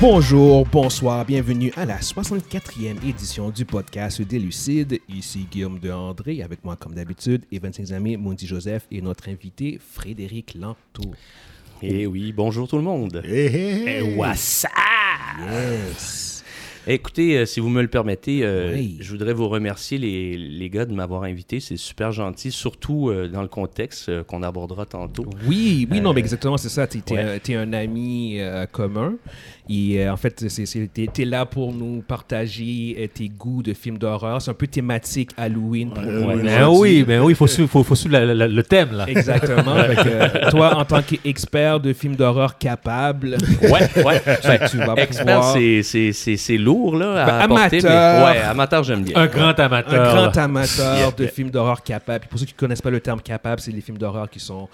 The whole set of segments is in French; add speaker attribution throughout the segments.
Speaker 1: Bonjour, bonsoir, bienvenue à la 64e édition du podcast des Lucides. Ici Guillaume de André, avec moi comme d'habitude, et 25 amis, Mondi Joseph et notre invité Frédéric Lantour.
Speaker 2: Eh oui, bonjour tout le monde. Eh what's up?
Speaker 1: Yes.
Speaker 2: Écoutez, euh, si vous me le permettez, euh,
Speaker 1: Oui.
Speaker 2: je voudrais vous remercier les, les gars de m'avoir invité. C'est super gentil, surtout euh, dans le contexte euh, qu'on abordera tantôt.
Speaker 1: Oui, oui, non,
Speaker 2: Euh,
Speaker 1: mais exactement, c'est ça. T'es t'es
Speaker 2: ouais.
Speaker 1: un- t'es un ami euh, commun. Et euh, en fait, c'est- c'est- t'es t'es là pour nous partager euh, tes goûts de films d'horreur. C'est un peu thématique Halloween. pour Ah nous
Speaker 2: ouais.
Speaker 1: aujourd'hui.
Speaker 3: Ben oui, ben oui, il faut suivre, faut, faut suivre la- la- la- le thème, là.
Speaker 1: Exactement. Fait que, euh, toi, en tant qu'expert de films d'horreur capable,
Speaker 2: Ouais, ouais.
Speaker 1: ben, tu vas
Speaker 2: Expert,
Speaker 1: pouvoir-
Speaker 2: c'est- c'est c'est- c'est lourd, là, à
Speaker 1: Ben,
Speaker 2: apporter.
Speaker 1: amateur.
Speaker 2: mais- ouais, amateur, j'aime bien.
Speaker 3: Un grand amateur.
Speaker 1: Un
Speaker 3: là.
Speaker 1: grand amateur de films d'horreur capable. Puis pour ceux qui ne connaissent pas le terme capable, c'est les films d'horreur qui sont.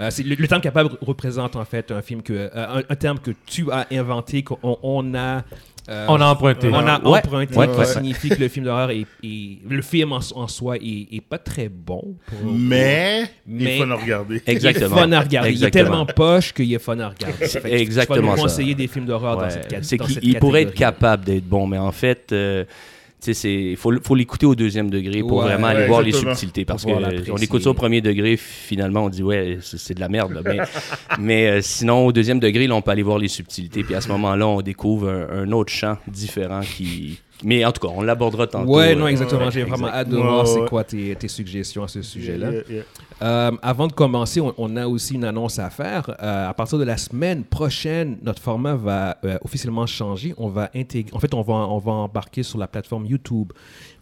Speaker 1: euh, c'est- le, le terme capable représente en fait un film que euh, un, un terme que tu as inventé qu'on on a. euh,
Speaker 3: On a emprunté.
Speaker 1: on a
Speaker 2: Ouais.
Speaker 1: emprunté,
Speaker 2: Ouais,
Speaker 1: qui
Speaker 2: ouais.
Speaker 1: signifie que le film d'horreur est, est- le film en, en soi est, est pas très bon. pour-
Speaker 4: Mais, il
Speaker 1: Mais-
Speaker 4: faut le regarder.
Speaker 2: Exactement.
Speaker 1: Il est fun à regarder. Il est
Speaker 2: Exactement.
Speaker 1: tellement poche qu'il est fun à regarder. Fait que
Speaker 2: exactement
Speaker 1: Tu vas nous
Speaker 2: ça.
Speaker 1: conseiller des films d'horreur dans
Speaker 2: Ouais,
Speaker 1: cette, cat-
Speaker 2: c'est
Speaker 1: dans
Speaker 2: qu'il-
Speaker 1: cette
Speaker 2: il pourrait être
Speaker 1: catégorie.
Speaker 2: capable d'être bon, mais en fait, euh, tu sais, c'est- il faut, le- faut l'écouter au deuxième degré pour
Speaker 1: Ouais,
Speaker 2: vraiment aller
Speaker 4: ouais,
Speaker 2: voir
Speaker 4: exactement.
Speaker 2: les subtilités. Parce
Speaker 1: Pour
Speaker 2: que
Speaker 1: pouvoir
Speaker 2: euh, on
Speaker 1: l'apprécier.
Speaker 2: écoute ça au premier degré, finalement, on dit ouais, c'est c'est de la merde. là. Mais, mais, euh, sinon, au deuxième degré, là, on peut aller voir les subtilités. Puis à ce moment-là, on découvre un, un autre champ différent qui. Mais en tout cas, on l'abordera tantôt.
Speaker 1: Ouais,
Speaker 2: euh,
Speaker 1: non, exactement.
Speaker 2: ouais,
Speaker 1: J'ai vraiment
Speaker 2: exact.
Speaker 1: hâte de
Speaker 4: Ouais,
Speaker 1: voir c'est
Speaker 4: ouais.
Speaker 1: quoi tes, tes suggestions à ce sujet-là.
Speaker 4: Yeah, yeah,
Speaker 1: Euh, avant de commencer, on, on a aussi une annonce à faire. Euh, à partir de la semaine prochaine, notre format va euh, officiellement changer. On va intégrer. En fait, on va, on va embarquer sur la plateforme YouTube.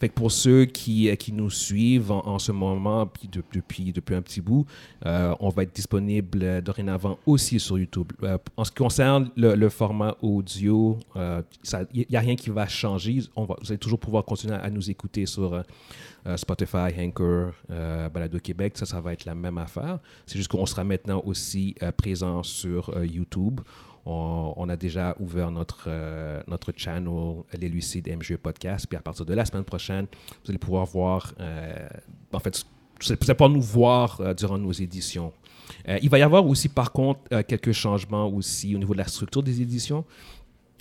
Speaker 1: Fait que pour ceux qui, euh, qui nous suivent en, en ce moment, puis de- depuis, depuis un petit bout, euh, on va être disponible euh, dorénavant aussi sur YouTube. Euh, en ce qui concerne le, le format audio, euh, il n'y a rien qui va changer. On va, vous allez toujours pouvoir continuer à, à nous écouter sur euh, euh, Spotify, Anchor, euh, Balado Québec. Ça, ça va être la même affaire. C'est juste qu'on sera maintenant aussi euh, présent sur euh, YouTube. On, on a déjà ouvert notre, euh, notre channel Les Lucides MGE E Podcast. Puis à partir de la semaine prochaine, vous allez pouvoir voir, euh, en fait, vous allez pouvoir nous voir euh, durant nos éditions. Euh, il va y avoir aussi, par contre, euh, quelques changements aussi au niveau de la structure des éditions.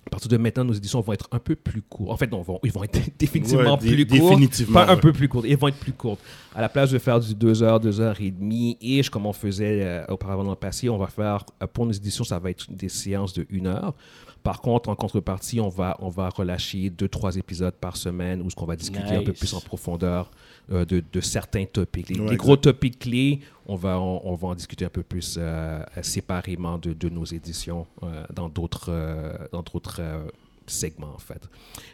Speaker 1: À partir de maintenant, nos éditions vont être un peu plus courtes. En fait, non, vont- ils vont être définitivement
Speaker 4: Ouais, dé-
Speaker 1: plus courtes.
Speaker 4: définitivement,
Speaker 1: Pas un
Speaker 4: ouais.
Speaker 1: peu plus courtes. Ils vont être plus courtes. À la place de faire du 2h, 2h30, et je- comme on faisait euh, auparavant dans le passé, on va faire, euh, pour nos éditions, ça va être des séances de 1 heure. Par contre, en contrepartie, on va, on va relâcher 2-3 épisodes par semaine où ce qu'on va discuter un peu
Speaker 2: Nice.
Speaker 1: plus en profondeur euh, de, de certains topics. Les,
Speaker 4: Ouais,
Speaker 1: les
Speaker 4: exact.
Speaker 1: gros topics clés, on va, on, on va en discuter un peu plus euh, séparément de, de nos éditions euh, dans d'autres euh, dans d'autres, euh, segments, en fait.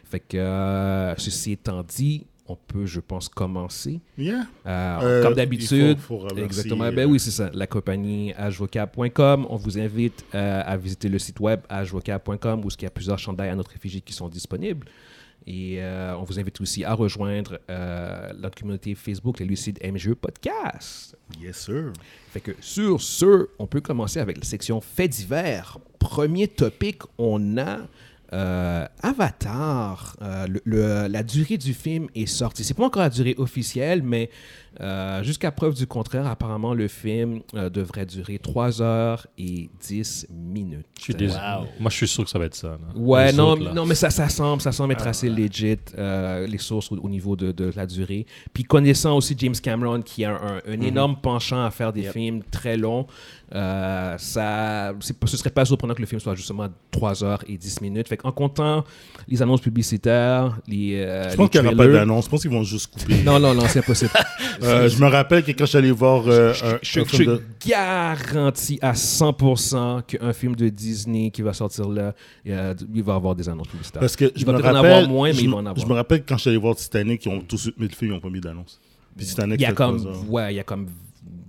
Speaker 1: Fait que, euh, ceci étant dit, on peut, je pense, commencer.
Speaker 4: yeah.
Speaker 1: Euh,
Speaker 4: Euh,
Speaker 1: comme d'habitude,
Speaker 4: il faut- faut remercier,
Speaker 1: exactement.
Speaker 4: euh,
Speaker 1: Ben oui, c'est ça. La compagnie ajvoca.com. On vous invite euh, à visiter le site web ajvoca.com où il y a plusieurs chandails à notre effigie qui sont disponibles. Et euh, on vous invite aussi à rejoindre euh, notre communauté Facebook, les Lucides MGE Podcast.
Speaker 4: Yes, sir.
Speaker 1: Fait que sur ce, on peut commencer avec la section faits divers. Premier topic, on a euh, Avatar. Euh, le- le- la durée du film est sortie. C'est pas encore la durée officielle, mais euh, jusqu'à preuve du contraire, apparemment le film euh, devrait durer 3 heures et 10 minutes.
Speaker 3: Je suis désolé. Moi, je suis sûr que ça va être ça. là.
Speaker 1: Ouais,
Speaker 3: Les
Speaker 1: non,
Speaker 3: autres, là.
Speaker 1: non, mais ça, ça semble, ça semble
Speaker 4: Ah.
Speaker 1: être assez legit, euh, les sources au, au niveau de, de la durée. Puis connaissant aussi James Cameron, qui a un, un
Speaker 4: Mhm.
Speaker 1: énorme penchant à faire des films très longs, euh, ça, c'est pas- ce serait pas surprenant que le film soit justement 3 heures et 10 minutes. Fait qu'en comptant les annonces publicitaires, les. euh,
Speaker 4: Je pense
Speaker 1: les
Speaker 4: qu'il n'y aura pas
Speaker 1: trailers-
Speaker 4: d'annonce. Je pense qu'ils vont juste couper.
Speaker 1: Non, non, non, c'est impossible.
Speaker 4: Euh, je me rappelle que quand j'allais voir euh, un,
Speaker 1: je,
Speaker 4: un
Speaker 1: je-
Speaker 4: film
Speaker 1: je
Speaker 4: de-
Speaker 1: garantis à 100% qu'un film de Disney qui va sortir là, euh, il va avoir des annonces publicitaires.
Speaker 4: Parce que
Speaker 1: Il
Speaker 4: je
Speaker 1: va
Speaker 4: me
Speaker 1: peut-être en
Speaker 4: rappelle.
Speaker 1: avoir moins, mais
Speaker 4: je,
Speaker 1: il
Speaker 4: me-
Speaker 1: va en avoir.
Speaker 4: je me rappelle quand j'allais voir Titanic, ils ont tous mis le film, ils n'ont pas mis d'annonce. Puis Titanic,
Speaker 1: Il y a
Speaker 4: fait
Speaker 1: comme,
Speaker 4: trois heures.
Speaker 1: ouais, il y a comme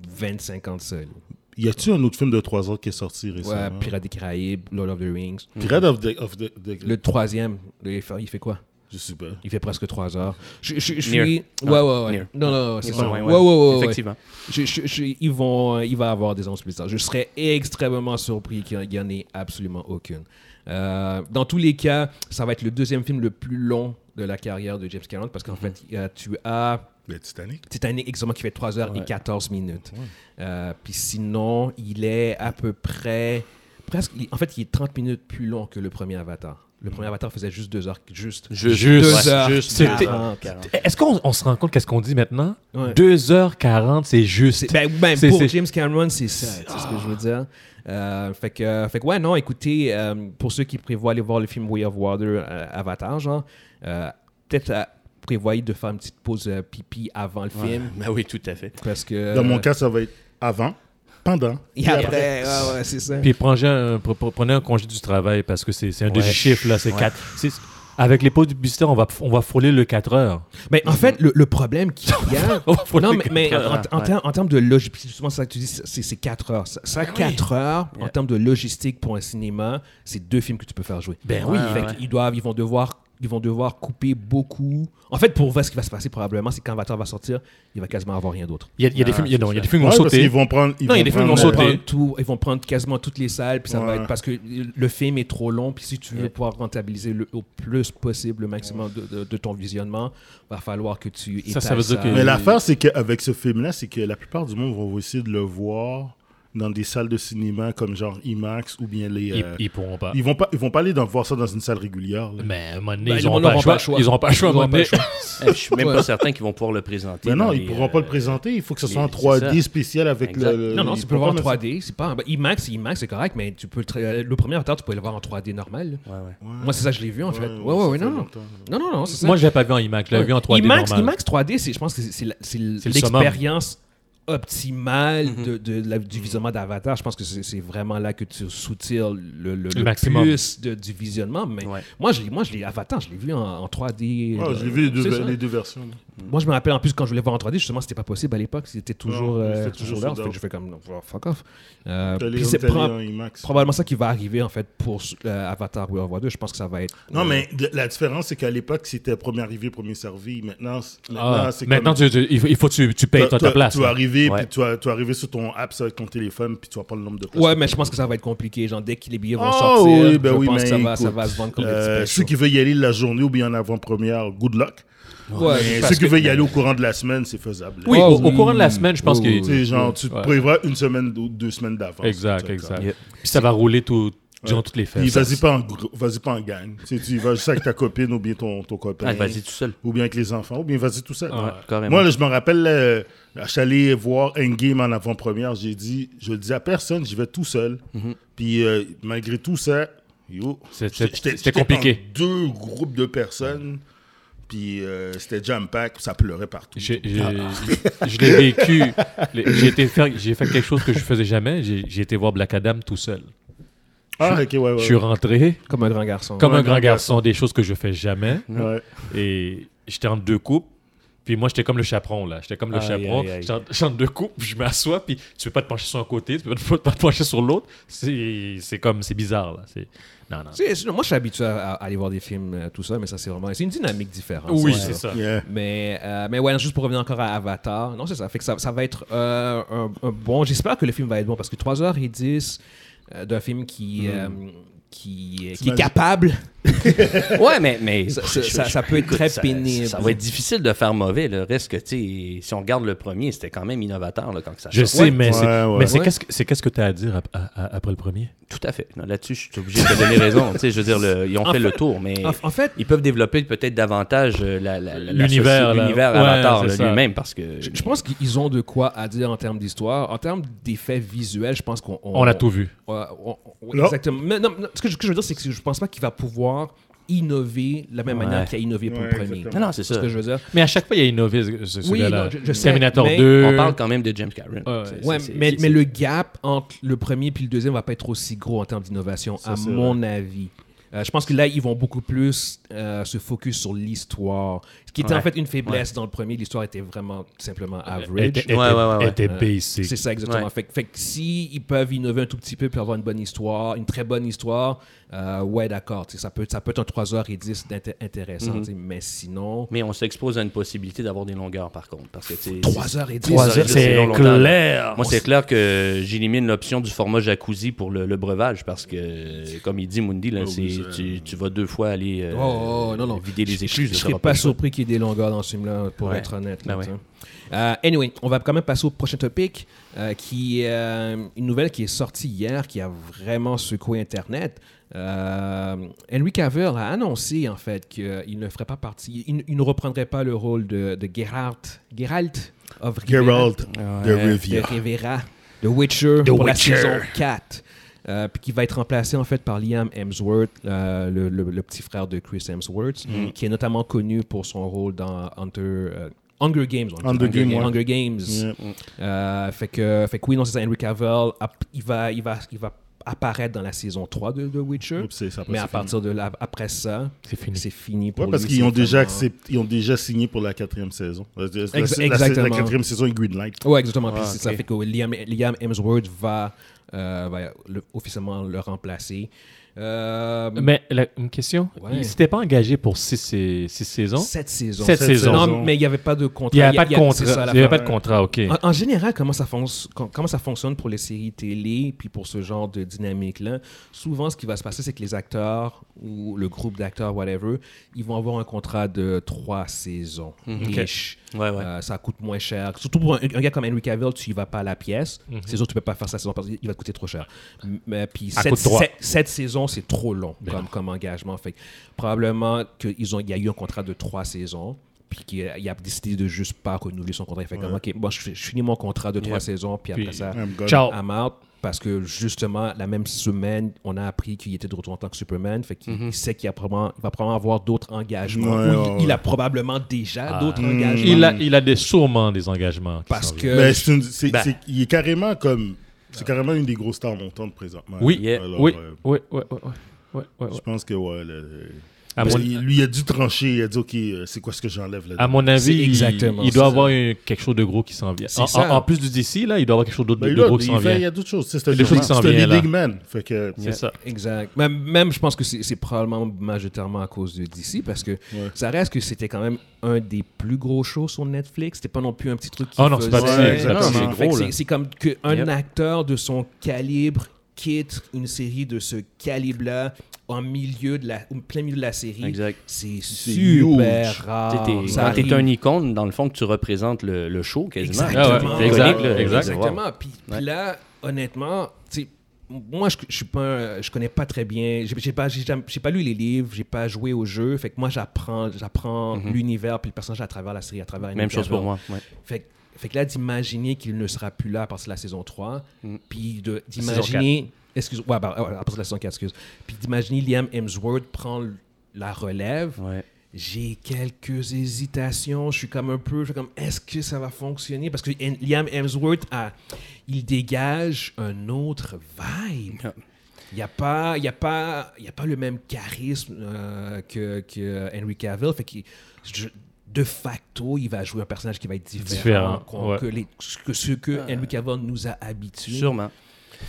Speaker 1: 25 ans de ça. là.
Speaker 4: Y a-tu un autre film de 3 heures qui est sorti
Speaker 1: Ouais,
Speaker 4: récemment
Speaker 1: Pirates des Caraïbes, Lord of the Rings.
Speaker 4: Pirate of the. Of the, the-
Speaker 1: Le troisième, il fait, il fait quoi
Speaker 4: Je sais pas.
Speaker 1: Il fait presque 3 heures. Je, je- je suis.
Speaker 2: Near.
Speaker 1: Ouais, ouais,
Speaker 2: Non,
Speaker 1: ouais.
Speaker 2: Near. Ah.
Speaker 1: Non, non, c'est
Speaker 2: Ouais,
Speaker 1: ça.
Speaker 2: ouais,
Speaker 1: Ouais,
Speaker 2: ouais.
Speaker 1: ouais, ouais. ouais.
Speaker 2: Effectivement.
Speaker 1: Je- je- je- ils vont, il va avoir des annonces publicitaires. Je serais extrêmement surpris qu'il n'y en ait absolument aucune. Euh, dans tous les cas, ça va être le deuxième film le plus long de la carrière de James Cameron parce qu'en
Speaker 2: Mm-hmm.
Speaker 1: fait, il y a- tu as.
Speaker 4: Le Titanic
Speaker 1: Titanic, exactement, qui fait 3 heures et 14 minutes. Euh, Puis sinon, il est à peu près presque. il- En fait, il est 30 minutes plus long que le premier Avatar. Le premier Avatar faisait juste deux heures. Juste.
Speaker 2: Juste.
Speaker 3: Juste. Eh,
Speaker 1: Deux heures.
Speaker 2: Juste.
Speaker 1: C'était-
Speaker 2: deux heures, quarante.
Speaker 3: Est-ce qu'on on se rend compte qu'est-ce qu'on dit maintenant?
Speaker 1: Ouais.
Speaker 3: 2h40, c'est juste.
Speaker 1: C'est- Ben, ben,
Speaker 3: C'est-
Speaker 1: pour
Speaker 3: c'est-
Speaker 1: James Cameron, c'est ça, c'est ce que je veux dire. Euh, fait, que, fait que, ouais, non, écoutez, euh, pour ceux qui prévoient aller voir le film Way of Water, euh, Avatar, genre, euh, peut-être euh, prévoyez de faire une petite pause euh, pipi avant le film,
Speaker 2: Ben oui, tout à fait.
Speaker 1: parce que...
Speaker 4: Dans mon cas, ça va être avant, pendant.
Speaker 1: Et après, ouais, ouais, c'est ça.
Speaker 3: Puis prenez un, pre- pre- prenez un congé du travail parce que c'est c'est un des
Speaker 2: Ouais.
Speaker 3: chiffres, là. C'est quatre- c'est- Avec les pauses publicitaires, on va, on va frôler le 4 heures.
Speaker 1: Mais
Speaker 3: Mhm.
Speaker 1: en fait, le, le problème qu'il y a.
Speaker 3: Faut
Speaker 1: non,
Speaker 3: le
Speaker 1: mais, mais en,
Speaker 2: comprendre,
Speaker 1: en
Speaker 2: ouais.
Speaker 1: termes- en termes de logistique, justement, ça que tu dis, c'est c'est quatre heures. Ça,
Speaker 3: Ah
Speaker 1: ça, quatre heures, en termes de logistique pour un cinéma, c'est deux films que tu peux faire jouer.
Speaker 3: Ben
Speaker 2: oui.
Speaker 1: Fait
Speaker 2: Ouais, ouais.
Speaker 1: qu'ils doivent, ils vont devoir. Ils vont devoir couper beaucoup. En fait, pour voir ce qui va se passer probablement, c'est quand Avatar va sortir, il va quasiment avoir rien d'autre.
Speaker 3: Il y a, il y a des
Speaker 2: Ah,
Speaker 3: films, il y a, non, il y a des films qui
Speaker 4: Ouais,
Speaker 3: vont
Speaker 4: parce qu'ils
Speaker 3: sauter.
Speaker 4: vont prendre. ils
Speaker 3: Non, il y a
Speaker 4: vont
Speaker 3: des films qui vont
Speaker 1: Ils vont,
Speaker 3: sauter.
Speaker 4: prendre, euh,
Speaker 1: prendre tout, ils vont prendre quasiment toutes les salles, puis ça va
Speaker 4: Ouais.
Speaker 1: être parce que le film est trop long, puis si tu veux pouvoir rentabiliser le, au plus possible le maximum de, de- de ton visionnement, va falloir que tu
Speaker 3: Ça, ça
Speaker 1: étales
Speaker 3: veut dire que-
Speaker 4: Mais
Speaker 3: Euh,
Speaker 4: l'affaire, c'est qu'avec ce film-là, c'est que la plupart du monde vont essayer de le voir dans des salles de cinéma comme genre IMAX ou bien les.
Speaker 3: Ils,
Speaker 4: euh,
Speaker 3: ils pourront pas.
Speaker 4: ils vont pas, ils vont pas aller dans, voir ça dans une salle régulière. là.
Speaker 3: Mais à un moment donné,
Speaker 1: Ben,
Speaker 3: ils
Speaker 1: ils
Speaker 3: n'auront
Speaker 1: n'auront
Speaker 3: pas, le
Speaker 1: pas
Speaker 3: choix.
Speaker 1: le choix.
Speaker 3: Ils n'auront pas le choix à un
Speaker 1: Ils n'auront
Speaker 3: moment donné.
Speaker 1: pas le
Speaker 2: Eh, Je suis même
Speaker 1: Ouais. Ben
Speaker 2: pas certain qu'ils vont pouvoir le présenter.
Speaker 4: Mais non,
Speaker 2: dans
Speaker 4: ils
Speaker 2: les,
Speaker 4: pourront pas
Speaker 2: euh,
Speaker 4: le présenter. Il faut que ce soit en
Speaker 2: les- c'est
Speaker 4: 3D
Speaker 2: ça.
Speaker 4: spécial avec
Speaker 2: Exact.
Speaker 4: le.
Speaker 1: Non, non,
Speaker 4: les
Speaker 1: tu peux le voir en
Speaker 4: programmes,
Speaker 1: 3D. C'est pas... ben, IMAX, IMAX, c'est correct, mais tu peux le, tra- euh, le premier Avatar, tu pouvais le voir en 3D normal.
Speaker 2: Ouais, ouais.
Speaker 1: Moi, c'est ça, je l'ai vu, en fait.
Speaker 4: Ah,
Speaker 1: Ouais,
Speaker 4: ouais, ça
Speaker 1: ouais, ouais,
Speaker 4: fait
Speaker 1: non.
Speaker 4: longtemps.
Speaker 1: Non, non, non, c'est ça.
Speaker 3: Moi, je l'ai pas vu en IMAX. Je l'ai
Speaker 1: Ouais.
Speaker 3: vu en 3D.
Speaker 1: IMAX,
Speaker 3: normal.
Speaker 1: IMAX 3D, c'est- je pense que c'est- c'est la- c'est l-
Speaker 3: C'est le
Speaker 1: l'expérience optimale
Speaker 4: Mm-hmm.
Speaker 1: de, de, la- du visionnement d'Avatar. Je pense que c'est c'est vraiment là que tu soutires le, le, le
Speaker 3: maximum.
Speaker 1: plus de, du visionnement. Mais
Speaker 2: Ouais.
Speaker 1: moi, je l'ai- moi, je l'ai Avatar, je l'ai vu en, en 3D.
Speaker 4: Ouais,
Speaker 1: euh,
Speaker 4: j'ai Ah, vu les deux,
Speaker 1: c'est ça.
Speaker 4: les deux versions.
Speaker 1: Moi, je me rappelle en plus quand je voulais voir en 3D, justement, c'était pas possible à l'époque. C'était toujours,
Speaker 4: Non,
Speaker 1: euh,
Speaker 4: c'était toujours
Speaker 1: toujours là.
Speaker 4: sold
Speaker 1: Fait que
Speaker 4: out.
Speaker 1: je fais comme, oh, fuck off. Euh,
Speaker 4: T'as les-
Speaker 1: puis c'est
Speaker 4: t'as les
Speaker 1: pro-
Speaker 4: en hein. IMAX.
Speaker 1: probablement ça qui va arriver, en fait, pour euh, Avatar World War 2. Je pense que ça va être.
Speaker 4: Non,
Speaker 1: euh,
Speaker 4: mais de- la différence, c'est qu'à l'époque, c'était premier arrivé, premier servi. Maintenant, c'est-
Speaker 3: Ah,
Speaker 4: maintenant c'est
Speaker 3: maintenant,
Speaker 4: comme-
Speaker 3: tu- tu- il faut- il faut que tu, tu payes
Speaker 4: Toi-
Speaker 3: toi, ta
Speaker 4: toi-
Speaker 3: place.
Speaker 4: Tu vas
Speaker 3: là.
Speaker 4: arriver,
Speaker 2: Ouais.
Speaker 4: puis tu vas, tu vas arriver sur ton app ça, avec ton téléphone, puis tu vas prendre le nombre de places.
Speaker 1: Ouais, mais je pense que ça va être compliqué. Genre, dès que les billets vont
Speaker 4: Oh,
Speaker 1: sortir,
Speaker 4: oui, ben
Speaker 1: je
Speaker 4: oui,
Speaker 1: pense
Speaker 4: mais
Speaker 1: que ça va, ça
Speaker 4: écoute,
Speaker 1: va se vendre comme
Speaker 4: Euh,
Speaker 1: des petits
Speaker 4: ceux qui veulent y aller la journée ou bien en avant-première, good luck.
Speaker 1: spéciaux. Ouais,
Speaker 4: Mais
Speaker 1: parce
Speaker 4: ceux qui
Speaker 1: que-
Speaker 4: veulent y aller au courant de la semaine, c'est faisable.
Speaker 3: Oui,
Speaker 1: Ah
Speaker 3: au, au
Speaker 1: oui.
Speaker 3: courant de la semaine, je pense
Speaker 1: Oui,
Speaker 3: que.
Speaker 4: Tu sais, genre, tu
Speaker 3: Ouais.
Speaker 4: prévois une semaine ou deux semaines d'avance.
Speaker 3: Exact,
Speaker 4: Tu sais,
Speaker 3: exact.
Speaker 4: comme-
Speaker 2: Yep.
Speaker 3: Puis ça va rouler tout, durant toutes les
Speaker 4: Puis
Speaker 3: fêtes.
Speaker 4: vas-y pas en, grou- vas-y pas en gang. Tu, sais, tu y vas juste avec ta copine ou bien ton, ton copain.
Speaker 2: Ah, vas-y tout seul.
Speaker 4: Ou bien avec les enfants, ou bien vas-y tout seul.
Speaker 2: Ouais, carrément.
Speaker 4: Moi, là, je me rappelle, là, je suis allé voir Endgame en avant-première. J'ai dit, je le dis à personne, j'y vais tout seul. Puis euh, malgré tout ça, yo,
Speaker 3: Mhm. C'est-
Speaker 4: j'étais-
Speaker 3: c'est-
Speaker 4: j'étais-
Speaker 3: c'était
Speaker 4: j'étais
Speaker 3: compliqué.
Speaker 4: en deux groupes de personnes. Puis euh, c'était jam-pack, ça pleurait partout.
Speaker 3: J'ai- j'ai- Je l'ai vécu. Les- J'ai été faire- j'ai fait quelque chose que je faisais jamais. J'ai j'ai été voir Black Adam tout seul.
Speaker 4: Ah, ok, ouais, ouais.
Speaker 3: Je suis rentré
Speaker 1: Comme un grand garçon.
Speaker 3: comme
Speaker 4: Ouais,
Speaker 3: un
Speaker 4: grand
Speaker 3: grand garçon, des choses que je fais jamais.
Speaker 4: ouais.
Speaker 3: Et j'étais en deux coupes. Puis moi, j'étais comme le chaperon, là. J'étais comme le
Speaker 2: Aïe,
Speaker 3: chaperon.
Speaker 2: aïe, aïe.
Speaker 3: J'étais en- j'étais en deux coupes, je m'assois, puis tu peux pas te pencher sur un côté, tu peux pas te pencher sur l'autre. C'est c'est comme, c'est bizarre, là. C'est- Non, non.
Speaker 1: C'est- c'est- Moi, je suis habitué à, à aller voir des films, euh, tout ça, mais ça, c'est vraiment. C'est une dynamique différente.
Speaker 3: Oui,
Speaker 1: ça,
Speaker 3: c'est ça.
Speaker 4: Yeah.
Speaker 1: Mais, euh, mais ouais, juste pour revenir encore à Avatar, non, c'est ça. Fait que ça, ça va être euh, un, un bon. J'espère que le film va être bon parce que 3h10 euh, d'un film qui, euh, qui, qui est
Speaker 4: T'imagines-
Speaker 1: capable,
Speaker 2: Ouais, mais, mais
Speaker 1: Ça- ça- ça- ça peut être très
Speaker 2: ça-
Speaker 1: pénible.
Speaker 2: Ça, va être difficile de faire mauvais. Le reste que, tu sais, si on regarde le premier, c'était quand même innovateur là, quand ça
Speaker 3: Je
Speaker 2: sort.
Speaker 3: sais, mais
Speaker 4: Ouais,
Speaker 3: c'est
Speaker 4: ouais.
Speaker 3: mais c'est
Speaker 1: Ouais.
Speaker 3: qu'est-ce que c'est qu'est-ce que t'as à dire ap- à- à- après le premier
Speaker 2: Tout à fait. Non, Là-dessus, je suis obligé de te donner raison. Tu sais, je veux dire, le- ils ont
Speaker 1: En
Speaker 2: fait le
Speaker 1: fait-
Speaker 2: tour, mais
Speaker 1: En, en fait,
Speaker 2: ils peuvent développer peut-être davantage euh, la- la- la-
Speaker 3: L'univers,
Speaker 2: la-
Speaker 3: là.
Speaker 2: l'univers
Speaker 3: Ouais,
Speaker 2: Avatar
Speaker 3: c'est
Speaker 2: là,
Speaker 3: ça.
Speaker 2: lui-même, parce que
Speaker 1: je, je pense qu'ils ont de quoi à dire en termes d'histoire. En termes d'effets visuels, je pense qu'on.
Speaker 3: On a tout vu.
Speaker 1: Ouais, on- on-
Speaker 4: Non.
Speaker 1: exactement. Mais non, non, ce, que je, ce que je veux dire, c'est que je pense pas qu'il va pouvoir innover de la même
Speaker 2: Ouais.
Speaker 1: manière qu'il a innové pour
Speaker 4: Ouais,
Speaker 1: le premier.
Speaker 2: non,
Speaker 4: exactement.
Speaker 2: non, c'est
Speaker 1: C'est ce
Speaker 2: ça.
Speaker 1: que je veux dire.
Speaker 3: Mais à chaque fois, il y a innové ce, ce- ce
Speaker 1: Oui,
Speaker 3: gars-là.
Speaker 1: non, je- je sais,
Speaker 3: Terminator
Speaker 1: mais-
Speaker 3: 2.
Speaker 2: On parle quand même de James Cameron.
Speaker 3: Ouais,
Speaker 2: C'est-
Speaker 1: Ouais,
Speaker 2: c'est- c'est-
Speaker 1: mais,
Speaker 2: c'est-
Speaker 1: mais le gap entre le premier puis le deuxième va pas être aussi gros en termes d'innovation,
Speaker 4: Ça,
Speaker 1: à
Speaker 4: c'est
Speaker 1: mon avis. Euh, je pense que là, ils vont beaucoup plus euh, se focus sur l'histoire, ce qui était en
Speaker 2: Ouais.
Speaker 1: fait une faiblesse dans le premier. L'histoire était vraiment simplement
Speaker 3: Elle
Speaker 1: average.
Speaker 3: était, elle
Speaker 2: Ouais,
Speaker 3: était-
Speaker 2: ouais, ouais, ouais.
Speaker 3: elle était
Speaker 1: C'est
Speaker 3: basic.
Speaker 1: ça, exactement.
Speaker 2: Ouais.
Speaker 1: Fait, que- fait que si ils peuvent innover un tout petit peu pour avoir une bonne histoire, une très bonne histoire, euh, ouais, d'accord. tu sais, Ça peut, ça peut être un 3h10 d'inté- intéressant, tu sais, mais sinon.
Speaker 2: Mm-hmm. mais on s'expose à une possibilité d'avoir des longueurs, par contre. Parce que, tu sais,
Speaker 1: 3h10
Speaker 2: Trois
Speaker 1: ça,
Speaker 2: heures,
Speaker 1: je-
Speaker 2: c'est
Speaker 3: C'est
Speaker 2: longtemps, là.
Speaker 1: Ah,
Speaker 3: clair.
Speaker 2: Moi, c'est clair que j'élimine l'option du format jacuzzi pour le, le breuvage parce que, comme il dit Mundi, là,
Speaker 4: Ah oui,
Speaker 2: c'est-
Speaker 4: ça,
Speaker 2: tu, tu- tu vas deux fois aller euh,
Speaker 1: Oh, oh, non, non.
Speaker 2: vider les écluses.
Speaker 1: Je
Speaker 2: ça
Speaker 1: serais
Speaker 2: va
Speaker 1: pas
Speaker 2: être ça.
Speaker 1: surpris qu'il y ait des longueurs dans ce film-là, pour
Speaker 2: Ouais.
Speaker 1: être honnête.
Speaker 2: Ben
Speaker 1: là,
Speaker 2: ouais.
Speaker 1: tu sais. Euh, anyway, on va quand même passer au prochain topic, euh, qui est euh, une nouvelle qui est sortie hier, qui a vraiment secoué Internet. Euh, Henry Cavill a annoncé, en fait, qu'il ne ferait pas partie, il, ne- il ne reprendrait pas le rôle de, de Geralt, Geralt of Rivia.
Speaker 4: Geralt de
Speaker 1: Euh,
Speaker 4: Rivia.
Speaker 1: de Rivera, de Witcher pour
Speaker 2: Witcher.
Speaker 1: la saison 4. euh, puis qui va être remplacé en fait par Liam Hemsworth, euh, le, le- le petit frère de Chris Hemsworth,
Speaker 4: Mm.
Speaker 1: qui est notamment connu pour son rôle dans Hunter, euh, Hunger Games. on dit,
Speaker 4: Hunger Games, ouais.
Speaker 1: Hunger Games.
Speaker 4: Yeah.
Speaker 1: Euh, fait, que, fait que oui, non, c'est ça, Henry Cavill, ap- il va, il, va, il va apparaître dans la saison 3 de, de Witcher.
Speaker 4: Oups, c'est- ça, après,
Speaker 1: mais
Speaker 4: c'est
Speaker 1: à
Speaker 4: fini.
Speaker 1: partir de là, après ça,
Speaker 3: C'est fini.
Speaker 1: c'est fini pour
Speaker 4: Ouais, parce
Speaker 1: lui,
Speaker 4: qu'ils
Speaker 1: c'est
Speaker 4: ont déjà
Speaker 1: vraiment-
Speaker 4: accepté, ils ont déjà signé pour la quatrième saison. La, la- la-
Speaker 1: Ex-
Speaker 4: la- la-
Speaker 1: exactement.
Speaker 4: la quatrième saison est Greenlight.
Speaker 1: Ouais, exactement.
Speaker 2: Ah,
Speaker 1: Puis c'est- ça
Speaker 2: ok.
Speaker 1: fait que Liam, Liam Hemsworth va, euh, va le- officiellement le remplacer. Euh,
Speaker 3: Mais la- une question.
Speaker 1: Ouais.
Speaker 3: Il s'était pas engagé pour six, sais- six saisons.
Speaker 1: cette saison.
Speaker 3: Cette
Speaker 1: Non,
Speaker 3: saison.
Speaker 1: mais il n'y avait pas de contrat.
Speaker 3: Il n'y avait pas de
Speaker 1: c'est ça,
Speaker 3: contrat.
Speaker 1: la
Speaker 3: Il n'y avait
Speaker 1: fin.
Speaker 3: pas de contrat, OK.
Speaker 4: Ah.
Speaker 1: En, en général, comment ça, fonce- com- comment ça fonctionne pour les séries télé, puis pour ce genre de dynamique-là, souvent, ce qui va se passer, c'est que les acteurs ou le groupe d'acteurs, whatever, ils vont avoir un contrat de trois saisons. ish.
Speaker 2: Ouais, ouais.
Speaker 1: Euh, ça coûte moins cher. Surtout pour un, un gars comme Henry Cavill, tu y vas pas à la pièce. C'est sûr, tu peux pas faire sa saison parce qu'il va te coûter trop cher. M- Mais puis
Speaker 3: À
Speaker 1: cette,
Speaker 3: coup de droit.
Speaker 1: cette- cette saison, c'est trop long comme, comme engagement. Fait que probablement qu'il y a eu un contrat de trois saisons. Puis qu'il a, il a décidé de juste pas renouveler son contrat. Il fait comme, OK, bon, je, je finis mon contrat de trois saisons, puis, après
Speaker 3: Puis-
Speaker 1: ça,
Speaker 4: I'm gone.
Speaker 3: Ciao.
Speaker 1: I'm out. Parce que justement, la même semaine, on a appris qu'il était de retour en tant que Superman. Fait qu'il il sait qu'il y a probablement- il va probablement avoir d'autres engagements.
Speaker 4: Mm-hmm. Ouais,
Speaker 1: ou
Speaker 4: ouais, Ah. Mm.
Speaker 1: il, il a probablement déjà d'autres engagements.
Speaker 3: Il a, il a des, sûrement des engagements. qui
Speaker 1: Parce
Speaker 3: s'en
Speaker 1: que.
Speaker 3: viennent.
Speaker 4: Mais c'est une- c'est-
Speaker 2: Ben.
Speaker 4: c'est- il est carrément comme, c'est carrément une des grosses stars montantes présentement.
Speaker 3: Ah. Oui,
Speaker 2: Yeah.
Speaker 4: Alors,
Speaker 3: oui,
Speaker 4: euh,
Speaker 3: oui, oui, oui, oui, oui, oui, oui.
Speaker 4: je pense que ouais. le- le-
Speaker 3: À
Speaker 4: parce
Speaker 3: mon-
Speaker 4: qu'il- lui il a dû trancher, il a dit ok, euh, c'est quoi ce que j'enlève là.
Speaker 3: À mon
Speaker 1: C'est
Speaker 3: avis, il-
Speaker 1: exactement
Speaker 3: il, doit
Speaker 1: ça.
Speaker 3: avoir un- quelque chose de gros qui s'en vient.
Speaker 1: C'est
Speaker 3: En,
Speaker 1: ça.
Speaker 3: en- en plus du DC, là, il doit avoir quelque chose d'autre
Speaker 4: Ben,
Speaker 3: de
Speaker 4: là,
Speaker 3: gros qui s'en
Speaker 4: il fait- il y
Speaker 3: vient.
Speaker 4: a d'autres choses. C'est un
Speaker 3: Il y a des choses qui s'en
Speaker 4: c'est un
Speaker 3: viennent, là.
Speaker 4: leading man. Fait que
Speaker 3: C'est ça.
Speaker 1: Exact. Même, même, je pense que c'est c'est probablement majoritairement à cause de DC parce que ça reste que c'était quand même un des plus gros shows sur Netflix. C'était pas non plus un petit truc qui
Speaker 3: Ah non, c'est pas
Speaker 1: faisait-
Speaker 4: petit, Ouais, c'est pas exactement. petit,
Speaker 1: Fait
Speaker 2: c'est gros,
Speaker 1: que
Speaker 2: là.
Speaker 1: C'est c'est comme qu'un
Speaker 2: Yep.
Speaker 1: acteur de son calibre quitte une série de ce calibre-là en milieu de la, au plein milieu de la série.
Speaker 2: Exact.
Speaker 1: C'est
Speaker 4: huge.
Speaker 1: super
Speaker 2: Tu sais,
Speaker 1: rare.
Speaker 2: t'es-
Speaker 1: Ah, Ça
Speaker 2: quand
Speaker 1: arrive
Speaker 2: t'es un icône, dans le fond, que tu représentes le, le show quasiment.
Speaker 1: Exactement.
Speaker 3: Ah
Speaker 2: T'es
Speaker 3: ouais,
Speaker 2: iconique,
Speaker 3: exact,
Speaker 2: là.
Speaker 3: exact.
Speaker 1: Exactement. Puis, puis
Speaker 2: Ouais.
Speaker 1: là, honnêtement, tu sais, moi, je, je suis pas, un- je connais pas très bien. J'ai j'ai pas, j'ai jamais- j'ai pas lu les livres, j'ai pas joué au jeu. Fait que moi, j'apprends, j'apprends l'univers puis le personnage à travers la série, à travers.
Speaker 2: Mhm. Même chose
Speaker 1: Henry
Speaker 2: pour
Speaker 1: Cavill.
Speaker 2: moi. ouais.
Speaker 1: Fait, que- fait que là, d'imaginer qu'il ne sera plus là à partir de la saison 3,
Speaker 2: Mm.
Speaker 1: puis de-
Speaker 3: saison
Speaker 1: d'imaginer. Excuse, ouais, bah, ouais, à partir de la saison 4, excuse. Puis d'imaginer Liam Hemsworth prendre la relève.
Speaker 2: Ouais.
Speaker 1: J'ai quelques hésitations. Je suis comme un peu, je suis comme, est-ce que ça va fonctionner? Parce que Hen- Liam Hemsworth, a- il dégage un autre vibe. Il n'y a, pas- il y a, pas- il y a pas le même charisme euh, que, que Henry Cavill. Fait qu'il- je- de facto, il va jouer un personnage qui va être différent,
Speaker 3: Différent,
Speaker 1: qu'on-
Speaker 3: ouais.
Speaker 1: que, les- que ce que Henry Cavill nous a habitués.
Speaker 2: Sûrement.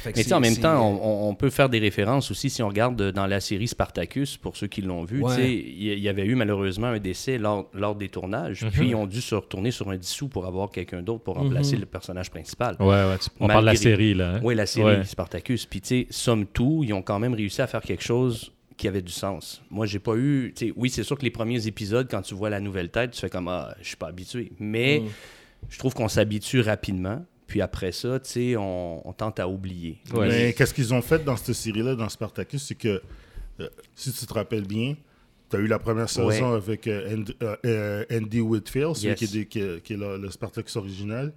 Speaker 1: Fait que
Speaker 2: Ah. Mais tu
Speaker 1: c'est-
Speaker 2: sais, en même
Speaker 1: c'est-
Speaker 2: temps, on- on, on peut faire des références aussi si on regarde euh, dans la série Spartacus, pour ceux qui l'ont vu. tu
Speaker 1: Ouais.
Speaker 2: sais, Il y, il y avait eu malheureusement un décès lors, lors des tournages, puis ils ont dû se retourner sur un dissous pour avoir quelqu'un d'autre pour remplacer le personnage principal.
Speaker 3: Ouais, ouais, tu- on parle de la
Speaker 2: Malgré-
Speaker 3: série, là. hein?
Speaker 2: Oui, la série
Speaker 3: Ouais.
Speaker 2: Spartacus. Puis, tu sais, somme tout, ils ont quand même réussi à faire quelque chose qui avait du sens. Moi, j'ai pas eu. tu sais, oui, c'est sûr que les premiers épisodes, quand tu vois la nouvelle tête, tu fais comme Ah, je suis pas habitué. Mais je trouve qu'on s'habitue rapidement. Puis après ça, tu sais, on, on tente à oublier.
Speaker 3: Ouais.
Speaker 4: Mais qu'est-ce qu'ils ont fait dans cette série-là, dans Spartacus, c'est que, euh, si tu te rappelles bien, tu as eu la première saison avec euh, And- euh, euh, Andy Whitfield, celui
Speaker 2: Yes.
Speaker 4: qui est, des- qui est- qui est le, le Spartacus original.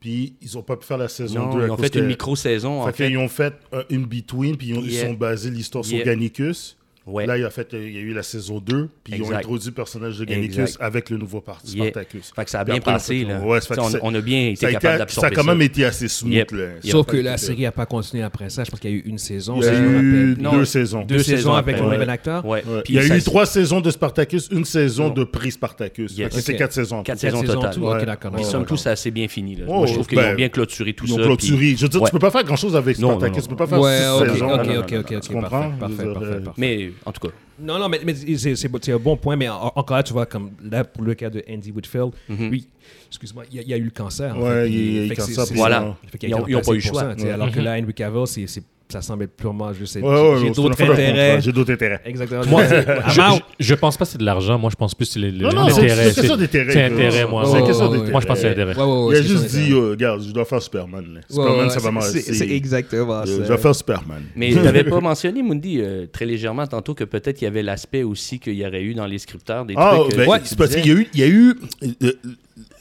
Speaker 4: Puis ils ont pas pu faire la saison
Speaker 2: Non,
Speaker 4: 2 à
Speaker 2: ils ont
Speaker 4: cause
Speaker 2: fait
Speaker 4: que-
Speaker 2: une micro-saison,
Speaker 4: Fait
Speaker 2: en fait.
Speaker 4: qu'ils ont fait un in-between, puis ils, ont- ils
Speaker 2: Yeah.
Speaker 4: sont basés l'histoire sur
Speaker 2: Yeah.
Speaker 4: Gannicus.
Speaker 2: Ouais.
Speaker 4: Là, il, a fait, euh, il y a eu la saison 2, puis ils ont
Speaker 2: Exact.
Speaker 4: introduit le personnage de Gannicus
Speaker 2: Exact.
Speaker 4: avec le nouveau parti
Speaker 2: Yeah.
Speaker 4: Spartacus.
Speaker 2: Fait que ça a
Speaker 4: Puis
Speaker 2: bien
Speaker 4: après,
Speaker 2: passé, là.
Speaker 4: Ouais, ça fait
Speaker 2: Tu sais, on-
Speaker 4: que ça-
Speaker 2: on a bien été
Speaker 4: ça a
Speaker 2: capable
Speaker 4: Ça a
Speaker 2: d'absorber
Speaker 4: quand
Speaker 2: ça.
Speaker 4: même été assez smooth,
Speaker 2: Yep.
Speaker 4: là.
Speaker 2: Yep.
Speaker 1: Sauf que
Speaker 4: Fait
Speaker 1: la
Speaker 4: c'est-
Speaker 1: série n'a pas continué après ça. Je pense qu'il y a eu une saison.
Speaker 4: Il y a
Speaker 1: si je me
Speaker 4: eu
Speaker 1: rappelle.
Speaker 2: Non,
Speaker 4: deux saisons.
Speaker 1: deux saisons avec
Speaker 2: après,
Speaker 1: un
Speaker 2: ouais.
Speaker 1: nouvel acteur?
Speaker 2: Ouais.
Speaker 4: Ouais.
Speaker 2: Puis
Speaker 4: Il y a
Speaker 2: ça-
Speaker 4: eu trois saisons de Spartacus, une saison de pré-Spartacus.
Speaker 2: Yes.
Speaker 4: Fait que C'est
Speaker 1: Ok.
Speaker 4: quatre saisons.
Speaker 2: Quatre
Speaker 4: Quatre
Speaker 2: saisons
Speaker 1: saisons
Speaker 2: totales.
Speaker 1: tout,
Speaker 4: Ouais.
Speaker 1: ok, d'accord,
Speaker 2: Puis
Speaker 1: d'accord,
Speaker 2: somme tout,
Speaker 1: d'accord.
Speaker 2: ça assez bien fini. Là.
Speaker 4: Oh,
Speaker 2: Moi, je trouve qu'ils
Speaker 4: ben,
Speaker 2: ont bien clôturé tout
Speaker 4: Ils ont
Speaker 2: ça.
Speaker 4: clôturé.
Speaker 2: puis-
Speaker 4: Je veux dire,
Speaker 2: Ouais.
Speaker 4: tu peux pas faire grand-chose avec
Speaker 2: Non, non,
Speaker 4: Spartacus.
Speaker 2: non,
Speaker 4: Tu peux pas faire
Speaker 1: Ouais,
Speaker 4: six
Speaker 1: ok,
Speaker 4: saisons.
Speaker 1: ok,
Speaker 4: Non, non,
Speaker 1: ok,
Speaker 4: non,
Speaker 1: ok,
Speaker 4: non,
Speaker 1: ok,
Speaker 4: Tu
Speaker 1: parfait,
Speaker 4: comprends?
Speaker 1: parfait,
Speaker 4: Je veux dire,
Speaker 1: parfait,
Speaker 4: euh,
Speaker 1: parfait.
Speaker 2: Mais en tout cas,
Speaker 1: Non, non, mais, mais c'est c'est- c'est un bon point, mais en- encore là, tu vois, comme là, pour le cas de Andy Whitfield, lui, excuse-moi, il y a, il y a eu le cancer. en
Speaker 4: Ouais,
Speaker 1: fait, puis-
Speaker 4: il y a eu
Speaker 1: fait
Speaker 4: le
Speaker 1: que
Speaker 4: cancer,
Speaker 1: c'est-
Speaker 4: puis
Speaker 1: c'est-
Speaker 2: voilà.
Speaker 1: fait qu'il a
Speaker 2: Ils ont-
Speaker 1: été
Speaker 2: ils ont pas eu
Speaker 1: remplacé
Speaker 2: le
Speaker 1: pour
Speaker 2: choix.
Speaker 1: ça, tu sais, alors que là, Henry Cavill, c'est- c'est ça semble être purement juste.
Speaker 4: Ouais, ouais,
Speaker 1: j'ai
Speaker 4: ouais, c'est une
Speaker 1: d'autres
Speaker 4: affaire de contrat,
Speaker 1: intérêts.
Speaker 4: J'ai d'autres intérêts.
Speaker 1: Exactement.
Speaker 3: Moi,
Speaker 1: je-
Speaker 3: je,
Speaker 1: I'm out.
Speaker 3: je- je pense pas que c'est de l'argent. Moi, je pense plus que c'est le- le-
Speaker 4: Non, non, c'est
Speaker 3: l'intérêt.
Speaker 4: c'est question d'intérêt.
Speaker 3: c'est
Speaker 4: que-
Speaker 3: intérêt, moi.
Speaker 4: C'est
Speaker 1: Ouais,
Speaker 4: question
Speaker 1: ouais,
Speaker 4: d'intérêt.
Speaker 3: Moi, je pense que c'est l'intérêt.
Speaker 1: Ouais, ouais, ouais,
Speaker 4: Il a
Speaker 1: c'est
Speaker 4: juste
Speaker 1: ça,
Speaker 4: dit,
Speaker 1: ouais,
Speaker 4: euh, regarde, je dois faire Superman. là.
Speaker 1: ouais,
Speaker 4: Superman, ça va
Speaker 1: c'est-
Speaker 4: m'arrêter.
Speaker 1: C'est c'est exactement
Speaker 4: Je
Speaker 1: ça.
Speaker 4: dois faire Superman.
Speaker 2: Mais tu n'avais pas mentionné, Mundi, euh, très légèrement tantôt, que peut-être il y avait l'aspect aussi qu'il y aurait eu dans les scripteurs des
Speaker 4: Ah,
Speaker 2: trucs. euh,
Speaker 4: ben,
Speaker 2: tu
Speaker 4: c'est parce
Speaker 2: disais.
Speaker 4: qu'il y a eu. il y a eu, euh, euh,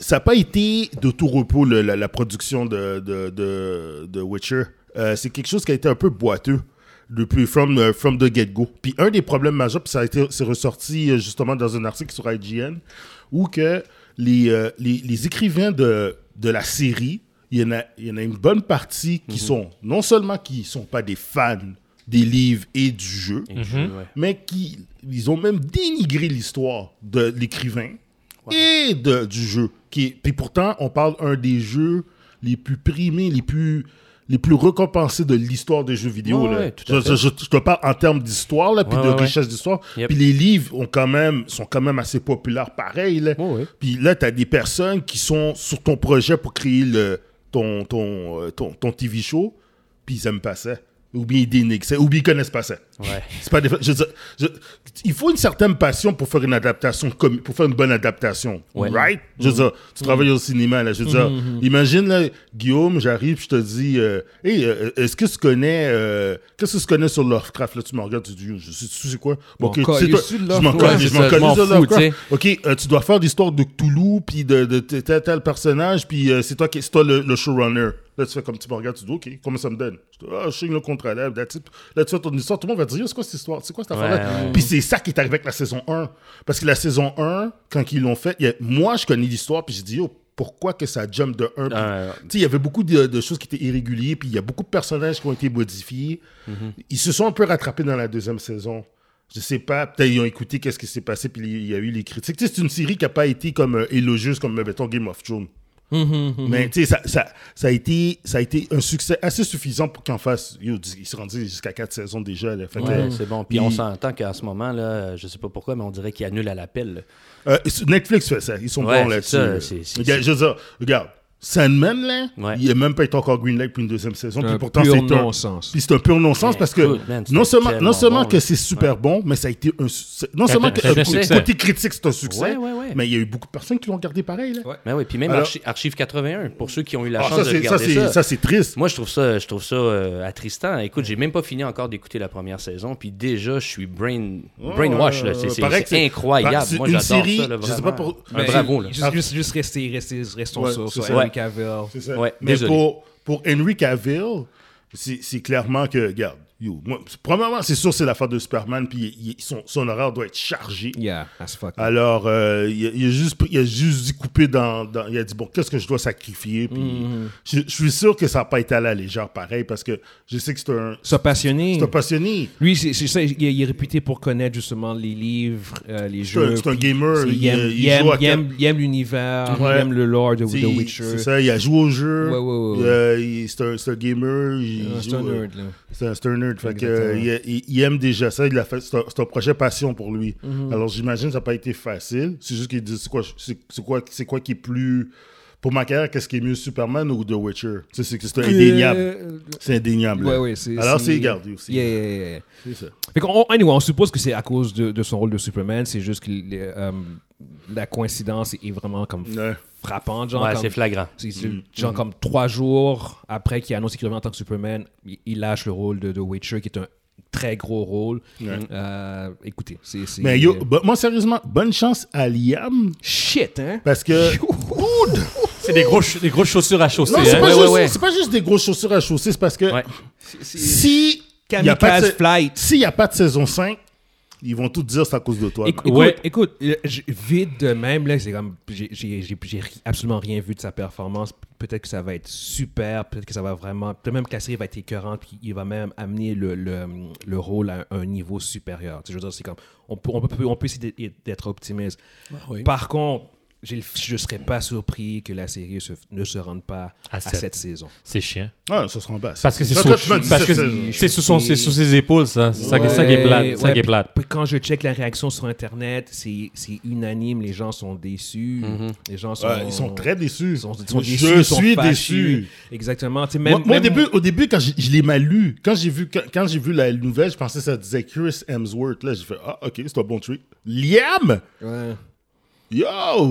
Speaker 4: ça n'a pas été de tout repos, le- la, la production de, de, de, de Witcher. Euh, c'est quelque chose qui a été un peu boiteux depuis From, euh, from the Get-Go. Puis un des problèmes majeurs, puis ça a été c'est ressorti euh, justement dans un article sur IGN, où que les, euh, les, les écrivains de, de la série, il y, en a, il y en a une bonne partie qui
Speaker 2: Mhm.
Speaker 4: sont, non seulement qui sont pas des fans des livres et du jeu,
Speaker 2: Mhm. Ouais.
Speaker 4: mais qui ils ont même dénigré l'histoire de l'écrivain et de, du jeu. Qui, est- puis pourtant, on parle un des jeux les plus primés, les plus les plus récompensés de l'histoire des jeux vidéo.
Speaker 2: Ouais,
Speaker 4: là.
Speaker 2: ouais, tout à
Speaker 4: je, je- je te parle en termes d'histoire, là, puis
Speaker 3: Ouais,
Speaker 4: de
Speaker 3: ouais, ouais.
Speaker 4: richesse d'histoire.
Speaker 2: Yep.
Speaker 4: Puis les livres ont quand même, sont quand même assez populaires pareil. Là.
Speaker 2: Ouais, ouais.
Speaker 4: Puis là, tu as des personnes qui sont sur ton projet pour créer le, ton, ton, euh, ton, ton TV show, puis ils aiment pas ça. Ou bien ils dénigrent ça, ou bien ils connaissent pas ça.
Speaker 2: Ouais.
Speaker 4: C'est pas des- je veux dire, je- il faut une certaine passion pour faire une adaptation, comme- pour faire une bonne adaptation.
Speaker 2: Ouais.
Speaker 4: Right? Je
Speaker 1: Mhm.
Speaker 4: veux dire, tu travailles au cinéma, là. Je veux dire, imagine, là, Guillaume, j'arrive, je te dis, euh, hey, euh, est-ce que tu connais, euh, qu'est-ce que tu connais sur Lovecraft? Là, tu me regardes, tu dis, je sais, tu sais quoi?
Speaker 1: Mon
Speaker 4: ok, tu
Speaker 1: corps,
Speaker 4: sais,
Speaker 1: il
Speaker 4: toi,
Speaker 1: est sur
Speaker 4: je m'en
Speaker 1: Lovecraft.
Speaker 4: connais,
Speaker 2: Ouais,
Speaker 4: je
Speaker 2: c'est
Speaker 4: m'en
Speaker 2: ça, je
Speaker 4: connais
Speaker 2: m'en
Speaker 4: sur
Speaker 2: fous,
Speaker 4: Lovecraft.
Speaker 2: tu sais.
Speaker 4: OK, euh, tu dois faire l'histoire de Cthulhu, puis de, de t- tel, tel personnage, puis euh, c'est toi, qui- c'est toi le, le showrunner. Là, tu fais comme tu me regardes, tu dis, OK, comment ça me donne? Je dis, Ah, je signe le contrat là, that's it. Là, tu fais ton histoire, tout le monde va te dire, c'est quoi cette histoire? C'est quoi cette affaire-là?
Speaker 2: Ouais, ouais.
Speaker 4: Puis c'est ça qui est arrivé avec la saison 1. Parce que la saison 1, quand ils l'ont fait, il y a- moi, je connais l'histoire, puis j'ai dit, oh, pourquoi que ça jump de 1?
Speaker 2: Ah,
Speaker 4: Tu sais, il y avait beaucoup de, de choses qui étaient irrégulières, puis il y a beaucoup de personnages qui ont été modifiés.
Speaker 2: Mm-hmm.
Speaker 4: Ils se sont un peu rattrapés dans la deuxième saison. Je sais pas, peut-être ils ont écouté qu'est-ce qui s'est passé, puis il y a eu les critiques. Tu sais, c'est une série qui n'a pas été comme euh, élogieuse comme, euh, mettons, Game of Thrones.
Speaker 2: Mm-hmm.
Speaker 4: Mais tu sais, ça, ça, ça, a été, ça a été un succès assez suffisant pour qu'en fasse. Yo, ils se rendaient jusqu'à quatre saisons déjà. là. Fait que,
Speaker 2: Ouais,
Speaker 4: euh,
Speaker 2: c'est bon. Puis
Speaker 4: il-
Speaker 2: on s'entend qu'à ce moment, là, je sais pas pourquoi, mais on dirait qu'il annule à l'appel. là.
Speaker 4: Euh, Netflix fait ça. Ils sont
Speaker 2: Ouais,
Speaker 4: bons
Speaker 2: c'est
Speaker 4: là-dessus.
Speaker 2: ça,
Speaker 4: là.
Speaker 2: c'est- c'est-
Speaker 4: Regarde, Je veux dire, regarde, Sandman, là,
Speaker 2: Ouais.
Speaker 4: il n'est même pas été encore Greenlight pour une deuxième saison. Puis
Speaker 1: Un
Speaker 4: pourtant,
Speaker 1: pur
Speaker 4: c'est un
Speaker 1: non-sens.
Speaker 4: Puis c'est un pur non-sens
Speaker 2: Mais
Speaker 4: parce que
Speaker 2: écoute, man, c'était
Speaker 4: non seulement, non
Speaker 2: tellement
Speaker 4: seulement
Speaker 2: bon,
Speaker 4: que
Speaker 2: là.
Speaker 4: c'est super bon, mais ça a été un succès. Non seulement que
Speaker 3: c'est un
Speaker 4: euh,
Speaker 3: succès.
Speaker 4: côté critique, c'est un succès,
Speaker 2: Ouais, ouais, ouais.
Speaker 4: mais il y a eu beaucoup de personnes qui l'ont regardé pareil. Là.
Speaker 1: Ouais.
Speaker 2: Ben oui, puis même
Speaker 4: Alors-
Speaker 2: Archi- Archive 81, pour ceux qui ont eu la
Speaker 4: Ah,
Speaker 2: chance de
Speaker 4: ça, c'est- ça,
Speaker 2: regarder
Speaker 4: c'est-
Speaker 2: ça.
Speaker 4: ça, c'est triste.
Speaker 2: Moi, je trouve ça, je trouve ça euh, attristant. Écoute, j'ai même pas fini encore d'écouter la première saison, puis déjà, je suis brain, brainwash. là. C'est-
Speaker 4: Euh, paraît
Speaker 2: C'est
Speaker 4: que
Speaker 2: c'est incroyable.
Speaker 4: bah, c'est
Speaker 2: Moi,
Speaker 4: une
Speaker 2: j'adore ça.
Speaker 4: série,
Speaker 2: là,
Speaker 4: je sais pas
Speaker 2: vraiment.
Speaker 4: pour.
Speaker 2: Un
Speaker 1: Mais
Speaker 2: bravo, là.
Speaker 1: Juste, juste, juste rester, rester, restons
Speaker 4: Ouais,
Speaker 1: sur,
Speaker 4: c'est
Speaker 1: sur
Speaker 4: ça.
Speaker 1: Henry
Speaker 2: Ouais.
Speaker 1: Cavill.
Speaker 4: C'est ça.
Speaker 2: Ouais,
Speaker 4: Mais
Speaker 2: désolé.
Speaker 4: pour, pour Henry Cavill, c'est c'est clairement que, regarde, yo, moi, c'est- premièrement, c'est sûr, c'est l'affaire de Superman, puis il- il- son, son horaire doit être chargé.
Speaker 1: Yeah, as fuck.
Speaker 4: Alors, euh, il, a, il a juste, pris- il a juste dû couper dans, dans- Il a dit, bon, qu'est-ce que je dois sacrifier? Puis,
Speaker 1: Mhm.
Speaker 4: je, je suis sûr que ça n'a pas été à la légère pareil, parce que je sais que c'est un,
Speaker 1: Se passionner.
Speaker 4: c'est un passionné.
Speaker 1: Lui, c'est c'est ça, il est, il est réputé pour connaître justement les livres, euh, les
Speaker 4: C'est un-
Speaker 1: jeux.
Speaker 4: c'est un
Speaker 1: puis
Speaker 4: gamer,
Speaker 1: c'est-
Speaker 4: il- euh,
Speaker 1: Il aime-
Speaker 4: il
Speaker 1: il aime-
Speaker 4: joue à
Speaker 1: il aime il aime l'univers, il
Speaker 4: Ouais.
Speaker 1: aime le lore de
Speaker 4: Tu
Speaker 1: The
Speaker 4: sais,
Speaker 1: Witcher.
Speaker 4: C'est ça, il a joué au jeu.
Speaker 1: Ouais, ouais, ouais, ouais.
Speaker 4: Euh, il- c'est un, c'est un gamer. il
Speaker 1: Ah, C'est
Speaker 4: joue,
Speaker 1: un
Speaker 4: euh,
Speaker 1: nerd, là.
Speaker 4: C'est un, c'est un nerd. Fait que,
Speaker 1: Exactement.
Speaker 4: euh, il, a- il- il aime déjà ça. Il a fait, c'est, un, c'est un projet passion pour lui.
Speaker 1: Mhm.
Speaker 4: Alors j'imagine que ça n'a pas été facile. C'est juste qu'il dit c'est quoi, c'est, c'est quoi, c'est quoi qui est plus. Pour ma carrière, qu'est-ce qui est mieux, Superman ou The Witcher Tu sais, c'est, c'est indéniable.
Speaker 1: Euh,
Speaker 4: C'est indéniable.
Speaker 1: Ouais,
Speaker 4: là.
Speaker 1: ouais, c'est.
Speaker 4: Alors c'est gardé aussi.
Speaker 1: Yeah, yeah, yeah, yeah.
Speaker 4: C'est ça.
Speaker 1: Fait qu'on- anyway, on suppose que c'est à cause de, de son rôle de Superman, c'est juste que les, euh, la coïncidence est vraiment comme
Speaker 4: Ouais.
Speaker 1: frappante. Genre,
Speaker 2: Ouais,
Speaker 1: comme-
Speaker 2: c'est flagrant.
Speaker 1: c'est- c'est
Speaker 4: Mm-hmm.
Speaker 1: genre comme trois jours après qu'il annonce qu'il revient en tant que Superman, il, il lâche le rôle de, de Witcher, qui est un très gros rôle. Euh, écoutez, c'est... c'est-
Speaker 4: Mais yo, bah, moi sérieusement, bonne chance à Liam
Speaker 1: Shit, hein?
Speaker 4: parce que
Speaker 3: C'est des, gros, des grosses chaussures à chausser.
Speaker 4: non, c'est,
Speaker 2: hein?
Speaker 4: pas
Speaker 2: Ouais,
Speaker 4: juste,
Speaker 2: ouais, ouais.
Speaker 4: c'est pas juste des grosses chaussures à chausser, c'est parce que
Speaker 2: Ouais.
Speaker 4: si il n'y a, pas de
Speaker 1: Kamikaze
Speaker 4: sa-
Speaker 1: Flight.
Speaker 4: s'il y a pas de saison 5, ils vont tout dire c'est à cause de toi.
Speaker 1: Éc- Écoute,
Speaker 3: Ouais.
Speaker 1: écoute, euh, j- vite de même, là, c'est comme, j'ai- j'ai j'ai- j'ai ri- absolument rien vu de sa performance. Peut-être que ça va être super, peut-être que ça va vraiment, peut-être même que la série va être écœurante, puis il va même amener le, le, le rôle à un, un niveau
Speaker 4: Ah
Speaker 1: supérieur. Tu sais, Je veux dire, c'est comme, on peut, on peut, on peut essayer d'être- d'être optimiste. Par contre, j'ai le- je ne serais pas surpris que la série se- ne se rende pas
Speaker 3: À
Speaker 1: à,
Speaker 3: sept.
Speaker 1: cette saison.
Speaker 3: C'est chiant.
Speaker 4: Ah, ça se rend bas.
Speaker 3: Parce que c'est
Speaker 4: Ça,
Speaker 3: sous,
Speaker 4: toi, tu m'as dit
Speaker 3: parce
Speaker 4: ça,
Speaker 3: que
Speaker 4: ça,
Speaker 3: c'est- c'est sous son- c'est sous ses épaules, ça. C'est ça, qui- ça qui est
Speaker 1: Ouais,
Speaker 3: plate. ça
Speaker 1: ouais,
Speaker 3: qui est
Speaker 1: puis-
Speaker 3: plate.
Speaker 1: puis quand je check la réaction sur Internet, c'est c'est unanime. Les gens sont déçus.
Speaker 3: Mm-hmm.
Speaker 1: Les gens sont...
Speaker 4: Ouais, ils sont très déçus.
Speaker 1: Ils sont, ils sont
Speaker 4: je
Speaker 1: déçus, ils sont
Speaker 4: suis
Speaker 1: fâchés.
Speaker 4: déçu.
Speaker 1: Exactement. Tu sais,
Speaker 4: Moi,
Speaker 1: même-
Speaker 4: moi, au,
Speaker 1: même-
Speaker 4: début, au début, quand je, je l'ai mal lu, quand j'ai vu, quand, quand j'ai vu la nouvelle, je pensais que ça disait Chris Hemsworth. Là, j'ai fait Ah, ok, c'est un bon truc. Liam!
Speaker 1: Ouais.
Speaker 4: Yo!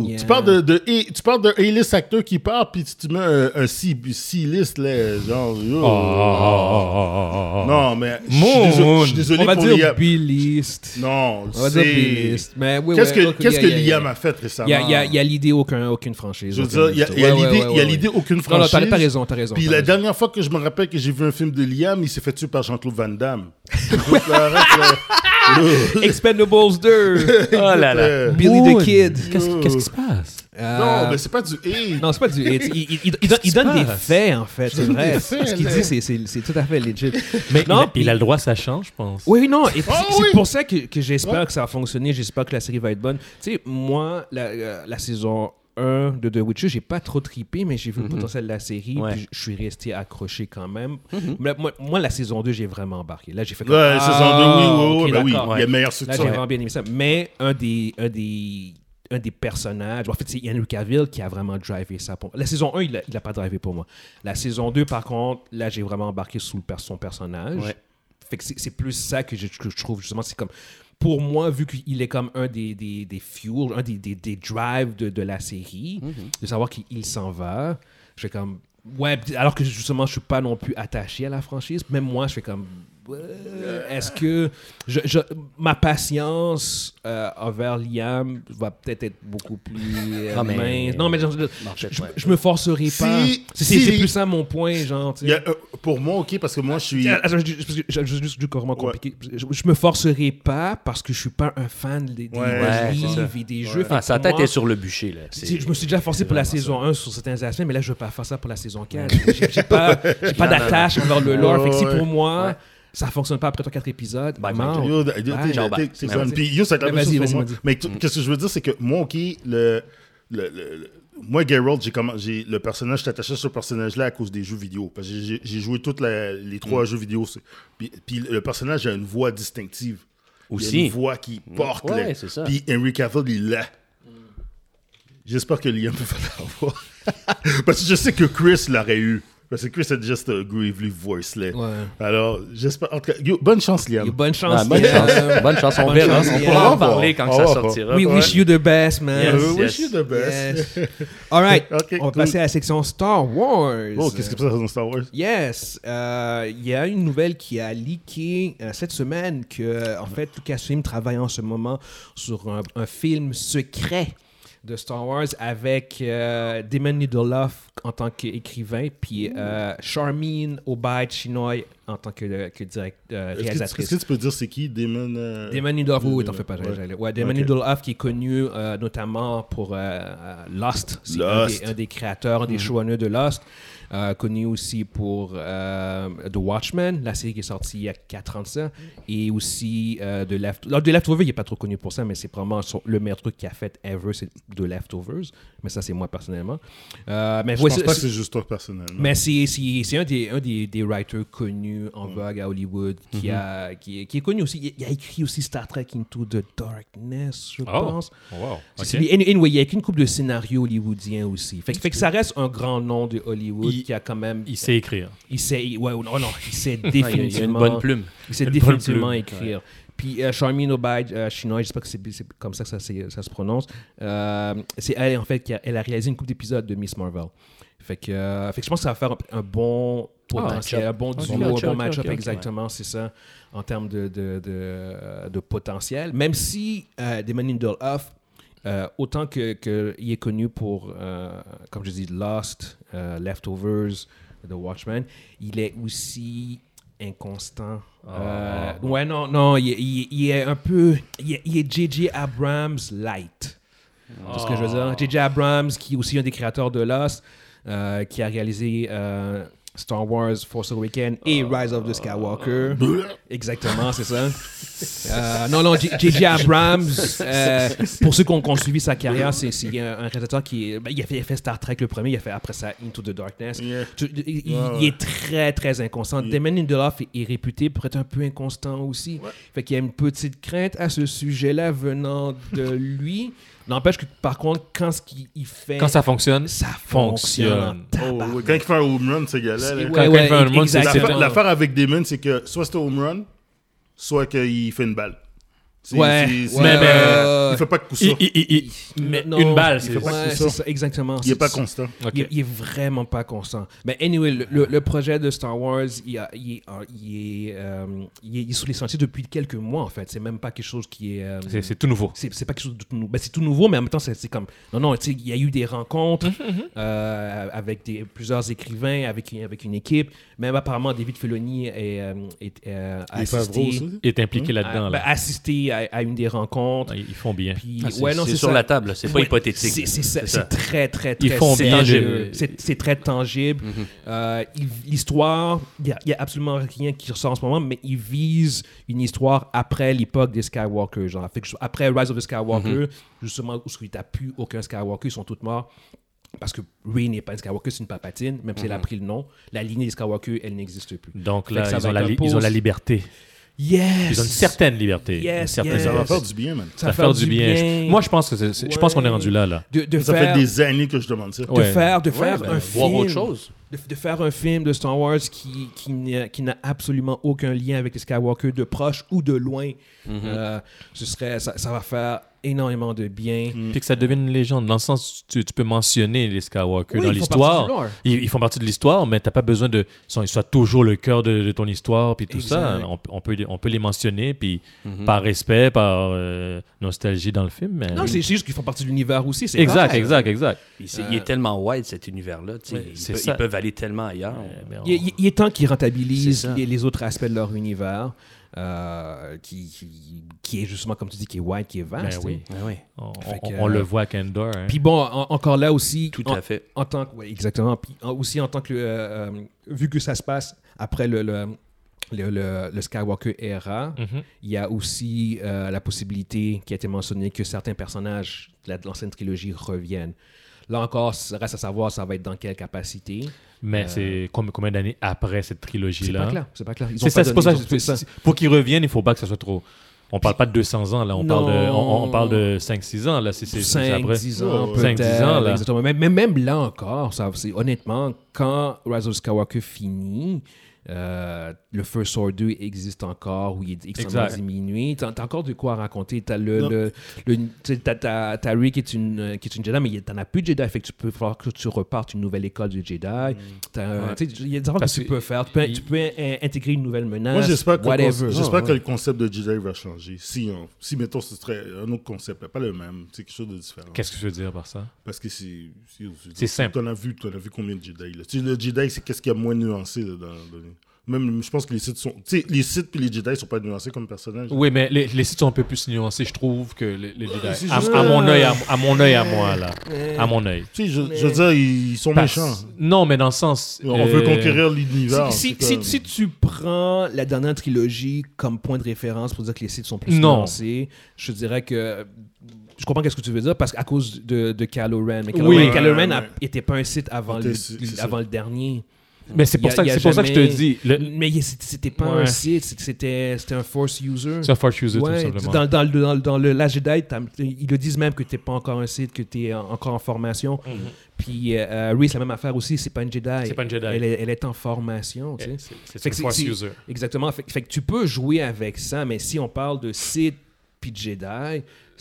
Speaker 1: Yeah.
Speaker 4: Tu parles de, de, A- tu parles de A-list acteur qui part, puis tu, tu mets un, un C- C-list, là, genre. yo.
Speaker 3: Oh, oh, oh, oh, oh, oh, oh.
Speaker 4: Non, mais je suis
Speaker 3: Mon-
Speaker 4: désolé- je suis
Speaker 1: Ah. On
Speaker 4: désolé
Speaker 1: va
Speaker 4: pour
Speaker 1: dire
Speaker 4: Liam.
Speaker 1: Billiste.
Speaker 4: Non,
Speaker 1: On va dire
Speaker 4: c'est.
Speaker 1: Billist. Mais oui,
Speaker 4: Qu'est-ce
Speaker 1: ouais,
Speaker 4: que,
Speaker 1: ok,
Speaker 4: qu'est-ce
Speaker 1: yeah,
Speaker 4: que
Speaker 1: yeah, yeah.
Speaker 4: Liam a fait récemment?
Speaker 1: Il y a, il y a- il y a l'idée aucun, aucune franchise.
Speaker 4: Je veux
Speaker 1: aucune
Speaker 4: dire, il y a-
Speaker 1: histoire.
Speaker 4: il y a
Speaker 1: Ouais, ouais,
Speaker 4: l'idée-
Speaker 1: ouais,
Speaker 4: il y a
Speaker 1: ouais,
Speaker 4: l'idée
Speaker 1: ouais.
Speaker 4: aucune
Speaker 1: Non, non, t'as-
Speaker 4: franchise.
Speaker 1: t'as raison, t'as raison.
Speaker 4: Puis
Speaker 1: t'as
Speaker 4: la
Speaker 1: raison.
Speaker 4: dernière fois que je me rappelle que j'ai vu un film de Liam, il s'est fait tuer par Jean-Claude Van Damme. Donc, là, arrête, là.
Speaker 1: Expendables 2,
Speaker 2: Oh là là.
Speaker 4: Euh,
Speaker 1: Billy the Kid.
Speaker 3: Qu'est-ce qu'est-ce qui se passe?
Speaker 1: Euh,
Speaker 4: Non, mais c'est pas du hate.
Speaker 1: Non, c'est pas du hate. Il, il- il- il donne- il
Speaker 3: qui se
Speaker 1: donne des
Speaker 3: passe?
Speaker 1: faits, en fait. C'est vrai.
Speaker 4: des faits,
Speaker 1: Ce qu'il
Speaker 4: là.
Speaker 1: dit, c'est- c'est c'est tout à fait legit.
Speaker 3: Mais
Speaker 1: Non,
Speaker 3: il, a,
Speaker 1: puis-
Speaker 3: il a le droit, ça change, je pense.
Speaker 1: Oui, oui, non. et c'est
Speaker 4: Ah
Speaker 1: c'est
Speaker 4: oui!
Speaker 1: pour ça que, que j'espère que ça va fonctionner. J'espère que la série va être bonne. Tu sais, moi, la, euh, la saison 1 de The Witcher, j'ai pas trop trippé, mais j'ai vu le potentiel de la série.
Speaker 2: Ouais.
Speaker 1: puis je- je suis resté accroché quand même. Mais moi, moi, la saison 2, j'ai vraiment embarqué. Là, j'ai fait comme.
Speaker 4: Ouais,
Speaker 1: ah,
Speaker 4: saison 2, oui, oui,
Speaker 1: ok,
Speaker 4: oui, ben oui.
Speaker 1: d'accord.
Speaker 4: Il y a meilleur
Speaker 1: Là, j'ai
Speaker 4: soutien.
Speaker 1: vraiment bien aimé ça. Mais un des, un des, un des personnages, en fait, c'est Henry Cavill qui a vraiment drivé ça pour moi. La saison 1, il n'a pas drivé pour moi. La saison 2, par contre, là, j'ai vraiment embarqué sous le per- son personnage.
Speaker 2: Ouais.
Speaker 1: Fait que c'est c'est plus ça que je, que je trouve, justement. C'est comme, pour moi, vu qu'il est comme un des, des, des fuels, un des, des, des drives de, de la série, de savoir qu'il s'en va, je fais comme. Ouais, pis- alors que justement, je suis pas non plus attaché à la franchise. Même moi, je fais comme. euh, Est-ce que je, je- ma patience euh, envers Liam va peut-être être beaucoup plus euh,
Speaker 2: Ah, mais-
Speaker 1: mince? Non, mais genre, je, je,
Speaker 2: Marchette,
Speaker 1: je-
Speaker 2: ouais.
Speaker 1: je me forcerai
Speaker 4: Si-
Speaker 1: pas. C'est c'est-
Speaker 4: si-
Speaker 1: c'est plus ça mon point, genre. tu sais.
Speaker 4: Il y a, euh, pour moi, ok, parce que moi, je suis.
Speaker 1: Ah, Attends, je- je- parce que j'ai j'ai juste du corps compliqué. Je, je me forcerai pas parce que je suis pas un fan des, des
Speaker 4: Ouais,
Speaker 2: c'est
Speaker 1: livres
Speaker 2: ça.
Speaker 1: et des jeux. Fait
Speaker 2: Ah,
Speaker 1: que
Speaker 2: sa
Speaker 1: pour
Speaker 2: tête
Speaker 1: moi,
Speaker 2: est sur le bûcher, là.
Speaker 1: tu
Speaker 2: C'est-
Speaker 1: sais, Je me suis déjà forcé pour la
Speaker 2: vraiment
Speaker 1: saison 1 sur certains aspects, mais là, je veux pas faire ça pour la saison 4. J'ai j'ai pas, j'ai pas d'attache envers le lore. Fait que si
Speaker 4: Ouais,
Speaker 1: pour moi,
Speaker 2: ouais. Bah,
Speaker 1: ça fonctionne pas après 3-4 épisodes,
Speaker 4: Bah,
Speaker 2: Bye,
Speaker 1: mort.
Speaker 4: Yo, t'es- t'es-
Speaker 1: Ouais,
Speaker 4: t'es-
Speaker 2: genre, bah,
Speaker 4: t'es- t'es
Speaker 2: mais
Speaker 4: bonne.
Speaker 2: vas-y.
Speaker 4: Puis, yo, c'est la
Speaker 1: Mais
Speaker 4: même chose
Speaker 1: vas-y,
Speaker 4: pour
Speaker 1: vas-y,
Speaker 4: moi.
Speaker 1: vas-y.
Speaker 4: Mais tu- qu'est-ce que je veux dire, c'est que moi, ok, le. le- le- le- moi, Geralt, j'ai comment, j'ai le personnage, j'étais attaché à ce personnage-là à cause des jeux vidéo. Parce que j'ai- j'ai j'ai joué toutes la- les
Speaker 2: Mm.
Speaker 4: trois jeux vidéo. c'est- Puis, puis le personnage a une voix distinctive. Il y a
Speaker 2: Aussi. Mm.
Speaker 4: une voix qui porte.
Speaker 2: Ouais,
Speaker 4: là.
Speaker 2: c'est ça.
Speaker 4: Puis Henry Cavill, il l'a. J'espère que Liam peut faire la voix. Parce que je sais que Chris l'aurait eu. Parce que Chris a just a gravely voice. Là.
Speaker 1: Ouais.
Speaker 4: Alors, j'espère. En tout cas, yo, bonne chance, Liam.
Speaker 1: Et Bonne chance.
Speaker 2: Ah, bonne
Speaker 1: Liam.
Speaker 2: chance. Bonne chance, on
Speaker 1: Bonne
Speaker 2: verra.
Speaker 1: chance,
Speaker 2: On
Speaker 1: Liam.
Speaker 2: pourra
Speaker 4: Au
Speaker 2: en
Speaker 4: revoir.
Speaker 2: parler quand
Speaker 4: Au
Speaker 2: ça
Speaker 4: revoir.
Speaker 2: sortira.
Speaker 1: We
Speaker 2: Ouais.
Speaker 1: wish you the best, man.
Speaker 2: Yes.
Speaker 4: We wish you the best.
Speaker 1: Yes. All right.
Speaker 4: Ok,
Speaker 1: On va
Speaker 4: cool.
Speaker 1: passer à la section Star Wars.
Speaker 4: Oh, qu'est-ce que c'est dans Star Wars?
Speaker 1: Yes, euh, il y a une nouvelle qui a leaké euh, cette semaine que, euh, en fait, Lucasfilm travaille en ce moment sur un, un film secret de Star Wars avec euh, Damon Lindelof en tant qu'écrivain, puis euh, Charmine Obaid Chinoy en tant que, que direct, euh,
Speaker 4: Est-ce que,
Speaker 1: réalisatrice.
Speaker 4: est-ce que tu peux dire c'est qui Damon euh,
Speaker 1: Damon Lindelof, oui, t'en
Speaker 4: Lindelof,
Speaker 1: fais pas,
Speaker 4: ouais.
Speaker 1: j'allais- j'allais- Ouais, Damon
Speaker 4: Ok.
Speaker 1: Lindelof qui est connu euh, notamment pour euh, euh, Lost, c'est un
Speaker 4: Lost. Mm.
Speaker 1: des- Un, des créateurs, un des showrunners de Lost. Euh, connu aussi pour euh, The Watchmen, la série qui est sortie il y a 4 ans de ça, et aussi euh, de Left... Alors, The Leftovers, il n'est pas trop connu pour ça, mais c'est probablement son- le meilleur truc qu'il a fait ever, c'est The Leftovers, mais ça, c'est moi personnellement. Euh, mais
Speaker 4: Je
Speaker 1: ouais,
Speaker 4: pense
Speaker 1: c'est-
Speaker 4: pas que
Speaker 1: c'est-
Speaker 4: c'est juste toi personnellement.
Speaker 1: mais c'est- c'est c'est un, des, un des, des writers connus en vogue à Hollywood qui,
Speaker 2: Mm-hmm.
Speaker 1: a, qui, est- qui est connu aussi. Il, il a écrit aussi Star Trek Into the Darkness, je
Speaker 3: Oh.
Speaker 1: pense.
Speaker 3: Wow.
Speaker 1: C'est
Speaker 3: ok.
Speaker 1: celui- an- Anyway, il a écrit une couple de scénarios hollywoodiens aussi. Fait, que- fait que ça reste un grand nom de Hollywood
Speaker 3: Il-
Speaker 1: qui a quand même.
Speaker 3: Il sait écrire.
Speaker 1: Il sait. il- Ouais, oh non, il sait
Speaker 2: Ah, Il y a- il y a une
Speaker 1: définitivement.
Speaker 2: bonne plume.
Speaker 1: Il sait
Speaker 3: Une
Speaker 1: définitivement
Speaker 3: bonne
Speaker 1: écrire. Puis euh, Charmine Obaid euh, Chinoy, j'espère que c'est c'est comme ça que ça, s'est- ça se prononce. Euh, c'est elle, en fait, qui a, elle a réalisé une couple d'épisodes de Miss Marvel. Fait que, euh, fait que je pense que ça va faire un, un bon potentiel, un
Speaker 2: match-up.
Speaker 1: bon
Speaker 2: Ok,
Speaker 1: duo,
Speaker 2: ok,
Speaker 1: un bon
Speaker 2: ok,
Speaker 1: match-up,
Speaker 2: ok, ok,
Speaker 1: exactement, c'est ça, en termes de, de, de, de potentiel. Même si euh, Damon Lindelof, euh, autant qu'il que il est connu pour, euh, comme je dis, Lost, euh, Leftovers, The Watchmen, il est aussi inconstant. Euh, ouais, non, non, il, est- il est- il est un peu. Il est- il est J.J. Abrams light. C'est ce que je veux dire. J.J. Abrams, qui est aussi un des créateurs de Lost, euh, qui a réalisé euh, Star Wars, Force Awakens et Rise of the Skywalker. Ah. Exactement, c'est ça. Euh, non, non, J- J.J. Abrams, euh, pour ceux qui ont, qui ont suivi sa carrière, c'est c'est un un réalisateur qui est- ben, il a, fait, il a fait Star Trek le premier, il a fait après ça Into the Darkness.
Speaker 4: Yeah.
Speaker 1: Tu- il, il- il est très, très inconstant. Damon Lindelof est, est réputé pour être un peu inconstant aussi. Fait qu'il y a une petite crainte à ce sujet-là venant de lui. N'empêche que, par contre, quand ce qu'il il fait...
Speaker 3: Quand ça fonctionne,
Speaker 1: ça
Speaker 3: fonctionne.
Speaker 4: Oh, ouais, quand il fait un home run, ce gars-là. là.
Speaker 1: Ouais,
Speaker 3: quelqu'un
Speaker 1: ouais,
Speaker 3: fait un monde, c'est-
Speaker 1: exactement.
Speaker 4: L'affaire l'affaire avec Damon, c'est que soit c'est un home run, soit qu'il fait une balle. C'est-
Speaker 1: Ouais,
Speaker 4: c'est- c'est-
Speaker 1: ouais,
Speaker 3: Mais- mais-
Speaker 1: ouais.
Speaker 4: Il fait pas de coup
Speaker 3: Il-
Speaker 4: sûr.
Speaker 3: il- il- il- mais
Speaker 1: Non,
Speaker 3: une balle,
Speaker 1: il
Speaker 3: c'est
Speaker 1: fait
Speaker 4: pas
Speaker 1: ouais,
Speaker 4: que
Speaker 1: c'est
Speaker 4: ça.
Speaker 1: ça, exactement.
Speaker 4: Il est
Speaker 1: C'est-
Speaker 4: pas
Speaker 1: c'est-
Speaker 4: constant.
Speaker 3: Ok.
Speaker 1: Il, il est vraiment pas constant. Mais anyway, le, le- le projet de Star Wars, il, a- il est, euh, il est, euh, il est- il est sous les sentiers depuis quelques mois en fait. C'est même pas quelque chose qui est. euh,
Speaker 3: C'est c'est tout nouveau.
Speaker 1: c'est c'est pas quelque chose de tout nouveau. Ben, c'est tout nouveau, mais en même temps, c'est c'est comme. Non, non, tu sais, il y a eu des rencontres
Speaker 2: Mhm.
Speaker 1: euh, avec des, plusieurs écrivains, avec, une- avec une équipe. Même apparemment, David Filoni est, euh, est, euh, a
Speaker 4: Il est pas
Speaker 1: assisté,
Speaker 4: gros aussi.
Speaker 3: Il est impliqué
Speaker 1: à,
Speaker 3: là-dedans.
Speaker 1: ben,
Speaker 3: là.
Speaker 1: assisté à, à une des rencontres.
Speaker 3: Ils font bien.
Speaker 1: ben, Puis,
Speaker 2: Ah, c'est
Speaker 1: ouais, non,
Speaker 2: c'est
Speaker 1: c'est
Speaker 2: sur
Speaker 1: ça.
Speaker 2: la table, là, c'est pas
Speaker 1: Ouais,
Speaker 2: hypothétique.
Speaker 1: C'est, c'est, ça,
Speaker 2: C'est
Speaker 1: c'est
Speaker 2: ça.
Speaker 1: très, très, très
Speaker 3: Ils font
Speaker 1: c'est
Speaker 3: bien
Speaker 1: tangible.
Speaker 3: le-
Speaker 1: C'est, c'est très tangible. Euh, il- l'histoire, il n'y a, il y a absolument rien qui ressort en ce moment, mais il vise une histoire après l'époque des Skywalker. Genre, Fait que je- après Rise of the Skywalker, justement, où il n'y a plus aucun Skywalker, ils sont tous morts. Parce que Rey n'est pas une Skywalker, c'est une papatine, même si elle a pris le nom. La lignée des Skywalker, elle n'existe plus.
Speaker 3: Donc
Speaker 1: Fait que
Speaker 3: là,
Speaker 1: ça
Speaker 3: ils
Speaker 1: va
Speaker 3: ont, la
Speaker 1: être un
Speaker 3: li- ils ont
Speaker 1: pause.
Speaker 3: la liberté.
Speaker 1: Yes!
Speaker 3: Ils ont une certaine liberté.
Speaker 1: Yes,
Speaker 3: une certaine
Speaker 1: yes.
Speaker 4: Ça va
Speaker 3: liberté.
Speaker 4: faire du bien, man.
Speaker 3: Ça va faire du bien. Je- Moi, je pense que c'est- c'est- je pense qu'on est
Speaker 1: Ouais.
Speaker 3: rendu là, là.
Speaker 1: de, de
Speaker 4: Ça
Speaker 1: faire,
Speaker 4: fait des années que je demande ça.
Speaker 1: de
Speaker 3: Ouais.
Speaker 1: faire, de
Speaker 2: Ouais,
Speaker 1: faire
Speaker 2: ben,
Speaker 1: un
Speaker 2: voir
Speaker 1: film.
Speaker 2: autre chose.
Speaker 1: de, de faire un film de Star Wars qui, qui, n'a, qui n'a absolument aucun lien avec les Skywalker de proche ou de loin,
Speaker 2: Mhm.
Speaker 1: euh, ce serait, ça, ça va faire énormément de bien.
Speaker 2: Mhm.
Speaker 3: Puis que ça devienne une légende. Dans le sens, tu, tu peux mentionner les Skywalker
Speaker 1: Oui,
Speaker 3: dans
Speaker 1: ils font partie du lore.
Speaker 3: l'histoire. Ils, ils font partie de l'histoire, mais t'as pas besoin de. Ils sont, ils soient toujours le cœur de, de ton histoire, puis tout ça.
Speaker 1: Exact.
Speaker 3: On, on peut, on peut les mentionner, puis par respect, par euh, nostalgie dans le film. mais-
Speaker 1: Non, c'est, c'est juste qu'ils font partie de l'univers aussi. C'est
Speaker 3: exact,
Speaker 1: correct.
Speaker 3: exact, exact.
Speaker 2: Il, c'est- il est tellement wide cet univers-là. tu sais,
Speaker 3: Ouais,
Speaker 2: ils,
Speaker 3: c'est
Speaker 2: pe-
Speaker 3: ça.
Speaker 2: ils peuvent aller tellement ailleurs.
Speaker 3: Mais on-
Speaker 1: Il, il- il est temps qu'ils rentabilisent
Speaker 2: C'est ça.
Speaker 1: les, les autres aspects de leur univers, euh, qui, qui, qui est justement, comme tu dis, qui est wide, qui est vaste.
Speaker 3: Ben oui.
Speaker 1: hein.
Speaker 2: Ah oui,
Speaker 3: on,
Speaker 1: Fait
Speaker 3: on-
Speaker 1: que-
Speaker 3: on le voit à Kendor. hein.
Speaker 1: Puis bon, en- encore là aussi,
Speaker 2: tout
Speaker 1: en-
Speaker 2: à fait.
Speaker 1: En tant que, ouais, exactement. Puis en- aussi en tant que, euh, euh, vu que ça se passe après le, le, le, le- le Skywalker era,
Speaker 3: Mhm.
Speaker 1: il y a aussi euh, la possibilité qui a été mentionnée que certains personnages de la- de l'ancienne trilogie reviennent. Là encore, ça reste à savoir ça va être dans quelle capacité.
Speaker 3: Mais c'est com- combien d'années
Speaker 1: Euh.
Speaker 3: après cette
Speaker 1: C'est pas
Speaker 3: trilogie-là
Speaker 1: clair. C'est pas clair. Ils ont
Speaker 3: C'est ça,
Speaker 1: pas
Speaker 3: c'est pour ça.
Speaker 1: donné-
Speaker 3: que
Speaker 1: ils ont fait
Speaker 3: c'est- c'est- Pour qu'ils reviennent, il faut pas que ça soit trop. On parle pas de 200 ans, là. On, parle de, on, on parle de 5-6 ans, là. C'est c'est- c'est
Speaker 1: 5,
Speaker 3: après.
Speaker 1: 10 ans,
Speaker 4: Ouais, ouais.
Speaker 1: peut-être.
Speaker 3: 5-10 ans, là.
Speaker 1: Exactement. Mais, mais même là encore, ça, c'est- honnêtement, quand Rise of Skywalker finit, euh, le Feu Sword 2 existe encore, où il est extrêmement
Speaker 3: Exact.
Speaker 1: diminué. T'as t'as encore de quoi raconter. T'as le,
Speaker 4: Non.
Speaker 1: le, le- tu sais, t'as- t'as- t'as Rey qui est une, euh, qui est une Jedi, mais il y a- t'en as plus de Jedi, fait que tu peux falloir que tu repartes une nouvelle école de Jedi. T'as, euh, tu sais, Il y a des affaires que
Speaker 3: Mm. Parce
Speaker 1: tu
Speaker 3: que
Speaker 1: peux faire. Tu peux,
Speaker 3: il-
Speaker 1: tu peux, euh, intégrer une nouvelle menace.
Speaker 4: Moi, j'espère que, le
Speaker 1: whatever.
Speaker 4: conce- j'espère
Speaker 1: Oh,
Speaker 4: que
Speaker 1: ouais.
Speaker 4: le concept de Jedi va changer. Si, on- si mettons, ce serait un autre concept, pas le même. C'est quelque chose de différent.
Speaker 3: Qu'est-ce que je veux dire par ça
Speaker 4: Parce que c'est.
Speaker 3: C'est simple.
Speaker 4: T'en as vu, t'en as vu combien de Jedi là. Tu sais, le Jedi, c'est qu'est-ce qu'il y a moins nuancé là, dans. dans- Même, je pense que les sites sont. Tu sais, les sites puis les Jedi sont pas nuancés comme personnages.
Speaker 3: Oui, mais les, les sites sont un peu plus nuancés, je trouve, que les, les Jedi.
Speaker 4: c'est
Speaker 3: À,
Speaker 4: juste-
Speaker 3: à mon œil, à, à mon œil, à moi, là. À mon œil.
Speaker 4: Tu sais, je, je veux dire, ils sont
Speaker 3: Parce-
Speaker 4: méchants.
Speaker 3: Non, mais dans le sens.
Speaker 4: On
Speaker 3: euh,
Speaker 4: veut conquérir l'univers.
Speaker 1: Si,
Speaker 4: c'est
Speaker 1: si-
Speaker 4: comme-
Speaker 1: si tu prends la dernière trilogie comme point de référence pour dire que les sites sont plus
Speaker 3: Non.
Speaker 1: nuancés, je dirais que. Je comprends qu'est-ce que tu veux dire, parce qu'à cause de, de Kylo Ren. Mais Kylo
Speaker 3: Oui.
Speaker 1: Ren, Kylo
Speaker 4: Ouais,
Speaker 1: Ren
Speaker 4: ouais.
Speaker 1: a- était pas un site avant,
Speaker 4: C'était-
Speaker 1: le,
Speaker 4: c'est- c'est
Speaker 1: avant
Speaker 4: ça.
Speaker 1: le dernier.
Speaker 3: Mais c'est
Speaker 1: Il
Speaker 3: pour,
Speaker 1: y a-
Speaker 3: ça,
Speaker 1: il y a
Speaker 3: c'est pour ça que je te
Speaker 1: jamais-
Speaker 3: dis. Le...
Speaker 1: Mais il- c'était- c'était pas
Speaker 3: Ouais.
Speaker 1: un site, c'était- c'était c'était un Force User.
Speaker 3: C'est un Force User,
Speaker 1: Ouais,
Speaker 3: tout simplement.
Speaker 1: dans, dans, le- dans, le- dans le Last Jedi, t'as- ils le disent même que t'es pas encore un site, que t'es en- encore en formation. Puis euh, Rey, c'est la même affaire aussi, c'est pas une Jedi.
Speaker 3: Mm-hmm. C'est pas une Jedi. Eh,
Speaker 1: Elle, est- elle est en formation. tu sais.
Speaker 3: C'est
Speaker 1: Fait
Speaker 3: une
Speaker 1: que c'est-
Speaker 3: Force
Speaker 1: c'est-
Speaker 3: User.
Speaker 1: Exactement. Fait, fait que tu peux jouer avec ça, mais si on parle de Sith puis de Jedi,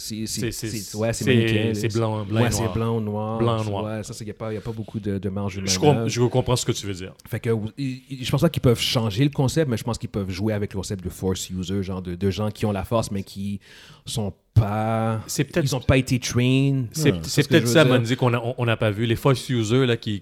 Speaker 1: c'est
Speaker 3: C'est-
Speaker 1: c'est-
Speaker 3: c'est-
Speaker 1: c'est- ouais, c'est
Speaker 3: c'est-
Speaker 1: manichéen, là.
Speaker 3: c'est blanc- blanc et
Speaker 1: Ouais, c'est
Speaker 3: noir.
Speaker 1: blanc ou noir.
Speaker 3: Blanc, noir.
Speaker 1: Ouais, ça, il n'y a, pas- y a pas beaucoup de, de marge de
Speaker 3: Je,
Speaker 1: manœuvre.
Speaker 3: com- je comprends ce que tu veux dire.
Speaker 1: Fait que, ou- i- i- je pense pas qu'ils peuvent changer le concept, mais je pense qu'ils peuvent jouer avec le concept de force user, genre de, de gens qui ont la force, mais qui sont pas...
Speaker 3: C'est peut-être-
Speaker 1: Ils ont pas été trained.
Speaker 3: C'est
Speaker 1: Ouais,
Speaker 3: c'est
Speaker 1: ce que
Speaker 3: peut-être
Speaker 1: je veux
Speaker 3: ça,
Speaker 1: dire.
Speaker 3: Monzi, qu'on n'a on, on n'a pas vu. Les force users là, qui,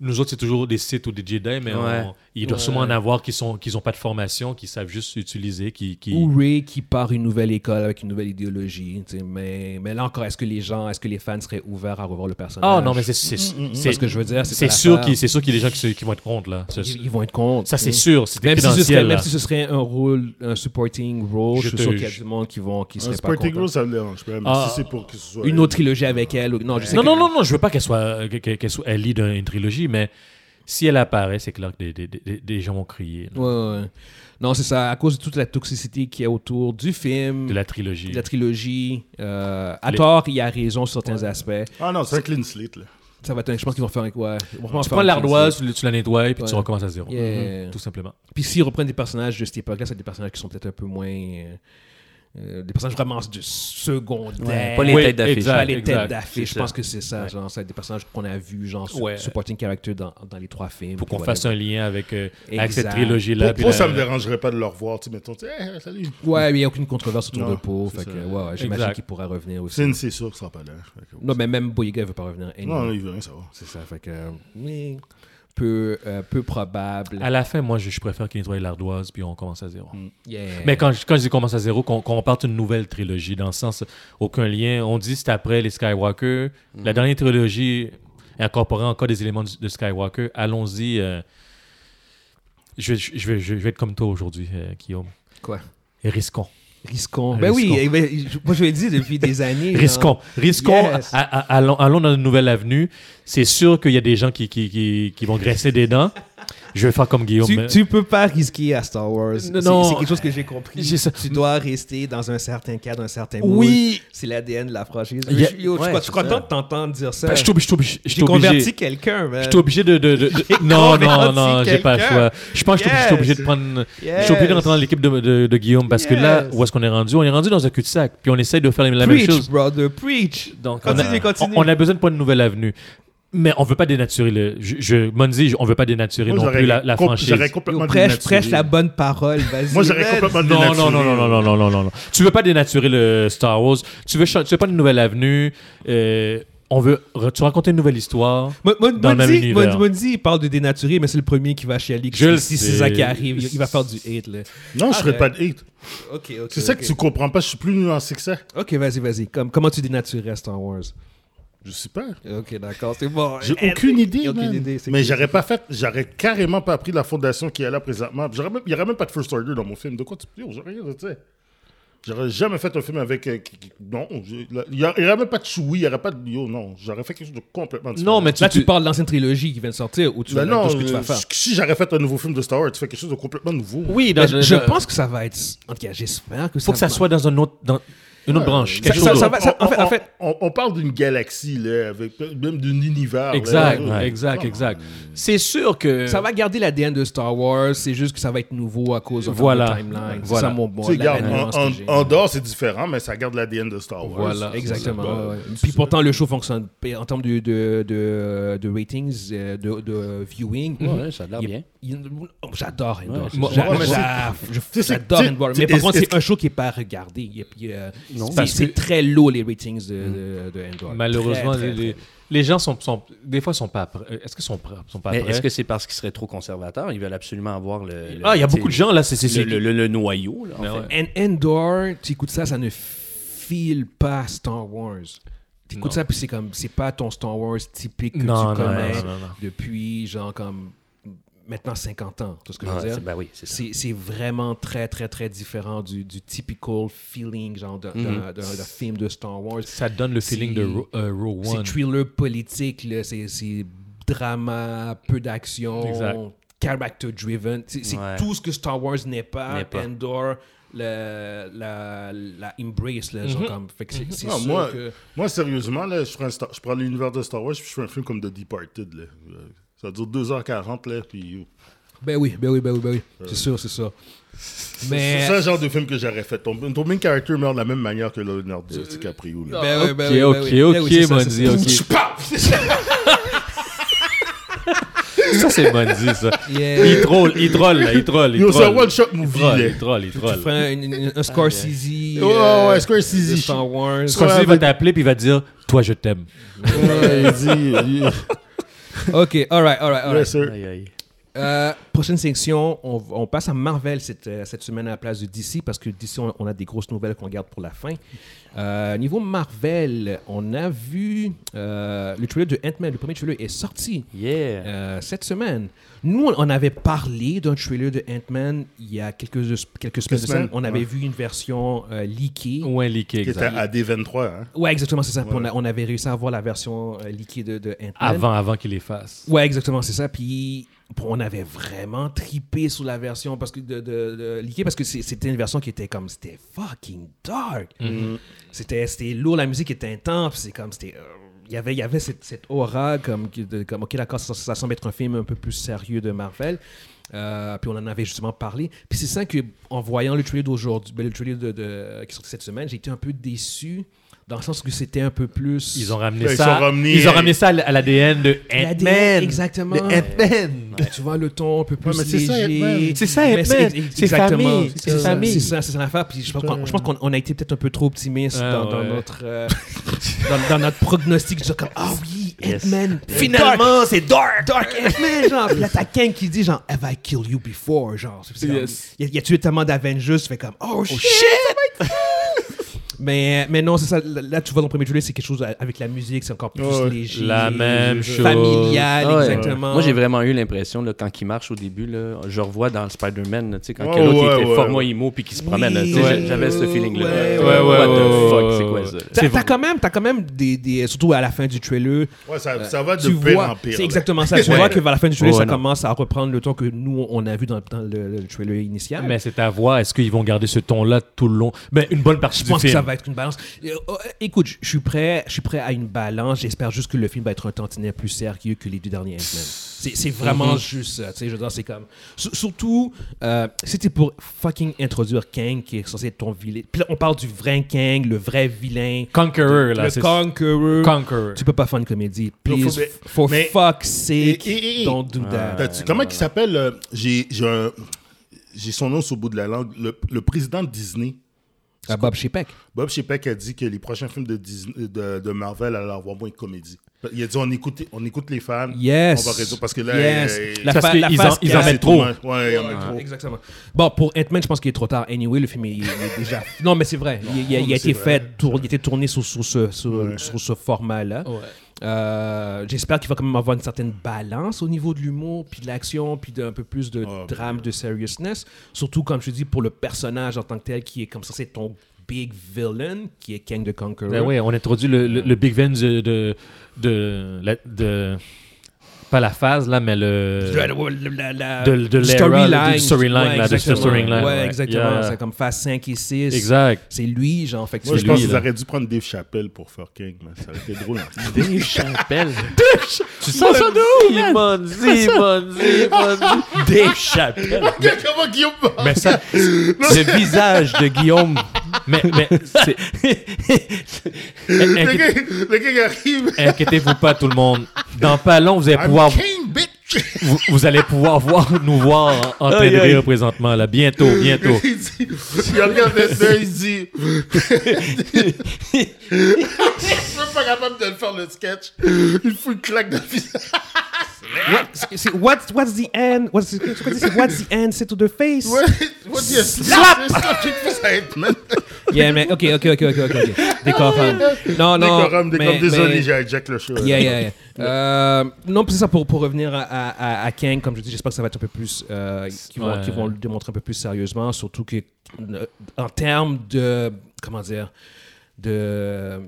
Speaker 3: nous autres, c'est toujours des sites ou des Jedi, mais
Speaker 2: Ouais.
Speaker 3: on- il doit
Speaker 1: Ouais.
Speaker 3: sûrement en avoir qui sont qui n'ont pas de formation, qui savent juste utiliser, qui. qui...
Speaker 1: Ou Ray qui part une nouvelle école avec une nouvelle idéologie. tu sais, Mais, mais là encore, est-ce que les gens, est-ce que les fans seraient ouverts à revoir le personnage
Speaker 3: Ah non, mais c'est c'est
Speaker 1: C'est ce mm, que
Speaker 3: c'est-
Speaker 1: je veux dire.
Speaker 3: c'est
Speaker 1: ça
Speaker 3: sûr
Speaker 1: l'affaire.
Speaker 3: qu'il c'est sûr qu'il y a des gens qui, se- qui vont être contre là. Ça,
Speaker 1: Ils, ils vont être contre.
Speaker 3: ça, c'est
Speaker 1: tu sais.
Speaker 3: sûr, c'est
Speaker 1: Mm. Même si, ce serait,
Speaker 3: évidentiel.
Speaker 1: même
Speaker 3: là.
Speaker 1: si ce serait un rôle, un supporting role,
Speaker 3: Je
Speaker 1: je, suis
Speaker 3: te-
Speaker 1: sûr qu'il y a
Speaker 3: je-
Speaker 1: du monde qui, vont, qui
Speaker 4: Un
Speaker 1: serait pas
Speaker 4: Sporting
Speaker 1: content.
Speaker 4: Rule, ça me dérange pas, mais
Speaker 3: Ah.
Speaker 4: si c'est pour que ce soit.
Speaker 1: Une autre trilogie avec elle. ou- Non, je sais
Speaker 3: Non,
Speaker 1: que-
Speaker 3: non, non, non, je veux pas qu'elle soit, euh, que- que- qu'elle soit, elle lead un- une trilogie, mais si elle apparaît, c'est clair que des, des, des, des gens vont crier là,
Speaker 1: Ouais, ouais. Non, c'est ça. À cause de toute la toxicité qu'il y a autour du film,
Speaker 3: de la trilogie.
Speaker 1: de la trilogie, euh, à
Speaker 3: Les-
Speaker 1: tort, il y a raison sur certains aspects.
Speaker 4: Ah non, c'est un clean slate, là.
Speaker 1: Ça va être, un- je pense qu'ils vont faire un quoi
Speaker 3: Tu prends l'ardoise, tu le- tu la nettoies, puis tu
Speaker 1: Ouais.
Speaker 3: recommences à zéro.
Speaker 1: Yeah.
Speaker 3: Mhm. Tout simplement.
Speaker 1: Puis s'ils reprennent des personnages de cette époque-là, c'est des personnages qui sont peut-être un peu moins. euh, euh, des personnages vraiment du secondaire.
Speaker 2: Ouais, pas les
Speaker 3: Oui,
Speaker 2: têtes d'affiche.
Speaker 3: exact.
Speaker 1: Pas les
Speaker 3: exact,
Speaker 1: têtes d'affiche.
Speaker 2: c'est
Speaker 1: Je pense
Speaker 2: ça.
Speaker 1: que c'est ça. Genre, c'est des personnages qu'on a vus, genre su-
Speaker 3: Ouais.
Speaker 1: supporting character dans, dans les trois films.
Speaker 3: Pour
Speaker 1: puis
Speaker 3: qu'on
Speaker 1: whatever.
Speaker 3: fasse un lien avec, euh, avec cette
Speaker 1: Exact.
Speaker 3: trilogie-là.
Speaker 4: Pour,
Speaker 3: puis
Speaker 4: pour,
Speaker 3: la-
Speaker 4: ça me dérangerait pas de le revoir, tu sais, mettons, tu sais, Eh, salut.
Speaker 1: Ouais, mais il n'y a aucune controverse autour
Speaker 4: Non,
Speaker 1: de Poe.
Speaker 4: c'est
Speaker 1: Fait
Speaker 4: ça.
Speaker 1: que, ouais, ouais, j'imagine
Speaker 3: Exact.
Speaker 1: qu'il pourra revenir aussi.
Speaker 4: Sin, c'est sûr qu'il sera pas là. Fait que-
Speaker 1: Non, mais même Boyega ne veut pas revenir. anyway.
Speaker 4: Non, non, il veut rien savoir.
Speaker 1: C'est ça. Fait que. euh, mais Peu, euh, peu probable.
Speaker 3: À la fin, moi, je, je préfère qu'ils nettoient l'ardoise, puis on commence à zéro.
Speaker 1: Yeah.
Speaker 3: Mais quand je, quand je dis commence à zéro, qu'on qu'on parte une nouvelle trilogie, dans le sens, aucun lien. On dit c'est après les Skywalker.
Speaker 1: Mm-hmm.
Speaker 3: La dernière trilogie incorporant encore des éléments du- de Skywalker. Allons-y. euh, je, vais- je, je vais, je vais être comme toi aujourd'hui, euh, Guillaume.
Speaker 1: Quoi
Speaker 3: Et risquons.
Speaker 1: Risquons. Ben oui,
Speaker 3: Risquons.
Speaker 1: eh ben, je- moi je le dis depuis des années.
Speaker 3: Risquons. Risquons.
Speaker 1: Yes.
Speaker 3: à- à- allons, allons dans une nouvelle avenue. C'est sûr qu'il y a des gens qui, qui, qui, qui vont graisser des dents. Je vais faire comme Guillaume.
Speaker 1: Tu, tu peux pas risquer à Star Wars.
Speaker 3: Non,
Speaker 1: C'est-
Speaker 3: non.
Speaker 1: C'est quelque chose que j'ai compris.
Speaker 3: J'ai ça.
Speaker 1: Tu dois rester dans un certain cadre, un certain moule.
Speaker 3: Oui.
Speaker 1: C'est l'ADN de la franchise.
Speaker 3: Il y a-
Speaker 1: Je- yo, je
Speaker 2: Ouais,
Speaker 1: suis- je
Speaker 2: c'est
Speaker 1: suis content
Speaker 2: ça.
Speaker 1: de t'entendre dire ça.
Speaker 3: Ben, je suis obligé- je suis obligé- je suis
Speaker 1: J'ai
Speaker 3: obligé.
Speaker 1: converti quelqu'un, man.
Speaker 3: Je suis obligé de. de- de- de- non, non,
Speaker 1: converti
Speaker 3: non, j'ai pas le
Speaker 1: quelqu'un.
Speaker 3: choix. Je pense que je suis obligé
Speaker 1: Yes.
Speaker 3: de prendre. Je
Speaker 1: Yes.
Speaker 3: suis obligé de rentrer dans l'équipe de, de- de Guillaume parce que là,
Speaker 1: Yes.
Speaker 3: où est-ce qu'on est rendu On est rendu dans un cul-de-sac. Puis on essaye de faire la même
Speaker 1: Preach,
Speaker 3: chose.
Speaker 1: brother, preach.
Speaker 3: Donc, on,
Speaker 1: Continue,
Speaker 3: a,
Speaker 1: continue.
Speaker 3: on- on a besoin de pas une nouvelle avenue. Mais on veut pas dénaturer le. Je, je, Monzi, je- on veut pas dénaturer
Speaker 4: Moi,
Speaker 3: non
Speaker 4: j'aurais
Speaker 3: plus la, la
Speaker 4: com-
Speaker 3: franchise.
Speaker 4: J'aurais
Speaker 1: Yo,
Speaker 4: complètement
Speaker 1: prêche,
Speaker 4: dénaturé.
Speaker 1: prêche la bonne parole, vas-y.
Speaker 4: Moi, j'aurais
Speaker 1: man.
Speaker 4: complètement
Speaker 3: Non,
Speaker 4: dénaturé.
Speaker 3: non, non, non,
Speaker 1: hein.
Speaker 3: non, non, non, non, non, non. Tu veux pas dénaturer le Star Wars. Tu veux, cha- tu veux pas une nouvelle avenue. euh, on veut. re- Tu raconter une nouvelle histoire.
Speaker 1: Mo- Mo-
Speaker 3: Dans le même
Speaker 1: Mondi, Mondi-
Speaker 3: univers.
Speaker 1: Mondi, il parle de dénaturer, mais c'est le premier qui va chialer. que
Speaker 3: Je le
Speaker 1: Si
Speaker 3: sais.
Speaker 1: c'est ça qui arrive, il il va faire du hate, là.
Speaker 4: Non, je ferais pas de hate.
Speaker 1: Ok, ok.
Speaker 4: C'est ça
Speaker 1: ok.
Speaker 4: que tu comprends pas, je suis plus nuancé que ça.
Speaker 1: Ok, vas-y, vas-y. Comme, comment tu dénaturerais Star Wars
Speaker 4: Je sais pas.
Speaker 1: Ok, d'accord, c'est bon.
Speaker 4: J'ai
Speaker 1: Eh,
Speaker 4: aucune idée,
Speaker 1: aucune
Speaker 4: man.
Speaker 1: idée, c'est
Speaker 4: Mais
Speaker 1: cool.
Speaker 4: j'aurais pas fait, j'aurais carrément pas pris la fondation qui est là présentement. J'aurais même- Il y aurait même pas de first order dans mon film. De quoi tu dis J'aurais rien, tu sais. J'aurais jamais fait un film avec. euh, qui- qui- non, j'ai- là, il y aurait il y aurait même pas de choui, il y aurait pas de. Yo, non, j'aurais fait quelque chose de complètement différent.
Speaker 3: Non, mais tu.
Speaker 1: Là, tu,
Speaker 3: tu-
Speaker 1: parles de l'ancienne trilogie qui vient de sortir, où tu
Speaker 4: Ben
Speaker 1: vas
Speaker 4: non,
Speaker 1: tout ce que tu vas
Speaker 4: euh,
Speaker 1: faire.
Speaker 4: si j'aurais fait un nouveau film de Star Wars, tu fais quelque chose de complètement nouveau.
Speaker 3: Oui, dans,
Speaker 1: Mais Je, je
Speaker 3: dans-
Speaker 1: pense que ça va être. En tout cas, j'espère que ça.
Speaker 3: faut que ça
Speaker 1: va-
Speaker 3: soit dans un autre, dans une autre
Speaker 4: Euh,
Speaker 3: branche. Quelque chose
Speaker 1: ça-
Speaker 3: d'autre.
Speaker 1: ça va- en fait- en fait-
Speaker 4: on, on parle d'une galaxie, là, avec, même d'un univers. là.
Speaker 3: Exact,
Speaker 4: Ouais.
Speaker 3: exact, exact. C'est sûr que.
Speaker 1: Ça va garder l'ADN de Star Wars, c'est juste que ça va être nouveau à cause de
Speaker 3: Voilà.
Speaker 1: la timeline. C'est
Speaker 3: Voilà.
Speaker 1: ça mon bon.
Speaker 4: Tu sais,
Speaker 1: la-
Speaker 4: regarde,
Speaker 1: la nuance
Speaker 4: en,
Speaker 1: que j'ai.
Speaker 4: en- en dehors, c'est différent, mais ça garde l'ADN de Star Wars.
Speaker 3: Voilà.
Speaker 1: Exactement.
Speaker 4: Bah,
Speaker 1: ouais, ouais. Puis pourtant, le show fonctionne. Et En termes de, de, de, de ratings, euh, de, de viewing,
Speaker 2: Ouais, ça a l'air
Speaker 1: il-
Speaker 2: bien.
Speaker 1: il- oh, j'adore Endor.
Speaker 2: c'est
Speaker 1: Moi,
Speaker 4: ça. Ouais,
Speaker 1: j'a-
Speaker 4: mais
Speaker 1: j'a- je-
Speaker 4: c'est-
Speaker 1: J'adore
Speaker 4: c'est-
Speaker 1: Endor.
Speaker 4: c'est-
Speaker 1: Mais par
Speaker 4: est-ce-
Speaker 1: contre, c'est
Speaker 4: est-ce-
Speaker 1: un show qui n'est pas regardé. Il y a- il y a-
Speaker 2: Non.
Speaker 1: c'est-
Speaker 3: Parce
Speaker 1: C'est
Speaker 3: que-
Speaker 1: très low les ratings de, de, de Endor.
Speaker 3: Malheureusement,
Speaker 1: Très, très,
Speaker 3: les,
Speaker 1: très.
Speaker 3: les gens sont, sont- Des fois, sont pas prêts. Euh, Est-ce qu'ils sont prêts? Sont pas
Speaker 2: Mais
Speaker 3: prêts?
Speaker 2: est-ce que c'est parce qu'ils seraient trop conservateurs Ils veulent absolument avoir le. le-
Speaker 3: ah, il y a
Speaker 2: tu sais,
Speaker 3: beaucoup de gens là. C'est. c'est- c'est-
Speaker 2: Le, le- le- le noyau, là, en
Speaker 3: Mais
Speaker 2: fait.
Speaker 3: ouais.
Speaker 1: En- Endor, tu écoutes ça, ça ne file pas Star Wars. Tu
Speaker 3: Non.
Speaker 1: écoutes ça, puis c'est comme, c'est pas ton Star Wars typique que
Speaker 3: Non, non,
Speaker 1: tu connais
Speaker 3: non, non, non.
Speaker 1: depuis, genre, comme maintenant 50 ans. Tout ce que
Speaker 2: Ouais,
Speaker 1: je veux
Speaker 2: c'est-
Speaker 1: dire.
Speaker 2: ben oui, c'est ça.
Speaker 1: C'est c'est vraiment très, très, très différent du, du typical feeling, genre, d'un
Speaker 3: Mm-hmm.
Speaker 1: d'un- d'un- d'un film de Star Wars.
Speaker 3: Ça donne le feeling de Ro- euh, Row
Speaker 1: C'est
Speaker 3: One.
Speaker 1: thriller politique, là, c'est- c'est drama, peu d'action,
Speaker 3: Exact.
Speaker 1: character driven. C'est c'est
Speaker 2: Ouais.
Speaker 1: tout ce que Star Wars n'est pas.
Speaker 2: N'est pas.
Speaker 1: Endor, le- la, la embrace, là,
Speaker 3: Mm-hmm.
Speaker 1: genre comme. Fait que c'est c'est
Speaker 4: Ah,
Speaker 1: sûr
Speaker 4: moi,
Speaker 1: que-
Speaker 4: moi, sérieusement, là, je, ferais un Star- je prends l'univers de Star Wars puis je fais un film comme The Departed. Là. Euh, Ça dure 2h40, là, puis...
Speaker 1: Ben oui, ben oui, ben oui, ben oui. C'est sûr, c'est sûr. Mais.
Speaker 4: Euh. C'est ça le genre de film que j'aurais fait. Ton, ton main character meurt de la même manière que Leonardo
Speaker 1: Euh,
Speaker 4: DiCaprio. Là.
Speaker 1: Ben oui, ben
Speaker 3: Ok,
Speaker 1: oui, ben
Speaker 3: ok,
Speaker 1: oui. Ben
Speaker 3: ok,
Speaker 1: oui, c'est ça,
Speaker 3: Mondi,
Speaker 1: c'est ça.
Speaker 3: ok. Ça, c'est Mondi, ça.
Speaker 1: Yeah.
Speaker 3: Il troll, il troll, là, il troll. Il
Speaker 4: Yo, c'est un
Speaker 3: troll,
Speaker 4: one-shot
Speaker 3: Il
Speaker 4: movie,
Speaker 3: troll,
Speaker 4: là.
Speaker 3: il troll, il
Speaker 1: Tu
Speaker 3: troll.
Speaker 1: ferais un, un- un Scorsese.
Speaker 4: Ah, Ouais,
Speaker 1: euh,
Speaker 4: ouais, Scorsese.
Speaker 1: de Star Wars.
Speaker 3: Scorsese va t'appeler puis il va te dire Toi, je t'aime.
Speaker 4: Ouais, il dit, euh,
Speaker 1: OK, all right, all right, all right.
Speaker 4: Yes, sir.
Speaker 2: Aïe, aïe.
Speaker 1: Euh, prochaine section, on, on passe à Marvel cette, euh, cette semaine à la place de DC parce que DC, on, on a des grosses nouvelles qu'on garde pour la fin. Euh, niveau Marvel, on a vu euh, le trailer de Ant-Man, le premier trailer est sorti
Speaker 2: Yeah.
Speaker 1: euh, cette semaine. Nous, on, on avait parlé d'un trailer de Ant-Man il y a quelques, quelques semaines. de ça.
Speaker 4: semaines,
Speaker 1: On avait
Speaker 4: ouais.
Speaker 1: vu une version euh, leakée.
Speaker 3: Ouais, leaké,
Speaker 4: Qui était
Speaker 3: exact.
Speaker 4: à D23, hein.
Speaker 1: Ouais, exactement, c'est ça. Puis On, a- on avait réussi à avoir la version euh, leakée de, de Ant-Man.
Speaker 3: Avant, avant qu'il les fasse.
Speaker 1: Ouais, exactement, c'est ça. Puis bon, on avait vraiment tripé sur la version parce que de, de, de Liquid, parce que c'est- c'était une version qui était comme c'était fucking dark.
Speaker 3: Mm-hmm.
Speaker 1: C'était c'était lourd, la musique était intense, puis c'est comme c'était euh, il y avait il y avait cette, cette aura comme que de- comme OK d'accord, ça, ça semble être un film un peu plus sérieux de Marvel. Euh, puis on en avait justement parlé. Puis c'est ça que en voyant le trailer d'aujourd'hui, ben, le trailer de, de- qui est sorti cette semaine, j'ai été un peu déçu dans le sens que c'était un peu plus
Speaker 3: Ils ont ramené
Speaker 4: Ils
Speaker 3: ça.
Speaker 4: ont ramené-
Speaker 3: ils ont ramené ça à l- à l'ADN de
Speaker 1: ADN,
Speaker 3: Ant-Man.
Speaker 1: exactement.
Speaker 3: De Ant-Man.
Speaker 1: Tu vois le ton un peu plus
Speaker 4: Ouais, mais c'est ça,
Speaker 1: léger.
Speaker 4: Ant-Man.
Speaker 3: C'est ça,
Speaker 1: Mais
Speaker 3: Ant-Man.
Speaker 1: c'est- ex-
Speaker 3: C'est
Speaker 1: exactement.
Speaker 3: famille. C'est
Speaker 1: ça,
Speaker 3: famille.
Speaker 1: C'est ça, c'est ça l'affaire. Puis je pense qu'on je pense qu'on on a été peut-être un peu trop optimiste
Speaker 3: Ah,
Speaker 1: dans, dans
Speaker 3: ouais.
Speaker 1: notre euh, dans, dans notre prognostic. Genre comme ah oui,
Speaker 2: Yes.
Speaker 1: Ant-Man. Finalement, c'est dark, dark Ant-Man. Genre, puis là t'as Kang qui dit genre Have I killed you before? Genre, c'est- c'est comme-
Speaker 3: Yes.
Speaker 1: il y a- il y a tué tellement d'Avengers, tu fais comme oh shit. ça va être cool. Mais, mais non, c'est ça. Là, là, tu vois, dans le premier trailer, c'est quelque chose avec la musique, c'est encore plus
Speaker 4: Ouais.
Speaker 1: léger.
Speaker 3: La même chose.
Speaker 1: Familial,
Speaker 2: Ah ouais.
Speaker 1: exactement.
Speaker 2: Moi, j'ai vraiment eu l'impression, là, quand il marche au début, là, je revois dans le Spider-Man, là, tu sais, quand
Speaker 4: Ouais,
Speaker 2: quelqu'un l'autre il
Speaker 4: ouais,
Speaker 2: était
Speaker 4: ouais,
Speaker 2: format
Speaker 4: ouais.
Speaker 2: IMO puis qui se
Speaker 1: Oui.
Speaker 2: promène, là, tu sais,
Speaker 1: Ouais.
Speaker 2: j'avais ce feeling-là.
Speaker 1: Ouais,
Speaker 3: ouais,
Speaker 2: What
Speaker 3: ouais,
Speaker 2: the
Speaker 3: ouais,
Speaker 2: fuck,
Speaker 3: ouais,
Speaker 2: c'est
Speaker 3: ouais,
Speaker 2: quoi
Speaker 3: ouais.
Speaker 2: ça? là?
Speaker 1: T'as t'as quand même, t'as quand même des, des- Surtout à la fin du trailer.
Speaker 4: Ouais, ça, ça va Ah, de
Speaker 1: Euh, Tu
Speaker 4: pire
Speaker 1: vois.
Speaker 4: en pire.
Speaker 1: C'est
Speaker 4: là.
Speaker 1: exactement ça. Tu vois que vers la fin du trailer,
Speaker 3: Oh,
Speaker 2: Ouais,
Speaker 1: ça
Speaker 2: non.
Speaker 1: commence à reprendre le ton que nous, on a vu dans, dans le, le trailer initial.
Speaker 3: Mais c'est à voir, est-ce qu'ils vont garder ce ton-là tout le long Ben, une bonne partie
Speaker 1: je
Speaker 3: du
Speaker 1: pense que
Speaker 3: film.
Speaker 1: ça va être une balance. Euh, euh, écoute, je- je suis prêt, je suis prêt à une balance. J'espère juste que le film va être un tantinet plus sérieux que les deux derniers Ant-Man. C'est c'est vraiment
Speaker 3: Mm-hmm.
Speaker 1: juste ça. Tu sais, je veux dire, c'est comme. S- surtout, euh, c'était pour fucking introduire Kang qui est censé être ton vilain. Puis là, on parle du vrai Kang, le vrai vilain.
Speaker 3: Conqueror, là.
Speaker 1: le
Speaker 3: c'est-
Speaker 1: Conqueror.
Speaker 3: Conqueror.
Speaker 1: Tu peux pas faire une comédie. Please,
Speaker 4: Non, faut- mais-
Speaker 1: for
Speaker 4: mais-
Speaker 1: fuck's sake,
Speaker 4: Eh, eh, eh, eh.
Speaker 1: don't do that.
Speaker 4: T'as-tu- comment il s'appelle euh, J'ai j'ai un- j'ai son nom sur le bout de la langue. Le, le président de Disney,
Speaker 1: Ah, Bob Chepek.
Speaker 4: Bob Chapek, a dit que les prochains films de, Disney- de, de Marvel allaient avoir moins de comédie. Il a dit on écoute, on écoute les fans.
Speaker 1: Yes.
Speaker 4: On va résoudre parce que là.
Speaker 1: Yes.
Speaker 4: euh,
Speaker 1: La
Speaker 3: Parce
Speaker 1: fa-
Speaker 3: qu'ils
Speaker 1: la
Speaker 3: en-
Speaker 1: face
Speaker 3: ils
Speaker 1: qu'il y
Speaker 3: en
Speaker 1: a-
Speaker 3: mettent
Speaker 4: c'est
Speaker 3: trop.
Speaker 4: tout, Ouais, il y en a
Speaker 1: Ah.
Speaker 4: trop.
Speaker 1: Exactement. Bon, pour Ant-Man, je pense qu'il est trop tard. Anyway, le film est, il est déjà. Non, mais c'est vrai. Il, il a, il a été fait, tour- il a été tourné sur, sur ce, sur- sur ce format-là. Euh, J'espère qu'il va quand même avoir une certaine balance au niveau de l'humour, puis de l'action, puis d'un peu plus de
Speaker 4: Ah,
Speaker 1: drame, de seriousness. Surtout, comme je te dis, pour le personnage en tant que tel qui est comme ça, c'est ton big villain qui est King the Conqueror.
Speaker 3: Ben ouais, on introduit le, le, le Big Van de, de, de, la- de- Pas la phase, là, mais le.
Speaker 1: La- la- la-
Speaker 3: De- de
Speaker 1: du
Speaker 3: l'era,
Speaker 1: storyline.
Speaker 3: du storyline,
Speaker 1: Ouais,
Speaker 3: là, de ce
Speaker 1: exactement.
Speaker 3: storyline,
Speaker 1: Ouais,
Speaker 3: ouais.
Speaker 1: exactement.
Speaker 3: Yeah.
Speaker 1: C'est comme phase 5 et 6.
Speaker 3: Exact.
Speaker 1: C'est lui, genre. Fait que
Speaker 4: Moi,
Speaker 1: c'est
Speaker 4: je pense
Speaker 1: lui,
Speaker 4: qu'ils
Speaker 1: là.
Speaker 4: auraient dû prendre Dave Chappelle pour faire King, mais ça aurait été drôle. hein.
Speaker 2: Des chapelles.
Speaker 3: Tu sens ça d'où,
Speaker 2: Bonzi, bonzi, bonzi.
Speaker 3: Des chapelles.
Speaker 4: Comment Guillaume parle?
Speaker 3: Mais ça.
Speaker 2: Le visage de Guillaume.
Speaker 3: Mais, mais c'est-
Speaker 4: Le
Speaker 3: Inquiétez-
Speaker 4: gars- le gars qui arrive.
Speaker 3: Inquiétez-vous pas, tout le monde. Dans pas long, vous allez pouvoir,
Speaker 4: I'm King, bitch!
Speaker 3: vous, vous allez pouvoir voir, nous voir en, en train
Speaker 2: Aïe,
Speaker 3: de
Speaker 2: aïe.
Speaker 3: rire présentement, là. Bientôt, bientôt.
Speaker 4: Il dit, il regarde les deux, il dit. Je suis même pas capable de le faire le sketch. Il fout une claque dans le visage.
Speaker 1: C'est- c'est- What's, what's the end? What's, c'est quoi que c'est? what's the end? C'est to the face?
Speaker 4: Ouais, what do you slap? Slap! J'ai fait ça, Hitman.
Speaker 1: Yeah, mais ok, ok, ok, ok, ok. ok. Décorum. Non, non.
Speaker 4: Décorum, décorum,
Speaker 1: mais-
Speaker 4: désolé,
Speaker 1: mais-
Speaker 4: j'ai hijack le show.
Speaker 1: Yeah, yeah, yeah. Euh, non, c'est ça pour, pour revenir à, à, à- à Kang, comme je dis, j'espère que ça va être un peu plus. Euh, qu'ils vont,
Speaker 3: Ouais.
Speaker 1: qu'ils vont le démontrer un peu plus sérieusement, surtout que euh, en termes de. Comment dire De.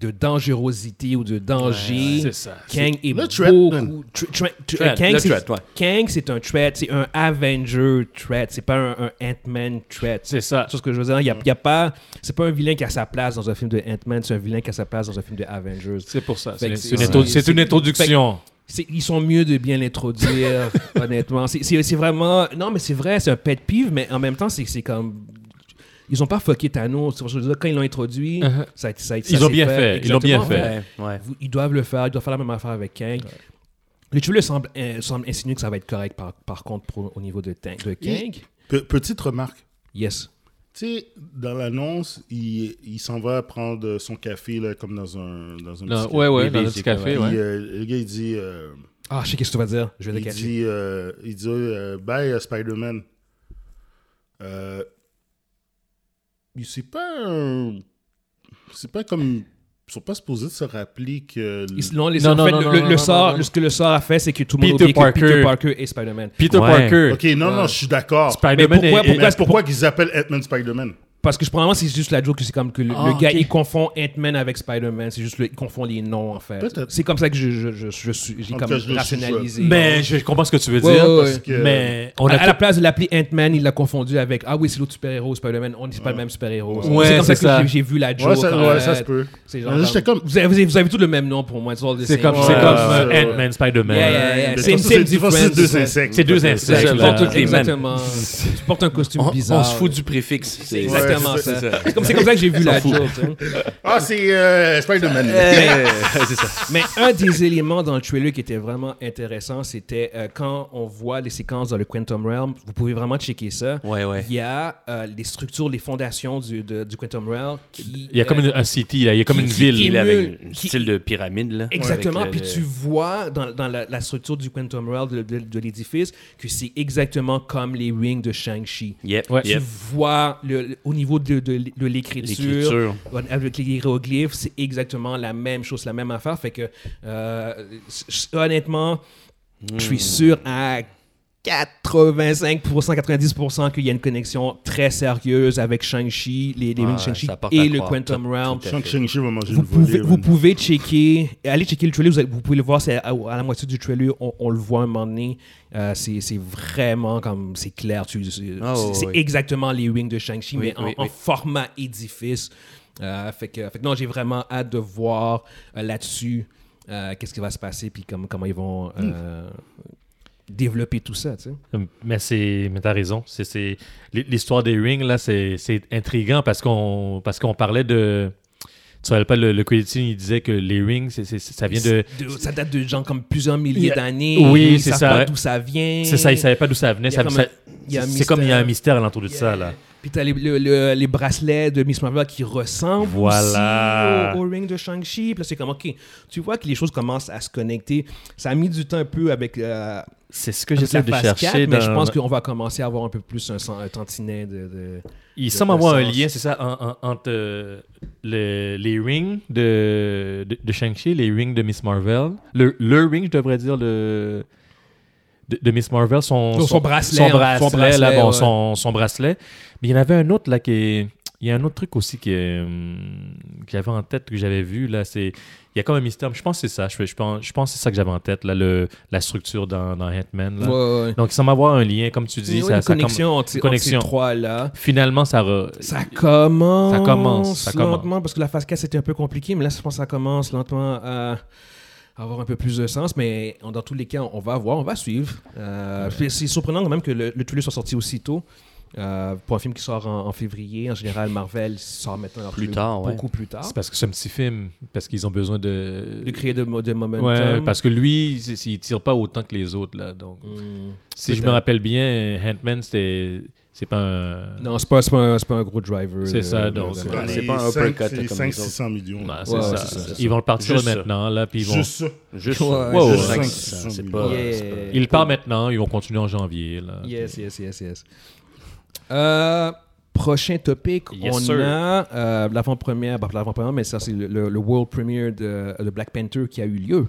Speaker 1: De dangerosité ou de danger.
Speaker 3: C'est ça.
Speaker 1: Kang est
Speaker 4: Le threat,
Speaker 1: beaucoup.
Speaker 4: man.
Speaker 1: Tr- tr- tr-
Speaker 2: Threat,
Speaker 1: Kang,
Speaker 2: le
Speaker 1: c'est-
Speaker 2: threat, ouais.
Speaker 1: Kang, c'est un threat, c'est un Avenger threat, c'est pas un, un Ant-Man threat.
Speaker 3: C'est ça.
Speaker 1: C'est ce que je veux dire. Il y a, il y a pas, c'est pas un vilain qui a sa place dans un film de Ant-Man, c'est un vilain qui a sa place dans un film de Avengers.
Speaker 3: C'est pour ça.
Speaker 1: Fait
Speaker 3: C'est
Speaker 1: que
Speaker 3: c'est une,
Speaker 1: c'est-
Speaker 3: intro-
Speaker 1: c'est-
Speaker 3: c'est une introduction.
Speaker 1: C'est- ils sont mieux de bien l'introduire, honnêtement. C'est- C'est c'est vraiment. Non, mais c'est vrai, c'est un pet peeve, mais en même temps, c'est c'est comme. Ils ont pas fucké Thanos. C'est pour ça que je veux dire, Quand ils l'ont introduit,
Speaker 3: Uh-huh.
Speaker 1: ça, a été- ça a été-
Speaker 3: Ils
Speaker 1: ça
Speaker 3: ont
Speaker 1: s'est
Speaker 3: bien fait, ils l'ont bien
Speaker 1: Exactement.
Speaker 3: fait.
Speaker 2: Ouais.
Speaker 1: Vous- ils doivent le faire, ils doivent faire la même affaire avec Kang. Le trailer semble, euh, semble insinuer que ça va être correct par, par contre pour- au niveau de, Tang- de Kang.
Speaker 4: Pe- Petite remarque.
Speaker 1: Yes.
Speaker 4: Tu sais, dans l'annonce, il, il s'en va prendre son café là, comme dans un, dans un
Speaker 3: Non,
Speaker 4: petit-
Speaker 3: ouais, ouais,
Speaker 2: bébé,
Speaker 3: dans un
Speaker 2: c'est
Speaker 3: petit café,
Speaker 4: Puis
Speaker 3: ouais.
Speaker 4: euh, le gars, il dit euh,
Speaker 1: Ah, je sais qu'est-ce que tu vas dire. Je vais le
Speaker 4: Il
Speaker 1: catcher.
Speaker 4: dit, euh, il dit euh, Bye euh, Spider-Man. Euh, mais c'est pas un- C'est pas comme. Ils sont pas supposés de se rappeler que. le-
Speaker 1: Ils- non, les-
Speaker 3: Non,
Speaker 1: en
Speaker 3: non,
Speaker 1: fait,
Speaker 3: non,
Speaker 1: le-
Speaker 3: non,
Speaker 1: le,
Speaker 3: non,
Speaker 1: le
Speaker 3: non,
Speaker 1: sort,
Speaker 3: non, non.
Speaker 1: ce que le sort a fait, c'est que tout le monde
Speaker 3: Peter
Speaker 1: oublie que Peter
Speaker 3: Parker.
Speaker 1: Parker est Spider-Man.
Speaker 3: Peter Ouais. Parker.
Speaker 4: Ok, non, non, je suis d'accord.
Speaker 1: Mais
Speaker 3: Spider-Man
Speaker 1: pourquoi,
Speaker 3: est- est-
Speaker 4: Mais
Speaker 1: pourquoi,
Speaker 4: pourquoi qu'ils appellent Ant-Man Spider-Man
Speaker 1: Parce que je probablement c'est juste la joke que c'est comme que le,
Speaker 3: Ah,
Speaker 1: le gars
Speaker 3: ok.
Speaker 1: il confond Ant-Man avec Spider-Man, c'est juste le, il confond les noms en fait.
Speaker 4: Peut-être.
Speaker 1: C'est comme ça que je je je, je suis j'ai
Speaker 4: En
Speaker 1: comme
Speaker 4: tout cas, je le
Speaker 1: rationalisé.
Speaker 3: Mais je comprends ce que tu veux
Speaker 1: Ouais,
Speaker 3: dire.
Speaker 1: ouais,
Speaker 3: parce
Speaker 1: ouais.
Speaker 3: que- Mais Ben, on
Speaker 1: on à,
Speaker 3: a
Speaker 1: à la
Speaker 3: tout-
Speaker 1: place de l'appeler Ant-Man, il l'a confondu avec ah oui c'est l'autre super-héros Spider-Man, on n'est pas le même super-héros.
Speaker 3: Ouais,
Speaker 1: c'est comme ça,
Speaker 3: c'est ça.
Speaker 1: que j'ai- j'ai vu la joke.
Speaker 4: Ouais, ça,
Speaker 1: en
Speaker 4: ouais,
Speaker 1: fait.
Speaker 4: ça se peut.
Speaker 1: C'est genre
Speaker 4: Mais j'étais
Speaker 1: comme-
Speaker 4: comme-
Speaker 1: vous avez vous avez- vous avez tous le même nom pour moi, it's all the
Speaker 3: C'est
Speaker 1: same.
Speaker 3: comme,
Speaker 1: Ouais,
Speaker 3: c'est
Speaker 1: ouais,
Speaker 3: comme
Speaker 1: ouais.
Speaker 3: euh,
Speaker 4: ouais.
Speaker 3: Ant-Man, Spider-Man.
Speaker 1: Yeah, yeah, yeah.
Speaker 4: De
Speaker 1: Same,
Speaker 4: toute façon,
Speaker 1: same
Speaker 4: c'est- de toute
Speaker 1: difference.
Speaker 4: façon, c'est deux insectes.
Speaker 3: C'est deux
Speaker 2: C'est
Speaker 3: insectes.
Speaker 2: ça,
Speaker 1: Ils
Speaker 3: là.
Speaker 1: portent tous les mêmes.
Speaker 2: Exactement.
Speaker 1: Exactement. Tu portes un costume bizarre.
Speaker 2: On se fout du préfixe.
Speaker 1: C'est exactement
Speaker 4: Ouais,
Speaker 1: ça. C'est comme, c'est comme ça que j'ai vu la joke. hein.
Speaker 4: Ah, c'est euh, Spider-Man.
Speaker 2: C'est ça.
Speaker 1: Mais un des éléments dans le trailer qui était vraiment intéressant, c'était euh, quand on voit les séquences dans le Quantum Realm, vous pouvez vraiment checker ça.
Speaker 2: Ouais, ouais.
Speaker 1: Il y a euh, les structures, les fondations du, de- du Quantum Realm qui.
Speaker 3: Il y a comme une- un city, là. il y a comme
Speaker 1: Qui-
Speaker 3: une
Speaker 1: qui-
Speaker 3: ville.
Speaker 1: qui-
Speaker 2: Il avait
Speaker 1: Émule,
Speaker 2: un
Speaker 1: qui-
Speaker 2: style de pyramide, là.
Speaker 1: Exactement.
Speaker 2: Avec euh,
Speaker 1: Puis
Speaker 2: le-
Speaker 1: tu vois dans, dans la, la structure du Quantum Realm de, de- de l'édifice que c'est exactement comme les rings de Shang-Chi.
Speaker 2: Yep,
Speaker 3: Ouais.
Speaker 1: Tu
Speaker 2: yep.
Speaker 1: vois le, le- au niveau de, de- de l'écriture,
Speaker 2: L'écriture.
Speaker 1: avec les hiéroglyphes, c'est exactement la même chose, la même affaire. Fait que, euh, s- honnêtement, je
Speaker 2: Hmm.
Speaker 1: suis sûr à 85%, 90% qu'il y a une connexion très sérieuse avec Shang-Chi, les, les
Speaker 2: Ouais,
Speaker 1: rings de Shang-Chi
Speaker 2: ça porte à
Speaker 1: et le
Speaker 2: croire,
Speaker 1: Quantum
Speaker 2: tout-
Speaker 1: Realm.
Speaker 2: tout à fait.
Speaker 4: Shang- Shang-Chi va manger
Speaker 1: Vous
Speaker 4: le volet.
Speaker 1: pouvez, vous
Speaker 4: man.
Speaker 1: pouvez checker, allez checker le trailer, vous, allez- vous pouvez le voir, c'est à, à la moitié du trailer, on, on le voit un moment donné, Euh, c'est c'est vraiment comme, c'est clair, tu- c'est
Speaker 2: Ah, ouais,
Speaker 1: c'est
Speaker 2: ouais.
Speaker 1: exactement les wings de Shang-Chi,
Speaker 2: Oui,
Speaker 1: mais en,
Speaker 2: oui,
Speaker 1: en
Speaker 2: oui.
Speaker 1: format édifice. Euh, fait, que, fait que non, j'ai vraiment hâte de voir euh, là-dessus euh, qu'est-ce qui va se passer, puis comme- comment ils vont euh, développer tout ça, tu sais.
Speaker 3: Mais c'est, mais t'as raison. C'est, c'est l'hi- l'histoire des rings là, c'est, c'est intriguant parce qu'on, parce qu'on parlait de, tu te rappelles pas le, le Quidditch, il disait que les rings, c'est, c'est- ça vient de,
Speaker 1: De- ça date de gens comme plusieurs milliers
Speaker 3: Yeah.
Speaker 1: d'années.
Speaker 3: Oui,
Speaker 1: ils
Speaker 3: c'est
Speaker 1: savent
Speaker 3: ça.
Speaker 1: pas D'où ça vient.
Speaker 3: c'est ça, il savait pas d'où ça venait.
Speaker 1: Il y a
Speaker 3: ça-
Speaker 1: comme
Speaker 3: ça-
Speaker 1: un- il y a un
Speaker 3: c'est comme il y a un mystère alentour de
Speaker 1: Yeah.
Speaker 3: ça là.
Speaker 1: Puis t'as les, le- le- les bracelets de Miss Marvel qui ressemblent
Speaker 3: Voilà.
Speaker 1: aussi au, au ring de Shang-Chi. Puis là, c'est comme, OK, tu vois que les choses commencent à se connecter. Ça a mis du temps un peu avec, euh,
Speaker 3: C'est ce que
Speaker 1: avec
Speaker 3: j'essaie
Speaker 1: la
Speaker 3: de
Speaker 1: phase
Speaker 3: chercher.
Speaker 1: 4, mais je
Speaker 3: dans-
Speaker 1: pense qu'on va commencer à avoir un peu plus un, sen- un tantinet de... de-
Speaker 3: Il
Speaker 1: de
Speaker 3: semble avoir un
Speaker 1: sens.
Speaker 3: lien, c'est ça, en- en- entre euh, le- les rings de, de, de Shang-Chi, les rings de Miss Marvel. Le, le ring, je devrais dire, le, de, de Miss Marvel, son,
Speaker 1: Son bracelet,
Speaker 3: Son
Speaker 1: hein, son
Speaker 3: bracelet,
Speaker 1: bracelet,
Speaker 3: là, bon,
Speaker 1: ouais.
Speaker 3: son, son bracelet. Mais il y en avait un autre, là, qui est- Il y a un autre truc aussi qui est, hum, que j'avais en tête, que j'avais vu, là, c'est... Il y a comme un mystère. Je pense que c'est ça. Je, je pense, je pense que c'est ça que j'avais en tête, là, le, la structure dans, dans Hitman. là. Donc, il semble avoir un lien, comme tu dis.
Speaker 1: Ils ont
Speaker 3: ça-
Speaker 1: une
Speaker 3: ça comme-
Speaker 1: connexion entre, entre ces
Speaker 3: connexion.
Speaker 1: trois-là.
Speaker 3: finalement, ça... re-
Speaker 1: Ça commence,
Speaker 3: Ça commence, ça commence.
Speaker 1: lentement, parce que la phase 4, c'était un peu compliqué, mais là, je pense que ça commence lentement à avoir un peu plus de sens, mais on- dans tous les cas, on va voir, on va suivre. Euh, puis C'est surprenant quand même que le, le trailer soit sorti aussitôt. Euh, pour un film qui sort en, en février, en général, Marvel sort maintenant leur
Speaker 2: Plus
Speaker 1: trailer
Speaker 2: tard, ouais.
Speaker 1: beaucoup plus tard.
Speaker 3: C'est parce que c'est un petit film, parce qu'ils ont besoin de.
Speaker 1: Ah. De créer de, mo- de momentum.
Speaker 3: Ouais, parce que lui, c'est- c'est- il tire pas autant que les autres là. Donc,
Speaker 1: Hmm.
Speaker 3: si je me rappelle bien, Handman, c'était, c'est pas un.
Speaker 1: Non, c'est pas, c'est pas un- c'est pas un gros driver.
Speaker 3: C'est
Speaker 1: de-
Speaker 3: ça,
Speaker 1: de-
Speaker 3: donc,
Speaker 1: de-
Speaker 3: c'est-
Speaker 4: Dans
Speaker 1: de-
Speaker 2: c'est
Speaker 4: les
Speaker 2: pas un
Speaker 4: cinq-
Speaker 2: uppercut,
Speaker 4: c'est
Speaker 2: là, comme
Speaker 4: cinq,
Speaker 2: les autres.
Speaker 4: 600 millions.
Speaker 3: Non,
Speaker 4: là.
Speaker 3: c'est
Speaker 1: Ouais,
Speaker 3: ça.
Speaker 1: ouais, c'est ça,
Speaker 3: Ils vont le partir
Speaker 2: Juste ça.
Speaker 3: maintenant là, puis Bah, ils vont.
Speaker 4: Juste ça.
Speaker 2: Juste
Speaker 1: Ouais,
Speaker 2: Wow,
Speaker 1: juste
Speaker 2: ouais.
Speaker 1: cinq,
Speaker 2: C'est
Speaker 4: six cents
Speaker 2: pas-
Speaker 1: Yeah.
Speaker 3: Ils le partent maintenant, ils vont continuer en janvier là.
Speaker 1: Yes, yes, yes, yes. Euh, prochain topic,
Speaker 3: Yes,
Speaker 1: on
Speaker 3: sir.
Speaker 1: a euh, l'avant-première, bah, pas l'avant-première, mais ça c'est le, le- le world premiere de, de Black Panther qui a eu lieu.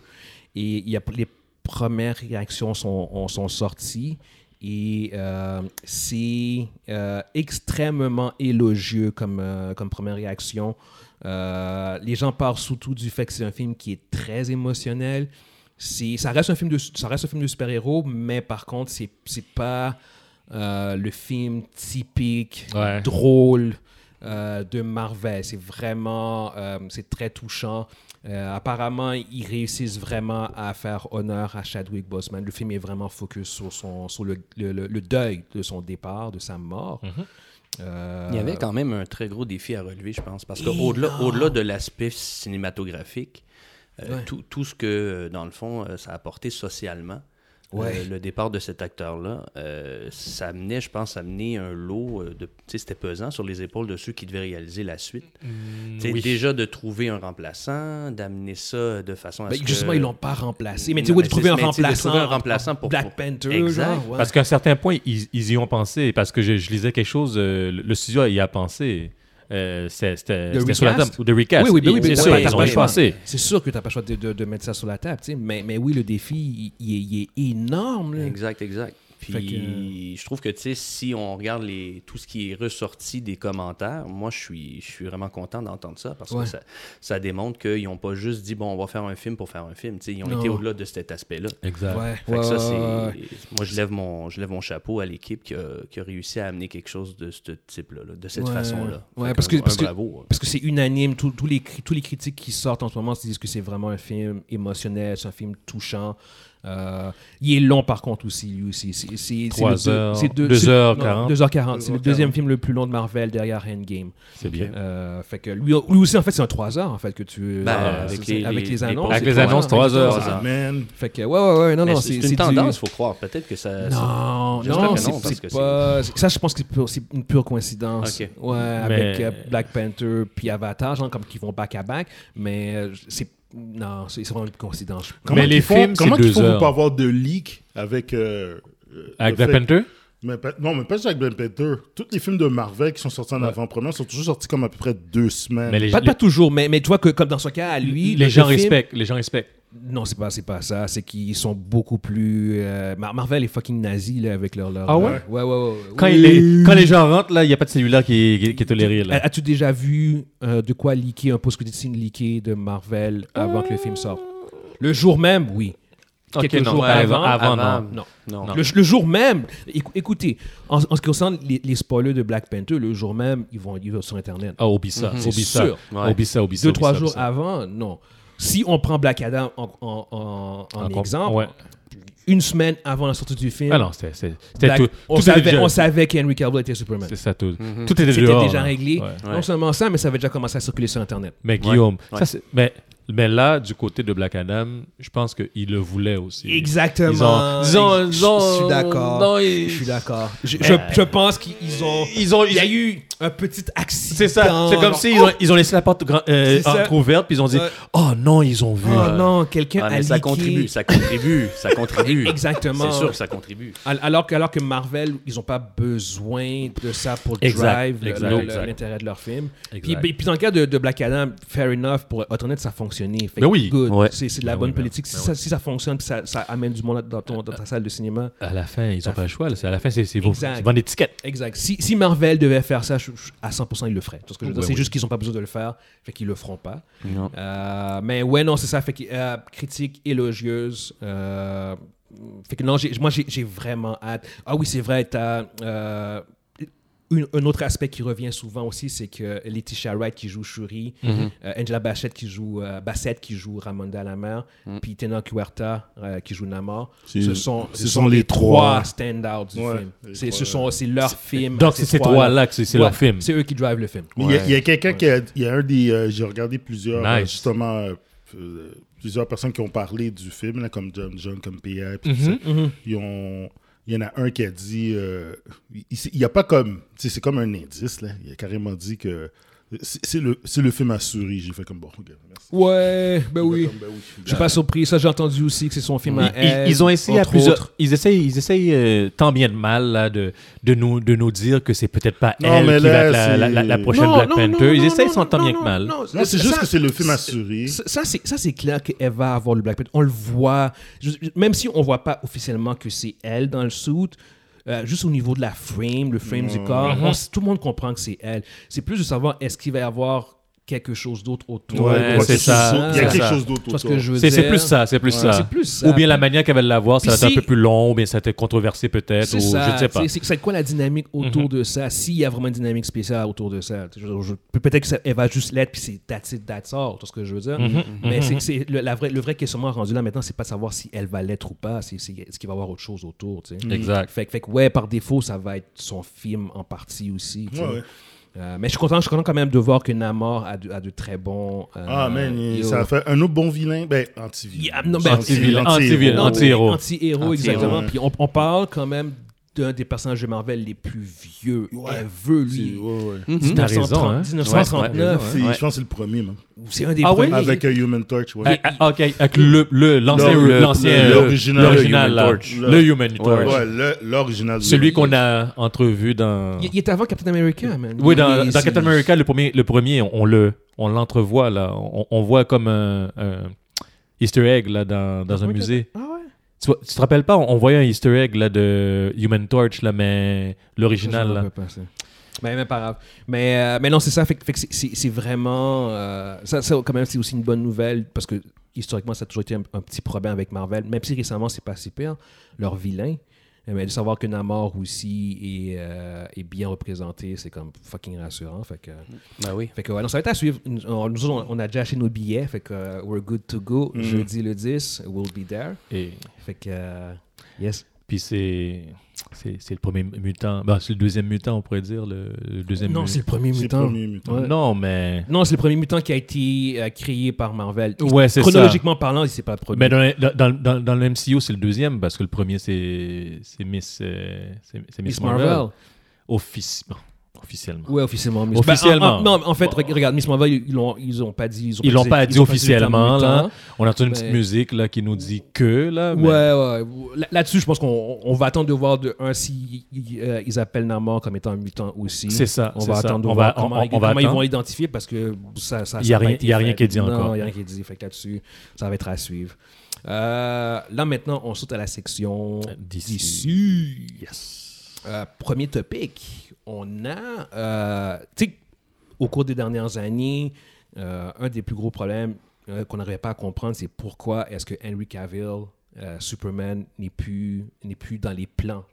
Speaker 1: Et il y a, les premières réactions sont, ont- sont sorties. Et euh, c'est euh, extrêmement élogieux comme, euh, comme première réaction. Euh, les gens parlent surtout du fait que c'est un film qui est très émotionnel. C'est- ça reste un film de ça reste un film de super-héros mais par contre c'est c'est pas euh, le film typique
Speaker 3: Ouais.
Speaker 1: drôle euh, de Marvel c'est vraiment euh, c'est très touchant Euh, apparemment ils réussissent vraiment à faire honneur à Chadwick Boseman le film est vraiment focus sur son sur le, le- le- le deuil de son départ de sa mort Euh,
Speaker 2: Il y avait quand même un très gros défi à relever, je pense, parce qu'au-delà
Speaker 1: ah.
Speaker 2: au-delà de l'aspect cinématographique, euh, tout, tout ce que, euh, dans le fond, euh, ça a apporté socialement
Speaker 1: Ouais.
Speaker 2: le, le départ de cet acteur-là. Euh, ça amenait, je pense, amener un lot euh, de. Tu sais, c'était pesant sur les épaules de ceux qui devaient réaliser la suite.
Speaker 1: Mm,
Speaker 2: Tu sais,
Speaker 3: oui.
Speaker 2: Déjà de trouver un remplaçant, d'amener ça de façon à
Speaker 1: Ben,
Speaker 2: ce que-
Speaker 1: justement, ils l'ont pas remplacé. Mais tu sais,
Speaker 2: Non,
Speaker 1: oui, de
Speaker 2: mais
Speaker 1: trouver
Speaker 2: c'est-
Speaker 1: un
Speaker 2: mais tu sais, de
Speaker 1: remplaçant.
Speaker 2: trouver un remplaçant pour-
Speaker 1: Black
Speaker 2: pour-
Speaker 1: Panther,
Speaker 2: Exact.
Speaker 1: genre. ouais.
Speaker 3: Parce qu'à un certain point, ils, ils y ont pensé. Parce que je, je lisais quelque chose, euh, le- le studio y a pensé. Euh, c'est- C'était
Speaker 1: Le
Speaker 3: c'était sur la table.
Speaker 1: recast?
Speaker 3: De recast.
Speaker 1: Oui, oui, ben oui,
Speaker 3: Ils-
Speaker 1: ben
Speaker 3: c'est
Speaker 1: oui,
Speaker 3: sûr,
Speaker 1: oui,
Speaker 3: ils ont
Speaker 1: oui.
Speaker 3: y pensé.
Speaker 1: C'est sûr que tu n'as pas le choix de, de- de mettre ça sur la table, tu sais. Mais, mais oui, le défi, il, il est, il est énorme. là.
Speaker 2: Exact, exact. Puis
Speaker 1: Fait que-
Speaker 2: je trouve que, tu sais, si on regarde les, tout ce qui est ressorti des commentaires, moi, je suis, je suis vraiment content d'entendre ça parce
Speaker 1: Ouais.
Speaker 2: que ça, ça démontre qu'ils n'ont pas juste dit, bon, on va faire un film pour faire un film. Tu sais, ils ont
Speaker 1: Non.
Speaker 2: été au-delà de cet aspect-là.
Speaker 3: Exact.
Speaker 1: Ouais,
Speaker 2: Fait que
Speaker 1: ouais,
Speaker 2: ça,
Speaker 1: ouais,
Speaker 2: c'est...
Speaker 1: ouais.
Speaker 2: Moi, je lève, mon, je lève mon chapeau à l'équipe qui a, qui a réussi à amener quelque chose de ce type-là, là, de cette
Speaker 1: Ouais.
Speaker 2: façon-là.
Speaker 1: Ouais,
Speaker 2: Fait
Speaker 1: parce que-
Speaker 2: un- un
Speaker 1: parce que-
Speaker 2: bravo.
Speaker 1: Parce que c'est unanime, tous- tous les, cri- tous les critiques qui sortent en ce moment se disent que c'est vraiment un film émotionnel, c'est un film touchant. Euh, il est long par contre aussi, lui aussi. C'est- c'est- c'est
Speaker 3: Trois
Speaker 1: le deux-
Speaker 3: heures,
Speaker 1: c'est deux-
Speaker 3: deux
Speaker 1: c'est-
Speaker 3: heures
Speaker 1: non,
Speaker 3: quarante.
Speaker 1: 2h40. C'est le
Speaker 4: 2h40.
Speaker 1: deuxième film le plus long de Marvel derrière Endgame.
Speaker 3: C'est bien.
Speaker 1: Euh, fait que lui, lui aussi, en fait, c'est un 3 heures en fait, que tu.
Speaker 2: Ben,
Speaker 1: euh,
Speaker 2: avec
Speaker 1: c'est-
Speaker 2: les-
Speaker 1: avec les
Speaker 2: les-
Speaker 1: annonces.
Speaker 2: les-
Speaker 3: Avec les annonces,
Speaker 1: trois
Speaker 3: trois heures.
Speaker 2: Ah.
Speaker 4: Man,
Speaker 1: Fait que, ouais, ouais, ouais, non,
Speaker 2: Mais
Speaker 1: non,
Speaker 2: c'est,
Speaker 1: c'est
Speaker 2: c'est une
Speaker 1: du-
Speaker 2: tendance, faut croire. Peut-être que ça... ça-
Speaker 1: Non,
Speaker 2: J'espère
Speaker 1: non,
Speaker 2: que
Speaker 1: c'est
Speaker 2: non, parce
Speaker 1: c'est
Speaker 2: que
Speaker 1: pas. Ça, je pense que c'est pure- c'est une pure coïncidence.
Speaker 2: Ok.
Speaker 1: Ouais,
Speaker 3: Mais-
Speaker 1: avec euh, Black Panther puis Avatar, genre comme qu'ils vont back à back, mais euh, c'est non, c'est c'est vraiment une coïncidence.
Speaker 4: comment
Speaker 3: les
Speaker 4: qu'ils font-
Speaker 3: films, c'est
Speaker 4: Comment qu'ils
Speaker 3: deux
Speaker 4: font pour
Speaker 3: heures.
Speaker 4: pas avoir de leak avec. euh, euh,
Speaker 3: Avec
Speaker 4: le
Speaker 3: Black
Speaker 4: fait-
Speaker 3: Panther
Speaker 4: Mais pas- non, mais pas juste avec Black Panther. Tous les films de Marvel qui sont sortis en avant-première sont toujours sortis comme à peu près deux semaines.
Speaker 3: Mais les,
Speaker 1: Pas,
Speaker 3: les-
Speaker 1: pas toujours, mais, mais tu vois que comme dans ce cas, à lui,
Speaker 3: les
Speaker 1: le-
Speaker 3: gens
Speaker 1: le film-
Speaker 3: respectent. Les gens respectent.
Speaker 1: Non, c'est pas, c'est pas ça. C'est qu'ils sont beaucoup plus. euh, Mar- Marvel est fucking nazi là, avec leur. leur
Speaker 3: Ah ouais?
Speaker 1: leur- ouais, ouais, ouais. ouais.
Speaker 3: Quand,
Speaker 1: Oui.
Speaker 3: il est- quand les gens rentrent, là, il n'y a pas de cellulaire qui, est- qui est- qui est toléré.
Speaker 1: A-
Speaker 3: Là.
Speaker 1: As-tu déjà vu euh, de quoi leaker un post-credit leaké de Marvel avant que le film sorte Le jour même, oui.
Speaker 3: Ok,
Speaker 1: Quelques
Speaker 3: non,
Speaker 1: jours
Speaker 3: ouais,
Speaker 1: avant,
Speaker 3: avant, non.
Speaker 1: non.
Speaker 2: Non.
Speaker 1: Le, le jour même, écou- écoutez, en, en ce qui concerne les, les spoilers de Black Panther, le jour même, ils vont, ils vont sur Internet.
Speaker 3: Ah, oublie ça.
Speaker 1: Mhm. C'est
Speaker 3: Oublie ça.
Speaker 1: sûr.
Speaker 2: Ouais.
Speaker 3: Oublie ça. Oublie ça.
Speaker 1: Deux,
Speaker 3: oublie
Speaker 1: trois
Speaker 3: ça,
Speaker 1: jours
Speaker 3: oublie ça.
Speaker 1: avant, non. Si on prend Black Adam en, en- en- en
Speaker 3: Encore-
Speaker 1: exemple,
Speaker 3: ouais.
Speaker 1: une semaine avant la sortie du film,
Speaker 3: Ah non, c'était- c'était c'était
Speaker 1: Black-
Speaker 3: tout.
Speaker 1: on,
Speaker 3: tout était
Speaker 1: savait,
Speaker 3: déjà-
Speaker 1: on savait qu'Henry Cavill était Superman.
Speaker 3: C'est ça, tout. Tout était
Speaker 1: C'était
Speaker 3: déjà,
Speaker 1: déjà
Speaker 3: là.
Speaker 1: réglé.
Speaker 3: Ouais.
Speaker 1: Non seulement ça, mais ça avait déjà commencé à circuler sur Internet.
Speaker 3: Mais Guillaume,
Speaker 2: Ouais.
Speaker 3: ça, c'est- mais, mais là, du côté de Black Adam, je pense qu'il le voulait aussi. Ils
Speaker 1: Exactement.
Speaker 3: ont- ils ont-
Speaker 1: Je-
Speaker 3: ils ont-
Speaker 1: je suis d'accord.
Speaker 3: non, ils- Eh.
Speaker 1: Je suis d'accord. Je, je, je pense qu'ils ont.
Speaker 3: Ils ont,
Speaker 1: Il y a eu un petit accident.
Speaker 3: C'est ça. C'est comme
Speaker 1: Alors,
Speaker 3: s'ils ont, ils ont laissé la porte grand- euh,
Speaker 1: C'est ça.
Speaker 3: entrouverte, puis ils ont dit
Speaker 1: Ouais.
Speaker 3: Oh non, ils ont vu.
Speaker 1: Oh non, quelqu'un
Speaker 2: Ah,
Speaker 1: a
Speaker 2: mais ça
Speaker 1: leaké.
Speaker 2: contribue, ça contribue, ça contribue.
Speaker 1: Exactement.
Speaker 2: C'est sûr que ça contribue.
Speaker 1: Al- Alors que, alors que Marvel, ils n'ont pas besoin de ça pour
Speaker 3: Exact,
Speaker 1: drive le-
Speaker 3: exact,
Speaker 1: le-
Speaker 3: exact.
Speaker 1: le- l'intérêt de leur film. Puis,
Speaker 3: Exact.
Speaker 1: puis- puis dans le cas de, de Black Adam, fair enough, pour être honnête, ça a fonctionné. Fait
Speaker 3: Ben
Speaker 1: que
Speaker 3: oui.
Speaker 1: good.
Speaker 2: Ouais.
Speaker 1: C'est c'est de la
Speaker 3: Ben
Speaker 1: bonne
Speaker 3: oui, ben-
Speaker 1: politique. si,
Speaker 3: ben
Speaker 1: ça, si ça fonctionne, puis ça, ça amène du monde dans, ton- dans ta salle de cinéma.
Speaker 3: À la fin, ils n'ont pas le choix. là. C'est- À la fin, c'est c'est vos-
Speaker 1: Ah. Exact.
Speaker 3: c'est vos étiquettes.
Speaker 1: Exact. Si, si Marvel devait faire ça, je- je- à 100%, ils le feraient. Tout ce que je veux dire,
Speaker 3: Ouais,
Speaker 1: c'est
Speaker 3: oui.
Speaker 1: juste qu'ils n'ont pas besoin de le faire, fait qu'ils le feront pas.
Speaker 2: Non.
Speaker 1: Euh, mais ouais, non, c'est ça. Fait que, euh, critique élogieuse. euh, fait que non, j'ai- moi, j'ai j'ai vraiment hâte. Ah oui, c'est vrai, t'as. euh, une- un autre aspect qui revient souvent aussi, c'est que Letitia Wright qui joue Shuri,
Speaker 4: Mm-hmm.
Speaker 1: euh, Angela Bassett qui joue, euh, Bassett qui joue Ramonda à la mer, puis Tena Huerta euh, qui joue Namor,
Speaker 4: Mm. C'est-
Speaker 1: ce sont,
Speaker 4: ce sont les trois.
Speaker 1: stand-outs du
Speaker 4: Ouais,
Speaker 1: film.
Speaker 4: les
Speaker 1: C'est,
Speaker 4: trois,
Speaker 1: ce sont, Oh, c'est leur film.
Speaker 3: Donc, c'est ces trois-là que c'est c'est
Speaker 1: Ouais,
Speaker 3: leur film.
Speaker 1: C'est eux qui drivent le film.
Speaker 4: Mais Il y a- il y a, quelqu'un qui a, il y a un des. euh, J'ai regardé plusieurs,
Speaker 3: Nice.
Speaker 4: euh, justement, euh, euh, plusieurs personnes qui ont parlé du film, là, comme John John, comme Pierre. puis tout
Speaker 3: Mm-hmm. Mhm.
Speaker 4: ça. Ils ont- Il y en a un qui a dit. euh, il- il n'y a pas comme. tu sais, C'est comme un indice, là. Il a carrément dit que. C'est c'est le, c'est le film à souris. J'ai fait comme bon. ok, merci.
Speaker 1: Ouais, ben oui.
Speaker 4: Comme, ben oui.
Speaker 1: Je suis pas surpris. Ça, j'ai entendu aussi que c'est son film à
Speaker 3: Ils- Ils,
Speaker 1: elle,
Speaker 3: ils ont essayé à
Speaker 1: entre
Speaker 3: plusieurs.
Speaker 1: autres.
Speaker 3: Ils essayent, ils essayent euh, tant bien de mal là, de, de, nous, de nous dire que c'est peut-être pas
Speaker 4: Non,
Speaker 3: elle
Speaker 4: mais
Speaker 3: qui
Speaker 4: là,
Speaker 3: va être la,
Speaker 4: c'est-
Speaker 3: la- la- la prochaine
Speaker 1: Non,
Speaker 3: Black
Speaker 1: non,
Speaker 3: Panther.
Speaker 1: non,
Speaker 3: ils
Speaker 1: non,
Speaker 3: essayent
Speaker 1: non,
Speaker 3: sans tant
Speaker 1: non,
Speaker 3: bien
Speaker 1: non,
Speaker 3: que mal.
Speaker 1: non,
Speaker 4: Non, c'est juste que c'est le film à
Speaker 1: c'est-
Speaker 4: souris.
Speaker 1: Ça, ça, c'est, ça, c'est clair qu'elle va avoir le Black Panther. On le voit. Je- je- même si on voit pas officiellement que c'est elle dans le suit, euh, juste au niveau de la frame, le frame du corps,
Speaker 3: Mm-hmm.
Speaker 1: on s- tout le monde comprend que c'est elle. C'est plus de savoir est-ce qu'il va y avoir quelque chose d'autre autour.
Speaker 3: Ouais,
Speaker 1: quelque
Speaker 3: c'est
Speaker 1: chose
Speaker 3: ça,
Speaker 1: d'autre.
Speaker 4: Il y a
Speaker 3: c'est
Speaker 4: quelque
Speaker 3: ça.
Speaker 4: chose d'autre
Speaker 1: Tu vois ce
Speaker 4: autour.
Speaker 1: que je veux
Speaker 3: C'est c'est
Speaker 1: dire?
Speaker 3: plus ça, c'est plus, ça.
Speaker 1: C'est plus ça.
Speaker 3: Ou bien la manière qu'elle va l'avoir, ça
Speaker 1: Puis
Speaker 3: va être un
Speaker 1: si-
Speaker 3: peu plus long, ou bien ça va être controversé peut-être,
Speaker 1: C'est
Speaker 3: ou
Speaker 1: ça,
Speaker 3: je ne sais pas. Mm-hmm.
Speaker 1: tu sais, C'est c'est quoi la dynamique autour de ça, s'il y a vraiment une dynamique spéciale autour de ça. Tu sais, je- je- Peut-être qu'elle va juste l'être, puis c'est that's it, that's all, tout ce que je veux dire.
Speaker 3: Mm-hmm.
Speaker 1: Mais c'est- c'est le, la vraie- le vrai questionnement rendu là maintenant, c'est pas de savoir si elle va l'être ou pas, c'est c'est- est-ce qu'il va y avoir autre chose autour. tu sais.
Speaker 3: Exact.
Speaker 1: Fait, que- fait que ouais, par défaut, ça va être son film en partie aussi. tu sais.
Speaker 4: Ouais, ouais.
Speaker 1: Euh, mais je suis content, je suis content quand même de voir que Namor a de, a de très bons. euh,
Speaker 4: Ah, man, il-
Speaker 1: héros.
Speaker 4: ça a fait un autre bon vilain. Ben, anti-vilain.
Speaker 1: Yeah, non, ben,
Speaker 4: Anti-vilain,
Speaker 3: anti-vilain, anti-héros.
Speaker 4: anti-héros.
Speaker 1: Anti-héros, exactement. Puis on, on parle quand même d'un des personnages de Anti-héros, les plus vieux ever,
Speaker 4: Ouais,
Speaker 1: lui.
Speaker 4: ouais.
Speaker 3: T'as raison, hein.
Speaker 1: 1939.
Speaker 4: C'est-
Speaker 2: Ouais.
Speaker 4: Je pense que c'est le premier, même.
Speaker 1: C'est un des
Speaker 3: Ah oui?
Speaker 1: premiers.
Speaker 4: Avec euh, Human Torch. ouais.
Speaker 3: Ah, ah, Ok, avec le le- l'ancien
Speaker 4: Le-
Speaker 3: l'ancien,
Speaker 4: le-
Speaker 3: euh,
Speaker 4: l'original,
Speaker 3: l'original,
Speaker 2: le
Speaker 3: là.
Speaker 2: Human
Speaker 4: Torch.
Speaker 3: le Human Torch,
Speaker 4: Ouais, le- l'original.
Speaker 3: celui qu'on a entrevu
Speaker 4: euh,
Speaker 3: dans
Speaker 1: Il, il est avant Captain America, man.
Speaker 3: oui dans,
Speaker 1: Il est-
Speaker 3: dans Captain America le premier le premier on, on le on l'entrevoit là on, on voit comme un, un Easter egg là dans, dans un
Speaker 1: Oui,
Speaker 3: musée
Speaker 1: Ah ouais?
Speaker 3: tu, vois- tu te rappelles pas on, on voyait un Easter egg là de Human Torch là mais l'original
Speaker 1: Je me
Speaker 3: là.
Speaker 1: rappelle pas ça. Mais, mais pas grave. Mais, euh, mais non, c'est ça. Fait, que- fait que c'est- c'est c'est vraiment. euh, ça, ça, quand même, c'est aussi une bonne nouvelle parce que historiquement, ça a toujours été un, un petit problème avec Marvel. Même si récemment, c'est pas si pire. Leur vilain. euh, Mais de savoir que Namor aussi est, euh, est bien représenté, c'est comme fucking rassurant. Fait que,
Speaker 2: Ben oui.
Speaker 1: fait que ouais, non, ça va être à suivre. Nous, on, nous autres, on a déjà acheté nos billets. Fait que euh, we're good to go. Jeudi le 10, we'll be there.
Speaker 3: Et-
Speaker 1: Fait que. euh, yes.
Speaker 3: puis c'est c'est c'est le premier mutant bah c'est le deuxième mutant on pourrait dire le, le deuxième
Speaker 1: Non,
Speaker 3: mu-
Speaker 1: c'est le premier
Speaker 4: C'est le
Speaker 1: mutant.
Speaker 4: premier mutant.
Speaker 1: Ouais.
Speaker 3: non mais
Speaker 1: Non, c'est le premier mutant qui a été euh, créé par Marvel. Il-
Speaker 3: Ouais, c'est ça.
Speaker 1: Chronologiquement parlant, il s'est pas produit.
Speaker 3: Mais dans, dans, dans, dans le MCU, c'est le deuxième, parce que le premier, c'est c'est Miss, euh, c'est- c'est Miss
Speaker 1: Miss
Speaker 3: Marvel.
Speaker 1: Marvel.
Speaker 3: Offici- bon, officiellement.
Speaker 1: Ouais, officiellement. Miss-
Speaker 3: Officiellement.
Speaker 1: Ben, en- en- non, en fait, reg- regarde, Miss Marvel, ils l'ont, ils ont pas dit. Ils ont
Speaker 3: Ils
Speaker 1: pas
Speaker 3: l'ont pas
Speaker 1: ils
Speaker 3: dit
Speaker 1: ont pas le terme
Speaker 3: officiellement,
Speaker 1: mutant.
Speaker 3: là. On entend une petite
Speaker 1: Mais-
Speaker 3: musique là, qui nous dit que, là.
Speaker 1: Ouais,
Speaker 3: mais-
Speaker 1: ouais. Là- Là-dessus, je pense qu'on on va attendre de voir de un si euh, ils appellent Namor comme étant un mutant aussi.
Speaker 3: C'est ça,
Speaker 1: On
Speaker 3: c'est
Speaker 1: va
Speaker 3: ça.
Speaker 1: attendre de
Speaker 3: On
Speaker 1: voir
Speaker 3: va-
Speaker 1: comment,
Speaker 3: on- on va
Speaker 1: comment ils
Speaker 3: attendre.
Speaker 1: vont l'identifier parce que ça, ça.
Speaker 3: Il y
Speaker 1: ça
Speaker 3: a
Speaker 1: pas
Speaker 3: rien-
Speaker 1: été
Speaker 3: il y a rien
Speaker 1: fait.
Speaker 3: qui est dit
Speaker 1: Non,
Speaker 3: encore.
Speaker 1: Il y a rien qui est dit. Fait que là-dessus, ça va être à suivre. Euh, là maintenant, on saute à la section
Speaker 3: D'ici.
Speaker 1: d'ici. Euh, premier topic, on a, euh, tu sais, au cours des dernières années, euh, un des plus gros problèmes euh, qu'on n'arrivait pas à comprendre, c'est pourquoi est-ce que Henry Cavill, euh, Superman, n'est plus, n'est plus dans les plans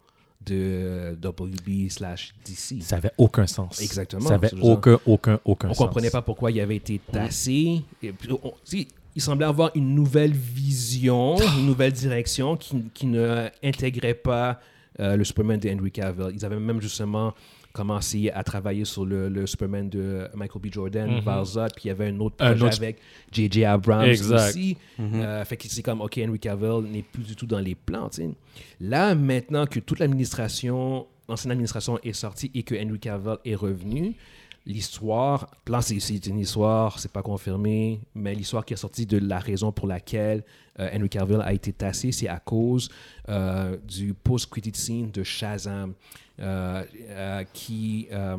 Speaker 1: de WB slash DC.
Speaker 3: Ça avait aucun sens.
Speaker 1: Exactement,
Speaker 3: Ça avait
Speaker 1: c'est ça.
Speaker 3: aucun, aucun, aucun
Speaker 1: On
Speaker 3: sens.
Speaker 1: comprenait pas pourquoi il avait été tassé. Et puis, on- tu sais, il semblait avoir une nouvelle vision, une nouvelle direction qui, qui ne intégrait pas euh, le Superman de Henry Cavill. Ils avaient même justement commencé à travailler sur le, le Superman de euh, Michael B. Jordan, Valza, puis il y avait un autre
Speaker 3: Mm-hmm. Un
Speaker 1: projet
Speaker 3: autre-
Speaker 1: avec J.J. Abrams
Speaker 3: Exact.
Speaker 1: aussi. Euh, fait que c'est comme, OK, Henry Cavill n'est plus du tout dans les plans. tu sais. Là, maintenant que toute l'administration, l'ancienne administration est sortie et que Henry Cavill est revenu, l'histoire, là, c'est c'est une histoire, c'est pas confirmé, mais l'histoire qui est sortie de la raison pour laquelle euh, Henry Cavill a été tassé, c'est à cause euh, du post-credit scene de Shazam euh, euh, qui. euh,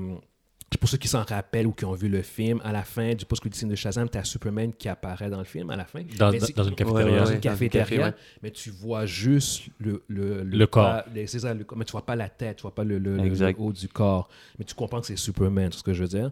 Speaker 1: pour ceux qui s'en rappellent ou qui ont vu le film, à la fin du post-credit scene de Shazam, tu as Superman qui apparaît dans le film à la fin.
Speaker 3: Dans-
Speaker 1: Mais c'est-
Speaker 3: dans une
Speaker 1: dans
Speaker 3: cafétéria.
Speaker 1: une
Speaker 2: Ouais, ouais, ouais.
Speaker 1: cafétéria,
Speaker 2: Dans une café,
Speaker 1: mais tu vois juste le, le,
Speaker 3: Le corps.
Speaker 1: pas- les- c'est ça, le corps, mais tu vois pas la tête, tu vois pas le, le- le-
Speaker 2: Exact.
Speaker 1: le haut du corps. Mais tu comprends que c'est Superman, c'est ce que je veux dire.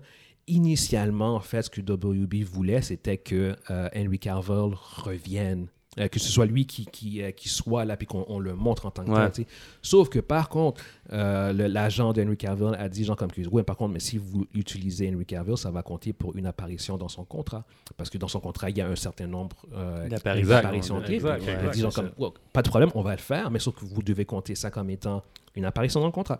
Speaker 1: Initialement, en fait, ce que WB voulait, c'était que euh, Henry Cavill revienne. Euh, que ce soit lui qui, qui, euh, qui soit là, puis qu'on on le montre en tant que tel.
Speaker 2: Ouais.
Speaker 1: tu sais. Sauf que par contre, euh, le- l'agent d'Henry Cavill a dit, genre comme que, ouais, par contre, mais si vous utilisez Henry Cavill, ça va compter pour une apparition dans son contrat. Parce que dans son contrat, il y a un certain nombre euh,
Speaker 2: D'apparitions.
Speaker 1: d'apparitions.
Speaker 2: Exact,
Speaker 1: Exact,
Speaker 2: exact,
Speaker 1: ils disent
Speaker 2: c'est
Speaker 1: comme, Wow, pas de problème, on va le faire, mais sauf que vous devez compter ça comme étant une apparition dans le contrat.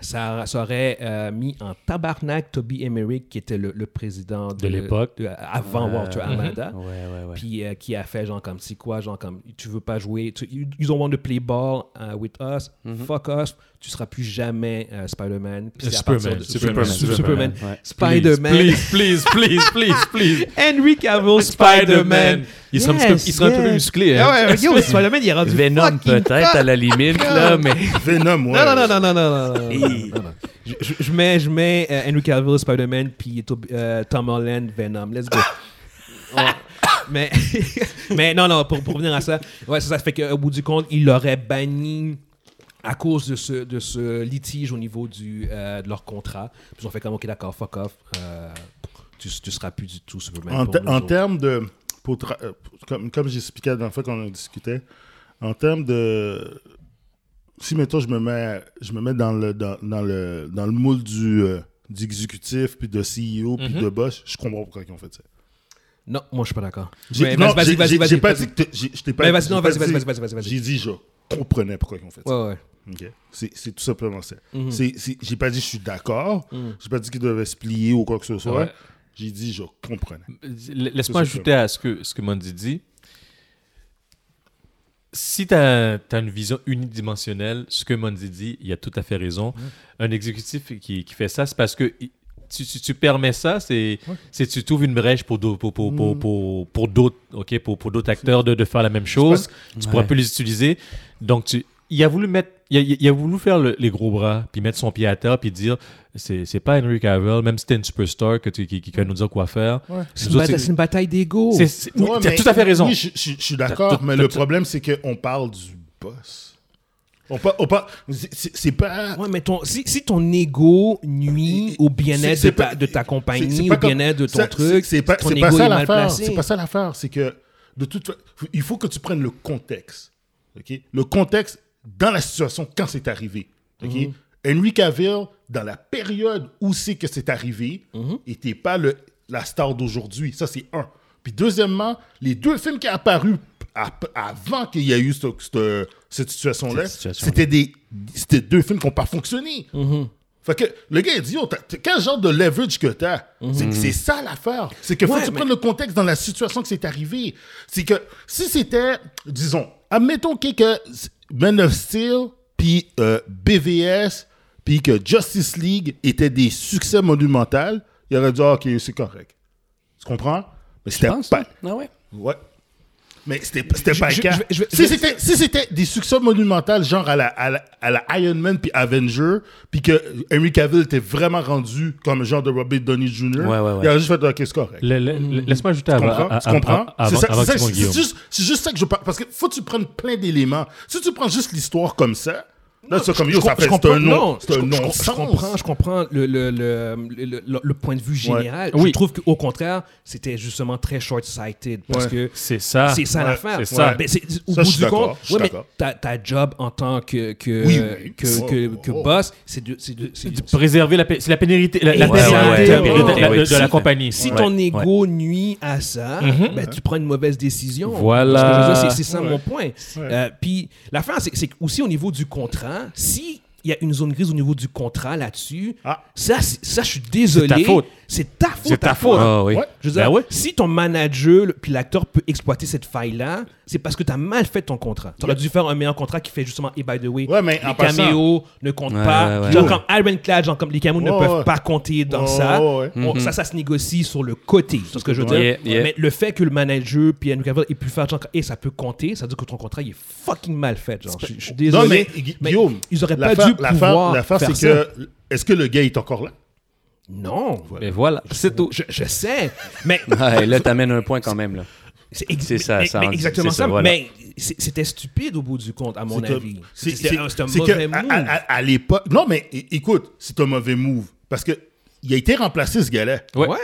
Speaker 1: Ça, ça aurait euh, mis en tabarnak Toby Emmerich, qui était le, le président de,
Speaker 3: l'époque.
Speaker 1: de- euh, avant Walter Amada.
Speaker 2: Ouais, ouais, ouais.
Speaker 1: Puis euh, qui a fait genre comme si quoi, genre comme tu veux pas jouer, tu- you you don't want to play ball uh, with us, fuck us, tu seras plus jamais euh, Spider-Man. Puis c'est à partir
Speaker 3: Superman,
Speaker 1: de-
Speaker 3: Superman,
Speaker 1: Superman,
Speaker 3: Superman.
Speaker 2: Ouais.
Speaker 1: Spider-Man,
Speaker 3: Please, please, please, please, please.
Speaker 1: Henry Cavill, Spider-Man.
Speaker 3: Spider-Man. Il serait un petit peu- il serait un peu
Speaker 1: yes.
Speaker 3: musclé. hein.
Speaker 1: Ah ouais, yo, Spider-Man, il est rendu
Speaker 2: Venom
Speaker 1: fucking
Speaker 2: peut-être à la limite, là, mais...
Speaker 4: Venom, ouais.
Speaker 1: Non, non, non, non, non, non, non, non, non, non, non. Je, je- je mets, je mets euh, Henry Cavill, Spider-Man, puis Tob- euh, Tom Holland, Venom. Let's go. Ouais. mais, mais non, non, pour, pour revenir à ça, ouais, ça, ça fait qu'au bout du compte, il l'aurait banni à cause de ce, de ce litige au niveau du, euh, de leur contrat. Puis ils ont fait comme, OK, d'accord, fuck off. euh, tu, tu seras plus du tout Superman.
Speaker 4: En,
Speaker 1: Ben, pour
Speaker 4: te-
Speaker 1: nous
Speaker 4: en
Speaker 1: autres.
Speaker 4: termes de. pour tra- euh, comme comme j'expliquais la dernière fois qu'on en discutait, en termes de. Si, mettons, je me mets, je me mets dans, le, dans, dans le, dans le moule du, euh, d'exécutif, puis de CEO, puis
Speaker 1: Mhm.
Speaker 4: de boss, je comprends pourquoi ils ont fait ça.
Speaker 1: Non, moi, je suis pas d'accord.
Speaker 4: J'ai-
Speaker 1: Mais
Speaker 4: non,
Speaker 1: vas-y,
Speaker 4: j'ai-
Speaker 1: vas-y,
Speaker 4: j'ai-
Speaker 1: vas-y,
Speaker 4: j'ai pas
Speaker 1: vas-y.
Speaker 4: dit que t'es- j'ai- je t'ai pas
Speaker 1: Mais vas-y,
Speaker 4: j'ai
Speaker 1: non,
Speaker 4: pas
Speaker 1: vas-y, vas-y,
Speaker 4: dit-
Speaker 1: vas-y, vas-y, vas-y.
Speaker 4: J'ai dit je. comprenais pourquoi ils ont fait ça.
Speaker 1: Ouais, Mhm. ouais.
Speaker 4: Ok. C'est c'est tout simplement ça. C'est- c'est- J'ai pas dit je suis d'accord,
Speaker 1: Mhm.
Speaker 4: j'ai pas dit qu'ils devaient se plier ou quoi que ce soit.
Speaker 3: Ouais.
Speaker 4: J'ai dit je comprenais.
Speaker 3: Laisse-moi
Speaker 4: C'est ça.
Speaker 3: ajouter à ce que, ce que Mondi dit. Si tu as, une vision unidimensionnelle, ce que Mondi dit, il a tout à fait raison. Un exécutif qui, qui fait ça, c'est parce que il- tu, tu- tu permets ça, c'est c'est tu trouves une brèche pour d'autres pour, pour, pour, pour, pour d'autres ok, pour, pour d'autres acteurs de, de faire la même chose. Tu pourras plus les utiliser. Donc, tu, il a voulu mettre. Il a, il a voulu faire le- les gros bras, puis mettre son pied à terre, puis dire c'est c'est pas Henry Cavill, même si t'es une superstar que tu- qui, qui va nous dire quoi faire.
Speaker 1: C'est
Speaker 3: Nous
Speaker 1: une,
Speaker 3: autres,
Speaker 1: bataille-
Speaker 3: c'est-
Speaker 1: c'est une bataille d'ego.
Speaker 3: c'est- c'est- oui,
Speaker 4: Ouais,
Speaker 3: t'as
Speaker 4: mais-
Speaker 3: tout à fait raison.
Speaker 4: Oui, je, je- je suis
Speaker 3: T'as
Speaker 4: d'accord,
Speaker 3: tout-
Speaker 4: mais
Speaker 3: t'as
Speaker 4: le
Speaker 3: tout-
Speaker 4: problème, c'est qu'on parle du boss. On parle. On parle c'est c'est pas.
Speaker 1: Ouais, mais ton, si, si ton ego nuit au bien-être
Speaker 4: C'est-
Speaker 1: de,
Speaker 4: c'est
Speaker 1: ta-
Speaker 4: pas-
Speaker 1: de ta
Speaker 4: c'est- c'est
Speaker 1: compagnie,
Speaker 4: pas
Speaker 1: au
Speaker 4: comme-
Speaker 1: bien-être de ton
Speaker 4: ça,
Speaker 1: truc,
Speaker 4: C'est c'est pas,
Speaker 1: ton
Speaker 4: c'est
Speaker 1: ego
Speaker 4: pas ça
Speaker 1: est mal
Speaker 4: l'affaire.
Speaker 1: placé.
Speaker 4: C'est pas ça l'affaire. C'est que de toute fa- il faut que tu prennes le contexte. ok? Le contexte dans la situation quand c'est arrivé. ok?
Speaker 1: Mhm.
Speaker 4: Henry Cavill, dans la période où c'est que c'est arrivé,
Speaker 1: Mhm.
Speaker 4: n'était pas le, la star d'aujourd'hui. Ça, c'est un. Puis deuxièmement, les deux films qui sont apparus ap- avant qu'il y ait eu ce- ce- cette situation-là,
Speaker 2: Cette situation-là.
Speaker 4: c'était des c'était deux films qui n'ont pas fonctionné.
Speaker 1: Mhm.
Speaker 4: Fait que le gars, il dit, Yo, t'as- t'as- quel genre de leverage que t'as? C'est que C'est ça l'affaire. C'est que faut
Speaker 1: Mhm. Ouais,
Speaker 4: que tu
Speaker 1: mais-
Speaker 4: prennes le contexte dans la situation que c'est arrivé. C'est que si c'était, disons, admettons que que Man of Steel, puis euh, BVS, puis que Justice League étaient des succès monumentaux, il aurait dit, Ah, ok, c'est correct. Tu comprends? Mais c'était
Speaker 2: penses,
Speaker 1: hein.
Speaker 4: pas.
Speaker 2: Ah ouais.
Speaker 4: Ouais. Mais c'était c'était pas
Speaker 1: je-
Speaker 4: le cas.
Speaker 1: je vais- je vais-
Speaker 4: si c'était si c'était des succès monumentaux, genre à la, à la, à la Iron Man puis Avenger, puis que Henry Cavill était vraiment rendu comme genre de Robert Downey Jr.,
Speaker 2: Ouais, ouais, ouais.
Speaker 4: il aurait juste fait OK, c'est correct.
Speaker 3: Le- le- le- Laisse-moi ajouter
Speaker 4: Tu
Speaker 3: avant,
Speaker 4: comprends?
Speaker 3: à-
Speaker 4: Tu
Speaker 3: à-
Speaker 4: comprends?
Speaker 3: à- avant-
Speaker 4: C'est ça-
Speaker 3: avant
Speaker 4: c'est ça-
Speaker 3: Simon
Speaker 4: c'est
Speaker 3: Guillaume.
Speaker 4: juste, c'est juste ça que je parle. Parce que faut que tu prennes plein d'éléments. Si tu prends juste l'histoire comme ça, là, c'est comme
Speaker 1: Je
Speaker 4: yo, ça
Speaker 1: com-
Speaker 4: fait
Speaker 1: je
Speaker 4: c'est
Speaker 1: comprends-
Speaker 4: un non. C'est un
Speaker 1: je- je-
Speaker 4: non.
Speaker 1: je, comprends, je comprends le, le, le, le, le- le point de vue général.
Speaker 3: Oui.
Speaker 1: Je trouve qu'au contraire, c'était justement très short-sighted parce
Speaker 4: Ouais. Ah,
Speaker 1: que
Speaker 3: C'est ça.
Speaker 1: c'est ça
Speaker 4: Ouais,
Speaker 1: l'affaire.
Speaker 3: c'est ça.
Speaker 1: Ben, c'est- au
Speaker 4: Ça,
Speaker 1: bout
Speaker 4: je suis
Speaker 1: du
Speaker 4: d'accord,
Speaker 1: compte,
Speaker 4: je suis
Speaker 1: ouais, mais
Speaker 4: d'accord.
Speaker 1: ta, ta job en tant que, que,
Speaker 4: Oui, oui.
Speaker 1: que,
Speaker 4: Oh,
Speaker 1: que,
Speaker 4: oh,
Speaker 1: que
Speaker 4: oh.
Speaker 1: boss, c'est de. c'est de- c'est-
Speaker 3: Préserver la, pa- c'est la pénérité, la, la
Speaker 1: Ouais,
Speaker 3: pérennité
Speaker 1: ouais, ouais,
Speaker 3: de- de-
Speaker 1: ouais,
Speaker 3: de-
Speaker 2: ouais,
Speaker 3: de la
Speaker 2: si-
Speaker 3: compagnie.
Speaker 1: si
Speaker 3: Ouais.
Speaker 1: ton
Speaker 3: Ouais.
Speaker 1: ego nuit à ça,
Speaker 3: Mhm.
Speaker 1: ben, tu prends une mauvaise décision.
Speaker 3: Voilà.
Speaker 1: Parce que je veux dire, C'est c'est ça
Speaker 4: Ouais.
Speaker 1: mon point. Euh, Puis l'affaire, c'est c'est aussi au niveau du contrat, si il y a une zone grise au niveau du contrat là-dessus,
Speaker 4: Ah.
Speaker 1: ça, c'est- ça, je suis désolé.
Speaker 3: C'est ta faute.
Speaker 1: C'est ta faute.
Speaker 3: C'est ta
Speaker 1: à
Speaker 3: faute.
Speaker 1: toi.
Speaker 2: Ah oui.
Speaker 4: Ouais.
Speaker 1: Je veux dire,
Speaker 3: Ben ouais.
Speaker 1: si ton manager le- puis l'acteur peut exploiter cette faille-là, c'est parce que tu as mal fait ton contrat. Tu aurais dû faire un meilleur contrat qui fait justement, et by the way,
Speaker 4: Ouais, mais en
Speaker 1: les
Speaker 4: passant-
Speaker 1: caméos ne comptent
Speaker 2: Ouais,
Speaker 1: pas.
Speaker 2: ouais, ouais.
Speaker 1: Genre
Speaker 4: Ouais.
Speaker 1: comme Ironclad, genre comme les caméos ne
Speaker 4: Ouais,
Speaker 1: peuvent
Speaker 4: ouais.
Speaker 1: pas compter dans
Speaker 4: Ouais,
Speaker 1: ça.
Speaker 4: ouais, ouais.
Speaker 1: On- Ça, ça se négocie sur le côté. C'est ce que je veux dire.
Speaker 2: Mm-hmm. Yeah, yeah.
Speaker 1: Mais le fait que le manager puis Henry Cavill ait pu faire genre, et ça peut compter, ça veut dire que ton contrat il est fucking mal fait. Genre, je je suis désolé.
Speaker 4: Non, mais Gu- Guillaume,
Speaker 1: ils auraient pas
Speaker 4: l'affaire-
Speaker 1: dû
Speaker 4: l'affaire-
Speaker 1: pouvoir
Speaker 4: L'affaire,
Speaker 1: faire
Speaker 4: c'est que est-ce que le gars est encore là?
Speaker 1: non.
Speaker 3: Mais voilà.
Speaker 1: C'est tout. Je, je sais, mais
Speaker 2: Ouais, là, t'amènes un point quand même. Là.
Speaker 1: C'est ex-
Speaker 2: C'est ça,
Speaker 1: mais-
Speaker 2: ça
Speaker 1: mais
Speaker 2: en dit,
Speaker 1: exactement
Speaker 2: c'est
Speaker 1: ça.
Speaker 2: ça, voilà.
Speaker 1: Mais c'est- c'était stupide au bout du compte, à mon
Speaker 4: C'est que-
Speaker 1: avis.
Speaker 4: c'est-
Speaker 1: C'était un, c'était
Speaker 4: c'est-
Speaker 1: un
Speaker 4: c'est
Speaker 1: mauvais
Speaker 4: que à,
Speaker 1: move.
Speaker 4: à- à- à l'époque. Non, mais é- écoute, c'est un mauvais move. Parce que il a été remplacé, ce gars-là.
Speaker 1: Ouais.
Speaker 2: Ouais.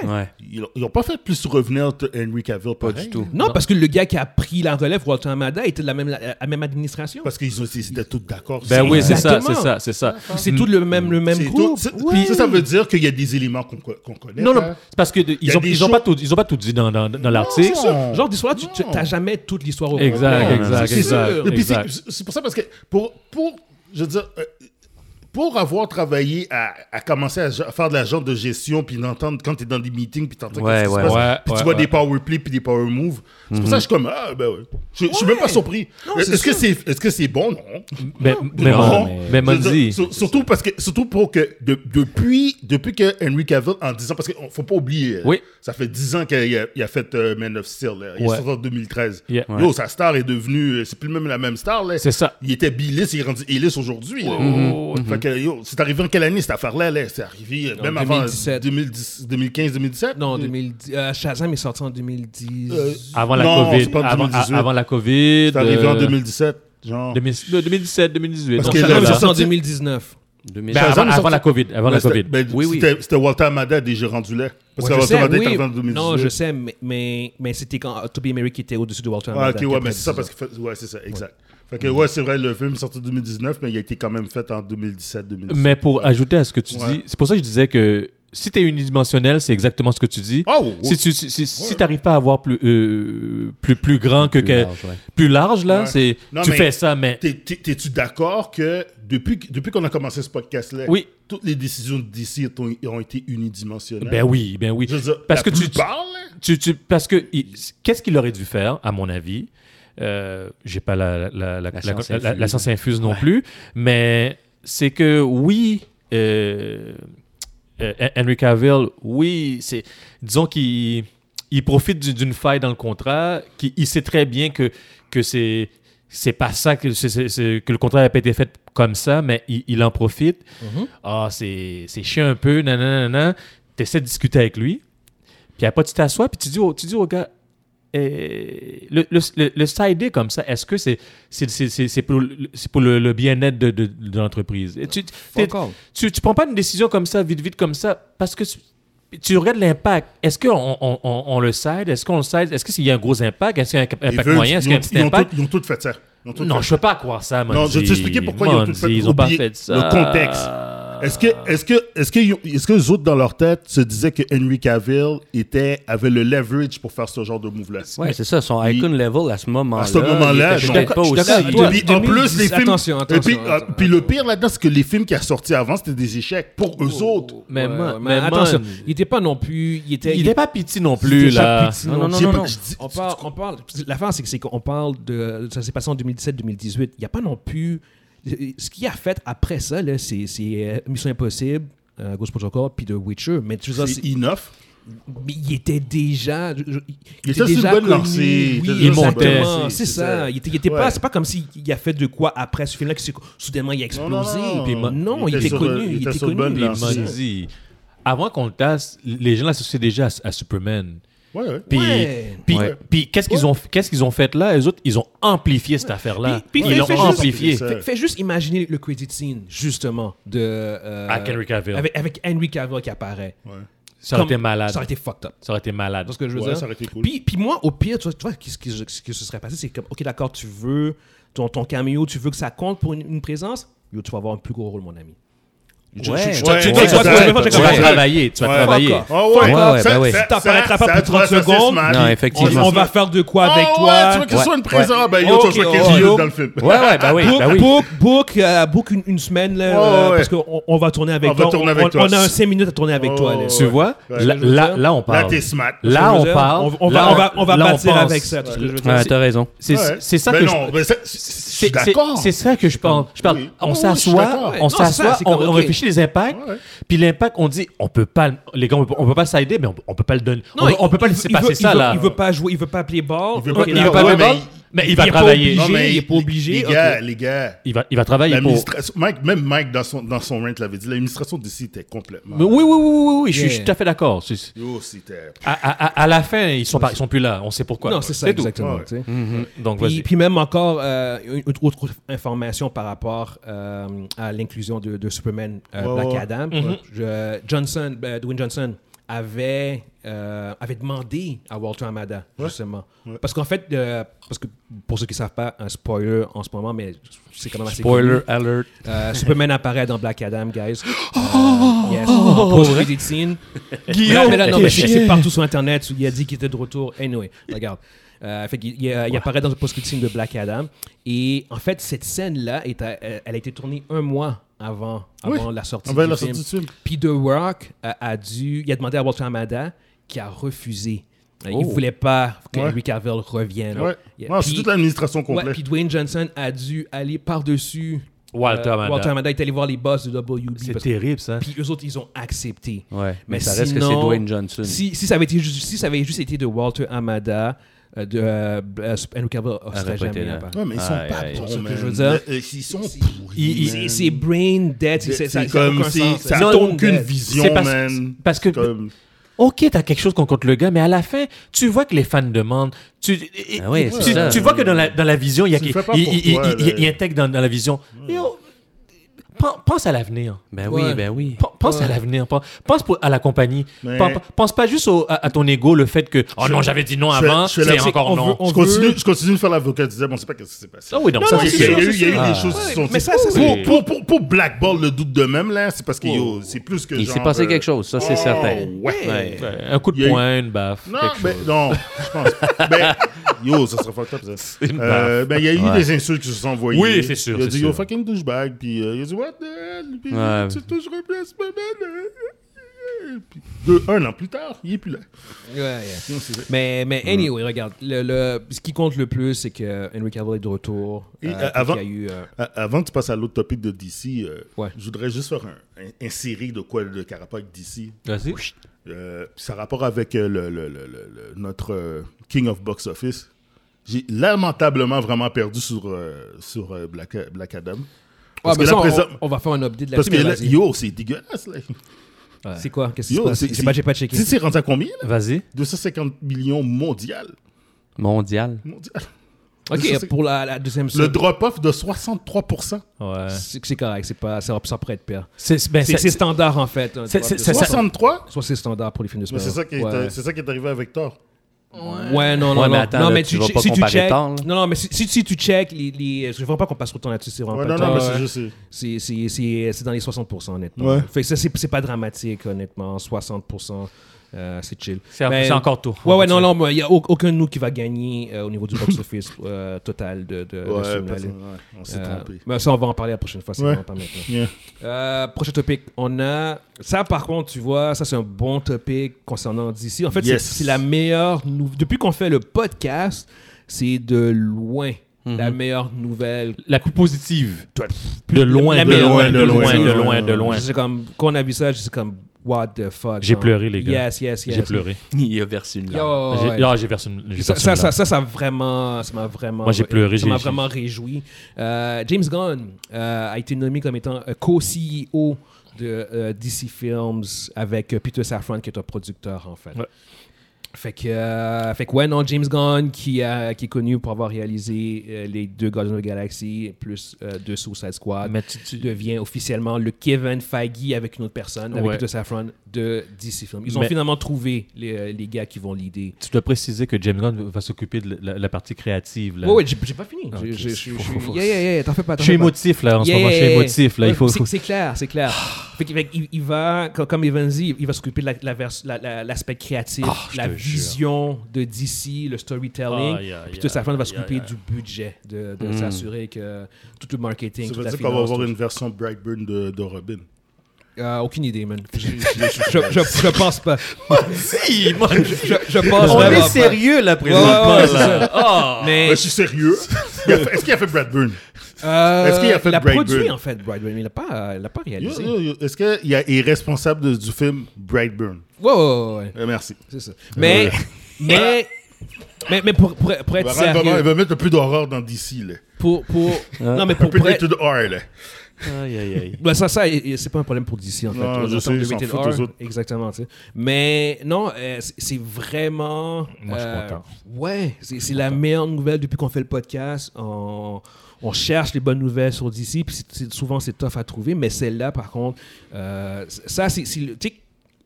Speaker 4: Ils l'ont- ils n'ont pas fait plus revenir t- Henry Cavill.
Speaker 2: Pas
Speaker 4: pareil.
Speaker 2: du tout.
Speaker 1: Non, parce que le gars qui a pris la relève, Walter Amada, était de la même, la, la même administration.
Speaker 4: Parce qu'ils ont- ils étaient tous d'accord.
Speaker 3: Ben oui, c'est ça, c'est
Speaker 1: Exactement.
Speaker 3: ça, c'est ça.
Speaker 1: C'est tout le même, le même
Speaker 4: C'est tout-
Speaker 1: groupe.
Speaker 4: c'est-
Speaker 1: Ouais.
Speaker 4: puis Ça, ça veut dire qu'il y a des éléments qu'on co- qu'on connaît.
Speaker 3: Non, non,
Speaker 4: hein.
Speaker 3: c'est parce qu'ils
Speaker 4: y a
Speaker 3: ils ont,
Speaker 4: des
Speaker 3: ils ont
Speaker 4: shows-
Speaker 3: pas tout, ils ont pas tout dit dans, dans, dans l'article.
Speaker 4: c'est sûr.
Speaker 1: Genre d'histoire, tu
Speaker 4: Non.
Speaker 1: n'as jamais toute l'histoire au
Speaker 3: Exact,
Speaker 1: complet.
Speaker 3: exact,
Speaker 1: C'est
Speaker 3: exact.
Speaker 1: sûr.
Speaker 4: Et puis c'est-
Speaker 3: exact.
Speaker 4: C'est pour ça parce que pour, pour je veux dire, euh, pour avoir travaillé à, à commencer à ge- faire de la genre de gestion, puis d'entendre quand tu es dans des meetings, puis t'entends
Speaker 2: Ouais,
Speaker 4: qu'est-ce qui se
Speaker 2: ouais,
Speaker 4: passe,
Speaker 3: ouais.
Speaker 4: puis
Speaker 3: Ouais,
Speaker 4: tu vois
Speaker 3: ouais.
Speaker 4: des power play puis des power moves. C'est pour ça que je suis comme, ah, ben ouais. Je, je suis même pas surpris.
Speaker 1: Non, c'est
Speaker 4: Est-ce que
Speaker 1: sûr.
Speaker 4: c'est est -ce c'est bon? Non.
Speaker 3: Mais, mais,
Speaker 4: Non.
Speaker 3: mais, mais
Speaker 4: Je veux dire,
Speaker 3: Mondi,
Speaker 4: sur- surtout parce que surtout pour que de- depuis depuis que Henry Cavill en 10 ans parce qu'il faut pas oublier euh,
Speaker 3: Oui.
Speaker 4: ça fait 10 ans qu'il a, il a fait euh, Man of Steel là. il
Speaker 3: Ouais.
Speaker 4: est sorti en 2013
Speaker 3: Yeah.
Speaker 4: Yo, sa star est devenue euh, c'est plus même la même star là.
Speaker 3: c'est ça. Mm-hmm.
Speaker 4: il était bilis il est rendu hélice aujourd'hui là. Fait que, yo, c'est arrivé en quelle année cette affaire là, c'est arrivé euh,
Speaker 1: En
Speaker 4: même
Speaker 1: 2017.
Speaker 4: avant 2010, 2015 2017
Speaker 1: Non, 2010, euh, Shazam est sorti en 2010.
Speaker 4: Euh,
Speaker 3: Avant la
Speaker 4: Non,
Speaker 3: COVID.
Speaker 4: c'est pas en
Speaker 3: avant,
Speaker 4: 2018.
Speaker 3: a- avant la COVID.
Speaker 4: c'est arrivé en
Speaker 3: euh,
Speaker 4: 2017 genre
Speaker 3: 2000 euh, 2017, 2018.
Speaker 4: Parce
Speaker 3: Donc,
Speaker 4: que
Speaker 3: ça-
Speaker 4: là,
Speaker 1: Shazam est
Speaker 4: ça-
Speaker 1: sorti en
Speaker 4: sorti-
Speaker 1: 2019.
Speaker 3: ben, avant,
Speaker 4: Shazam est sorti-
Speaker 3: avant la COVID. Avant
Speaker 4: Ben,
Speaker 3: la
Speaker 4: c'était-
Speaker 3: COVID.
Speaker 4: ben,
Speaker 2: Oui, oui.
Speaker 4: c'était- C'était Walter Amada déjà rendu là. Parce
Speaker 1: Ouais,
Speaker 4: que
Speaker 1: je
Speaker 4: Walter
Speaker 1: sais,
Speaker 4: Amada est
Speaker 1: oui.
Speaker 4: arrivé en 2018.
Speaker 1: Non, je sais, mais, mais, mais c'était quand euh, Toby Mary qui était au-dessus de Walter
Speaker 4: Ah,
Speaker 1: Amada.
Speaker 4: ok,
Speaker 1: qui a
Speaker 4: ouais,
Speaker 1: pris
Speaker 4: mais
Speaker 1: la
Speaker 4: c'est ça parce
Speaker 1: décision.
Speaker 4: que. fait- Ouais, c'est ça, exact. Fait que, ouais, c'est vrai, le film est sorti en 2019, mais il a été quand même fait en 2017-2018.
Speaker 3: Mais pour ajouter à ce que tu
Speaker 4: Ouais.
Speaker 3: dis, c'est pour ça que je disais que si t'es unidimensionnel, c'est exactement ce que tu dis.
Speaker 4: Oh, oh.
Speaker 3: Si tu si, si- si t'arrives pas à voir plus euh, plus plus grand que
Speaker 2: Plus
Speaker 3: que-
Speaker 2: large, ouais.
Speaker 3: plus large là,
Speaker 4: Ouais.
Speaker 3: c'est
Speaker 4: Non,
Speaker 3: tu
Speaker 4: mais-
Speaker 3: fais ça mais
Speaker 4: T'es- t'es- T'es-tu d'accord que depuis, que- depuis qu'on a commencé ce podcast-là,
Speaker 3: Oui.
Speaker 4: toutes les décisions d'ici ont, ont été unidimensionnelles?
Speaker 3: ben oui, ben oui.
Speaker 4: Je veux dire,
Speaker 3: Parce
Speaker 4: la
Speaker 3: que tu, tu-
Speaker 4: plupart, là,
Speaker 3: tu, tu- parce que il- qu'est-ce qu'il aurait dû faire, à mon avis euh, J'ai pas la, la, la, la,
Speaker 2: science
Speaker 3: la- la-
Speaker 2: infuse.
Speaker 3: la science infuse non plus, mais c'est que oui, euh, euh, Henry Cavill, oui, c'est disons qu'il il profite du- d'une faille dans le contrat, qu'il il sait très bien que que c'est c'est pas ça que, c'est- c'est- c'est- que le contrat n'a pas été fait comme ça, mais il, il en profite. Ah, c'est c'est chiant un peu, nanana, nanana. T'essaies de discuter avec lui. Puis après, tu t'assois, puis tu dis au, tu dis au gars, euh, le, le, le, le side day comme ça, est-ce que c'est c'est- c'est- c'est- c'est pour, le- c'est pour le, le bien-être de, de, de l'entreprise? Et Tu, t'es-
Speaker 1: Fuck all.
Speaker 3: tu, tu prends pas une décision comme ça, vite, vite, comme ça, parce que tu, tu regardes l'impact. Est-ce qu'on on, on, on le side? Est-ce qu'on le side? Est-ce qu'il y a un gros impact? Est-ce qu'il y a un
Speaker 4: ils
Speaker 3: impact
Speaker 4: veulent-
Speaker 3: moyen? Est-ce
Speaker 4: ils
Speaker 3: qu'il y a
Speaker 4: ont-
Speaker 3: un petit
Speaker 4: ils ont
Speaker 3: impact?
Speaker 4: tout- Ils ont tout fait ça. Ils ont tout
Speaker 3: Non,
Speaker 4: fait
Speaker 3: je peux pas croire ça, Monzi.
Speaker 4: Non, je vais t'expliquer pourquoi ils ont tout
Speaker 3: Monzi,
Speaker 4: fait.
Speaker 3: Ils ont pas
Speaker 4: Oubliez
Speaker 3: fait ça.
Speaker 4: le contexte. Est-ce que, est-ce que, est-ce que, est-ce que les autres dans leur tête se disaient que Henry Cavill était, avait le leverage pour faire ce genre de move-là?
Speaker 2: Ouais, c'est ça, son icon level à ce moment-là.
Speaker 4: À ce moment-là,
Speaker 2: je
Speaker 4: je
Speaker 2: ne
Speaker 4: suis
Speaker 2: pas
Speaker 1: d'accord- je suis
Speaker 2: aussi.
Speaker 1: d'accord avec
Speaker 4: Puis
Speaker 1: toi.
Speaker 4: en plus,
Speaker 1: 2010,
Speaker 4: les films.
Speaker 1: attention,
Speaker 4: et puis,
Speaker 1: attention,
Speaker 4: euh,
Speaker 1: attention.
Speaker 4: puis le pire là-dedans, c'est que les films qui sont sortis avant, c'était des échecs pour eux autres.
Speaker 3: Mais
Speaker 1: Ouais,
Speaker 3: man-
Speaker 1: ouais,
Speaker 3: mais
Speaker 1: attention,
Speaker 3: man-
Speaker 1: il était pas non plus. Il était.
Speaker 3: Il
Speaker 1: il-
Speaker 3: n'est pas petit non plus,
Speaker 4: C'était
Speaker 3: là.
Speaker 4: Jacques Petit,
Speaker 2: Non, non, non,
Speaker 4: j'ai
Speaker 2: non,
Speaker 4: pas-
Speaker 2: non.
Speaker 4: je dis-
Speaker 1: On parle, on parle. L'affaire, c'est que c'est qu'on parle de. Ça s'est passé en 2017-2018. Il n'y a pas non plus. Ce qu'il a fait après ça, là, c'est c'est, euh, Mission Impossible, euh, Ghost Protocol, puis The Witcher. Mais tu sais,
Speaker 4: C'est enough.
Speaker 1: il était déjà. je- je-
Speaker 4: Il était sur
Speaker 1: déjà
Speaker 4: une bonne
Speaker 1: connu.
Speaker 4: lancée. Il était
Speaker 1: Oui,
Speaker 3: sur une bonne
Speaker 1: exactement.
Speaker 4: lancée,
Speaker 1: C'est
Speaker 4: c'est
Speaker 1: ça.
Speaker 4: ça.
Speaker 1: Il était, il était pas.
Speaker 4: Ouais.
Speaker 1: C'est pas comme s'il il a fait de quoi après ce film-là que c'est- soudainement il a explosé.
Speaker 4: non, non.
Speaker 1: puis ma- Non, il, était
Speaker 4: sur
Speaker 1: connu.
Speaker 4: le- il
Speaker 1: il
Speaker 4: était
Speaker 1: était
Speaker 4: sur le
Speaker 1: connu.
Speaker 4: bonne
Speaker 1: puis
Speaker 4: lancée.
Speaker 1: ma-
Speaker 3: Monzi. Avant qu'on le tasse, les gens l'associent déjà à, à Superman.
Speaker 4: Ouais, ouais.
Speaker 3: Puis,
Speaker 1: Ouais.
Speaker 3: puis,
Speaker 2: Ouais.
Speaker 3: puis qu'est-ce qu'ils ont, qu'est-ce qu'ils ont fait là Eux autres, ils ont amplifié cette affaire-là.
Speaker 1: Puis- puis
Speaker 3: ils
Speaker 1: fais-
Speaker 3: l'ont
Speaker 1: fais juste-
Speaker 3: amplifié.
Speaker 4: Ça-
Speaker 1: Fait, fais juste imaginer le credit scene, justement, de. euh,
Speaker 3: Avec Henry Cavill.
Speaker 1: Avec, avec Henry Cavill qui apparaît.
Speaker 3: Ça aurait
Speaker 1: Comme-
Speaker 3: été malade.
Speaker 1: Ça aurait été fucked up.
Speaker 3: Ça aurait été malade.
Speaker 1: Tu vois ce que je veux
Speaker 4: Ouais,
Speaker 1: dire?
Speaker 4: ça aurait été cool.
Speaker 1: Puis, puis moi, au pire, tu vois, tu vois, ce, qui, ce qui se serait passé, c'est comme, OK, d'accord, tu veux ton, ton cameo, tu veux que ça compte pour une, une présence, yo, tu vas avoir un plus gros rôle, mon ami. Je-
Speaker 2: Ouais.
Speaker 1: je- je- tu-
Speaker 4: Ouais,
Speaker 1: tu-
Speaker 4: ouais,
Speaker 1: tu vois, tu
Speaker 4: ça-
Speaker 1: vois,
Speaker 4: ça-
Speaker 1: j'ai
Speaker 3: Tu
Speaker 1: compris.
Speaker 3: vas
Speaker 2: Ouais.
Speaker 3: travailler, tu vas
Speaker 4: Ouais.
Speaker 3: travailler.
Speaker 1: Fuck
Speaker 4: Ah
Speaker 1: Fuck
Speaker 2: off.
Speaker 4: ouais,
Speaker 2: Ouais,
Speaker 4: ça-
Speaker 3: bah
Speaker 2: ben ouais.
Speaker 4: ça-
Speaker 1: Si t'apparaîtras pas
Speaker 4: ça-
Speaker 1: pour
Speaker 4: ça-
Speaker 1: 30
Speaker 4: ça- ça-
Speaker 1: secondes,
Speaker 4: ça-
Speaker 2: Non,
Speaker 1: On,
Speaker 2: effectivement.
Speaker 1: on va faire de quoi avec
Speaker 4: Ah
Speaker 1: toi.
Speaker 4: ouais, tu veux que ce
Speaker 2: Ouais.
Speaker 4: soit une présence? Ah, Ben, yo,
Speaker 1: Ok,
Speaker 4: tu vas
Speaker 1: ouais.
Speaker 4: faire 15 minutes
Speaker 1: Yo.
Speaker 4: dans le film.
Speaker 2: Ouais, ouais,
Speaker 3: Ah
Speaker 2: bah oui,
Speaker 1: book,
Speaker 2: bah oui.
Speaker 1: book, book, euh, book une, une semaine, là,
Speaker 4: Ouais,
Speaker 1: euh,
Speaker 4: Oh, ouais,
Speaker 1: parce
Speaker 4: ouais.
Speaker 1: qu'on on va tourner avec
Speaker 4: On va
Speaker 1: toi.
Speaker 4: tourner avec
Speaker 1: on,
Speaker 4: toi.
Speaker 1: on a 5 minutes à tourner avec
Speaker 4: Oh,
Speaker 1: toi. là.
Speaker 4: ouais.
Speaker 3: Tu vois
Speaker 4: Ouais.
Speaker 3: Là, là, là, on
Speaker 4: Là,
Speaker 3: parle.
Speaker 4: t'es smart.
Speaker 3: Là,
Speaker 1: Je veux
Speaker 3: Ah, on
Speaker 1: dire,
Speaker 3: parle.
Speaker 1: On, on
Speaker 3: Là,
Speaker 1: va, on va, on va
Speaker 3: là, on
Speaker 1: bâtir
Speaker 3: pense.
Speaker 1: avec ça. tout ce que je veux dire.
Speaker 2: Ouais, t'as raison.
Speaker 3: C'est
Speaker 4: Ouais.
Speaker 3: c'est ça
Speaker 4: Ben
Speaker 3: que je
Speaker 4: non, ben ça- je suis
Speaker 3: C'est- c'est-
Speaker 4: d'accord.
Speaker 3: C'est ça que je pense. Je parle.
Speaker 4: Oui.
Speaker 3: On
Speaker 4: Oui, je suis d'accord.
Speaker 3: s'assoit,
Speaker 1: Ouais,
Speaker 3: on
Speaker 1: non, c'est ça,
Speaker 3: s'assoit,
Speaker 1: c'est
Speaker 3: on,
Speaker 1: comme,
Speaker 3: on
Speaker 1: ok.
Speaker 3: réfléchit les impacts.
Speaker 4: Ouais.
Speaker 3: Puis l'impact, on dit, on peut pas, le- les gars, on peut, on peut pas sider, mais on, on peut pas le donner.
Speaker 1: Non,
Speaker 3: on,
Speaker 1: il-
Speaker 3: on peut pas
Speaker 1: il
Speaker 3: laisser
Speaker 1: veut-
Speaker 3: passer
Speaker 1: il
Speaker 3: ça
Speaker 1: veut-
Speaker 3: là.
Speaker 1: Il veut pas jouer, il veut pas appeler ball.
Speaker 4: Il veut pas-
Speaker 1: Ok, Ah,
Speaker 3: Il
Speaker 4: il
Speaker 1: là,
Speaker 3: va
Speaker 4: veut
Speaker 1: on
Speaker 3: pas
Speaker 1: va-
Speaker 4: ouais,
Speaker 3: jouer
Speaker 4: mais
Speaker 3: ball, mais il va
Speaker 1: il est pas
Speaker 3: travailler.
Speaker 1: obligé.
Speaker 4: Non, mais
Speaker 1: il est pas obligé,
Speaker 4: Les
Speaker 1: ok.
Speaker 4: gars, les gars.
Speaker 3: Il va, il va travailler pour.
Speaker 4: L'administration, Mike, même Mike dans son, dans son rant l'avait dit, l'administration d'ici était complètement.
Speaker 3: Mais oui, oui, oui, oui, oui, oui, je suis-
Speaker 1: Yeah.
Speaker 3: je suis tout à fait d'accord. C'est-
Speaker 4: Yo, c'était.
Speaker 3: À, à- à- à la fin, ils sont pas, ils sont plus là. On sait pourquoi.
Speaker 1: Non, c'est ça,
Speaker 3: tout. Mhm.
Speaker 1: exactement.
Speaker 4: Ouais. Mmh,
Speaker 1: tu sais.
Speaker 3: Donc
Speaker 1: Puis,
Speaker 3: vas-y.
Speaker 1: puis même encore, euh, une autre, autre information par rapport euh, à l'inclusion de, de Superman, euh,
Speaker 4: Ouais,
Speaker 1: Black
Speaker 4: ouais.
Speaker 1: Adam.
Speaker 3: Mmh.
Speaker 1: Je- Johnson, euh, Dwayne Johnson avait, euh, avait demandé à Walter Amada, justement. Parce qu'en fait, euh, parce que pour ceux qui ne savent pas, un spoiler en ce moment, mais c'est quand même assez
Speaker 2: Spoiler
Speaker 1: connu.
Speaker 2: alert.
Speaker 1: Euh, Superman apparaît dans Black Adam, guys.
Speaker 4: Oh,
Speaker 1: Euh, yes. Post-credit scene. Mais là, mais là, non, mais c'est c'est partout sur Internet. Il a dit qu'il était de retour. Anyway, regarde. Euh, fait qu'il- il, euh, il apparaît dans le post-credit scene de Black Adam. Et en fait, cette scène-là, est à- euh, elle elle a été tournée un mois avant,
Speaker 4: Oui.
Speaker 1: avant la sortie
Speaker 4: Avant
Speaker 1: du
Speaker 4: la
Speaker 1: film.
Speaker 4: sortie du film.
Speaker 1: Puis The Rock a, a dû... Il a demandé à Walter Amada, qui a refusé. Euh, Il
Speaker 2: Oh.
Speaker 1: voulait pas que
Speaker 4: Ouais.
Speaker 1: Henry Cavill revienne.
Speaker 4: Ouais.
Speaker 1: Yeah.
Speaker 4: Non, c'est
Speaker 1: Puis-
Speaker 4: toute l'administration
Speaker 1: Ouais,
Speaker 4: complète.
Speaker 1: puis Dwayne Johnson a dû aller par-dessus
Speaker 3: Walter
Speaker 1: euh,
Speaker 3: Amada.
Speaker 1: Walter Amada est allé voir les boss de WB.
Speaker 3: C'est
Speaker 1: parce-
Speaker 3: terrible ça.
Speaker 1: Puis eux autres, ils ont accepté.
Speaker 2: Ouais, mais ça
Speaker 1: sinon,
Speaker 2: reste que c'est Dwayne Johnson.
Speaker 1: Si, si ça avait été juste, si ça avait juste été de Walter Amada, euh, de euh, euh, Henry Cavill, oh, ça serait
Speaker 2: Arrête pas été
Speaker 1: jamais
Speaker 2: là.
Speaker 1: apparu.
Speaker 4: Ouais, mais ils sont
Speaker 2: Aïe,
Speaker 4: pas
Speaker 2: aïe.
Speaker 4: bons,
Speaker 1: C'est ce que
Speaker 4: man.
Speaker 1: je veux dire.
Speaker 4: Le- euh, Ils sont
Speaker 1: Il-
Speaker 4: pourris.
Speaker 1: il-
Speaker 4: man.
Speaker 1: C'est brain dead. c'est- ça-
Speaker 4: C'est
Speaker 1: ça-
Speaker 4: c'est
Speaker 1: ça a
Speaker 4: comme
Speaker 1: aucun
Speaker 4: si
Speaker 1: sens.
Speaker 4: ça
Speaker 1: Non,
Speaker 4: n'a
Speaker 1: non,
Speaker 4: aucune
Speaker 1: dead.
Speaker 4: vision,
Speaker 3: C'est parce-
Speaker 4: man.
Speaker 3: parce que-
Speaker 4: Comme-
Speaker 3: OK, t'as quelque chose qu'on contre le gars, mais à la fin, tu vois que les fans demandent. Tu, et-
Speaker 2: Ah ouais,
Speaker 3: tu-
Speaker 2: c'est ça.
Speaker 3: tu vois que dans la, dans la vision, il y a
Speaker 4: Tu le
Speaker 3: qui-
Speaker 4: fais pas
Speaker 3: il-
Speaker 4: pour
Speaker 3: il-
Speaker 4: toi, euh. Hmm.
Speaker 3: il-
Speaker 4: là.
Speaker 3: il- il intègre dans, dans la vision. Yo, pen- pense à l'avenir.
Speaker 2: Ben
Speaker 1: Ouais.
Speaker 2: oui, ben oui.
Speaker 3: Pen- pense
Speaker 1: pas-
Speaker 3: à l'avenir, pense, pense pour- à la compagnie.
Speaker 4: Mais-
Speaker 3: Pense, pense pas juste au- à, à ton ego, le fait que oh non, j'avais dit non
Speaker 4: je fais-
Speaker 3: avant,
Speaker 4: je fais
Speaker 3: c'est
Speaker 4: la-
Speaker 3: encore
Speaker 1: on
Speaker 3: non.
Speaker 1: veut- on
Speaker 4: je, continue, je continue de faire l'avocat du diable, on sait pas ce qui s'est passé.
Speaker 3: Ah oui, donc
Speaker 1: Non,
Speaker 3: ça
Speaker 1: non,
Speaker 3: c'est
Speaker 1: c'est
Speaker 4: il y a
Speaker 1: sûr,
Speaker 4: eu, il y a eu
Speaker 1: sûr. Ah
Speaker 4: des choses
Speaker 1: Ouais,
Speaker 4: qui sont
Speaker 1: mais ça,
Speaker 4: dites.
Speaker 1: ça,
Speaker 4: pour,
Speaker 1: c'est-
Speaker 4: pour, pour, pour blackball le doute de même, là, c'est parce que yo, c'est plus que
Speaker 2: Il
Speaker 4: genre,
Speaker 2: s'est passé
Speaker 4: euh,
Speaker 2: quelque chose, ça, c'est
Speaker 4: oh,
Speaker 2: certain.
Speaker 4: ouais.
Speaker 2: Ouais.
Speaker 3: Ouais, Un coup
Speaker 4: Il
Speaker 3: de
Speaker 4: y a eu-
Speaker 3: poing, une baffe.
Speaker 4: Non,
Speaker 3: quelque
Speaker 4: mais
Speaker 3: chose.
Speaker 4: non, je pense pas. ben, yo, ça serait fucked up, ça. Euh, ben, il y a eu
Speaker 2: Ouais.
Speaker 4: des insultes qui se sont envoyées.
Speaker 3: Oui, c'est sûr,
Speaker 4: Il a
Speaker 3: c'est
Speaker 4: dit,
Speaker 3: sûr.
Speaker 4: yo, fucking douchebag. Puis euh, il a dit, what the hell? Puis euh,
Speaker 2: Ouais.
Speaker 4: tu toucheras plus à ce moment-là. Puis deux, un an plus tard, il est plus là.
Speaker 1: Ouais, yeah. Mais, mais anyway, regarde, le, le- ce qui compte le plus, c'est que Henry Cavill est de retour.
Speaker 4: Et,
Speaker 1: euh,
Speaker 4: euh,
Speaker 1: puis
Speaker 4: avant-
Speaker 1: qu'il y a eu, euh,
Speaker 4: A- Avant que tu passes à l'autre topic de DC, euh,
Speaker 1: Ouais.
Speaker 4: je voudrais juste faire un, un- insérer de quoi de Carapac DC.
Speaker 3: Vas-y.
Speaker 4: Euh, ça a rapport avec euh, le, le- le- le- le- notre euh, King of Box Office. J'ai lamentablement vraiment perdu sur, euh, sur euh, Black, Black Adam. Parce
Speaker 1: Ah, mais
Speaker 4: que
Speaker 1: ça,
Speaker 4: là,
Speaker 1: on-
Speaker 4: présent-
Speaker 1: on, va faire un update de
Speaker 4: Parce que
Speaker 1: la
Speaker 4: là, yo, c'est dégueulasse. Là.
Speaker 1: C'est quoi Qu'est-ce qui se
Speaker 4: Yo,
Speaker 1: passe J'ai pas, j'ai pas checké.
Speaker 4: Tu sais, c'est rendu à combien là?
Speaker 3: Vas-y.
Speaker 4: 250 millions mondial.
Speaker 2: Mondial.
Speaker 4: mondial. c'est-
Speaker 1: Ok,
Speaker 4: c'est-
Speaker 1: pour la, la deuxième
Speaker 4: Le
Speaker 1: saison,
Speaker 4: drop-off de 63%.
Speaker 3: Ouais.
Speaker 1: c'est c'est correct, c'est pas, ça, ça pourrait être pire.
Speaker 3: C'est ben,
Speaker 1: C'est
Speaker 3: ça-
Speaker 1: c'est standard en fait. hein,
Speaker 3: c'est-
Speaker 1: tu
Speaker 3: c'est-
Speaker 1: vois,
Speaker 3: Ça- ça-
Speaker 4: 63
Speaker 1: Soit c'est standard pour les films de
Speaker 4: Mais c'est ça,
Speaker 1: super-héros.
Speaker 4: qui est,
Speaker 1: Ouais.
Speaker 4: euh, c'est ça qui est arrivé avec Thor.
Speaker 1: Ouais, non, non,
Speaker 2: Ouais,
Speaker 1: non.
Speaker 2: mais attends,
Speaker 1: non,
Speaker 2: là,
Speaker 1: mais
Speaker 2: tu vas
Speaker 1: che-
Speaker 2: pas comparer
Speaker 1: check-
Speaker 2: Thor, là.
Speaker 1: Non, non, mais si, si- si tu check, les, les... je ne veux pas qu'on passe trop de temps là-dessus, c'est vraiment
Speaker 4: Ouais,
Speaker 1: pas
Speaker 4: non,
Speaker 1: Thor.
Speaker 4: non, mais
Speaker 1: Ouais.
Speaker 4: c'est juste.
Speaker 1: C'est-
Speaker 4: c'est-
Speaker 1: C'est c'est- c'est dans les 60%, honnêtement.
Speaker 4: Ouais.
Speaker 1: Fait que ça, c'est c'est pas dramatique, honnêtement. 60%, euh, c'est chill.
Speaker 3: C'est
Speaker 1: Mais-
Speaker 3: c'est encore tout.
Speaker 1: Ouais, ouais, non, non, mais il n'y a au- aucun de nous qui va gagner euh, au niveau du box-office euh, total de, de, de
Speaker 4: Ouais,
Speaker 1: ce film-là,
Speaker 4: personne-
Speaker 1: là.
Speaker 4: ouais, on s'est
Speaker 1: Euh,
Speaker 4: trompé.
Speaker 1: mais ça, on va en parler la prochaine fois, c'est
Speaker 4: Ouais.
Speaker 1: vraiment pas maintenant.
Speaker 4: Yeah.
Speaker 1: Euh, prochain topic, on a ça par contre, tu vois, ça c'est un bon topic concernant DC. En fait, c'est-
Speaker 4: Yes.
Speaker 1: c'est la meilleure nouvelle depuis qu'on fait le podcast, c'est de loin
Speaker 3: Mm-hmm.
Speaker 1: la meilleure nouvelle.
Speaker 3: La plus positive.
Speaker 1: Plus-
Speaker 3: De loin,
Speaker 1: la
Speaker 3: de
Speaker 1: meilleure-
Speaker 3: loin, de loin,
Speaker 4: de
Speaker 3: de
Speaker 4: loin,
Speaker 3: loin, de loin.
Speaker 1: C'est comme quand on a vu ça, c'est comme what the fuck.
Speaker 3: J'ai
Speaker 1: genre.
Speaker 3: pleuré, les gars.
Speaker 1: Yes, yes, yes.
Speaker 3: J'ai Ah, pleuré.
Speaker 2: Il a versé une
Speaker 1: Yo,
Speaker 2: larme.
Speaker 3: J'ai-
Speaker 1: ouais.
Speaker 3: là, j'ai versé une. j'ai
Speaker 1: Ça,
Speaker 3: versé
Speaker 1: ça,
Speaker 3: une
Speaker 1: ça,
Speaker 3: larme.
Speaker 1: ça, ça vraiment, ça m'a vraiment. euh,
Speaker 3: Moi, j'ai pleuré,
Speaker 1: Ça m'a
Speaker 3: j'ai-
Speaker 1: vraiment réjoui. Euh, James Gunn euh, a été nommé comme étant euh, co-CEO de euh, DC Films avec euh, Peter Safran qui est un producteur en fait.
Speaker 3: Ouais.
Speaker 1: Fait que, euh, fait que ouais, non, James Gunn qui, a, qui est connu pour avoir réalisé euh, les deux Guardians of the Galaxy plus euh, deux Suicide Squad
Speaker 3: Mais tu- tu-
Speaker 1: devient officiellement le Kevin Feige avec une autre personne, avec
Speaker 3: Ouais.
Speaker 1: Peter Safran de DC Films. Ils ont
Speaker 3: Mais-
Speaker 1: finalement trouvé les, euh, les gars qui vont l'idée.
Speaker 3: tu dois préciser que James Gunn va s'occuper de la, la partie créative. Là.
Speaker 1: Ouais, ouais, j'ai j'ai pas fini.
Speaker 3: Ok,
Speaker 1: J'ai- j'ai-
Speaker 3: c'est
Speaker 1: j'ai-
Speaker 3: faux,
Speaker 1: j'ai-
Speaker 3: faux, faux.
Speaker 1: Yeah, yeah, yeah, t'en fais pas.
Speaker 3: je
Speaker 1: t'en
Speaker 3: suis
Speaker 1: fais pas.
Speaker 3: émotif, là, en ce
Speaker 1: Yeah,
Speaker 3: moment, je suis
Speaker 1: yeah, yeah.
Speaker 3: émotif, là, il
Speaker 1: Ouais,
Speaker 3: faut... Ah.
Speaker 1: c'est-
Speaker 3: faut-
Speaker 1: C'est clair, c'est clair. Fait qu'il- fait qu'il- il va, co- comme Evans dit, il va s'occuper de l'aspect la, vers- la, la- l'aspect créatif,
Speaker 3: Ah, je
Speaker 1: la
Speaker 3: te jure.
Speaker 1: vision de DC, le storytelling.
Speaker 3: Ah, yeah,
Speaker 1: Puis
Speaker 3: yeah,
Speaker 1: tout ça, va
Speaker 3: yeah,
Speaker 1: s'occuper
Speaker 3: yeah. Hmm.
Speaker 1: du budget, de, de
Speaker 2: Mm.
Speaker 1: s'assurer que tout le marketing,
Speaker 4: Ça
Speaker 1: toute
Speaker 4: veut
Speaker 1: la
Speaker 4: dire qu'on va
Speaker 1: finance...
Speaker 4: avoir
Speaker 1: tout-
Speaker 4: une version Brightburn de, de Robin.
Speaker 1: Euh, aucune idée, man. Je, je, je, je- je pense pas.
Speaker 2: Si, moi,
Speaker 1: Je, je- je pense
Speaker 2: on
Speaker 1: vraiment
Speaker 2: est
Speaker 1: pas.
Speaker 2: sérieux là
Speaker 1: Ouais, ouais, ouais,
Speaker 2: présentement.
Speaker 1: c'est
Speaker 2: là.
Speaker 1: ça. Mais,
Speaker 4: Ben, je suis sérieux. Il a fait- Est-ce qu'il a fait Brightburn?
Speaker 1: euh,
Speaker 4: Est-ce qu'il a fait
Speaker 1: il a
Speaker 4: Brightburn?
Speaker 1: produit, en fait, Brightburn, mais il l'a pas, euh, il l'a pas
Speaker 4: Yo,
Speaker 1: réalisé.
Speaker 4: yo, yo, Est-ce qu'il a- est responsable de- du film Brightburn?
Speaker 1: Ouais, ouais, ouais, ouais.
Speaker 4: Euh, merci.
Speaker 1: C'est ça. Mais,
Speaker 4: Euh.
Speaker 1: mais, mais, mais pour, pour, pour
Speaker 4: Il
Speaker 1: être
Speaker 4: va, rendre- il
Speaker 1: sérieux,
Speaker 4: va mettre un peu d'horreur dans DC. Là.
Speaker 1: pour, pour, non, mais
Speaker 4: Un
Speaker 1: pour,
Speaker 4: peu de
Speaker 1: pour être-
Speaker 4: rated R. Là.
Speaker 2: Aïe, aïe, aïe.
Speaker 1: ben, ça, ça, et- et c'est pas un problème pour DC, en fait.
Speaker 4: Non,
Speaker 1: En
Speaker 4: je
Speaker 1: termes
Speaker 4: sais,
Speaker 1: de
Speaker 4: ils s'en
Speaker 1: rated
Speaker 4: foutent,
Speaker 1: R,
Speaker 4: eux autres.
Speaker 1: Exactement, tu sais. Mais non, euh, c'est- c'est vraiment...
Speaker 3: Moi, je suis
Speaker 1: euh,
Speaker 3: content.
Speaker 1: Ouais, c'est c'est la meilleure nouvelle depuis qu'on fait le podcast. On, on cherche les bonnes nouvelles sur DC, puis c'est- c'est- souvent, c'est tough à trouver, mais celle-là, par contre, euh, ça, c'est c'est le- tu sais,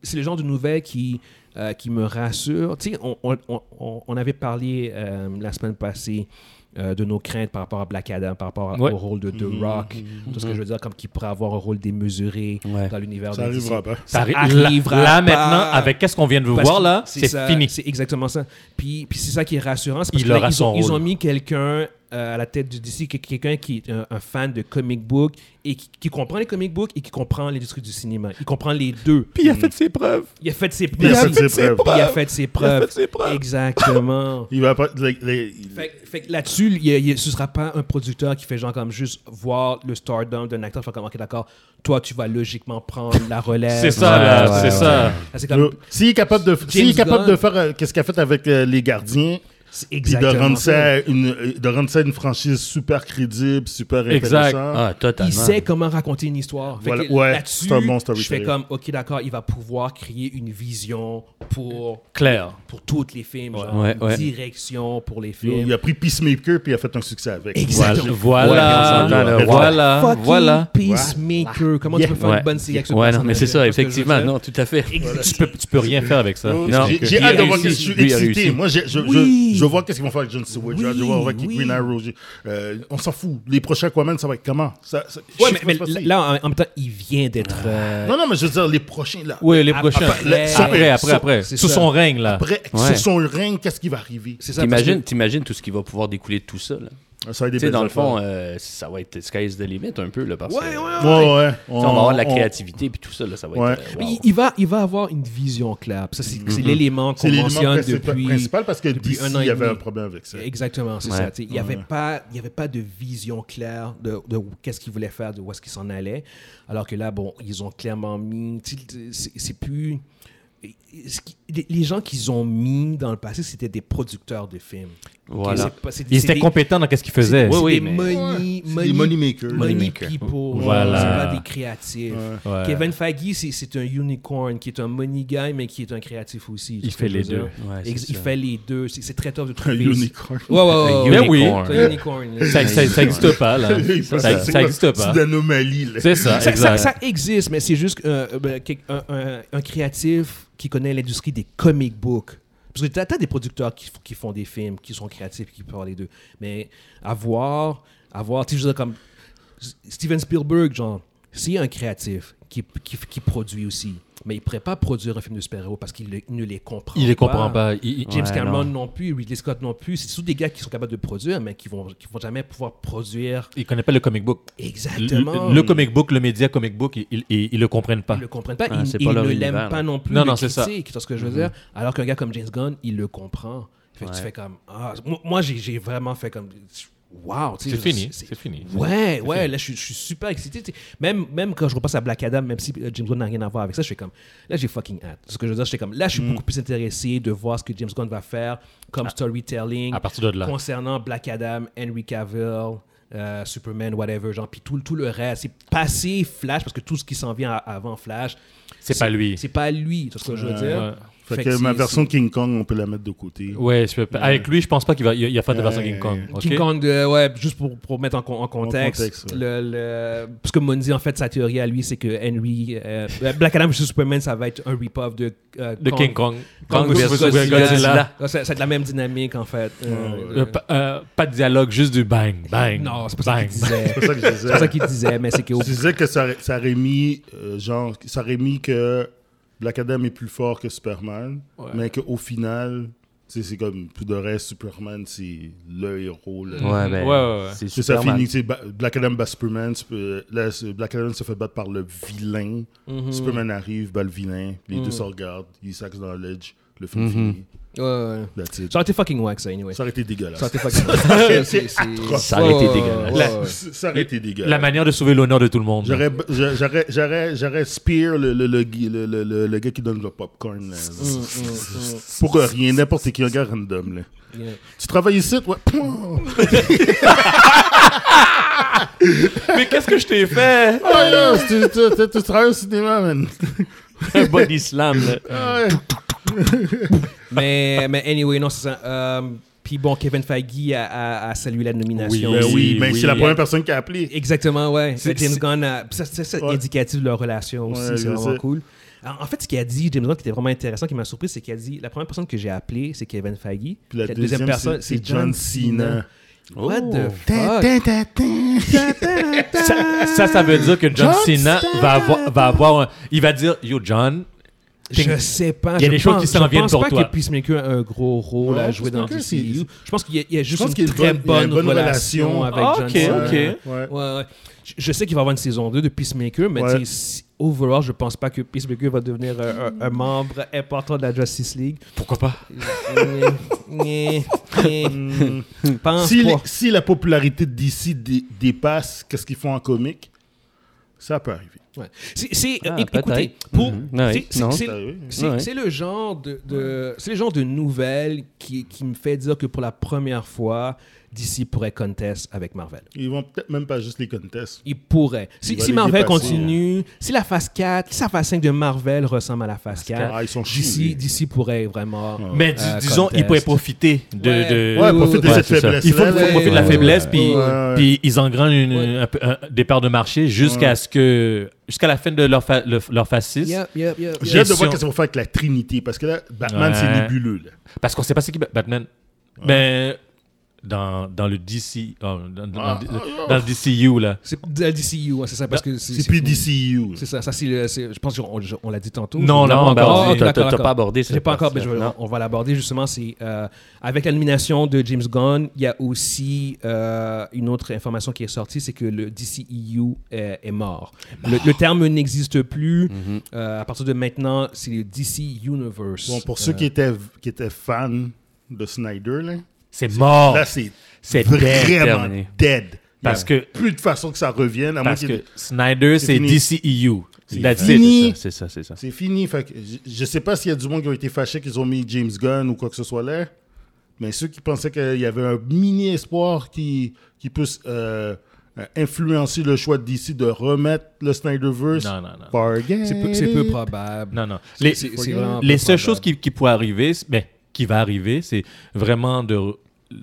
Speaker 1: c'est le genre de nouvelles qui, euh, qui me rassure. Tu sais, on, on- on- on avait parlé euh, la semaine passée euh, de nos craintes par rapport à Black Adam, par rapport à-
Speaker 3: Ouais.
Speaker 1: au rôle de The
Speaker 4: Mm-hmm.
Speaker 1: Rock, tout ce que je veux dire, comme qu'il pourrait avoir un rôle démesuré
Speaker 2: Ouais.
Speaker 1: dans l'univers
Speaker 4: Ça
Speaker 1: de DC.
Speaker 4: n'arrivera pas.
Speaker 3: Ça
Speaker 1: Ça
Speaker 3: arri- là,
Speaker 1: arrivera
Speaker 3: là,
Speaker 1: pas.
Speaker 3: maintenant, avec qu'est-ce qu'on vient de vous
Speaker 1: Parce
Speaker 3: voir
Speaker 1: que
Speaker 3: là, c'est
Speaker 1: ça,
Speaker 3: fini.
Speaker 1: C'est exactement ça. Puis, puis c'est ça qui est rassurant. c'est parce
Speaker 3: Il
Speaker 1: que là,
Speaker 3: aura
Speaker 1: ils, ont,
Speaker 3: son
Speaker 1: ils ont
Speaker 3: rôle.
Speaker 1: mis quelqu'un euh, à la tête du DC, que- quelqu'un qui est un, un fan de comic book et qui, qui comprend les comic books et qui comprend l'industrie du cinéma. Il comprend les deux. Mm.
Speaker 2: Puis il a fait ses preuves.
Speaker 1: Il a fait ses
Speaker 4: Il a
Speaker 1: preuves.
Speaker 4: fait ses preuves.
Speaker 1: Il a fait ses preuves.
Speaker 2: fait ses preuves.
Speaker 1: Exactement.
Speaker 4: Il va pas. les- les-
Speaker 1: Fait, fait que là-dessus, il y a- il y a- ce sera pas un producteur qui fait genre comme juste voir le stardom d'un acteur, faire comme, ok, d'accord, toi, tu vas logiquement prendre la relève.
Speaker 3: C'est ça,
Speaker 1: Ouais,
Speaker 3: là,
Speaker 1: ouais,
Speaker 3: c'est
Speaker 1: ouais.
Speaker 3: ça.
Speaker 1: Ça, c'est
Speaker 4: Yo,
Speaker 1: comme,
Speaker 4: S'il est capable de, s'il est
Speaker 1: James
Speaker 4: capable de
Speaker 1: Gunn.
Speaker 4: faire euh, qu'est-ce qu'il a fait avec euh, les gardiens,
Speaker 1: C'est
Speaker 4: Puis de
Speaker 1: exactement
Speaker 4: rendre,
Speaker 1: ça.
Speaker 4: ça une, euh, de rendre ça une franchise super crédible, super
Speaker 3: Exact.
Speaker 4: intéressante.
Speaker 2: Ah, totalement.
Speaker 1: Il sait comment raconter une histoire. Fait
Speaker 4: Voilà.
Speaker 1: que
Speaker 4: Ouais,
Speaker 1: là-dessus,
Speaker 4: c'est un bon
Speaker 1: je fais
Speaker 4: storyteller.
Speaker 1: comme, OK, d'accord, il va pouvoir créer une vision pour,
Speaker 3: Clair.
Speaker 1: pour tous les films, genre,
Speaker 2: Ouais,
Speaker 1: une
Speaker 2: ouais.
Speaker 1: direction pour les
Speaker 4: Yo,
Speaker 1: films.
Speaker 4: Il a pris Peacemaker puis il a fait un succès avec.
Speaker 1: Exactement.
Speaker 4: Ouais,
Speaker 3: Voilà,
Speaker 2: Ouais, on s'entend, là.
Speaker 3: voilà, voilà,
Speaker 1: Fucking
Speaker 3: voilà.
Speaker 1: Peacemaker, comment tu peux faire
Speaker 2: Ouais.
Speaker 1: une bonne série avec ce
Speaker 2: Ouais, non, mais
Speaker 1: personnage?
Speaker 2: c'est ça,
Speaker 1: Parce que je veux
Speaker 2: effectivement.
Speaker 1: dire-
Speaker 2: Non, tout à fait.
Speaker 3: Tu peux, tu peux rien faire avec ça.
Speaker 4: j'ai-
Speaker 2: Non.
Speaker 4: J'ai
Speaker 2: Lui
Speaker 4: j'ai
Speaker 2: a
Speaker 4: hâte de voir
Speaker 2: réussi.
Speaker 4: qu'est-ce que je suis
Speaker 2: Lui a réussi.
Speaker 4: excité. Moi, j'ai- je, je-
Speaker 1: Oui.
Speaker 4: je, vois qu'est-ce qu'ils vont faire avec John Stewart. Je vais- je vais voir qui
Speaker 1: Oui,
Speaker 4: Green
Speaker 1: oui.
Speaker 4: Arrow. j'ai- euh, on s'en fout. Les prochains Aquaman, ça va être comment Ça- ça- je
Speaker 1: Ouais,
Speaker 4: sais
Speaker 1: mais,
Speaker 4: pas
Speaker 1: mais
Speaker 4: ce qui va se passer.
Speaker 1: là, en, en même temps, il vient d'être. euh,
Speaker 4: Non, non, mais je veux dire, les prochains, là.
Speaker 3: Oui, les
Speaker 1: Après-
Speaker 3: prochains.
Speaker 1: après-
Speaker 3: Après, après, après.
Speaker 1: c'est
Speaker 3: Sous
Speaker 1: ça.
Speaker 3: son règne, là.
Speaker 4: Après,
Speaker 2: Ouais.
Speaker 4: sur son règne, qu'est-ce qui va arriver
Speaker 1: c'est ça, parce que-
Speaker 2: T'imagines, t'imagines tout ce qui va pouvoir découler de tout ça. là.
Speaker 4: Ça va être des
Speaker 2: Tu sais,
Speaker 4: belles
Speaker 2: dans le
Speaker 4: affaires.
Speaker 2: fond, euh, ça va être sky's the limit un peu. Là, parce que,
Speaker 1: Ouais, ouais,
Speaker 4: Ouais,
Speaker 1: ouais.
Speaker 4: ouais.
Speaker 2: tu sais, on va avoir de la
Speaker 4: on-
Speaker 2: créativité puis tout ça. Là, ça va
Speaker 4: Ouais.
Speaker 2: être. euh,
Speaker 1: Mais
Speaker 2: wow.
Speaker 1: il, il va, il va avoir une vision claire. Ça, c'est c'est l'élément
Speaker 4: Mm-hmm. C'est
Speaker 1: qu'on
Speaker 4: l'élément
Speaker 1: mentionne
Speaker 4: principal,
Speaker 1: depuis.
Speaker 4: principal parce que
Speaker 1: depuis
Speaker 4: DC,
Speaker 1: un an et
Speaker 4: il y avait
Speaker 1: demi.
Speaker 4: un problème avec ça.
Speaker 1: Exactement, c'est
Speaker 2: Ouais.
Speaker 1: ça. tu sais, Il n'y avait, pas- il y avait pas de vision claire de, de qu'est-ce qu'il voulait faire, de où est-ce qu'il s'en allait. Alors que là, bon, ils ont clairement mis. tu sais, C'est c'est plus. ce qui- les- Les gens qu'ils ont mis dans le passé, c'était des producteurs de films.
Speaker 2: Voilà.
Speaker 1: Ok, c'est pas- c'est-
Speaker 3: Il
Speaker 1: c'est
Speaker 3: était
Speaker 1: des-
Speaker 3: compétent dans qu'est-ce qu'il faisait.
Speaker 2: Oui, oui.
Speaker 1: c'est des
Speaker 2: mais-
Speaker 1: money,
Speaker 4: C'est
Speaker 1: money-
Speaker 4: des money makers.
Speaker 1: money
Speaker 4: Money
Speaker 1: people.
Speaker 3: euh, Voilà.
Speaker 1: euh, C'est pas des créatifs.
Speaker 3: Ouais.
Speaker 1: Kevin Faggy, c'est- c'est un unicorn qui est un money guy, mais qui est un créatif aussi.
Speaker 3: Il
Speaker 1: C'est ce que
Speaker 3: fait
Speaker 1: je
Speaker 3: les
Speaker 1: veux dire.
Speaker 3: deux.
Speaker 2: Ouais, c'est
Speaker 1: Ex- il
Speaker 2: ça.
Speaker 1: fait les deux. C'est c'est très tough de
Speaker 4: Un
Speaker 1: trouver.
Speaker 4: unicorn.
Speaker 1: Ouais, ouais,
Speaker 2: Un
Speaker 1: ouais, ouais.
Speaker 3: Ben oui.
Speaker 2: unicorn.
Speaker 1: C'est un unicorn. là.
Speaker 3: Ça n'existe pas, là. Ça
Speaker 4: C'est-
Speaker 3: ça existe
Speaker 4: C'est
Speaker 3: pas.
Speaker 4: une anomalie, là.
Speaker 3: C'est
Speaker 1: Ça,
Speaker 3: ça,
Speaker 1: ça-
Speaker 3: Ah, exact.
Speaker 1: ça existe, mais c'est juste euh, ben, quel- un, un- un créatif qui connaît l'industrie des comic books. Parce que t'as as des producteurs qui, f- qui font des films, qui sont créatifs, qui parlent les deux. Mais avoir, avoir, tu sais, je veux dire, comme S- Steven Spielberg, genre, c'est un créatif qui, qui, qui produit aussi, mais il pourrait pas produire un film de super-héros parce qu'il le- il ne les comprend
Speaker 3: Il les comprend pas. Il- il-
Speaker 1: James
Speaker 2: Ouais,
Speaker 1: Cameron non. plus, Ridley Scott non plus, c'est tous des gars qui sont capables de produire, mais qui vont, qui vont jamais pouvoir produire
Speaker 3: Il connaît pas le comic book.
Speaker 1: exactement.
Speaker 3: Le, le comic book, le média comic book, ils ils- ils- ils le comprennent pas.
Speaker 1: Ils le comprennent pas,
Speaker 2: Ah,
Speaker 1: ils,
Speaker 2: c'est
Speaker 1: ils
Speaker 2: pas leur
Speaker 1: ne
Speaker 2: univers,
Speaker 1: l'aiment pas
Speaker 2: là.
Speaker 1: non plus.
Speaker 3: Non,
Speaker 1: Non,
Speaker 3: non,
Speaker 1: c'est
Speaker 3: c'est ça.
Speaker 1: ça. ce que je veux dire. Alors qu'un gars comme James Gunn, il le comprend. Fait que tu
Speaker 2: Ouais.
Speaker 1: fais comme ah, moi- moi j'ai- j'ai vraiment fait comme waouh, tu sais,
Speaker 3: C'est
Speaker 1: je-
Speaker 3: fini, c'est fini.
Speaker 1: Ouais, ouais, là je suis- je suis super excité. tu sais. Même même quand je repasse à Black Adam, même si euh, James Gunn n'a rien à voir avec ça, je fais comme là j'ai fucking hâte. Ce que je veux dire, je fais comme là je suis beaucoup plus intéressé de voir ce que James Gunn va faire comme storytelling
Speaker 3: À partir de là.
Speaker 1: concernant Black Adam, Henry Cavill, euh, Superman, whatever, genre, puis tout, tout le reste. C'est passé Flash, parce que tout ce qui s'en vient a- avant Flash,
Speaker 3: C'est pas lui.
Speaker 1: c'est pas lui, c'est ce que je veux dire.
Speaker 3: Ouais.
Speaker 4: Fait,
Speaker 1: Fait
Speaker 4: que,
Speaker 1: que
Speaker 4: ma
Speaker 1: c'est-
Speaker 4: version King Kong, on peut la mettre de côté.
Speaker 3: Ouais, je peux pas- avec lui, je pense pas qu'il va, il, il a fait de version King Kong. ok?
Speaker 1: King Kong, de- ouais, juste pour, pour mettre en, con- en contexte,
Speaker 4: contexte, ouais.
Speaker 1: le- le- parce que Mundi, en fait, sa théorie à lui, c'est que Henry, euh, Black Adam vs Superman, ça va être un rip-off de, euh,
Speaker 3: De King Kong.
Speaker 1: Kong
Speaker 3: Kong
Speaker 1: versus
Speaker 3: versus
Speaker 1: Godzilla.
Speaker 3: Godzilla.
Speaker 1: Ah, C'est c'est de la même dynamique, en fait. Euh,
Speaker 3: Euh, pa- euh, pas de dialogue, juste du bang, bang.
Speaker 1: non, c'est pas ça
Speaker 3: bang.
Speaker 1: qu'il disait.
Speaker 4: C'est ça que je
Speaker 1: C'est pas ça
Speaker 4: disais.
Speaker 1: qu'il disait, mais c'est qu'au
Speaker 4: Je disais que ça, aurait- ça aurait mis, euh, genre, ça aurait mis que Black Adam est plus fort que Superman, mais qu'au final, tu sais, c'est comme, tout de reste, Superman, c'est le héros. là.
Speaker 2: Ouais, ben,
Speaker 3: Ouais, ouais, ouais.
Speaker 2: C'est
Speaker 4: C'est ça
Speaker 2: Superman.
Speaker 4: fini. tu sais, Ba- Black Adam bat Superman. tu peux- là, c'est- Black Adam se fait battre par le vilain.
Speaker 1: Mm-hmm.
Speaker 4: Superman arrive, bat le vilain. Les
Speaker 1: Mm.
Speaker 4: deux se regardent. Ils s'axent dans l'edge. Le film
Speaker 1: Mm-hmm.
Speaker 4: finit.
Speaker 1: Ouais, ouais.
Speaker 4: That's it.
Speaker 1: Ça aurait été fucking wack, ça, anyway.
Speaker 4: Ça aurait été dégueulasse.
Speaker 1: Ça aurait été fucking wack. C'est- c'est-
Speaker 2: Ça aurait été
Speaker 1: Ouais, ouais,
Speaker 2: dégueulasse.
Speaker 1: ouais, ouais.
Speaker 4: Ça aurait été dégueulasse.
Speaker 3: La manière de sauver l'honneur de tout le monde.
Speaker 4: J'aurais, j'a- j'aurais, j'aurais, j'aurais spear le, le, le, gui- le, le, le- le gars qui donne le popcorn. Là. mm, Pour rien, n'importe qui, un gars random. Là.
Speaker 1: Yeah.
Speaker 4: Tu travailles ici, ouais. Oh,
Speaker 3: Mais qu'est-ce que je t'ai fait?
Speaker 4: Ah, yo, tu, tu, tu- tu travailles au cinéma, man.
Speaker 2: Un body slam. là.
Speaker 4: Ah, ouais.
Speaker 1: mais, mais anyway, non, c'est ça. Euh, Puis bon, Kevin Feige euh, a, a- a salué la nomination.
Speaker 3: Oui,
Speaker 4: Ben
Speaker 1: aussi.
Speaker 4: oui, mais
Speaker 3: oui.
Speaker 4: c'est la première personne qui a appelé.
Speaker 1: Exactement, ouais.
Speaker 3: C'est-
Speaker 1: James
Speaker 3: c'est-
Speaker 1: Gunn, a- ça, ça, c'est
Speaker 4: Ouais.
Speaker 1: indicatif de leur relation aussi,
Speaker 4: Ouais,
Speaker 1: c'est
Speaker 4: je
Speaker 1: vraiment
Speaker 4: sais.
Speaker 1: cool. En en fait, ce qu'il a dit, James Gunn, qui était vraiment intéressant, qui m'a surpris, c'est qu'il a dit la première personne que j'ai appelée, c'est Kevin Feige.
Speaker 4: Puis la, deuxième, personne, c'est John Cena.
Speaker 1: What the
Speaker 4: Tin,
Speaker 1: fuck?
Speaker 4: tin, tin, tin.
Speaker 3: Ça, ça, ça veut dire que John
Speaker 4: John
Speaker 3: Cena va avoir, va avoir un- Il va dire, yo, John,
Speaker 1: Je sais pas.
Speaker 3: Il y a
Speaker 1: je
Speaker 3: des choses
Speaker 1: pense-
Speaker 3: qui s'en viennent
Speaker 1: Je
Speaker 3: pour
Speaker 1: pense pas
Speaker 3: toi.
Speaker 1: que Peacemaker a un gros rôle
Speaker 4: Non,
Speaker 1: à jouer dans
Speaker 4: Peacemaker, c'est-
Speaker 1: DCU. Je pense qu'il y a- il y, a juste
Speaker 4: pense
Speaker 1: une,
Speaker 4: qu'il y a une
Speaker 1: très
Speaker 4: bonne- il y a
Speaker 1: bonne,
Speaker 4: une bonne
Speaker 1: relation,
Speaker 4: relation.
Speaker 1: avec
Speaker 3: Ah,
Speaker 1: John
Speaker 3: ok,
Speaker 1: Cena.
Speaker 3: ok.
Speaker 1: Ouais,
Speaker 4: Ouais.
Speaker 1: ouais. Je, je sais qu'il va y avoir une saison 2 de Peacemaker, mais
Speaker 4: Ouais.
Speaker 1: tu sais, si- overall, je pense pas que Peacemaker va devenir euh, un, un membre important de la Justice League.
Speaker 3: pourquoi pas?
Speaker 1: Nyeh, nyeh, nyeh. Pense
Speaker 4: Si, les-
Speaker 1: pas.
Speaker 4: si la popularité d'ici dé- dépasse qu'est-ce qu'ils font en comique, ça peut arriver.
Speaker 1: Ouais. C'est, c'est-
Speaker 2: Ah,
Speaker 1: é- écoutez,
Speaker 2: peut-être.
Speaker 1: pour
Speaker 2: Mhm. Ah oui.
Speaker 1: c'est- c'est-
Speaker 2: Non,
Speaker 1: c'est-
Speaker 4: c'est- oui, oui.
Speaker 1: c'est-
Speaker 2: Ouais.
Speaker 1: c'est le genre de, de- c'est le genre de nouvelle qui, qui me fait dire que pour la première fois, DC pourrait contest avec Marvel.
Speaker 4: Ils vont peut-être même pas juste les contests.
Speaker 1: Il pourrait. Si,
Speaker 4: Il va
Speaker 1: si
Speaker 4: les
Speaker 1: Marvel
Speaker 4: dépasser. hein.
Speaker 1: continue, si la phase 4, si la phase 5 de Marvel ressemble à la phase 4,
Speaker 4: Ah, ils sont
Speaker 1: DC,
Speaker 4: chiés.
Speaker 1: DC pourrait vraiment.
Speaker 3: Mais dis-
Speaker 1: Euh,
Speaker 3: disons,
Speaker 1: contest.
Speaker 3: ils pourraient profiter de.
Speaker 1: Ouais.
Speaker 3: de-
Speaker 4: Ah, Ouais,
Speaker 1: Oui,
Speaker 4: profite de
Speaker 1: oui,
Speaker 4: cette
Speaker 3: c'est ça.
Speaker 4: faiblesse.
Speaker 3: Il faut, il faut
Speaker 1: Ouais,
Speaker 3: profiter de la
Speaker 1: ouais,
Speaker 3: faiblesse,
Speaker 1: ouais,
Speaker 3: puis,
Speaker 4: ouais, ouais.
Speaker 3: puis ils engrangent une-
Speaker 1: Ouais.
Speaker 3: un peu- un- des parts de marché jusqu'à ce que jusqu'à la fin de leur, fa- le- leur phase
Speaker 1: Yep,
Speaker 3: 6.
Speaker 1: yep, yep, yep.
Speaker 4: J'ai hâte de
Speaker 3: Gestion.
Speaker 4: voir qu'est-ce qu'ils vont faire avec la Trinité, parce que là, Batman, c'est
Speaker 3: Ouais. Ah,
Speaker 4: nébuleux. là.
Speaker 3: Parce qu'on sait pas c'est qui Ba- Batman. Mais dans, dans le DC. oh, dans, dans-
Speaker 4: Ah,
Speaker 3: dans-
Speaker 4: ah, ah.
Speaker 3: dans le DCU, là.
Speaker 1: C'est de la DCU, ouais, hein, c'est ça, parce que c'est.
Speaker 4: Bah, C'est plus DCU.
Speaker 1: C'est ça, ça c'est, le- c'est- je pense qu'on je- on l'a dit tantôt.
Speaker 3: Non,
Speaker 1: Je-
Speaker 3: non,
Speaker 1: Ah,
Speaker 3: ben,
Speaker 1: d'accord,
Speaker 3: on-
Speaker 2: t'as-
Speaker 1: d'accord,
Speaker 2: t'as
Speaker 1: d'accord.
Speaker 2: pas abordé
Speaker 1: J'ai
Speaker 2: cette
Speaker 1: pas encore, mais
Speaker 2: partie-là.
Speaker 1: je-
Speaker 2: Non.
Speaker 1: on va l'aborder justement. C'est euh, avec la nomination de James Gunn, il y a aussi euh, une autre information qui est sortie, c'est que le DCEU est, est mort. Le, le terme n'existe plus.
Speaker 3: Mm-hmm.
Speaker 1: Euh, à partir de maintenant, c'est le E DC Universe.
Speaker 4: Bon, pour ceux
Speaker 1: Euh,
Speaker 4: qui étaient, qui étaient fans de Snyder, là,
Speaker 3: C'est mort.
Speaker 4: là c'est
Speaker 3: Oh, C'est dead.
Speaker 4: vraiment
Speaker 2: terminé.
Speaker 4: dead. Il y a
Speaker 3: Parce que,
Speaker 4: plus de façon que ça revienne, à moins
Speaker 3: parce
Speaker 4: qu'il y ait-
Speaker 3: que Snyder, c'est
Speaker 4: fini.
Speaker 3: DCEU.
Speaker 4: C'est
Speaker 3: That's
Speaker 4: fini.
Speaker 3: it.
Speaker 4: Ni-
Speaker 2: C'est ça, c'est ça.
Speaker 4: C'est fini. Fait que je- je sais pas s'il y a du monde qui ont été fâchés qu'ils ont mis James Gunn ou quoi que ce soit là. Mais ceux qui pensaient qu'il y avait un mini espoir qui, qui puisse euh, euh, influencer le choix de DC de remettre le Snyderverse.
Speaker 3: Non, non, non.
Speaker 4: Forget
Speaker 1: Euh, C'est peu, c'est peu
Speaker 4: it.
Speaker 1: probable.
Speaker 3: Non, non.
Speaker 1: C'est-
Speaker 3: Les,
Speaker 1: c'est-
Speaker 4: faut
Speaker 1: c'est
Speaker 4: dire.
Speaker 1: vraiment
Speaker 3: les
Speaker 1: peu
Speaker 3: seules
Speaker 1: probable.
Speaker 3: choses qui, qui pourraient arriver, c'est- ben, qui va arriver, c'est vraiment de.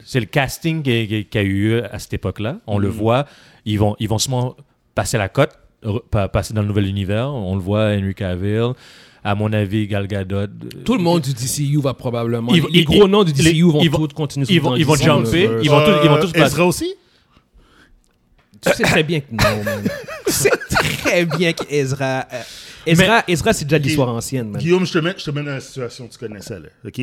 Speaker 3: C'est le casting qui a- qui a- qui a eu lieu à cette époque-là. On
Speaker 1: Mm.
Speaker 3: le voit. Ils vont, ils vont sûrement passer la cote, re- pa- passer dans le nouvel univers. On le voit, Henry Cavill. À mon avis, Gal Gadot.
Speaker 1: Tout le monde du DCU va probablement.
Speaker 3: Ils-
Speaker 1: les- les
Speaker 3: ils-
Speaker 1: gros noms du
Speaker 3: les-
Speaker 1: DCU vont
Speaker 3: ils vont-
Speaker 1: tous continuer
Speaker 3: ils
Speaker 1: dans
Speaker 3: vont-
Speaker 1: le E
Speaker 3: ils vont
Speaker 1: DC
Speaker 3: jumper,
Speaker 1: Universe.
Speaker 3: ils vont tous- ils vont tous
Speaker 4: Euh,
Speaker 3: battre.
Speaker 4: Ezra aussi?
Speaker 1: Tu sais très bien que non, man. Tu sais très bien qu'Ezra. euh, Ezra, Ezra c'est déjà de l'histoire ancienne, man.
Speaker 4: Guillaume, je te, mets, je te mets dans la situation que tu connaissais là. OK?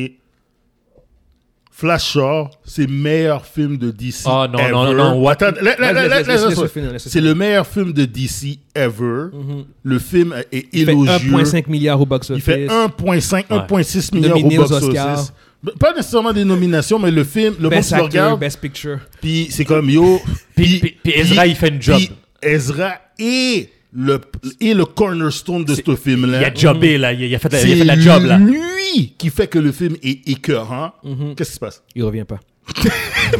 Speaker 4: Flash sort, c'est le meilleur film de DC.
Speaker 3: Ah, non,
Speaker 4: ever.
Speaker 3: non, non, non, what-
Speaker 4: Attends, là, là, là, là,
Speaker 1: Laisse- laisse-
Speaker 4: là,
Speaker 1: laisse-
Speaker 4: là,
Speaker 1: laisse- finir, laisse-
Speaker 4: C'est le meilleur film de DC ever.
Speaker 3: Mm-hmm.
Speaker 4: Le film est
Speaker 1: Il fait
Speaker 4: élogieux.
Speaker 1: 1,5 milliard au box-office.
Speaker 4: Il fait 1,5, 1,6 milliards
Speaker 1: Nominé
Speaker 4: au
Speaker 1: aux
Speaker 4: box-office.
Speaker 1: Oscars.
Speaker 4: Pas nécessairement des nominations, mais le film, le monde
Speaker 1: Best
Speaker 4: se le
Speaker 1: actor,
Speaker 4: regarde,
Speaker 1: best picture.
Speaker 4: puis c'est comme yo.
Speaker 3: Puis- puis- puis Ezra, il fait une job.
Speaker 4: puis Ezra est le, est le cornerstone de ce film-là.
Speaker 3: Il a jobé, là. Il a, il a fait, la- il a
Speaker 4: C'est
Speaker 3: fait la job, là.
Speaker 4: lui qui fait que le film est écœurant. Qu'est-ce qui se passe?
Speaker 1: Il revient pas.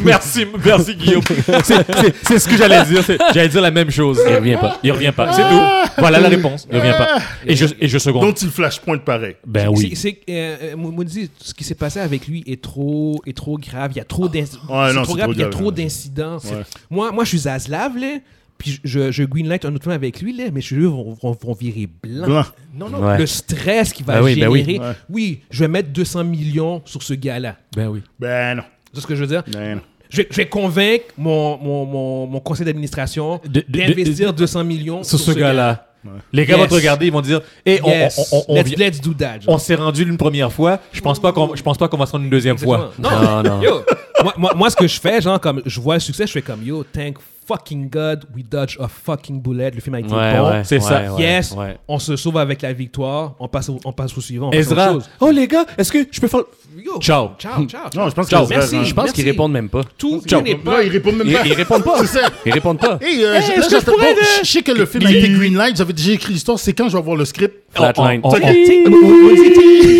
Speaker 3: Merci, merci Guillaume. C'est- C'est c'est ce que j'allais dire. c'est- J'allais dire la même chose. Il revient pas. Il revient pas. C'est tout. Voilà
Speaker 1: Ah.
Speaker 3: la réponse. Il revient pas. Et je, et je seconde.
Speaker 4: Donc, il flashpoint pareil.
Speaker 3: ben
Speaker 1: C'est-
Speaker 3: oui.
Speaker 1: C'est, euh, euh, Mo- Moody, ce qui s'est passé avec lui est trop, est trop grave. Il y a trop d'incidents.
Speaker 4: Ah, Ouais, non, c'est trop
Speaker 1: Il y a
Speaker 4: grave,
Speaker 1: trop
Speaker 4: ouais.
Speaker 1: d'incidents.
Speaker 4: Ouais.
Speaker 1: Moi, moi, je suis Zaslav, là. Puis je, je greenlight un autre film avec lui, là. Mais je suis vont, vont, vont virer blanc.
Speaker 4: Blanc.
Speaker 3: Non,
Speaker 2: Ouais.
Speaker 1: Le stress qu'il va
Speaker 2: Ben oui, ben
Speaker 1: générer.
Speaker 2: oui.
Speaker 1: oui.
Speaker 4: Ouais.
Speaker 1: je vais mettre 200 millions sur ce gars-là.
Speaker 3: Ben oui.
Speaker 4: Ben non.
Speaker 1: C'est ce que je veux dire.
Speaker 4: Ben non.
Speaker 1: Je, je vais convaincre mon, mon, mon, mon conseil d'administration
Speaker 3: De- de-
Speaker 1: d'investir 200 millions
Speaker 3: Sur ce gars-là. Les gars
Speaker 1: Yes.
Speaker 3: vont te regarder, ils vont dire Hé, on-
Speaker 1: Yes.
Speaker 3: on, on, on,
Speaker 1: let's,
Speaker 3: vient-
Speaker 1: let's do that. genre.
Speaker 3: on s'est rendu une première fois. Je pense pas qu'on je pense pas qu'on va se rendre une deuxième fois.
Speaker 1: Exactement. Non, Yo, moi, moi, moi, ce que je fais, genre, comme je vois le succès, je fais comme yo, thank fucking God, we dodge a fucking bullet. Le film a été
Speaker 2: Ouais,
Speaker 1: bon.
Speaker 2: ouais,
Speaker 3: c'est
Speaker 2: ouais,
Speaker 3: ça.
Speaker 2: ouais,
Speaker 1: yes,
Speaker 2: ouais.
Speaker 1: on se sauve avec la victoire, on passe au, on passe au suivant. on passe à autre
Speaker 3: Ezra.
Speaker 1: chose.
Speaker 3: Oh les gars, est-ce que je peux faire.
Speaker 1: Yo,
Speaker 3: Ciao.
Speaker 1: Ciao, ciao.
Speaker 4: Non, je pense
Speaker 1: Ciao.
Speaker 4: que
Speaker 1: Merci,
Speaker 4: Ezra-
Speaker 2: Je pense qu'ils
Speaker 1: Merci.
Speaker 2: répondent même pas.
Speaker 1: Tout
Speaker 3: Ciao.
Speaker 1: n'est
Speaker 4: Là,
Speaker 1: pas.
Speaker 4: il répond même
Speaker 2: Ils,
Speaker 4: pas.
Speaker 2: ils répondent pas.
Speaker 4: C'est ça.
Speaker 2: Ils répondent pas.
Speaker 4: Hey, euh,
Speaker 1: Hey,
Speaker 4: je-
Speaker 1: est-ce
Speaker 4: là,
Speaker 1: que je
Speaker 4: j'attends-
Speaker 1: pourrais
Speaker 4: bon,
Speaker 1: le-
Speaker 4: je sais que le film a été greenlight, j'avais déjà écrit l'histoire, c'est quand je vais avoir le script?
Speaker 3: Ah,
Speaker 2: Flatline.
Speaker 3: On- on- on-
Speaker 2: Il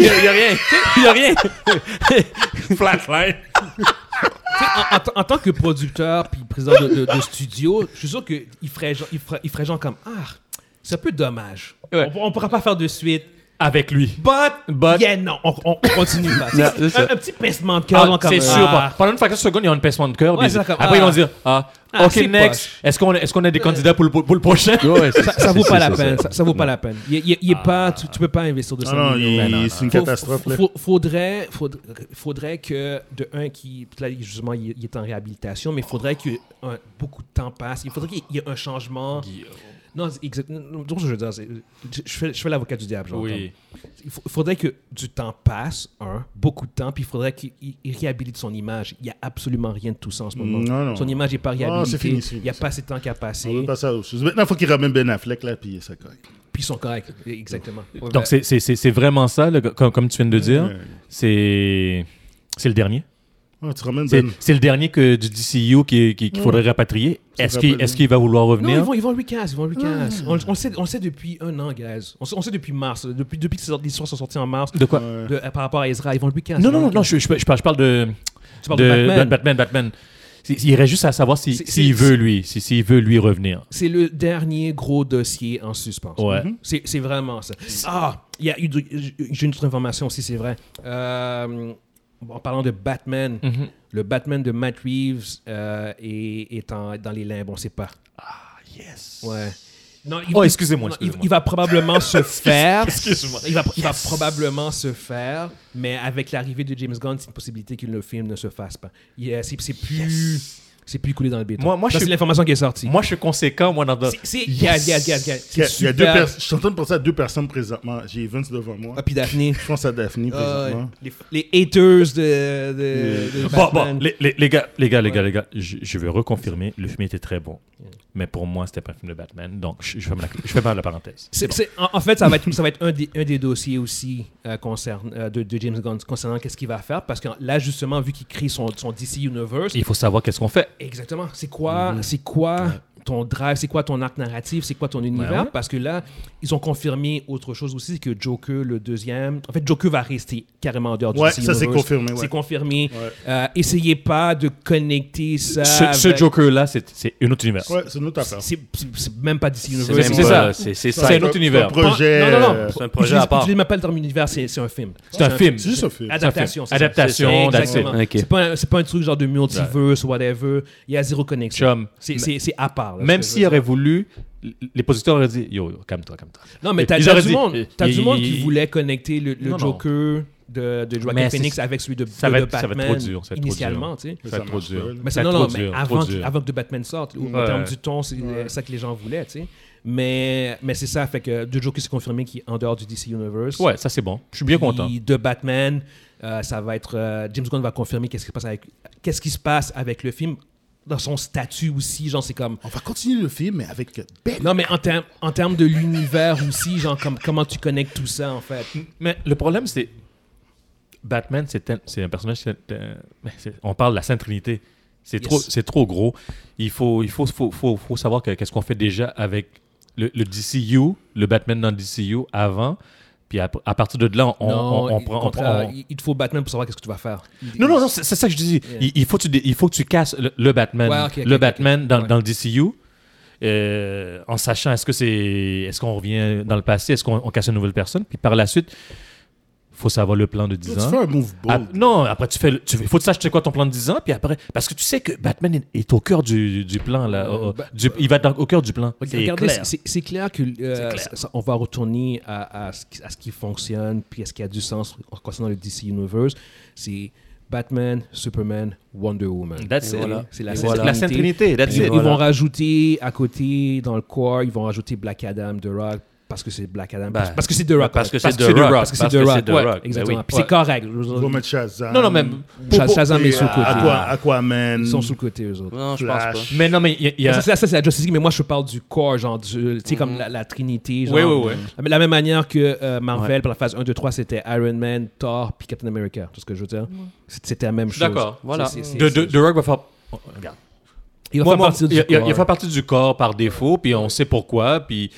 Speaker 2: y a il y a rien. Il y a rien. Flatline.
Speaker 1: Tu sais, en, en tant- en tant que producteur puis président de, de- de studio, je suis sûr qu'il ferait, genre- il ferait, il ferait genre comme Ah, c'est un peu dommage.
Speaker 2: Ouais.
Speaker 1: On, on pourra pas faire de suite.
Speaker 3: Avec lui.
Speaker 1: But,
Speaker 3: But-
Speaker 1: yeah, non, on, on- on continue pas.
Speaker 2: Non,
Speaker 1: un,
Speaker 2: c'est ça.
Speaker 1: un petit pincement de cœur, genre comme
Speaker 3: c'est sûr.
Speaker 1: Ah,
Speaker 3: Pendant une fraction de seconde, il y a un pincement de cœur.
Speaker 1: Ouais,
Speaker 3: puis
Speaker 1: c'est ça, comme,
Speaker 3: après,
Speaker 1: ah.
Speaker 3: ils vont dire Ah,
Speaker 1: Ah,
Speaker 3: OK,
Speaker 1: c'est
Speaker 3: next.
Speaker 1: poche.
Speaker 3: Est-ce qu'on est, qu'on a des candidats pour le, pour le prochain
Speaker 2: Ouais, c'est
Speaker 1: ça,
Speaker 2: c'est-
Speaker 1: ça vaut
Speaker 2: c'est-
Speaker 1: pas
Speaker 2: c'est Ah.
Speaker 1: la
Speaker 2: ça.
Speaker 1: peine. Ça, ça vaut pas la peine. Il, il- il est pas, tu, tu peux pas investir de
Speaker 4: Ah non, il-
Speaker 1: millions.
Speaker 4: il- c'est une
Speaker 1: Faut-
Speaker 4: catastrophe, là.
Speaker 1: faut- faudrait, faudrait, faudrait que de un qui là, justement il, il est en réhabilitation, mais faudrait que un- beaucoup de temps passe. Il faudrait qu'il y ait un changement. Non, c'est exact. non, donc, je veux dire, c'est- je, je fais, je fais l'avocat du diable. genre,
Speaker 3: Oui.
Speaker 1: comme. Il faut- faudrait que du temps passe, un, beaucoup de temps, puis il faudrait qu'il il- il réhabilite son image. Il n'y a absolument rien de tout ça en ce moment.
Speaker 4: Non, non.
Speaker 1: Son image n'est pas
Speaker 4: c'est
Speaker 1: réhabilitée.
Speaker 4: fini, c'est fini,
Speaker 1: il n'y a
Speaker 4: ça.
Speaker 1: pas assez de temps qui a
Speaker 4: On
Speaker 1: passé.
Speaker 4: veut passer à autre chose. Maintenant, il faut qu'il ramène Ben Affleck, là, puis ça correct.
Speaker 1: Puis ils sont corrects. Exactement. Ouais, ben-
Speaker 3: Donc, c'est- c'est c'est- c'est vraiment ça, le- comme, comme tu viens de le dire. C'est c'est le dernier.
Speaker 4: Ah, tu ramènes
Speaker 3: C'est
Speaker 4: Ben.
Speaker 3: c'est le dernier que, du DCU qui- qui- qu'il faudrait rapatrier.
Speaker 4: Ça
Speaker 3: Est-ce qu'il
Speaker 4: rappelle-
Speaker 1: hein.
Speaker 3: est qu'il va vouloir
Speaker 1: Non, ils
Speaker 3: revenir?
Speaker 1: vont, ils vont le recast, ils vont le recast.
Speaker 3: Ah.
Speaker 1: On, on le sait, on le sait depuis un an, guys. On, sait- on sait depuis mars, depuis, depuis que ces histoires sont sorties en mars,
Speaker 3: De quoi?
Speaker 4: Ouais.
Speaker 1: de- euh, par rapport à Ezra, ils vont le recast.
Speaker 3: Non,
Speaker 1: ils vont
Speaker 3: non,
Speaker 1: le
Speaker 3: non, non,
Speaker 1: recast.
Speaker 3: je, je- je parle- je parle de,
Speaker 1: tu parles
Speaker 3: de-
Speaker 1: de, Batman.
Speaker 3: Batman. Batman. C'est- Il reste juste à savoir si-
Speaker 1: C'est-
Speaker 3: s'il
Speaker 1: c'est-
Speaker 3: veut, lui, si- s'il veut lui revenir.
Speaker 1: C'est le dernier gros dossier en suspens. Mhm.
Speaker 3: Ouais.
Speaker 1: C'est c'est vraiment ça. Ah, il y a eu de- j'ai une autre information aussi, c'est vrai. Euh, en parlant de Batman,
Speaker 3: Mhm.
Speaker 1: le Batman de Matt Reeves euh, est, est en- dans les limbes, on ne sait pas. Ah, yes. Ouais. Non, il,
Speaker 3: Oh, excusez-moi,
Speaker 1: non, il-
Speaker 3: excusez-moi.
Speaker 1: Il, va probablement se faire. Il va, il va probablement se faire, mais avec l'arrivée de James Gunn, c'est une possibilité que le film ne se fasse pas. Il est- C'est c'est plus, c'est plus coulé dans le béton.
Speaker 3: Moi- moi,
Speaker 1: Ça,
Speaker 3: je
Speaker 1: c'est
Speaker 3: suis-
Speaker 1: l'information qui est sortie.
Speaker 3: Moi, je suis conséquent, moi, dans...
Speaker 1: C'est- C'est yes.
Speaker 3: Yes!
Speaker 1: yeah, yeah, yeah, yeah.
Speaker 4: Il y a-
Speaker 1: C'est
Speaker 4: il y a deux
Speaker 1: super.
Speaker 4: pers- Je suis en train de penser à deux personnes présentement. J'ai Vince devant moi.
Speaker 1: Ah, puis Daphné.
Speaker 4: Je pense à Daphne
Speaker 1: Euh,
Speaker 4: présentement.
Speaker 1: les, les haters de, de, de
Speaker 3: Bon,
Speaker 1: Batman.
Speaker 3: bon, les, les- les gars, les gars, les gars, les gars, je, je vais reconfirmer, le film était très bon, mais pour moi, c'était pas un film de Batman, donc je, je ferme, la, je ferme la parenthèse.
Speaker 1: C'est- c'est- en, en fait, ça va être, ça va être un, des, un des dossiers aussi euh, concerne, euh, de, de James Gunn concernant qu'est-ce qu'il va faire. Parce que là, justement, vu qu'il crée son, son DC Universe,
Speaker 3: Il faut savoir qu'est-ce qu'on fait.
Speaker 1: Exactement. C'est quoi, c'est quoi ton drive, c'est quoi ton arc narratif, c'est quoi ton univers? Parce que là, ils ont confirmé autre chose aussi, que Joker, le deuxième... En fait, Joker va rester carrément en dehors du
Speaker 4: Ouais,
Speaker 1: DC
Speaker 4: ça, c'est
Speaker 1: Universe.
Speaker 4: confirmé, ouais.
Speaker 1: C'est confirmé.
Speaker 4: Ouais.
Speaker 1: Euh, essayez pas de connecter ça
Speaker 3: Ce, ce
Speaker 1: avec-
Speaker 3: Joker-là, c'est c'est une autre univers.
Speaker 4: Ouais, c'est une autre affaire.
Speaker 1: C'est c'est- c'est même pas DC
Speaker 2: C'est
Speaker 1: Universe.
Speaker 2: même
Speaker 3: c'est
Speaker 2: pas-
Speaker 3: ça.
Speaker 2: C'est c'est
Speaker 3: C'est
Speaker 2: ça.
Speaker 3: un autre univers.
Speaker 4: projet.
Speaker 1: Non, non, non.
Speaker 4: euh,
Speaker 2: C'est un projet à
Speaker 1: Utilise-
Speaker 2: part.
Speaker 1: utilise même pas le terme univers, c'est c'est un film.
Speaker 3: C'est un film.
Speaker 4: C'est juste un film.
Speaker 1: Adaptation. c'est ça.
Speaker 3: Adaptation, that's it.
Speaker 1: Exactement.
Speaker 2: Ok.
Speaker 1: C'est pas, un- c'est pas un truc genre de multiverse, whatever. Il y a zéro connexion.
Speaker 3: Chum.
Speaker 1: C'est- C'est c'est à part. là, ce
Speaker 3: Même
Speaker 1: que je veux
Speaker 3: s'il aurait voulu, l- les producteurs auraient dit Yo, yo, calme-toi, calme-toi.
Speaker 1: Non, mais t'as
Speaker 3: Ils
Speaker 1: t'as
Speaker 3: auraient
Speaker 1: du
Speaker 3: dit-
Speaker 1: monde, t'as du
Speaker 3: ils-
Speaker 1: monde qui
Speaker 3: ils-
Speaker 1: voulait connecter le, le
Speaker 3: Non, non.
Speaker 1: Joker de, de Joaquin
Speaker 3: Mais
Speaker 1: Phoenix
Speaker 3: c'est-
Speaker 1: avec celui de,
Speaker 3: ça
Speaker 1: de-
Speaker 3: va
Speaker 1: de
Speaker 3: être- ça va être
Speaker 1: Batman
Speaker 3: trop dur, ça va être trop
Speaker 1: initialement, tu sais.
Speaker 3: Ça va être
Speaker 4: Ça
Speaker 3: trop
Speaker 4: marche
Speaker 3: dur.
Speaker 4: pas, là.
Speaker 1: Mais
Speaker 3: Ça
Speaker 1: c'est
Speaker 3: va
Speaker 1: non,
Speaker 3: être
Speaker 1: non,
Speaker 3: trop
Speaker 1: mais
Speaker 3: dur, trop
Speaker 1: avant, que-
Speaker 3: dur.
Speaker 1: avant que de Batman sorte, ou en
Speaker 2: Ouais.
Speaker 1: termes du ton, c'est ça que les gens voulaient, tu sais. Mais, mais c'est ça, fait que The Joker s'est confirmé qu'il est en dehors du DC Universe.
Speaker 3: Ouais, ça c'est bon. Je suis bien
Speaker 1: Puis
Speaker 3: content.
Speaker 1: de Batman, euh, ça va être euh, James Gunn va confirmer qu'est-ce qui se passe avec qu'est-ce qui se passe avec le film dans son statut aussi, genre c'est comme
Speaker 4: On va continuer le film, mais avec Ben.
Speaker 1: non mais en termes en termes de l'univers aussi, genre comme comment tu connectes tout ça en fait.
Speaker 3: Mais le problème, c'est. Batman, c'est tel- c'est un personnage. c'est- euh, mais c'est- On parle de la Sainte Trinité. C'est
Speaker 1: Yes.
Speaker 3: trop, c'est trop gros. Il faut, il faut, faut, faut, faut savoir que- qu'est-ce qu'on fait déjà avec le, le DCU, le Batman dans le DCU avant. Puis à, à partir de là, on,
Speaker 1: non,
Speaker 3: on- on
Speaker 1: il-
Speaker 3: prend. on
Speaker 1: contre-
Speaker 3: prend-
Speaker 1: euh,
Speaker 3: on-
Speaker 1: il- Il te faut Batman pour savoir qu'est-ce que tu vas faire. Il-
Speaker 3: Non, non, non, c'est c'est ça que je dis. Il, il faut que tu, dé- il faut que tu casses le, le Batman,
Speaker 1: Ouais, ok, ok,
Speaker 3: le
Speaker 1: ok,
Speaker 3: Batman
Speaker 1: ok.
Speaker 3: Dans,
Speaker 1: Ouais.
Speaker 3: dans le DCU. euh, en sachant est-ce que c'est est-ce qu'on revient dans le passé est-ce qu'on on casse une nouvelle personne puis par la suite faut savoir le plan de 10
Speaker 4: Tu
Speaker 3: ans
Speaker 4: fais un move
Speaker 3: Ah,
Speaker 4: bold.
Speaker 3: non, après, tu fais. le- tu, faut que tu saches c'est quoi ton plan de 10 ans, puis après. Parce que tu sais que Batman est, est au cœur du, du plan, là. au- au-
Speaker 1: Ba-
Speaker 3: du- il va dans- au cœur du plan.
Speaker 1: Bah, Regardez, c'est- c'est- c'est clair que euh, ça- ça- on va retourner à, à ce qui, à ce qui fonctionne, puis à ce qui a du sens en concernant le DC Universe. C'est Batman, Superman, Wonder Woman.
Speaker 3: That's
Speaker 2: Et
Speaker 3: it.
Speaker 2: voilà.
Speaker 1: C'est la,
Speaker 2: Et
Speaker 1: Sainte
Speaker 2: voilà.
Speaker 3: La Sainte Trinité, that's
Speaker 1: Ils,
Speaker 3: it.
Speaker 1: ils vont rajouter à côté, dans le corps, ils vont rajouter Black Adam, The Rock, parce que c'est Black Adam.
Speaker 3: Ben,
Speaker 1: parce- parce que c'est The Rock.
Speaker 2: parce que
Speaker 1: ouais.
Speaker 2: c'est The Rock,
Speaker 1: Parce que c'est The Rock. ouais, Exactement.
Speaker 2: Ben oui.
Speaker 1: Puis c'est correct.
Speaker 4: On va mettre Shazam.
Speaker 3: Non, non, même.
Speaker 1: Shaz- Shazam est sur le côté.
Speaker 4: Aqua- Aquaman.
Speaker 1: Ils sont sous le côté, eux autres.
Speaker 2: Non, je pense pas.
Speaker 4: Flash.
Speaker 3: Mais non, mais il y a. il y a-
Speaker 1: Ça,
Speaker 3: Mm.
Speaker 1: c'est- ça, c'est la Justice League, mais moi, je parle du corps, genre, du, tu sais, comme la, la Trinité. Genre,
Speaker 3: Oui, oui, oui.
Speaker 1: La- La même manière que euh, Marvel, pour la phase 1, 2, 3, c'était Iron Man, Thor, puis Captain America. Tout ce que je veux dire. C'est- C'était la même chose.
Speaker 3: D'accord,
Speaker 2: voilà.
Speaker 1: C'est- c'est-
Speaker 3: de,
Speaker 1: c'est-
Speaker 3: de- The Rock va faire. oh, regarde.
Speaker 1: Il va
Speaker 3: Moi,
Speaker 1: faire
Speaker 3: moi,
Speaker 1: partie du
Speaker 3: il- il-
Speaker 1: corps.
Speaker 3: il fait partie du corps par défaut, puis on sait pourquoi, puis.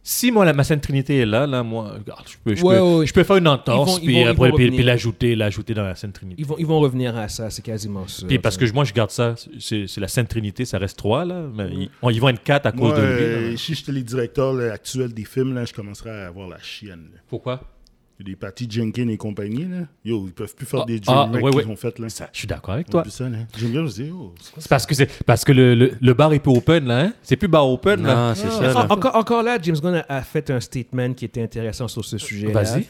Speaker 3: Si moi, la, ma Sainte Trinité est là, là, moi, regarde, je peux, je
Speaker 1: Ouais,
Speaker 3: peux,
Speaker 1: ouais, ouais.
Speaker 3: je peux faire une
Speaker 1: Ils
Speaker 3: entorse,
Speaker 1: vont- ils
Speaker 3: puis
Speaker 1: vont- ils
Speaker 3: après,
Speaker 1: vont
Speaker 3: puis,
Speaker 1: revenir.
Speaker 3: puis l'ajouter, l'ajouter dans la Sainte Trinité.
Speaker 1: Ils vont, ils vont revenir à ça, c'est quasiment sûr.
Speaker 3: Puis parce que je- moi, je garde ça, c'est c'est la Sainte Trinité, ça reste trois, là. Mais ils, on- ils vont être quatre à cause
Speaker 4: Moi,
Speaker 3: de lui. hein.
Speaker 4: euh,
Speaker 3: là.
Speaker 4: si j'étais le directeur là, actuel des films, là, je commencerais à avoir la chienne. là.
Speaker 3: Pourquoi
Speaker 4: Les Patty Jenkins et compagnie, là. Yo, ils peuvent plus faire
Speaker 3: Ah,
Speaker 4: des
Speaker 3: ah,
Speaker 4: jeux
Speaker 3: ouais, ouais.
Speaker 4: qu'ils ont fait, là.
Speaker 3: Je suis d'accord avec
Speaker 4: J'ai
Speaker 3: toi.
Speaker 4: vu ça, là. J'aime bien, je me dis, oh, c'est quoi
Speaker 3: C'est parce que, c'est- parce que le, le, le bar est peu open, là. Hein? C'est plus bar open, là.
Speaker 2: Non, c'est ça.
Speaker 1: En-
Speaker 2: là.
Speaker 1: Ah. encore, encore là, James Gunn a, a fait un statement qui était intéressant sur ce sujet.
Speaker 3: Vas-y.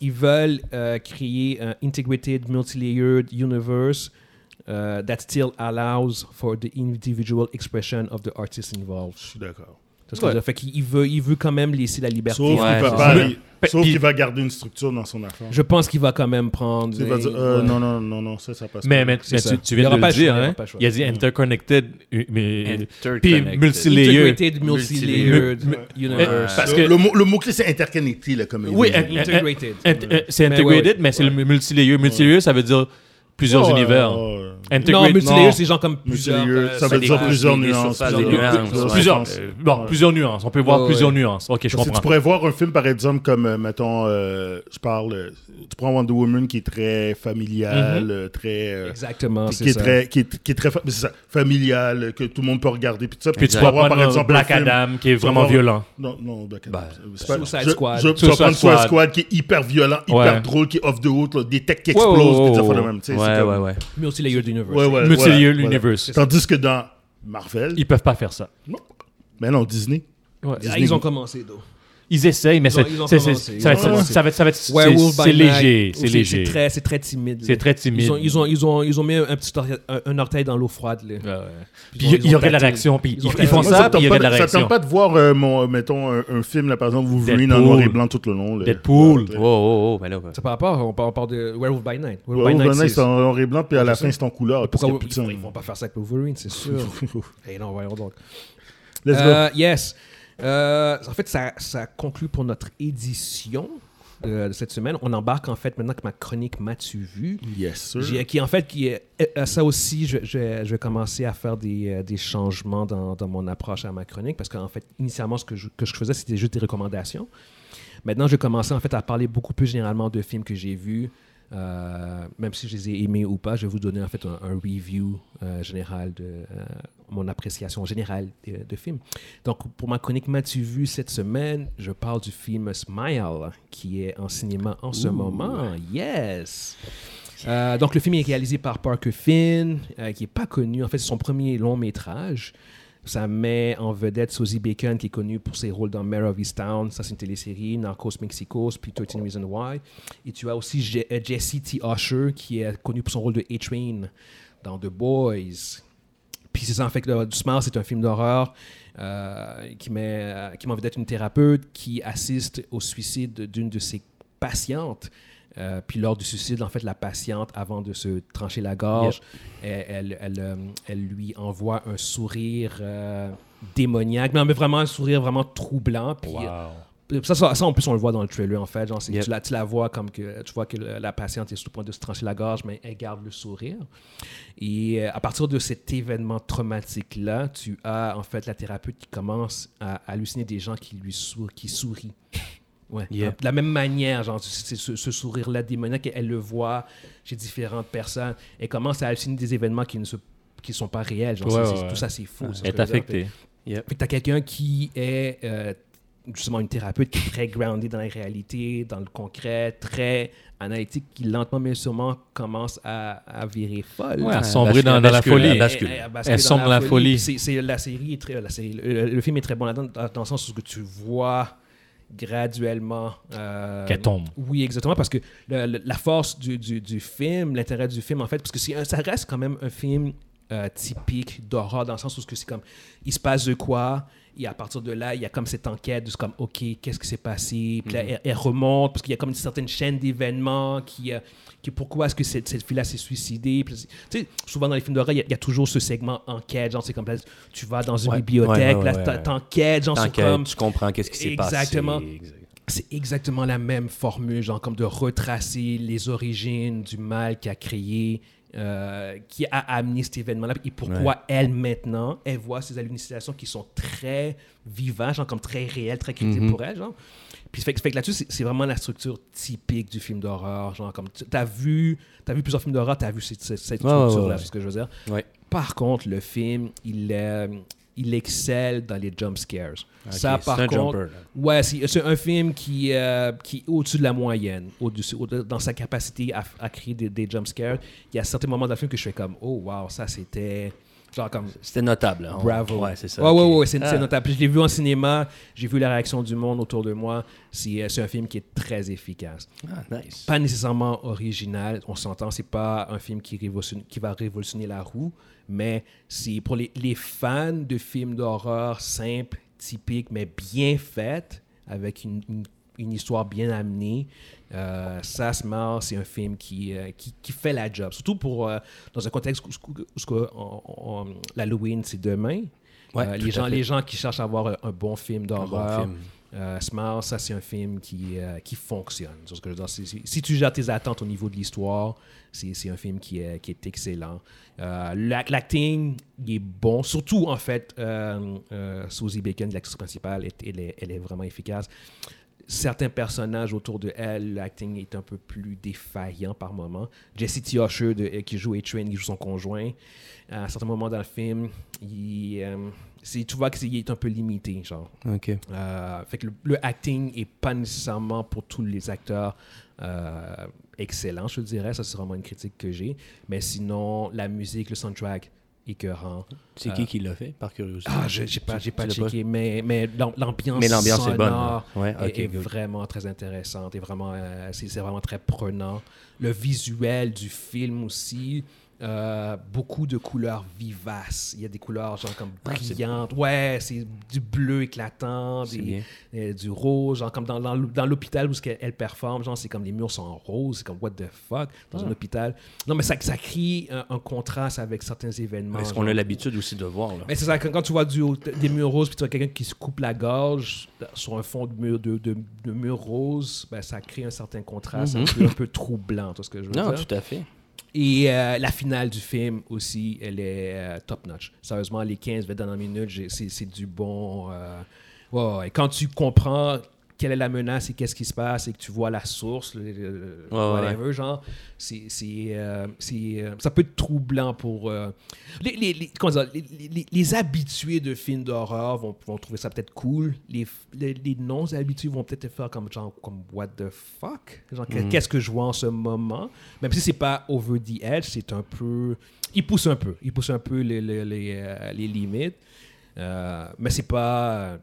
Speaker 1: ils veulent euh, créer un integrated multi-layered universe euh, that still allows for the individual expression of the artist involved.
Speaker 4: Je suis d'accord.
Speaker 1: C'est ce que je veux dire. Fait qu'il veut, il veut quand même laisser la liberté.
Speaker 4: Sauf
Speaker 2: Ouais,
Speaker 4: qu'il va
Speaker 2: c'est
Speaker 4: pas
Speaker 2: ça.
Speaker 4: aller-
Speaker 3: Mais-
Speaker 4: sauf
Speaker 3: puis-
Speaker 4: qu'il va garder une structure dans son affaire.
Speaker 1: Je pense qu'il va quand même prendre.
Speaker 4: Il va dire, euh,
Speaker 1: Ouais.
Speaker 4: non, non, non, non, ça, ça passe
Speaker 3: Mais, mais,
Speaker 1: C'est
Speaker 3: mais
Speaker 1: ça.
Speaker 3: tu, tu
Speaker 1: Il y
Speaker 3: viens
Speaker 1: aura
Speaker 3: de
Speaker 1: pas
Speaker 3: le
Speaker 1: le choix,
Speaker 3: dire,
Speaker 1: il y aura
Speaker 3: hein.
Speaker 1: pas Mm. le choix.
Speaker 3: Il a dit interconnected, euh, mais... puis
Speaker 2: Interconnected.
Speaker 3: multilayer.
Speaker 1: Integrated multi-layered universe.
Speaker 3: parce
Speaker 4: Le-
Speaker 3: que-
Speaker 4: Euh, le, mot, le mot-clé, c'est interconnecté, là, comme il
Speaker 3: Oui,
Speaker 4: dit.
Speaker 2: Euh,
Speaker 3: un- un-
Speaker 1: Integrated.
Speaker 3: un- un- c'est
Speaker 1: Mais
Speaker 3: integrated,
Speaker 1: ouais, ouais.
Speaker 3: mais c'est le multilayer. Multilayer, ça veut dire plusieurs
Speaker 4: Ouais,
Speaker 3: univers.
Speaker 4: ouais.
Speaker 1: Non,
Speaker 3: Integrate-
Speaker 1: multilayer,
Speaker 3: non.
Speaker 1: c'est genre comme plusieurs.
Speaker 4: Multilayer,
Speaker 1: euh,
Speaker 4: ça veut
Speaker 1: ça
Speaker 4: dire
Speaker 1: dépend.
Speaker 4: plusieurs
Speaker 2: des- des
Speaker 4: nuances.
Speaker 2: surfaces, des nuances, ouais.
Speaker 4: plusieurs-
Speaker 3: Plusieurs, euh, bon, plusieurs nuances. On peut voir
Speaker 1: Ouais,
Speaker 3: plusieurs
Speaker 1: ouais.
Speaker 3: nuances. Ok, je
Speaker 4: Parce que
Speaker 3: comprends.
Speaker 4: tu pourrais voir un film, par exemple, comme, euh, mettons, euh, je parle, euh, tu prends Wonder Woman qui est très familial,
Speaker 3: Mhm.
Speaker 4: euh, très. euh,
Speaker 1: Exactement,
Speaker 4: qui
Speaker 1: c'est
Speaker 4: est,
Speaker 1: ça.
Speaker 4: très, qui, est, qui est très fa- c'est ça, familial, que tout le monde peut regarder. Puis, tout ça.
Speaker 3: Puis tu vas
Speaker 4: voir,
Speaker 3: prendre un Black
Speaker 4: un film-
Speaker 3: Adam qui est
Speaker 4: tu vas
Speaker 3: vraiment
Speaker 4: voir-
Speaker 3: violent.
Speaker 4: Non, non, Black Adam.
Speaker 2: Ben,
Speaker 4: c'est pas-
Speaker 1: Suicide
Speaker 4: je-
Speaker 1: Squad.
Speaker 4: je- Tu vas prendre
Speaker 3: Suicide Squad.
Speaker 4: Suicide Squad qui est hyper violent, hyper
Speaker 3: Ouais.
Speaker 4: drôle, qui est off the hook, là, des techs qui
Speaker 3: Ouais, ouais,
Speaker 4: explosent, puis des
Speaker 3: ouais,
Speaker 4: affaires de
Speaker 3: ouais.
Speaker 4: même. tu sais, c'est
Speaker 2: Ouais,
Speaker 4: comme-
Speaker 2: ouais, ouais.
Speaker 1: Multilayer d'univers.
Speaker 4: Ouais, ouais,
Speaker 3: Multilayer
Speaker 4: voilà,
Speaker 3: universe.
Speaker 4: voilà. Tandis que dans Marvel,
Speaker 3: Ils peuvent pas faire ça.
Speaker 4: mais non, Disney.
Speaker 3: Ouais.
Speaker 1: Ah, ils ont commencé, d'eau.
Speaker 3: Ils essayent, mais
Speaker 1: Ils ont-
Speaker 3: c'est
Speaker 1: ils ont
Speaker 3: c'est- c'est-
Speaker 1: commencé,
Speaker 3: ça va
Speaker 1: ils ont
Speaker 3: être-
Speaker 1: commencé.
Speaker 3: ça va être- ça va être- c'est-
Speaker 1: Werewolf by
Speaker 3: c'est léger.
Speaker 1: Night
Speaker 3: C'est
Speaker 1: aussi,
Speaker 3: léger.
Speaker 1: C'est très, c'est très timide.
Speaker 3: C'est
Speaker 1: là.
Speaker 3: très timide.
Speaker 1: Ils ont, ils ont, ils ont, ils ont mis un petit orteil, un, un orteil dans l'eau froide. Là.
Speaker 3: Ouais, ouais.
Speaker 1: Puis
Speaker 3: Puis
Speaker 1: ils ont-
Speaker 3: il y,
Speaker 1: ils ont
Speaker 3: aurait de la
Speaker 1: tâté.
Speaker 3: réaction. Puis
Speaker 1: Ils
Speaker 3: ils,
Speaker 1: ont
Speaker 3: ils
Speaker 1: tâté.
Speaker 3: font
Speaker 1: Moi,
Speaker 4: Moi,
Speaker 3: ça,
Speaker 4: ça
Speaker 3: puis il y
Speaker 4: ne
Speaker 3: aurait de la
Speaker 4: pas, ça
Speaker 3: réaction.
Speaker 4: tente pas de voir, euh, mon, euh, mettons, un, un film, là, par exemple, Wolverine en
Speaker 3: Deadpool.
Speaker 4: noir et blanc tout le long. Là.
Speaker 3: Deadpool.
Speaker 2: Oh, oh, oh, ben là, ben-
Speaker 1: C'est par rapport, on parle, on parle de Werewolf by Night.
Speaker 4: Ouais, Wolverine, c'est en noir et blanc, puis à la fin, c'est en couleur. parce
Speaker 1: Pourquoi
Speaker 4: que,
Speaker 1: ils,
Speaker 4: putain,
Speaker 1: ils vont pas faire ça avec Wolverine, c'est sûr. Et non, voyons donc.
Speaker 4: let's go.
Speaker 1: Euh, yes. Euh, en fait, ça, ça conclut pour notre édition de, de cette semaine. On embarque en fait maintenant que ma chronique M'as-tu vu
Speaker 4: Yes, sir.
Speaker 1: J'ai- Qui en fait, qui est, euh, ça aussi, je, je- je vais commencer à faire des, euh, des changements dans, dans mon approche à ma chronique parce qu'en fait, initialement, ce que je, que je faisais, c'était juste des recommandations. Maintenant, je vais commencer en fait à parler beaucoup plus généralement de films que j'ai vus, euh, même si je les ai aimés ou pas. Je vais vous donner en fait un, un review euh, général de euh, mon appréciation générale de, de films. Donc, pour ma chronique M'as-tu vu cette semaine, je parle du film Smile qui est en cinéma en ce moment. Yes! Euh, donc, le film est réalisé par Parker Finn, euh, qui n'est pas connu. En fait, c'est son premier long métrage. Ça met en vedette Susie Bacon, qui est connue pour ses rôles dans Mare of Easttown. Ça, c'est une télésérie. Narcos Mexicos, puis 13 Reasons Why. Et tu as aussi Je- euh, Jesse T. Usher, qui est connu pour son rôle de A-Train dans The Boys. Puis c'est ça, en fait, le, du Smile, c'est un film d'horreur euh, qui met, euh, qui met en vedette une thérapeute qui assiste au suicide d'une de ses patientes. Euh, puis lors du suicide, en fait, la patiente, avant de se trancher la gorge, elle, elle, elle, euh, elle lui envoie un sourire euh, démoniaque, mais, mais vraiment un sourire vraiment troublant. Puis euh, ça, ça, ça, en plus, on le voit dans le trailer, en fait. Genre, c'est-
Speaker 2: Yep.
Speaker 1: tu, la, tu la vois comme que tu vois que le- la patiente est sur le point de se trancher la gorge, mais elle garde le sourire. Et euh, à partir de cet événement traumatique-là, tu as en fait la thérapeute qui commence à halluciner des gens qui lui sourient, qui sourient. Ouais.
Speaker 2: Yeah.
Speaker 1: Euh, De la même manière, genre, c- c- ce, ce sourire-là démoniaque, elle, elle le voit chez différentes personnes. Elle commence à halluciner des événements qui ne se, qui sont pas réels. Genre,
Speaker 3: Ouais,
Speaker 1: c'est-
Speaker 3: ouais,
Speaker 1: c'est-
Speaker 3: ouais.
Speaker 1: Tout ça, c'est faux. c'est ce
Speaker 3: Elle
Speaker 1: que
Speaker 3: est
Speaker 1: je veux dire.
Speaker 3: affectée.
Speaker 1: Fait que t'as quelqu'un qui est euh, justement une thérapeute qui est très grounded dans la réalité, dans le concret, très analytique, qui lentement mais sûrement commence à, à virer folle.
Speaker 3: Ouais, à
Speaker 2: elle
Speaker 3: sombrer
Speaker 2: bascule-
Speaker 3: dans,
Speaker 2: elle
Speaker 3: dans la
Speaker 2: bascule,
Speaker 3: folie.
Speaker 2: elle bascule.
Speaker 1: bascule
Speaker 3: Elle
Speaker 1: dans
Speaker 3: sombre la folie.
Speaker 1: Puis c'est- c'est- la série est très, la série- le, le film est très bon là-dedans, dans, dans le sens où ce que tu vois graduellement. euh,
Speaker 3: Qu'elle tombe.
Speaker 1: Oui, exactement, parce que le- le- la force du, du- du film, l'intérêt du film, en fait, parce que c'est un- ça reste quand même un film euh, typique d'horreur, dans le sens où ce que c'est comme, il se passe de quoi, et à partir de là, il y a comme cette enquête de ce comme, OK, qu'est-ce qui s'est passé, puis là,
Speaker 2: Mhm.
Speaker 1: elle, elle remonte, parce qu'il y a comme une certaine chaîne d'événements qui... euh, qui pourquoi est-ce que cette, cette fille-là s'est suicidée. Puis, tu sais, souvent dans les films d'horreur, il y, a- il y a toujours ce segment enquête. Genre, c'est comme là, tu vas dans une
Speaker 2: Ouais, ouais,
Speaker 1: bibliothèque,
Speaker 2: ouais,
Speaker 1: là,
Speaker 2: ouais,
Speaker 1: t'en-
Speaker 2: ouais.
Speaker 1: t'enquêtes, genre, c'est
Speaker 2: T'inquiète,
Speaker 1: comme...
Speaker 2: tu comprends qu'est-ce qui s'est passé.
Speaker 1: Exactement.
Speaker 2: Exact.
Speaker 1: C'est exactement la même formule, genre comme de retracer les origines du mal qui a créé, euh, qui a amené cet événement-là, et pourquoi elle maintenant, elle voit ces hallucinations qui sont très vivantes, genre comme très réelles, très critiques
Speaker 2: Mm-hmm.
Speaker 1: pour elle, genre. Puis fait, que- fait que là-dessus, c'est c'est vraiment la structure typique du film d'horreur, genre comme tu- t'as vu, t'as vu plusieurs films d'horreur, t'as vu cette, cette- cette
Speaker 2: Ouais, ouais, ouais,
Speaker 1: structure-là,
Speaker 2: ouais.
Speaker 1: c'est ce que je veux dire.
Speaker 2: Ouais.
Speaker 1: Par contre, le film, il, euh, il excelle dans les jump scares. ça,
Speaker 2: Ok,
Speaker 1: par
Speaker 2: c'est un
Speaker 1: contre,
Speaker 2: jumper, là.
Speaker 1: ouais, c'est c'est un film qui, euh, qui est au-dessus de la moyenne, au-dessus, au- dans sa capacité à, à créer des, des jump scares. Il y a certains moments dans le film que je fais comme, oh wow, ça c'était genre comme
Speaker 2: C'était notable. hein.
Speaker 1: Bravo.
Speaker 2: Ouais, c'est ça.
Speaker 1: Ouais,
Speaker 2: ok.
Speaker 1: ouais, ouais, c'est
Speaker 2: Ah.
Speaker 1: c'est notable. Je l'ai vu en cinéma, j'ai vu la réaction du monde autour de moi. C'est euh, c'est un film qui est très efficace
Speaker 2: Ah, nice.
Speaker 1: pas nécessairement original, on s'entend, c'est pas un film qui, révolutionne- qui va révolutionner la roue, mais c'est pour les, les fans de films d'horreur simples, typiques, mais bien faites, avec une, une- une histoire bien amenée. Euh, ça se marre, c'est un film qui, euh, qui, qui fait la job. Surtout pour, euh, dans un contexte où, où- où- où- on- on- l'Halloween, c'est demain.
Speaker 2: Ouais,
Speaker 1: Euh,
Speaker 2: tout
Speaker 1: les,
Speaker 2: à
Speaker 1: gens,
Speaker 2: fait.
Speaker 1: les gens qui cherchent à avoir un, un bon film d'horreur,
Speaker 2: film.
Speaker 1: Euh, Smile, ça, c'est un film qui, euh, qui fonctionne. C'est ce que je veux dire. Si- si- si tu gères tes attentes au niveau de l'histoire, c'est c'est un film qui est, qui est excellent. Euh, l'ac- L'acting, il est bon. Surtout, en fait, euh, euh, Susie Bacon, l'actrice principale, est- elle est, elle est vraiment efficace certains personnages autour de elle, l'acting est un peu plus défaillant par moment. Jesse T. Usher de- euh, qui joue A-Train, qui joue son conjoint, à un certain moment dans le film, il, euh, c'est- tu vois qu'il est un peu limité. Genre.
Speaker 2: OK.
Speaker 1: Euh, fait que le, le acting est pas nécessairement pour tous les acteurs euh, excellent, je dirais. Ça, c'est vraiment une critique que j'ai. Mais sinon, la musique, le soundtrack, écœurant.
Speaker 2: C'est qui qui l'a fait, par curiosité?
Speaker 1: Ah, je- j'ai pas, j'ai pas
Speaker 2: Tu l'as
Speaker 1: checké, mais, mais l'am- l'ambiance
Speaker 2: Mais l'ambiance est bonne,
Speaker 1: sonore
Speaker 2: ouais. Ouais,
Speaker 1: est-
Speaker 2: ok,
Speaker 1: est,
Speaker 2: good.
Speaker 1: vraiment très intéressante et vraiment, euh, c'est c'est vraiment très prenant. Le visuel du film aussi, euh, beaucoup de couleurs vivaces. Il y a des couleurs genre comme
Speaker 2: Ah,
Speaker 1: brillantes. Ouais, c'est du bleu éclatant,
Speaker 2: C'est
Speaker 1: des-
Speaker 2: bien.
Speaker 1: euh, du rose, genre comme dans, dans, l- dans l'hôpital où ce qu'elle- elle performe, genre c'est comme les murs sont en rose, c'est comme what the fuck dans
Speaker 2: Ah.
Speaker 1: un hôpital. Non, mais ça, ça crée un, un contraste avec certains événements.
Speaker 2: Est-ce
Speaker 1: genre.
Speaker 2: qu'on a l'habitude aussi de voir, là?
Speaker 1: Mais c'est ça, quand, quand tu vois du, des murs roses, puis tu vois quelqu'un qui se coupe la gorge sur un fond de mur, de, de, de mur rose, ben, ça crée un certain contraste un, peu, un peu troublant, tu vois ce que je veux
Speaker 2: Mhm. Non,
Speaker 1: dire.
Speaker 2: tout à fait.
Speaker 1: Et euh, la finale du film aussi, elle est euh, top-notch. Sérieusement, les 15-20 dernières minutes, j'ai- c'est c'est du bon... euh, ouais, ouais. Et quand tu comprends quelle est la menace et qu'est-ce qui se passe et que tu vois la source, le- le-
Speaker 2: Ouais, ouais,
Speaker 1: whatever, genre, c'est, c'est, euh, c'est, euh, ça peut être troublant pour... euh, les, les- les- comment dire, les- les- les- les habitués de films d'horreur vont, vont trouver ça peut-être cool. Les, f- les, les non-habitués vont peut-être faire comme genre, comme what the fuck? Genre, que-
Speaker 2: Mm.
Speaker 1: qu'est-ce que je vois en ce moment? Même si c'est pas over the edge, c'est un peu... Ils poussent un peu. Ils poussent un peu les, les, les, euh, les limites. Euh, mais c'est pas... euh,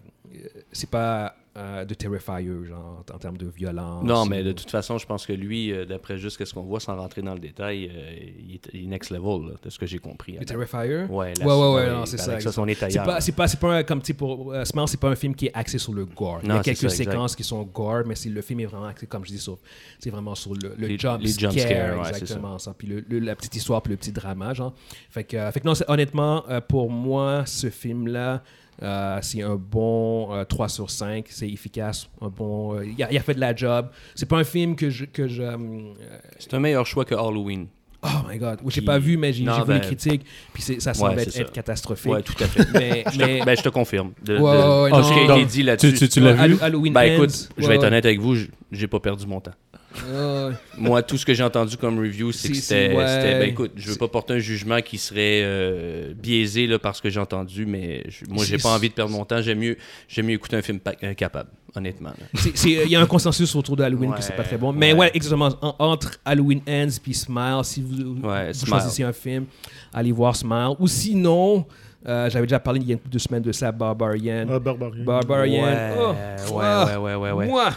Speaker 1: C'est pas... euh, de Terrifier, genre, en termes de violence.
Speaker 2: Non, mais de
Speaker 1: ou-
Speaker 2: toute façon, je pense que lui, euh, d'après juste ce qu'on voit, sans rentrer dans le détail, euh, il est- il est next level, là, de ce que j'ai compris.
Speaker 1: Le Terrifier?
Speaker 2: Ouais,
Speaker 1: ouais,
Speaker 2: la-
Speaker 1: ouais, ouais,
Speaker 2: ouais,
Speaker 1: non, c'est ça.
Speaker 2: avec ça,
Speaker 1: exactement.
Speaker 2: on est
Speaker 1: C'est
Speaker 2: ailleurs.
Speaker 1: pas, c'est pas, c'est pas un- comme, tu sais, pour euh, Smile, c'est pas un film qui est axé sur le gore. Il y
Speaker 2: Non,
Speaker 1: a
Speaker 2: c'est
Speaker 1: quelques
Speaker 2: ça, exact.
Speaker 1: séquences qui sont gore, mais c'est- le film est vraiment axé, comme je dis, sur, c'est vraiment sur le, le
Speaker 2: Les-
Speaker 1: jump,
Speaker 2: les jump
Speaker 1: scare,
Speaker 2: scares, ouais, c'est
Speaker 1: exactement ça. Puis le- le- la petite histoire, puis le petit drama, genre. Fait que, euh, fait que non, c'est- honnêtement, euh, pour moi, ce film-là, euh, c'est un bon euh, 3 sur 5, c'est efficace, un bon... euh, il, a, il a fait de la job. C'est pas un film que je... Que je hum, euh,
Speaker 2: C'est un meilleur choix que Halloween.
Speaker 1: Oh my god, j'ai
Speaker 2: Qui-
Speaker 1: pas vu, mais j'ai j'ai
Speaker 2: Non,
Speaker 1: vu les
Speaker 2: ben-
Speaker 1: critiques, puis c'est- ça semble
Speaker 2: Ouais,
Speaker 1: être,
Speaker 2: c'est
Speaker 1: être
Speaker 2: ça.
Speaker 1: catastrophique.
Speaker 2: Ouais, tout à fait.
Speaker 1: Mais, mais
Speaker 2: Ben, je te confirme. De,
Speaker 1: Ouais, ouais, ouais,
Speaker 2: de-
Speaker 1: non.
Speaker 2: ce qui a
Speaker 1: Donc,
Speaker 2: été dit là-dessus.
Speaker 3: tu- tu- tu l'as
Speaker 1: Hall-
Speaker 3: vu?
Speaker 1: Halloween
Speaker 2: Ben
Speaker 1: Ends.
Speaker 2: écoute, je
Speaker 1: Ouais,
Speaker 2: vais être
Speaker 1: ouais.
Speaker 2: honnête avec vous, j- j'ai pas perdu mon temps.
Speaker 1: Ouais, ouais.
Speaker 2: Moi, tout ce que j'ai entendu comme review, c'est que
Speaker 1: C'est-
Speaker 2: c'était.
Speaker 1: c'est- ouais.
Speaker 2: c'était- Ben écoute, je veux pas porter un jugement qui serait euh, biaisé là, par ce que j'ai entendu, mais je- moi, j'ai
Speaker 1: C'est-
Speaker 2: pas envie de perdre mon temps. J'aime mieux, j'aime mieux écouter un film pa- incapable, honnêtement. là.
Speaker 1: C'est- c'est- Il y a un consensus autour de Halloween
Speaker 2: Ouais,
Speaker 1: que c'est pas très bon. Mais ouais,
Speaker 2: ouais.
Speaker 1: exactement. En- entre Halloween Ends puis Smile, si vous,
Speaker 2: Ouais,
Speaker 1: vous
Speaker 2: Smile.
Speaker 1: choisissez un film, allez voir Smile. Ou sinon, euh, j'avais déjà parlé il y a une couple de semaines de ça, Barbarian.
Speaker 4: Ah, Barbarian.
Speaker 1: Barbarian. Oh,
Speaker 2: ouais,
Speaker 1: ah,
Speaker 2: ouais, ouais, ouais, ouais.
Speaker 1: Moi,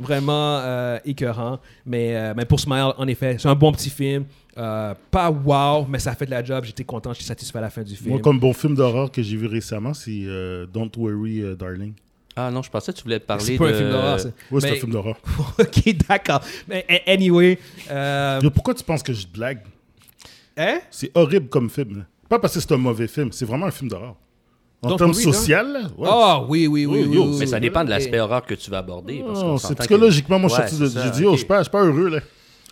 Speaker 1: vraiment euh, écœurant. Mais, euh, mais pour Smile, en effet, c'est un bon petit film. Euh, pas wow, mais ça fait de la job. J'étais content, j'étais satisfait à la fin du film.
Speaker 4: Moi, comme bon film d'horreur que j'ai vu récemment, c'est euh, Don't Worry, euh, Darling.
Speaker 2: Ah non, je pensais que tu voulais parler
Speaker 1: c'est pas
Speaker 2: de...
Speaker 1: un film d'horreur. ça.
Speaker 4: Ouais, c'est un
Speaker 1: Mais-
Speaker 4: film d'horreur.
Speaker 1: ok, d'accord. Mais a- anyway, euh,
Speaker 4: Mais Pourquoi tu penses que je blague
Speaker 1: hein?
Speaker 4: C'est horrible comme film. là. Pas parce que c'est un mauvais film, c'est vraiment un film d'horreur. En
Speaker 1: Don't
Speaker 4: termes
Speaker 1: Worry, là.
Speaker 4: social, là, ouais,
Speaker 1: Ah oui, oui, oui,
Speaker 4: Oh,
Speaker 1: oui,
Speaker 4: yo,
Speaker 1: oui,
Speaker 2: Mais ça
Speaker 1: oui.
Speaker 2: dépend de l'aspect horreur que tu vas aborder. parce qu'on
Speaker 4: Non, c'est
Speaker 2: s'entend que-
Speaker 4: psychologiquement, moi, je suis
Speaker 2: Ouais,
Speaker 4: sorti de.
Speaker 2: c'est
Speaker 4: J'ai
Speaker 2: ça,
Speaker 4: dit, oh,
Speaker 2: ok.
Speaker 4: je suis pas, je suis pas heureux, là.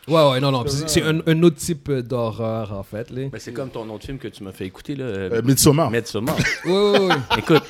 Speaker 1: Ouais, ouais, non, non. C'est c'est un, un autre type euh, d'horreur, en fait. Là.
Speaker 2: Ben, c'est comme ton autre film que tu m'as fait écouter, là.
Speaker 4: Euh, Midsommar.
Speaker 2: Midsommar.
Speaker 1: Oui, oui, oui.
Speaker 2: écoute,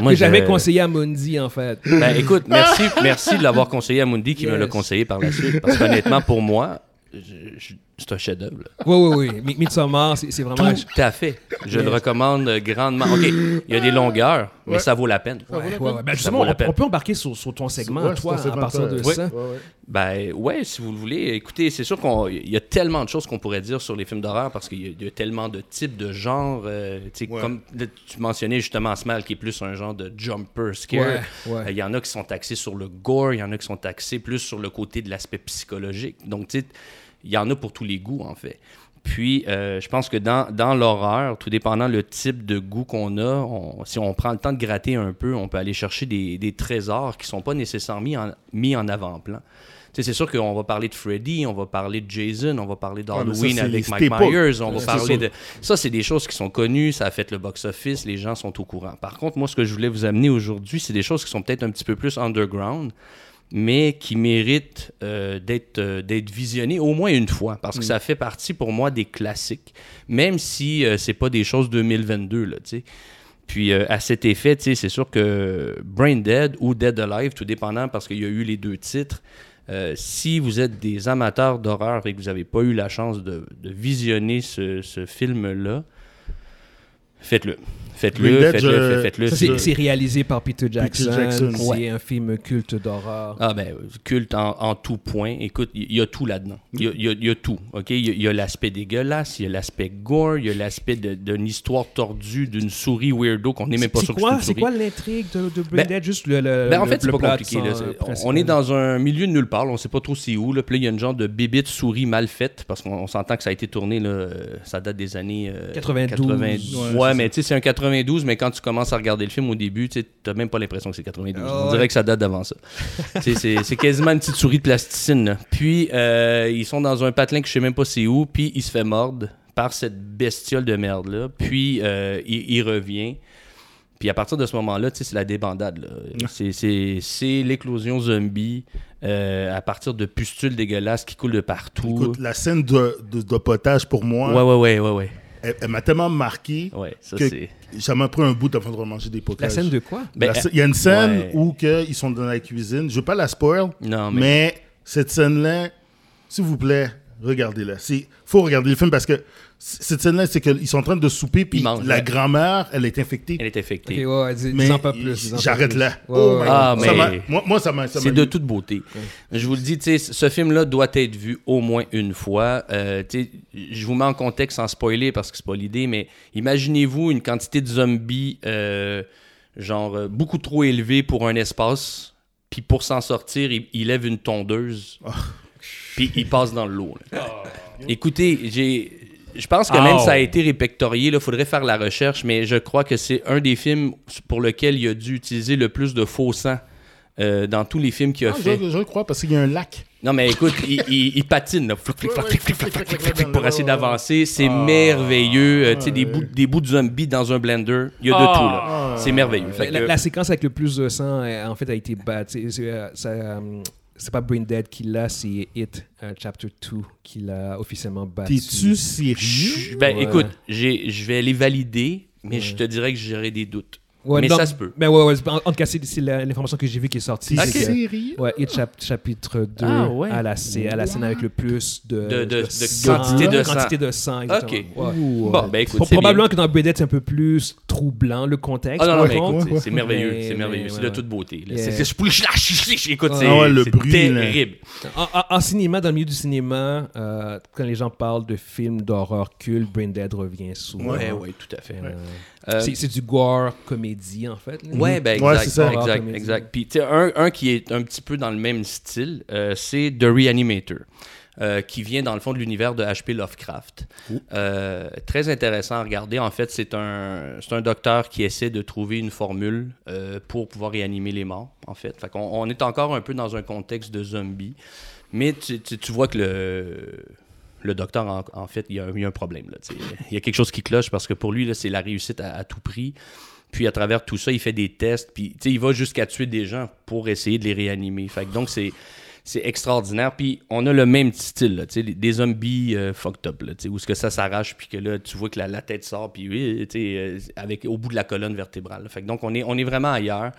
Speaker 2: moi,
Speaker 1: Que j'avais
Speaker 2: je-
Speaker 1: conseillé à Mundi, en fait.
Speaker 2: Ben, écoute, merci, merci de l'avoir conseillé à Mundi qui me
Speaker 1: Yes.
Speaker 2: l'a conseillé par la suite. Parce qu'honnêtement, pour moi, je- je- c'est un chef-d'œuvre. là.
Speaker 1: Oui, oui, oui. Mi- Midsommar, c'est c'est vraiment.
Speaker 2: Tout à fait. Je le recommande grandement. OK, il y a des longueurs, mais ça vaut la peine.
Speaker 1: Ouais, ouais, ouais. Ben, justement,
Speaker 2: vaut la
Speaker 1: on,
Speaker 2: peine.
Speaker 1: on peut embarquer sur, sur ton segment,
Speaker 4: Ouais,
Speaker 1: toi,
Speaker 4: c'est un
Speaker 1: à partir de
Speaker 4: segment,
Speaker 1: ça.
Speaker 4: Ouais, ouais.
Speaker 2: Ben ouais, si vous le voulez. Écoutez, c'est sûr qu'il y a tellement de choses qu'on pourrait dire sur les films d'horreur parce qu'il y, a- il y a tellement de types de genres. euh, tu sais,
Speaker 4: Ouais.
Speaker 2: Comme là, tu mentionnais justement Smile qui est plus un genre de jumper scare. Euh, Il
Speaker 1: Ouais, ouais.
Speaker 2: y en a qui sont axés sur le gore, il y en a qui sont axés plus sur le côté de l'aspect psychologique. Donc tu sais, il y en a pour tous les goûts en fait. Puis, euh, je pense que dans, dans l'horreur, tout dépendant le type de goût qu'on a, on- si on prend le temps de gratter un peu, on peut aller chercher des, des trésors qui sont pas nécessairement mis en, mis en avant-plan. Tu sais, C'est sûr qu'on va parler de Freddy, on va parler de Jason, on va parler
Speaker 4: mais ça,
Speaker 2: d'Halloween
Speaker 4: c'est
Speaker 2: avec
Speaker 4: les
Speaker 2: Mike
Speaker 4: staples.
Speaker 2: Myers, on va
Speaker 4: C'est
Speaker 2: parler
Speaker 4: sûr.
Speaker 2: de... Ça, c'est des choses qui sont connues, ça a fait le box-office, les gens sont au courant. Par contre, moi, ce que je voulais vous amener aujourd'hui, c'est des choses qui sont peut-être un petit peu plus underground, mais qui méritent euh, d'être euh, d'être visionnées au moins une fois, parce
Speaker 4: Mm.
Speaker 2: que ça fait partie pour moi des classiques, même si euh, c'est pas des choses 2022, là, tu sais. Puis euh, à cet effet, tu sais, c'est sûr que Brain Dead ou Dead Alive, tout dépendant parce qu'il y a eu les deux titres, euh, si vous êtes des amateurs d'horreur et que vous n'avez pas eu la chance de, de visionner ce, ce film-là, faites-le. Faites-le,
Speaker 4: Brain Dead,
Speaker 2: faites-le,
Speaker 4: je-
Speaker 2: faites- faites-le.
Speaker 4: Ça,
Speaker 2: C'est-
Speaker 4: je-
Speaker 1: C'est c'est réalisé par Peter Jackson.
Speaker 4: Jackson.
Speaker 1: C'est
Speaker 2: Ouais.
Speaker 1: un film culte d'horreur.
Speaker 2: Ah ben, culte en, en tout point. Écoute, il y, y a tout là-dedans. Il y a, il y a- il y a tout, OK? Il y, a- il y a l'aspect dégueulasse, il y a l'aspect gore, il y a l'aspect de- d'une histoire tordue, d'une souris weirdo qu'on n'est même pas
Speaker 1: C'est
Speaker 2: sûr que
Speaker 1: quoi,
Speaker 2: une
Speaker 1: c'est
Speaker 2: souris.
Speaker 1: quoi l'intrigue de, de Brain
Speaker 2: Ben-
Speaker 1: Dead? Juste le, le-
Speaker 2: Ben, en
Speaker 1: euh, le-
Speaker 2: fait, c'est
Speaker 1: le
Speaker 2: pas
Speaker 1: plot
Speaker 2: compliqué.
Speaker 1: sans,
Speaker 2: là.
Speaker 1: euh,
Speaker 2: C'est-
Speaker 1: principal.
Speaker 2: On est dans un milieu de nulle part. là. On sait pas trop c'est où. Là. Puis là, il y a une genre de bébite souris mal faite parce qu'on on s'entend que ça a été tourné, là, euh, ça date des années euh,
Speaker 1: 92.
Speaker 2: 90.
Speaker 1: Ouais,
Speaker 2: Ouais, mais tu sais, c'est un 92, mais quand tu commences à regarder le film au début, tu n'as même pas l'impression que c'est 92.
Speaker 1: Ah
Speaker 2: on
Speaker 1: ouais.
Speaker 2: dirait que ça date d'avant ça. Tu sais, c'est c'est quasiment une petite souris de plasticine. là. Puis, euh, ils sont dans un patelin que je sais même pas c'est où, puis il se fait mordre par cette bestiole de merde-là. Puis, euh, il- il revient. Puis à partir de ce moment-là, tu sais, c'est la débandade. là. C'est- C'est c'est l'éclosion zombie euh, à partir de pustules dégueulasses qui coulent de partout.
Speaker 4: Écoute, la scène de, de, de potage, pour
Speaker 2: ouais,
Speaker 4: moi,
Speaker 2: ouais, ouais, ouais, ouais.
Speaker 4: elle, elle m'a tellement marqué
Speaker 2: Ouais, ça
Speaker 4: que
Speaker 2: c'est.
Speaker 4: ça m'a pris un bout avant de remanger des
Speaker 1: La
Speaker 4: potages.
Speaker 1: scène de quoi?
Speaker 2: Ben,
Speaker 4: La scè- Il y a une scène
Speaker 2: ouais.
Speaker 4: où que ils sont dans la cuisine. Je veux pas la spoil,
Speaker 2: Non,
Speaker 4: mais...
Speaker 2: mais-
Speaker 4: cette scène-là, s'il vous plaît, regardez-la. Il faut regarder le film parce que c- cette scène-là, c'est qu'ils sont en train de souper, puis
Speaker 2: Ils mangent,
Speaker 4: la
Speaker 2: ouais.
Speaker 4: grand-mère, elle est infectée.
Speaker 2: Elle est
Speaker 1: Ok,
Speaker 2: infectée.
Speaker 1: ouais, ouais, dis-
Speaker 4: Mais
Speaker 1: dis-en pas plus. dis-en pas
Speaker 4: j'arrête
Speaker 1: plus.
Speaker 4: là.
Speaker 1: Ouais,
Speaker 4: Oh
Speaker 1: ouais.
Speaker 4: my
Speaker 2: Ah,
Speaker 4: God. Ça
Speaker 2: mais-
Speaker 4: m'a- moi, moi, ça m'a. ça
Speaker 2: C'est
Speaker 4: m'a-
Speaker 2: de toute beauté. Je vous le dis, tu sais, ce film-là doit être vu au moins une fois. Euh, tu sais, je vous mets en contexte sans spoiler parce que c'est pas l'idée, mais imaginez-vous une quantité de zombies euh, genre euh, beaucoup trop élevée pour un espace, puis pour s'en sortir, il, il lève une tondeuse,
Speaker 4: Ah.
Speaker 2: puis il passe dans le lot. là. Écoutez, j'ai je pense que même
Speaker 3: Oh.
Speaker 2: ça a été répertorié, il faudrait faire la recherche, mais je crois que c'est un des films pour lequel il a dû utiliser le plus de faux sang euh, dans tous les films qu'il a
Speaker 4: Ah,
Speaker 2: fait.
Speaker 4: je, je le crois parce qu'il y a un lac.
Speaker 2: Non, mais écoute, il, il- il patine, là. Flic, flic, flac, flic, flic, flic, flic, flic, flic, flic, pour essayer
Speaker 3: Ah.
Speaker 2: d'avancer. C'est merveilleux. Euh, tu sais, des bouts, des bouts de zombies dans un blender. Il y a de
Speaker 3: Ah.
Speaker 2: tout, là. C'est merveilleux. Fait
Speaker 1: La,
Speaker 2: que-
Speaker 1: la séquence avec le plus de sang, euh, en fait, a été battue. C'est euh, ça, euh, c'est pas Brain Dead qui l'a, c'est It euh, Chapter 2 qui l'a officiellement battu.
Speaker 2: Ah.
Speaker 4: T'es-tu sérieux?
Speaker 2: Chut, Ben,
Speaker 1: Ouais.
Speaker 2: écoute, j'ai- je vais les valider, mais je te dirais que j'aurai des doutes.
Speaker 1: Ouais,
Speaker 2: mais
Speaker 1: non,
Speaker 2: ça se peut.
Speaker 1: Mais ouais, ouais, c'est- en, en tout cas, c'est c'est la- l'information que j'ai vue qui est sortie.
Speaker 4: T'es
Speaker 2: Ok.
Speaker 1: c'est que-
Speaker 4: sérieux?
Speaker 1: Ouais, It chap- chapitre 2
Speaker 2: Ah, ouais.
Speaker 1: à, la, sc- à la scène avec le plus de,
Speaker 2: De- de- de
Speaker 1: sang,
Speaker 2: quantité de
Speaker 1: quantité
Speaker 2: sang.
Speaker 1: de sang, exactement.
Speaker 2: Ok.
Speaker 1: Ouais.
Speaker 2: Bon, ben, écoute,
Speaker 1: Pro-
Speaker 2: c'est bien.
Speaker 1: probablement que dans Brain Dead, c'est un peu plus troublant le contexte.
Speaker 2: Ah non, non,
Speaker 1: par
Speaker 2: mais
Speaker 1: contre.
Speaker 2: écoute, c'est-
Speaker 4: ouais,
Speaker 2: c'est merveilleux,
Speaker 1: Mais-
Speaker 2: c'est merveilleux,
Speaker 1: mais
Speaker 2: c'est
Speaker 1: ouais,
Speaker 2: de
Speaker 1: ouais.
Speaker 2: toute beauté. là.
Speaker 1: Yeah.
Speaker 2: C'est- c'est- je pouliche, lâche, chich, écoute, c'est
Speaker 4: Ah ouais, le
Speaker 2: c'est
Speaker 4: bruit, là.
Speaker 2: terrible.
Speaker 1: En, en- en cinéma, dans le milieu du cinéma, euh, quand les gens parlent de films d'horreur culte, Brain Dead revient souvent.
Speaker 2: Ouais, ouais, tout à fait.
Speaker 1: Euh,
Speaker 2: Euh,
Speaker 1: c'est c'est du gore comédie, en fait. là.
Speaker 2: Ouais, ben exact,
Speaker 4: Ouais, c'est ça.
Speaker 1: Horror
Speaker 2: exact,
Speaker 1: comédie.
Speaker 2: exact. Puis tu sais, un, un qui est un petit peu dans le même style, euh, c'est The Reanimator. euh, qui vient dans le fond de l'univers de H.P. Lovecraft. Euh, très intéressant à regarder. En fait, c'est un, c'est un docteur qui essaie de trouver une formule euh, pour pouvoir réanimer les morts, en fait. Fait qu'on on est encore un peu dans un contexte de zombie. Mais tu, tu- tu vois que le, le docteur, en, en fait, il y a, un- il y a un problème. là, tu sais. il y a quelque chose qui cloche parce que pour lui, là, c'est la réussite à, à tout prix. Puis à travers tout ça, il fait des tests. Puis tu sais, il va jusqu'à tuer des gens pour essayer de les réanimer. Fait que donc, c'est. C'est extraordinaire. Puis on a le même style, là, tu sais, des- des zombies euh, fucked up, là, tu sais, où ce que ça s'arrache, puis que là, tu vois que la, la tête sort, puis oui, tu sais, euh, avec, au bout de la colonne vertébrale. là. Fait que donc, on est, on est vraiment ailleurs.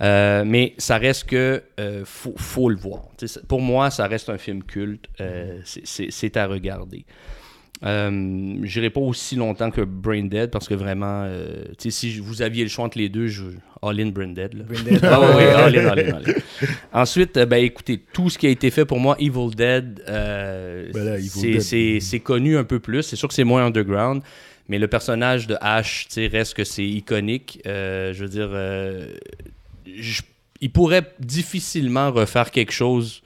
Speaker 2: Euh, mais ça reste que euh, faut, faut le voir. Tu sais, ça- Pour moi, ça reste un film culte. Euh, c'est- c'est c'est à regarder. Euh, J'irai pas aussi longtemps que Brain Dead parce que vraiment, euh, tu sais, si vous aviez le choix entre les deux, je, all in Brain Dead. là.
Speaker 1: Brain Dead.
Speaker 2: Ah ouais, ouais, all in, all in, all in. Ensuite, euh, ben, écoutez, tout ce qui a été fait pour moi, Evil Dead, euh,
Speaker 4: Ben là, Evil
Speaker 2: c'est-
Speaker 4: Dead.
Speaker 2: c'est c'est connu un peu plus. C'est sûr que c'est moins underground, mais le personnage de Ash, tu sais, reste que c'est iconique. Euh, je veux dire, euh, je- il pourrait difficilement refaire quelque chose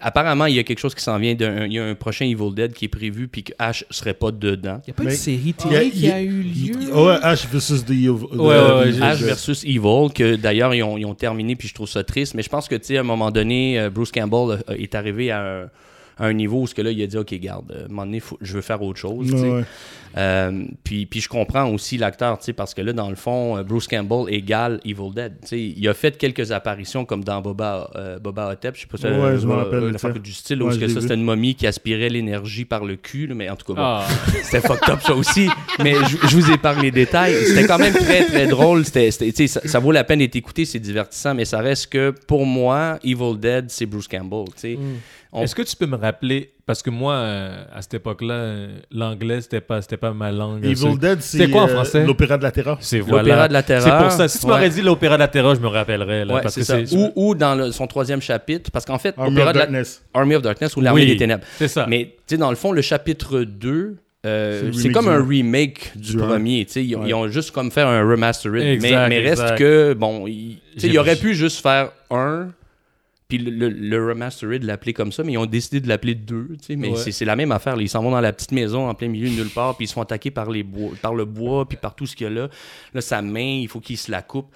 Speaker 2: Apparemment, il y a quelque chose qui s'en vient. d'un- Il y a un prochain Evil Dead qui est prévu, puis que Ash serait pas dedans.
Speaker 1: Il n'y a pas
Speaker 4: Mais-
Speaker 1: une série
Speaker 4: Il y
Speaker 1: télé qui a eu
Speaker 4: il-
Speaker 1: lieu.
Speaker 4: il- Ouais, Ash versus The Evil. the-
Speaker 3: ouais,
Speaker 4: the-
Speaker 2: Euh,
Speaker 3: j'ai-
Speaker 2: Ash
Speaker 4: the-
Speaker 2: versus Evil, que d'ailleurs ils ont, ils ont terminé, puis je trouve ça triste. Mais je pense que, tu sais, à un moment donné, euh, Bruce Campbell euh, est arrivé à un, à un niveau où ce que là, il a dit Ok, garde, euh, à un moment donné, faut- je veux faire autre chose. tu sais.
Speaker 4: Ouais, ouais.
Speaker 2: Euh, puis, puis je comprends aussi l'acteur, tu sais, parce que là, dans le fond, euh, Bruce Campbell égale Evil Dead. tu sais. Il a fait quelques apparitions comme dans Boba, euh, Boba Hotep, je sais pas si
Speaker 4: Ouais, je me
Speaker 2: euh,
Speaker 4: rappelle,
Speaker 2: une
Speaker 4: ça.
Speaker 2: affaire du style,
Speaker 4: Ouais,
Speaker 2: où est-ce
Speaker 4: je
Speaker 2: que
Speaker 4: l'ai
Speaker 2: ça,
Speaker 4: vu.
Speaker 2: c'était une momie qui aspirait l'énergie par le cul, là, mais en tout cas, bon.
Speaker 3: Ah,
Speaker 2: C'était fucked up ça aussi, mais je, je vous épargne les détails. C'était quand même très très drôle. C'était, c'était- tu sais, ça, ça vaut la peine d'être écouté, c'est divertissant, mais ça reste que pour moi, Evil Dead, c'est Bruce Campbell. tu sais.
Speaker 4: Mm.
Speaker 2: On-
Speaker 3: Est-ce que tu peux me rappeler, parce que moi, euh, à cette époque-là, euh, l'anglais, c'était pas, c'était pas ma langue.
Speaker 4: Evil
Speaker 3: C'est-
Speaker 4: Dead, c'est
Speaker 3: quoi en
Speaker 4: euh,
Speaker 3: français?
Speaker 4: L'opéra de la terreur.
Speaker 3: C'est
Speaker 2: L'opéra
Speaker 3: voilà.
Speaker 2: de la terreur.
Speaker 3: C'est pour ça. Si tu m'aurais
Speaker 2: Ouais.
Speaker 3: dit l'opéra de la terreur, je me rappellerais. Là,
Speaker 2: Ouais,
Speaker 3: Ben, parce
Speaker 2: c'est
Speaker 3: que
Speaker 2: ça.
Speaker 3: c'est.
Speaker 2: Ou, ou dans le- son troisième chapitre, parce qu'en fait,
Speaker 4: Army
Speaker 2: Opéra
Speaker 4: of
Speaker 2: de la-
Speaker 4: Darkness.
Speaker 2: Army of Darkness ou l'Armée
Speaker 3: Oui,
Speaker 2: des Ténèbres.
Speaker 3: C'est ça.
Speaker 2: Mais tu sais, dans le fond, le chapitre 2, euh,
Speaker 4: C'est le
Speaker 2: c'est
Speaker 4: remake
Speaker 2: comme
Speaker 4: du-
Speaker 2: un remake du,
Speaker 4: du un.
Speaker 2: premier. tu sais, Ils,
Speaker 4: Ouais.
Speaker 2: ils ont juste comme fait un remaster it.
Speaker 3: Exact,
Speaker 2: Mais, mais reste
Speaker 3: exact.
Speaker 2: que, bon, ils tu sais,
Speaker 3: J'ai-
Speaker 2: ils auraient pu juste faire un. Puis le, le, le remastered, l'appeler comme ça, mais ils ont décidé de l'appeler deux. tu sais, Mais
Speaker 3: Ouais.
Speaker 2: c'est c'est la même affaire. là. Ils s'en vont dans la petite maison en plein milieu de nulle part, puis ils se font attaquer par, les bois, par le bois, puis par tout ce qu'il y a là. Là, sa main, il faut qu'il se la coupe.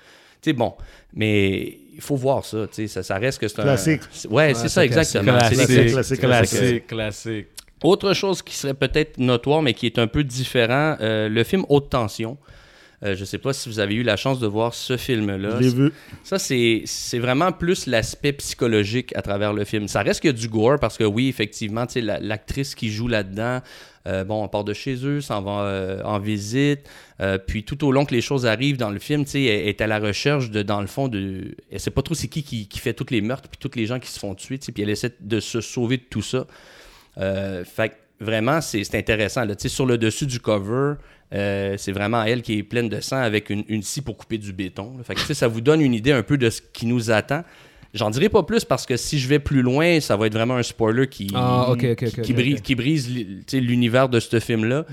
Speaker 2: Tu sais, bon, mais il faut voir ça. tu sais, Ça, ça reste que c'est un.
Speaker 4: Classique.
Speaker 2: Ouais, c'est ça, exactement. C'est
Speaker 3: Classique,
Speaker 2: des-
Speaker 4: classique,
Speaker 3: classique,
Speaker 4: classique,
Speaker 3: classique,
Speaker 4: classique.
Speaker 3: classique.
Speaker 2: autre chose qui serait peut-être notoire, mais qui est un peu différent, euh, le film Haute Tension. Euh, je ne sais pas si vous avez eu la chance de voir ce film-là.
Speaker 4: Je l'ai vu.
Speaker 2: Ça, c'est c'est vraiment plus l'aspect psychologique à travers le film. Ça reste que du gore parce que oui, effectivement, tu sais, la- l'actrice qui joue là-dedans, euh, bon, on part de chez eux, s'en va euh, en visite, euh, puis tout au long que les choses arrivent dans le film, tu sais, elle est à la recherche de, dans le fond, de, elle sait pas trop c'est qui, qui qui fait tous les meurtres puis tous les gens qui se font tuer, tu sais, puis elle essaie de se sauver de tout ça. Euh, fait que vraiment, c'est c'est intéressant. Là. Tu sais, Sur le dessus du cover, euh, c'est vraiment elle qui est pleine de sang avec une, une scie pour couper du béton. là. Fait que, tu sais, ça vous donne une idée un peu de ce qui nous attend. J'en dirai pas plus parce que si je vais plus loin, ça va être vraiment un spoiler qui,
Speaker 1: Ah, ok, ok, ok.
Speaker 2: qui,
Speaker 1: ok, Mm.
Speaker 2: brise,
Speaker 1: ok.
Speaker 2: qui brise li- tu sais, l'univers de ce film-là.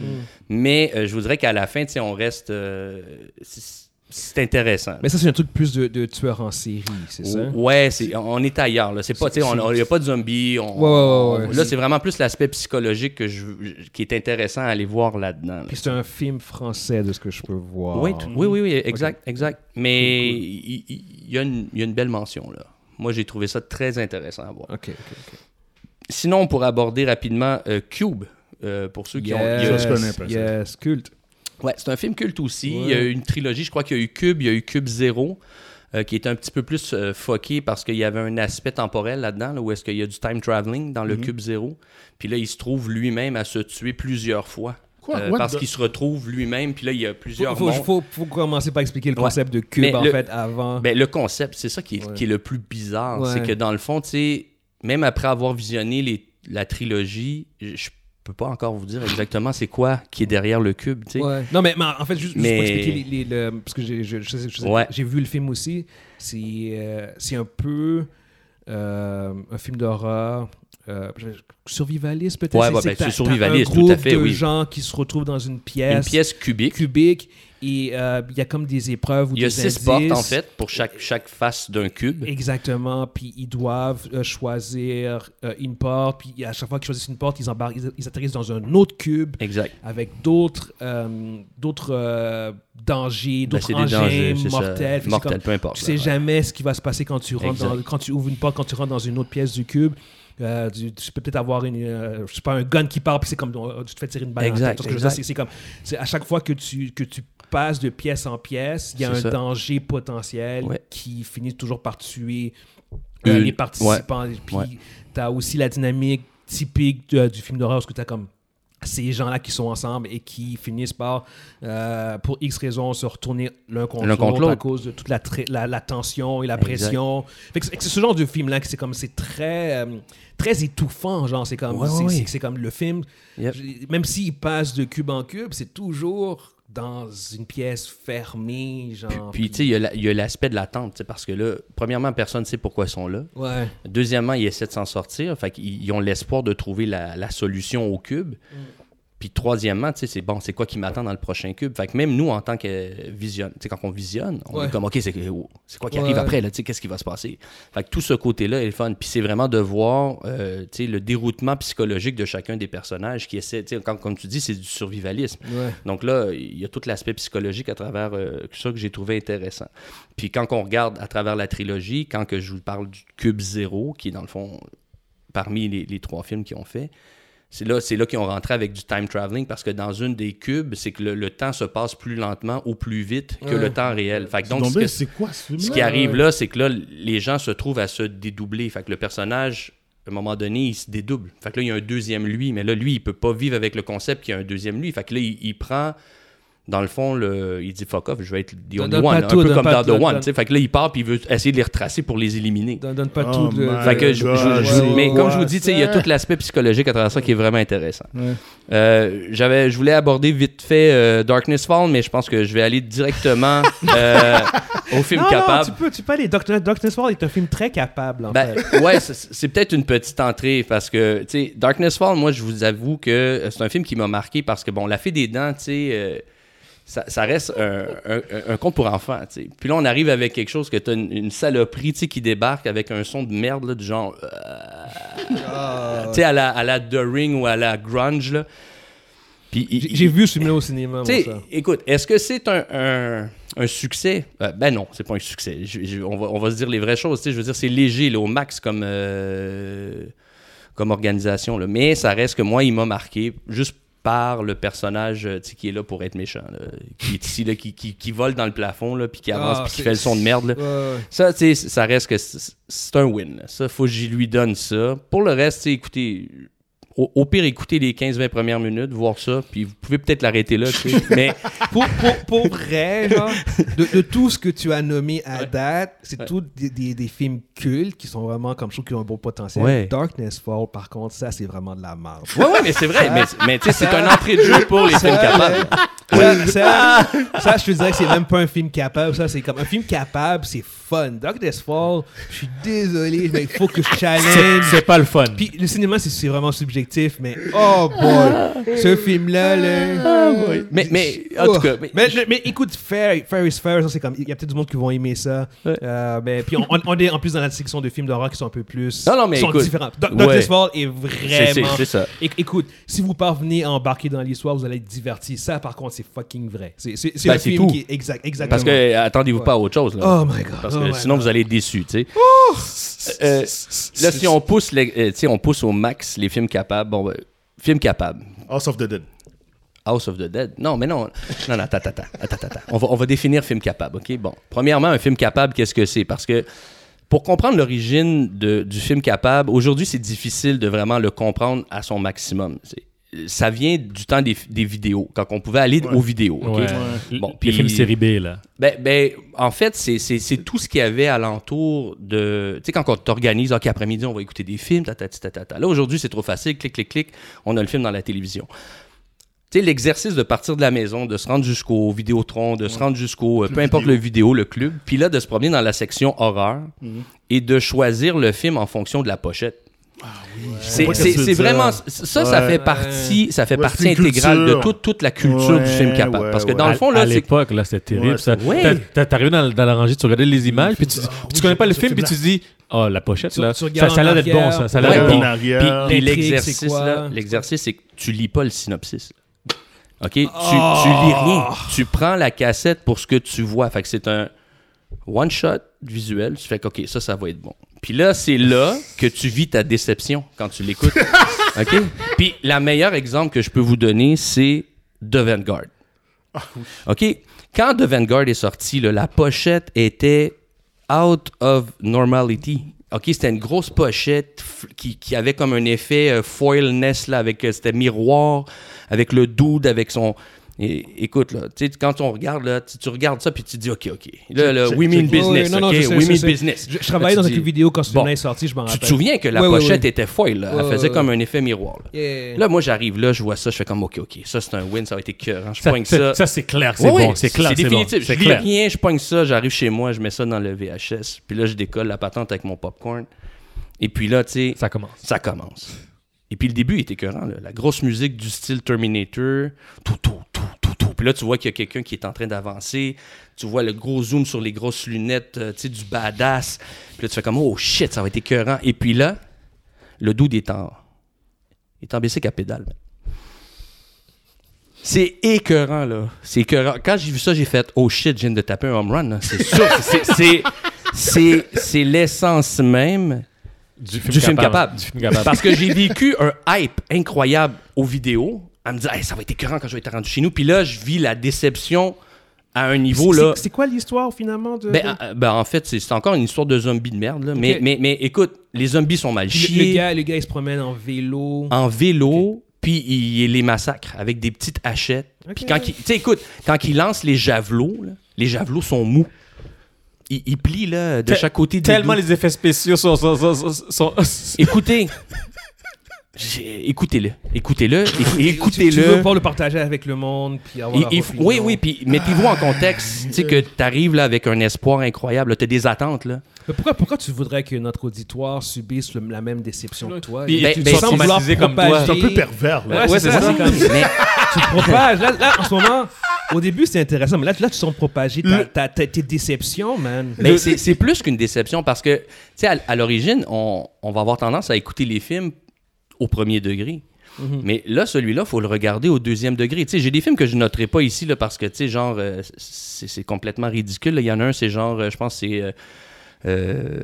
Speaker 2: Mais euh, je vous dirais qu'à la fin, tu sais, on reste. euh, c'est- c'est intéressant.
Speaker 1: Mais ça, c'est un truc plus de, de tueur en série, c'est
Speaker 2: Oh,
Speaker 1: ça?
Speaker 2: Ouais, c'est- on est ailleurs. là. C'est pas, tu sais, on- il n'y a pas de zombies. on-
Speaker 1: Ouais, ouais, ouais, ouais.
Speaker 2: Là, c'est vraiment plus l'aspect psychologique que je, je- qui est intéressant à aller voir là-dedans. là.
Speaker 1: Puis c'est un film français de ce que je peux voir.
Speaker 2: Oui, tout- oui, oui, oui, exact, exact. Mais il- il il y, a une- il y a une belle mention là. Moi, j'ai trouvé ça très intéressant à voir.
Speaker 1: Ok, ok, ok.
Speaker 2: Sinon, on pourrait aborder rapidement euh, Cube. euh, pour ceux qui ont.
Speaker 4: Ça, je connais pas, ça.
Speaker 1: Yes, culte.
Speaker 2: Ouais, c'est un film culte aussi. Il y a eu une trilogie, je crois qu'il y a eu Cube, il y a eu Cube Zéro, euh, qui est un petit peu plus euh, foqué parce qu'il y avait un aspect temporel là-dedans, là, où est-ce qu'il y a du time traveling dans le
Speaker 1: Mhm.
Speaker 2: Cube Zéro. Puis là, il se trouve lui-même à se tuer plusieurs fois.
Speaker 4: Quoi?
Speaker 2: Euh,
Speaker 4: What
Speaker 2: parce
Speaker 4: the-
Speaker 2: qu'il se retrouve lui-même, puis là, il y a plusieurs
Speaker 1: Faut, faut,
Speaker 2: mondes.
Speaker 1: faut- faut commencer par expliquer le
Speaker 2: Ouais.
Speaker 1: concept de cube,
Speaker 2: Mais
Speaker 1: en
Speaker 2: le-
Speaker 1: fait, avant.
Speaker 2: Ben, le concept, c'est ça qui est,
Speaker 1: Ouais.
Speaker 2: qui est le plus bizarre.
Speaker 1: Ouais.
Speaker 2: C'est que dans le fond, tu sais, même après avoir visionné les- la trilogie, je je peux pas encore vous dire exactement c'est quoi qui est derrière le cube. tu sais.
Speaker 1: Ouais. Non, mais, mais en fait, juste, juste
Speaker 2: Mais-
Speaker 1: pour expliquer, les- les- le- parce que j'ai, je- je sais- je sais-
Speaker 2: Ouais.
Speaker 1: j'ai vu le film aussi, c'est, euh, c'est un peu euh, un film d'horreur. euh, je- survivaliste peut-être
Speaker 2: Ouais, ouais, ben,
Speaker 1: t'as-
Speaker 2: c'est
Speaker 1: t'as
Speaker 2: survivaliste,
Speaker 1: un
Speaker 2: tout à
Speaker 1: groupe
Speaker 2: fait,
Speaker 1: de
Speaker 2: oui.
Speaker 1: gens qui se retrouvent dans une
Speaker 2: Une
Speaker 1: pièce,
Speaker 2: pièce cubique.
Speaker 1: cubique et euh, il y a comme des épreuves ou
Speaker 2: Il y a
Speaker 1: des
Speaker 2: six
Speaker 1: indices.
Speaker 2: portes, en fait, pour chaque, chaque face d'un cube.
Speaker 1: Exactement, puis ils doivent euh, choisir euh, une porte, puis à chaque fois qu'ils choisissent une porte, ils, embarquent, ils, ils atterrissent dans un autre cube
Speaker 2: Exact.
Speaker 1: avec d'autres euh, d'autres euh, dangers,
Speaker 2: Ben,
Speaker 1: d'autres
Speaker 2: c'est des
Speaker 1: engins
Speaker 2: dangers, c'est ça.
Speaker 1: mortels. Fait que c'est
Speaker 2: Mortels,
Speaker 1: comme,
Speaker 2: peu importe.
Speaker 1: tu sais
Speaker 2: là, ouais.
Speaker 1: jamais ce qui va se passer quand tu rentres dans-
Speaker 2: Exact.
Speaker 1: quand tu ouvres une porte, quand tu rentres dans une autre pièce du cube. Euh, tu, tu peux peut-être avoir une, euh, je sais pas, un gun qui part, puis c'est comme euh, tu te fais tirer une balle. dans la
Speaker 2: Exact,
Speaker 1: tête. Parce que je veux dire,
Speaker 2: exact.
Speaker 1: c'est- c'est comme c'est à chaque fois que tu que tu passes de pièce en pièce, il y a
Speaker 2: C'est
Speaker 1: un
Speaker 2: ça.
Speaker 1: danger potentiel
Speaker 2: Ouais.
Speaker 1: qui finit toujours par tuer euh,
Speaker 2: Une-
Speaker 1: les participants. Et Puis
Speaker 2: ouais.
Speaker 1: tu as aussi la dynamique typique de- du film d'horreur, parce que tu as comme ces gens-là qui sont ensemble et qui finissent par, euh, pour X raisons, se retourner l'un contre
Speaker 2: L'un contre
Speaker 1: l'autre à
Speaker 2: l'autre.
Speaker 1: cause de toute la, tra- la, la tension et la
Speaker 2: Exact.
Speaker 1: pression. Fait que c'est- c'est ce genre de film-là que c'est comme, c'est très, euh, très étouffant, genre, c'est comme,
Speaker 2: Ouais,
Speaker 1: c'est,
Speaker 2: ouais,
Speaker 1: c'est-
Speaker 2: ouais.
Speaker 1: c'est comme le film,
Speaker 2: Yep.
Speaker 1: j'ai- même s'il passe de cube en cube, c'est toujours dans une pièce fermée,
Speaker 2: Puis,
Speaker 1: genre.
Speaker 2: puis, tu sais, il y a la- il y a l'aspect de l'attente, tu sais, parce que là, premièrement, personne ne sait pourquoi ils sont là.
Speaker 1: Ouais. Mm.
Speaker 2: Deuxièmement, ils essaient de s'en sortir. Fait qu'ils ils ont l'espoir de trouver la, la solution au cube. Puis troisièmement, tu sais, c'est bon, c'est quoi qui m'attend dans le prochain cube? Fait que même nous, en tant que visionne, tu sais, quand on visionne, on
Speaker 1: Ouais.
Speaker 2: est comme, OK, c'est oh, c'est quoi qui
Speaker 1: Ouais.
Speaker 2: arrive après, là, tu sais, qu'est-ce qui va se passer? Fait que tout ce côté-là est le fun. Puis c'est vraiment de voir, euh, tu sais, le déroutement psychologique de chacun des personnages qui essaie, tu sais, comme, comme tu dis, c'est du survivalisme.
Speaker 1: Ouais.
Speaker 2: Donc là, il y a tout l'aspect psychologique à travers euh, ça que j'ai trouvé intéressant. Puis quand on regarde à travers la trilogie, quand que je vous parle du Cube Zéro, qui est dans le fond parmi les, les trois films qu'ils ont fait, c'est là, c'est là qu'ils ont rentré avec du time traveling parce que dans une des cubes, c'est que le, le temps se passe plus lentement ou plus vite que le temps réel. Fait que donc,
Speaker 4: Donc,
Speaker 2: ce que-
Speaker 4: ben, c'est quoi ce film
Speaker 2: ce qui arrive là, c'est que là, les gens se trouvent à se dédoubler. Fait que le personnage, à un moment donné, il se dédouble. Fait que là, il y a un deuxième lui, mais là, lui, il peut pas vivre avec le concept qu'il y a un deuxième lui. Fait que là, il, il prend, dans le fond, le, il dit fuck off, je vais être the
Speaker 1: Donne-
Speaker 2: only
Speaker 1: donne
Speaker 2: one,
Speaker 1: pas
Speaker 2: un
Speaker 1: tout,
Speaker 2: peu
Speaker 1: donne
Speaker 2: comme
Speaker 1: pas
Speaker 2: dans
Speaker 1: tout,
Speaker 2: The One.
Speaker 1: donne-
Speaker 2: tu sais. Fait que là, il part, puis il veut essayer de les retracer pour les éliminer.
Speaker 1: Donne, donne pas
Speaker 4: Oh
Speaker 1: tout. le-
Speaker 4: my
Speaker 2: Fait que je-
Speaker 4: God,
Speaker 2: je- je-
Speaker 4: ouais.
Speaker 2: mais comme je vous
Speaker 4: Ouais,
Speaker 2: dis, tu sais, il y a
Speaker 4: ça.
Speaker 2: tout l'aspect psychologique à travers ça qui est vraiment intéressant.
Speaker 1: Ouais.
Speaker 2: Euh, j'avais, je voulais aborder vite fait euh, Darkness Fall, mais je pense que je vais aller directement euh, au film
Speaker 1: non,
Speaker 2: capable.
Speaker 1: Non, tu peux, tu peux aller. Doctor, Doctor Sword est un film très capable, en
Speaker 2: Ben,
Speaker 1: fait.
Speaker 2: ouais, c'est c'est peut-être une petite entrée parce que, tu sais, Darkness Fall, moi, je vous avoue que euh, c'est un film qui m'a marqué parce que, bon, La Fée des Dents, tu sais, euh, ça, ça reste un, un- un conte pour enfants, tu sais. Puis là, on arrive avec quelque chose que t'as une, une saloperie, tu sais, qui débarque avec un son de merde, là, du genre. euh, tu sais, à la, à la The Ring ou à la Grunge, là. Puis il-
Speaker 1: J'ai j'ai vu ce film-là au cinéma, moi,
Speaker 2: tu sais,
Speaker 1: ça.
Speaker 2: écoute, est-ce que c'est un, un- un succès? Euh, ben non, c'est pas un succès. Je- je- on, va, on va se dire les vraies choses. tu sais. Je veux dire, c'est léger là, au max comme, euh, comme organisation. là. Mais ça reste que moi, il m'a marqué juste par le personnage euh, tu sais, qui est là pour être méchant, là, qui est ici, là, qui, qui- qui vole dans le plafond, là, puis qui avance,
Speaker 1: Ah,
Speaker 2: puis qui
Speaker 1: c'est-
Speaker 2: fait le son de merde. là.
Speaker 1: Ouais, ouais.
Speaker 2: Ça, tu sais, ça reste que c'est c'est un win. là. Ça, faut que je lui donne ça. Pour le reste, tu sais, écoutez, au, au pire, écoutez les 15-20 premières minutes, voir ça, puis vous pouvez peut-être l'arrêter là, tu sais. Mais
Speaker 1: pour, pour, pour vrai, genre, de, de tout ce que tu as nommé à date, c'est
Speaker 2: Ouais.
Speaker 1: tous des, des, des films cultes qui sont vraiment, comme je trouve, qui ont un beau potentiel.
Speaker 2: Ouais.
Speaker 1: Darkness Fall, par contre, ça, c'est vraiment de la merde.
Speaker 2: Ouais, ouais, mais c'est vrai. mais mais tu sais, c'est un entrée de jeu pour les films capables.
Speaker 1: Ça, ça, ça, je te dirais que c'est même pas un film capable. Ça, c'est comme un film capable, c'est fun. Darkness Fall, je suis désolé, mais il faut que je
Speaker 3: C'est
Speaker 1: challenge.
Speaker 3: c'est pas le fun.
Speaker 1: Puis le cinéma, c'est- c'est vraiment subjectif, mais oh boy, ce film-là, là. Oh.
Speaker 2: Mais, mais en tout cas, mais-
Speaker 1: mais, mais- mais écoute, fair, fair is fair, ça, c'est comme, il y a peut-être du monde qui vont aimer ça.
Speaker 2: Ouais.
Speaker 1: Euh, mais puis on, on- on est en plus dans la section de films d'horreur qui sont un peu plus,
Speaker 2: Non, non, mais
Speaker 1: sont
Speaker 2: écoute.
Speaker 1: différents. Do-
Speaker 2: Ouais.
Speaker 1: Doctor Fall est
Speaker 2: c'est- c'est
Speaker 1: vraiment.
Speaker 2: c'est ça.
Speaker 1: Éc- Écoute, si vous parvenez à embarquer dans l'histoire, vous allez être diverti. Ça, par contre, c'est fucking vrai. C'est c'est- c'est
Speaker 2: Ben,
Speaker 1: un
Speaker 2: c'est
Speaker 1: film
Speaker 2: tout.
Speaker 1: qui est exact, exactement.
Speaker 2: Parce que euh, attendez-vous pas à autre chose. Là.
Speaker 1: oh my god.
Speaker 2: Parce
Speaker 1: oh
Speaker 2: que
Speaker 1: my
Speaker 2: sinon,
Speaker 1: God.
Speaker 2: vous allez être déçus, tu sais. Euh, là, si on pousse, les- euh, tu sais, on pousse au max les films capables, bon, ben, films capables.
Speaker 4: House of the Dead.
Speaker 2: House of the Dead. Non, mais non. Non, non, attends, attends, attends, attends, attends. On va, on va définir film capable, OK? Bon, premièrement, un film capable, qu'est-ce que c'est? Parce que pour comprendre l'origine de- du film capable, aujourd'hui, c'est difficile de vraiment le comprendre à son maximum. C'est- Ça vient du temps des, des vidéos, quand on pouvait aller aux vidéos, OK?
Speaker 3: Ouais.
Speaker 2: Bon,
Speaker 3: les
Speaker 2: puis-
Speaker 3: films série B, là.
Speaker 2: Ben, ben, en fait, c'est- c'est c'est tout ce qu'il y avait alentour de. Tu sais, quand on t'organise, OK, après-midi, on va écouter des films, ta, ta, ta, ta, ta, ta. Là, aujourd'hui, c'est trop facile, clic, clic, clic, on a le film dans la télévision. Tu sais, l'exercice de partir de la maison, de se rendre jusqu'au Vidéotron, de se rendre jusqu'au. euh, peu importe le vidéo, le club, puis là, de se promener dans la section horreur
Speaker 4: Mhm.
Speaker 2: et de choisir le film en fonction de la pochette.
Speaker 4: Ah
Speaker 2: C'est
Speaker 4: comprends
Speaker 2: c'est-
Speaker 4: ce que tu
Speaker 2: c'est
Speaker 4: veux dire.
Speaker 2: vraiment. Ça, ça
Speaker 4: Ouais.
Speaker 2: fait partie, ça fait
Speaker 4: Ouais,
Speaker 2: partie
Speaker 4: c'est une
Speaker 2: intégrale de
Speaker 4: culture.
Speaker 2: toute, toute la culture du film
Speaker 4: Ouais,
Speaker 2: capable.
Speaker 4: ouais,
Speaker 2: Parce que
Speaker 4: ouais.
Speaker 2: dans le
Speaker 3: À-
Speaker 2: fond, là,
Speaker 3: à
Speaker 2: c'est.
Speaker 3: l'épois là, c'était terrible.
Speaker 4: Ouais,
Speaker 3: ça.
Speaker 2: c'est- Ouais.
Speaker 3: T'as- t'as- T'arrivais dans, dans la rangée, tu regardais les images, puis tu, dis-
Speaker 4: Ah,
Speaker 3: tu
Speaker 4: oui,
Speaker 3: connais
Speaker 4: je-
Speaker 3: pas le
Speaker 4: je-
Speaker 3: film, puis
Speaker 4: je-
Speaker 3: tu dis, oh, la pochette,
Speaker 1: Tu-
Speaker 3: là.
Speaker 1: tu
Speaker 3: ça
Speaker 1: regardes
Speaker 3: ça a l'air
Speaker 1: en
Speaker 3: d'être bon,
Speaker 1: arrière.
Speaker 3: ça. Ça a
Speaker 2: Ouais,
Speaker 3: l'air
Speaker 2: puis-
Speaker 3: d'être
Speaker 4: en
Speaker 3: bon.
Speaker 2: Puis,
Speaker 4: arrière.
Speaker 1: L'intrigue,
Speaker 2: puis
Speaker 1: c'est
Speaker 2: l'exercice,
Speaker 1: quoi?
Speaker 2: là, l'exercice, c'est que tu lis pas le synopsis. OK? Tu, tu
Speaker 1: Ah!
Speaker 2: lis rien. Tu prends la cassette pour ce que tu vois. Fait que c'est un one-shot visuel. Tu fais que, OK, ça, ça va être bon. Puis là, c'est là que tu vis ta déception quand tu l'écoutes. OK? Puis la meilleure exemple que je peux vous donner, c'est The Vanguard.
Speaker 1: Ah
Speaker 2: OK? Quand The Vanguard est sorti, là, la pochette était out of normality. OK, c'était une grosse pochette f- qui, qui avait comme un effet euh, foilness, là, avec, euh, c'était miroir, avec le dude, avec son... É- écoute, là, tu sais, quand on regarde, là, tu, tu regardes ça, puis tu dis, OK, OK. Là, là,
Speaker 4: Check,
Speaker 2: we mean
Speaker 4: check.
Speaker 2: business,
Speaker 1: Ouais, ouais, non, non,
Speaker 2: OK?
Speaker 1: je sais,
Speaker 2: we
Speaker 1: je
Speaker 2: mean
Speaker 1: sais.
Speaker 2: business.
Speaker 1: Je, je travaillais dans
Speaker 2: Là,
Speaker 1: un
Speaker 2: tu dis-
Speaker 1: club vidéo quand ce
Speaker 2: Bon.
Speaker 1: film-là est sorti, je m'en rappelle.
Speaker 2: Tu te souviens que la
Speaker 1: Ouais, ouais,
Speaker 2: pochette
Speaker 1: ouais.
Speaker 2: était foil, là. Elle
Speaker 1: Ouais,
Speaker 2: faisait
Speaker 1: ouais,
Speaker 2: comme un effet miroir, là.
Speaker 1: Yeah.
Speaker 2: Là, moi, j'arrive là, je vois ça, je fais comme, OK, OK, ça, c'est un win, ça va être cœur. Je
Speaker 3: Ça,
Speaker 2: poigne
Speaker 3: ça-
Speaker 2: ça.
Speaker 3: ça, c'est clair, c'est
Speaker 2: Ouais,
Speaker 3: bon,
Speaker 2: ouais,
Speaker 3: c'est clair, c'est bon.
Speaker 2: définitif.
Speaker 3: C'est
Speaker 2: je lis
Speaker 3: clair.
Speaker 2: rien, je pogne ça, j'arrive chez moi, je mets ça dans le VHS. Puis là, je décolle la patente avec mon popcorn. Et puis là, tu sais,
Speaker 3: Ça commence.
Speaker 2: ça commence. Et puis le début était écœurant, là. la grosse musique du style Terminator, tout, tout, tout, tout, tout. Puis là, tu vois qu'il y a quelqu'un qui est en train d'avancer, tu vois le gros zoom sur les grosses lunettes, euh, tu sais, du badass. Puis là, tu fais comme, oh shit, ça va être écœurant. Et puis là, le dude est en, est en bicycle à pédale. C'est écœurant, là. C'est écœurant. Quand j'ai vu ça, j'ai fait Oh shit, je viens de taper un home run. là. C'est sûr. c'est- c'est- c'est- C'est l'essence même
Speaker 3: Du
Speaker 2: du film capable.
Speaker 3: Du film capable.
Speaker 2: Parce que j'ai vécu un hype incroyable aux vidéos à me dire Hey, ça va être écœurant quand je vais être rendu chez nous. Puis là, je vis la déception à un niveau. là.
Speaker 1: C'est quoi l'histoire finalement de.
Speaker 2: Ben, euh, ben, en fait, c'est c'est encore une histoire de zombies de merde. là. Mais,
Speaker 1: Ok.
Speaker 2: mais, mais écoute, les zombies sont mal
Speaker 1: le, le
Speaker 2: chiés
Speaker 1: gars, le gars, il se promène en vélo.
Speaker 2: en vélo, puis il, il les massacre avec des petites hachettes. Puis quand il, tu sais, écoute, quand il lance les javelots, là, les javelots sont mous. Ils, ils plient là, de
Speaker 3: Te-
Speaker 2: chaque côté. des
Speaker 3: Tellement
Speaker 2: dos.
Speaker 3: les effets spéciaux sont. sont, sont, sont- sont-
Speaker 2: Écoutez, j'ai- écoutez-le, écoutez-le, éc-
Speaker 1: Tu, tu veux
Speaker 2: écoutez-le.
Speaker 1: pouvoir le partager avec le monde. Puis avoir
Speaker 2: Il-
Speaker 1: leur
Speaker 2: il-
Speaker 1: opinion.
Speaker 2: oui, oui, puis mettez-vous en contexte, tu sais que t'arrives là avec un espoir incroyable, t'as des attentes là.
Speaker 1: Mais pourquoi, pourquoi tu voudrais que notre auditoire subisse le- la même déception que toi
Speaker 3: Puis
Speaker 2: Ben,
Speaker 3: tu te
Speaker 2: ben,
Speaker 3: sens
Speaker 2: sans
Speaker 1: vouloir
Speaker 3: traumatisé comme toi.
Speaker 1: propager-
Speaker 4: C'est un peu pervers, là.
Speaker 1: Ouais, c'est ça. c'est comme-
Speaker 2: Mais-
Speaker 1: tu te propages. Là, là, en ce moment, au début, c'était intéressant, mais là, là tu sens propager ta, ta- ta- tes déceptions, man.
Speaker 2: Mais c'est c'est plus qu'une déception parce que, tu sais, à, à l'origine, on, on va avoir tendance à écouter les films au premier degré. Mais là, celui-là, faut le regarder au deuxième degré. Tu sais, j'ai des films que je noterai pas ici là, parce que, tu sais, genre, euh, c'est c'est complètement ridicule. là. Il y en a un, c'est genre, euh, je pense, que c'est. euh, euh,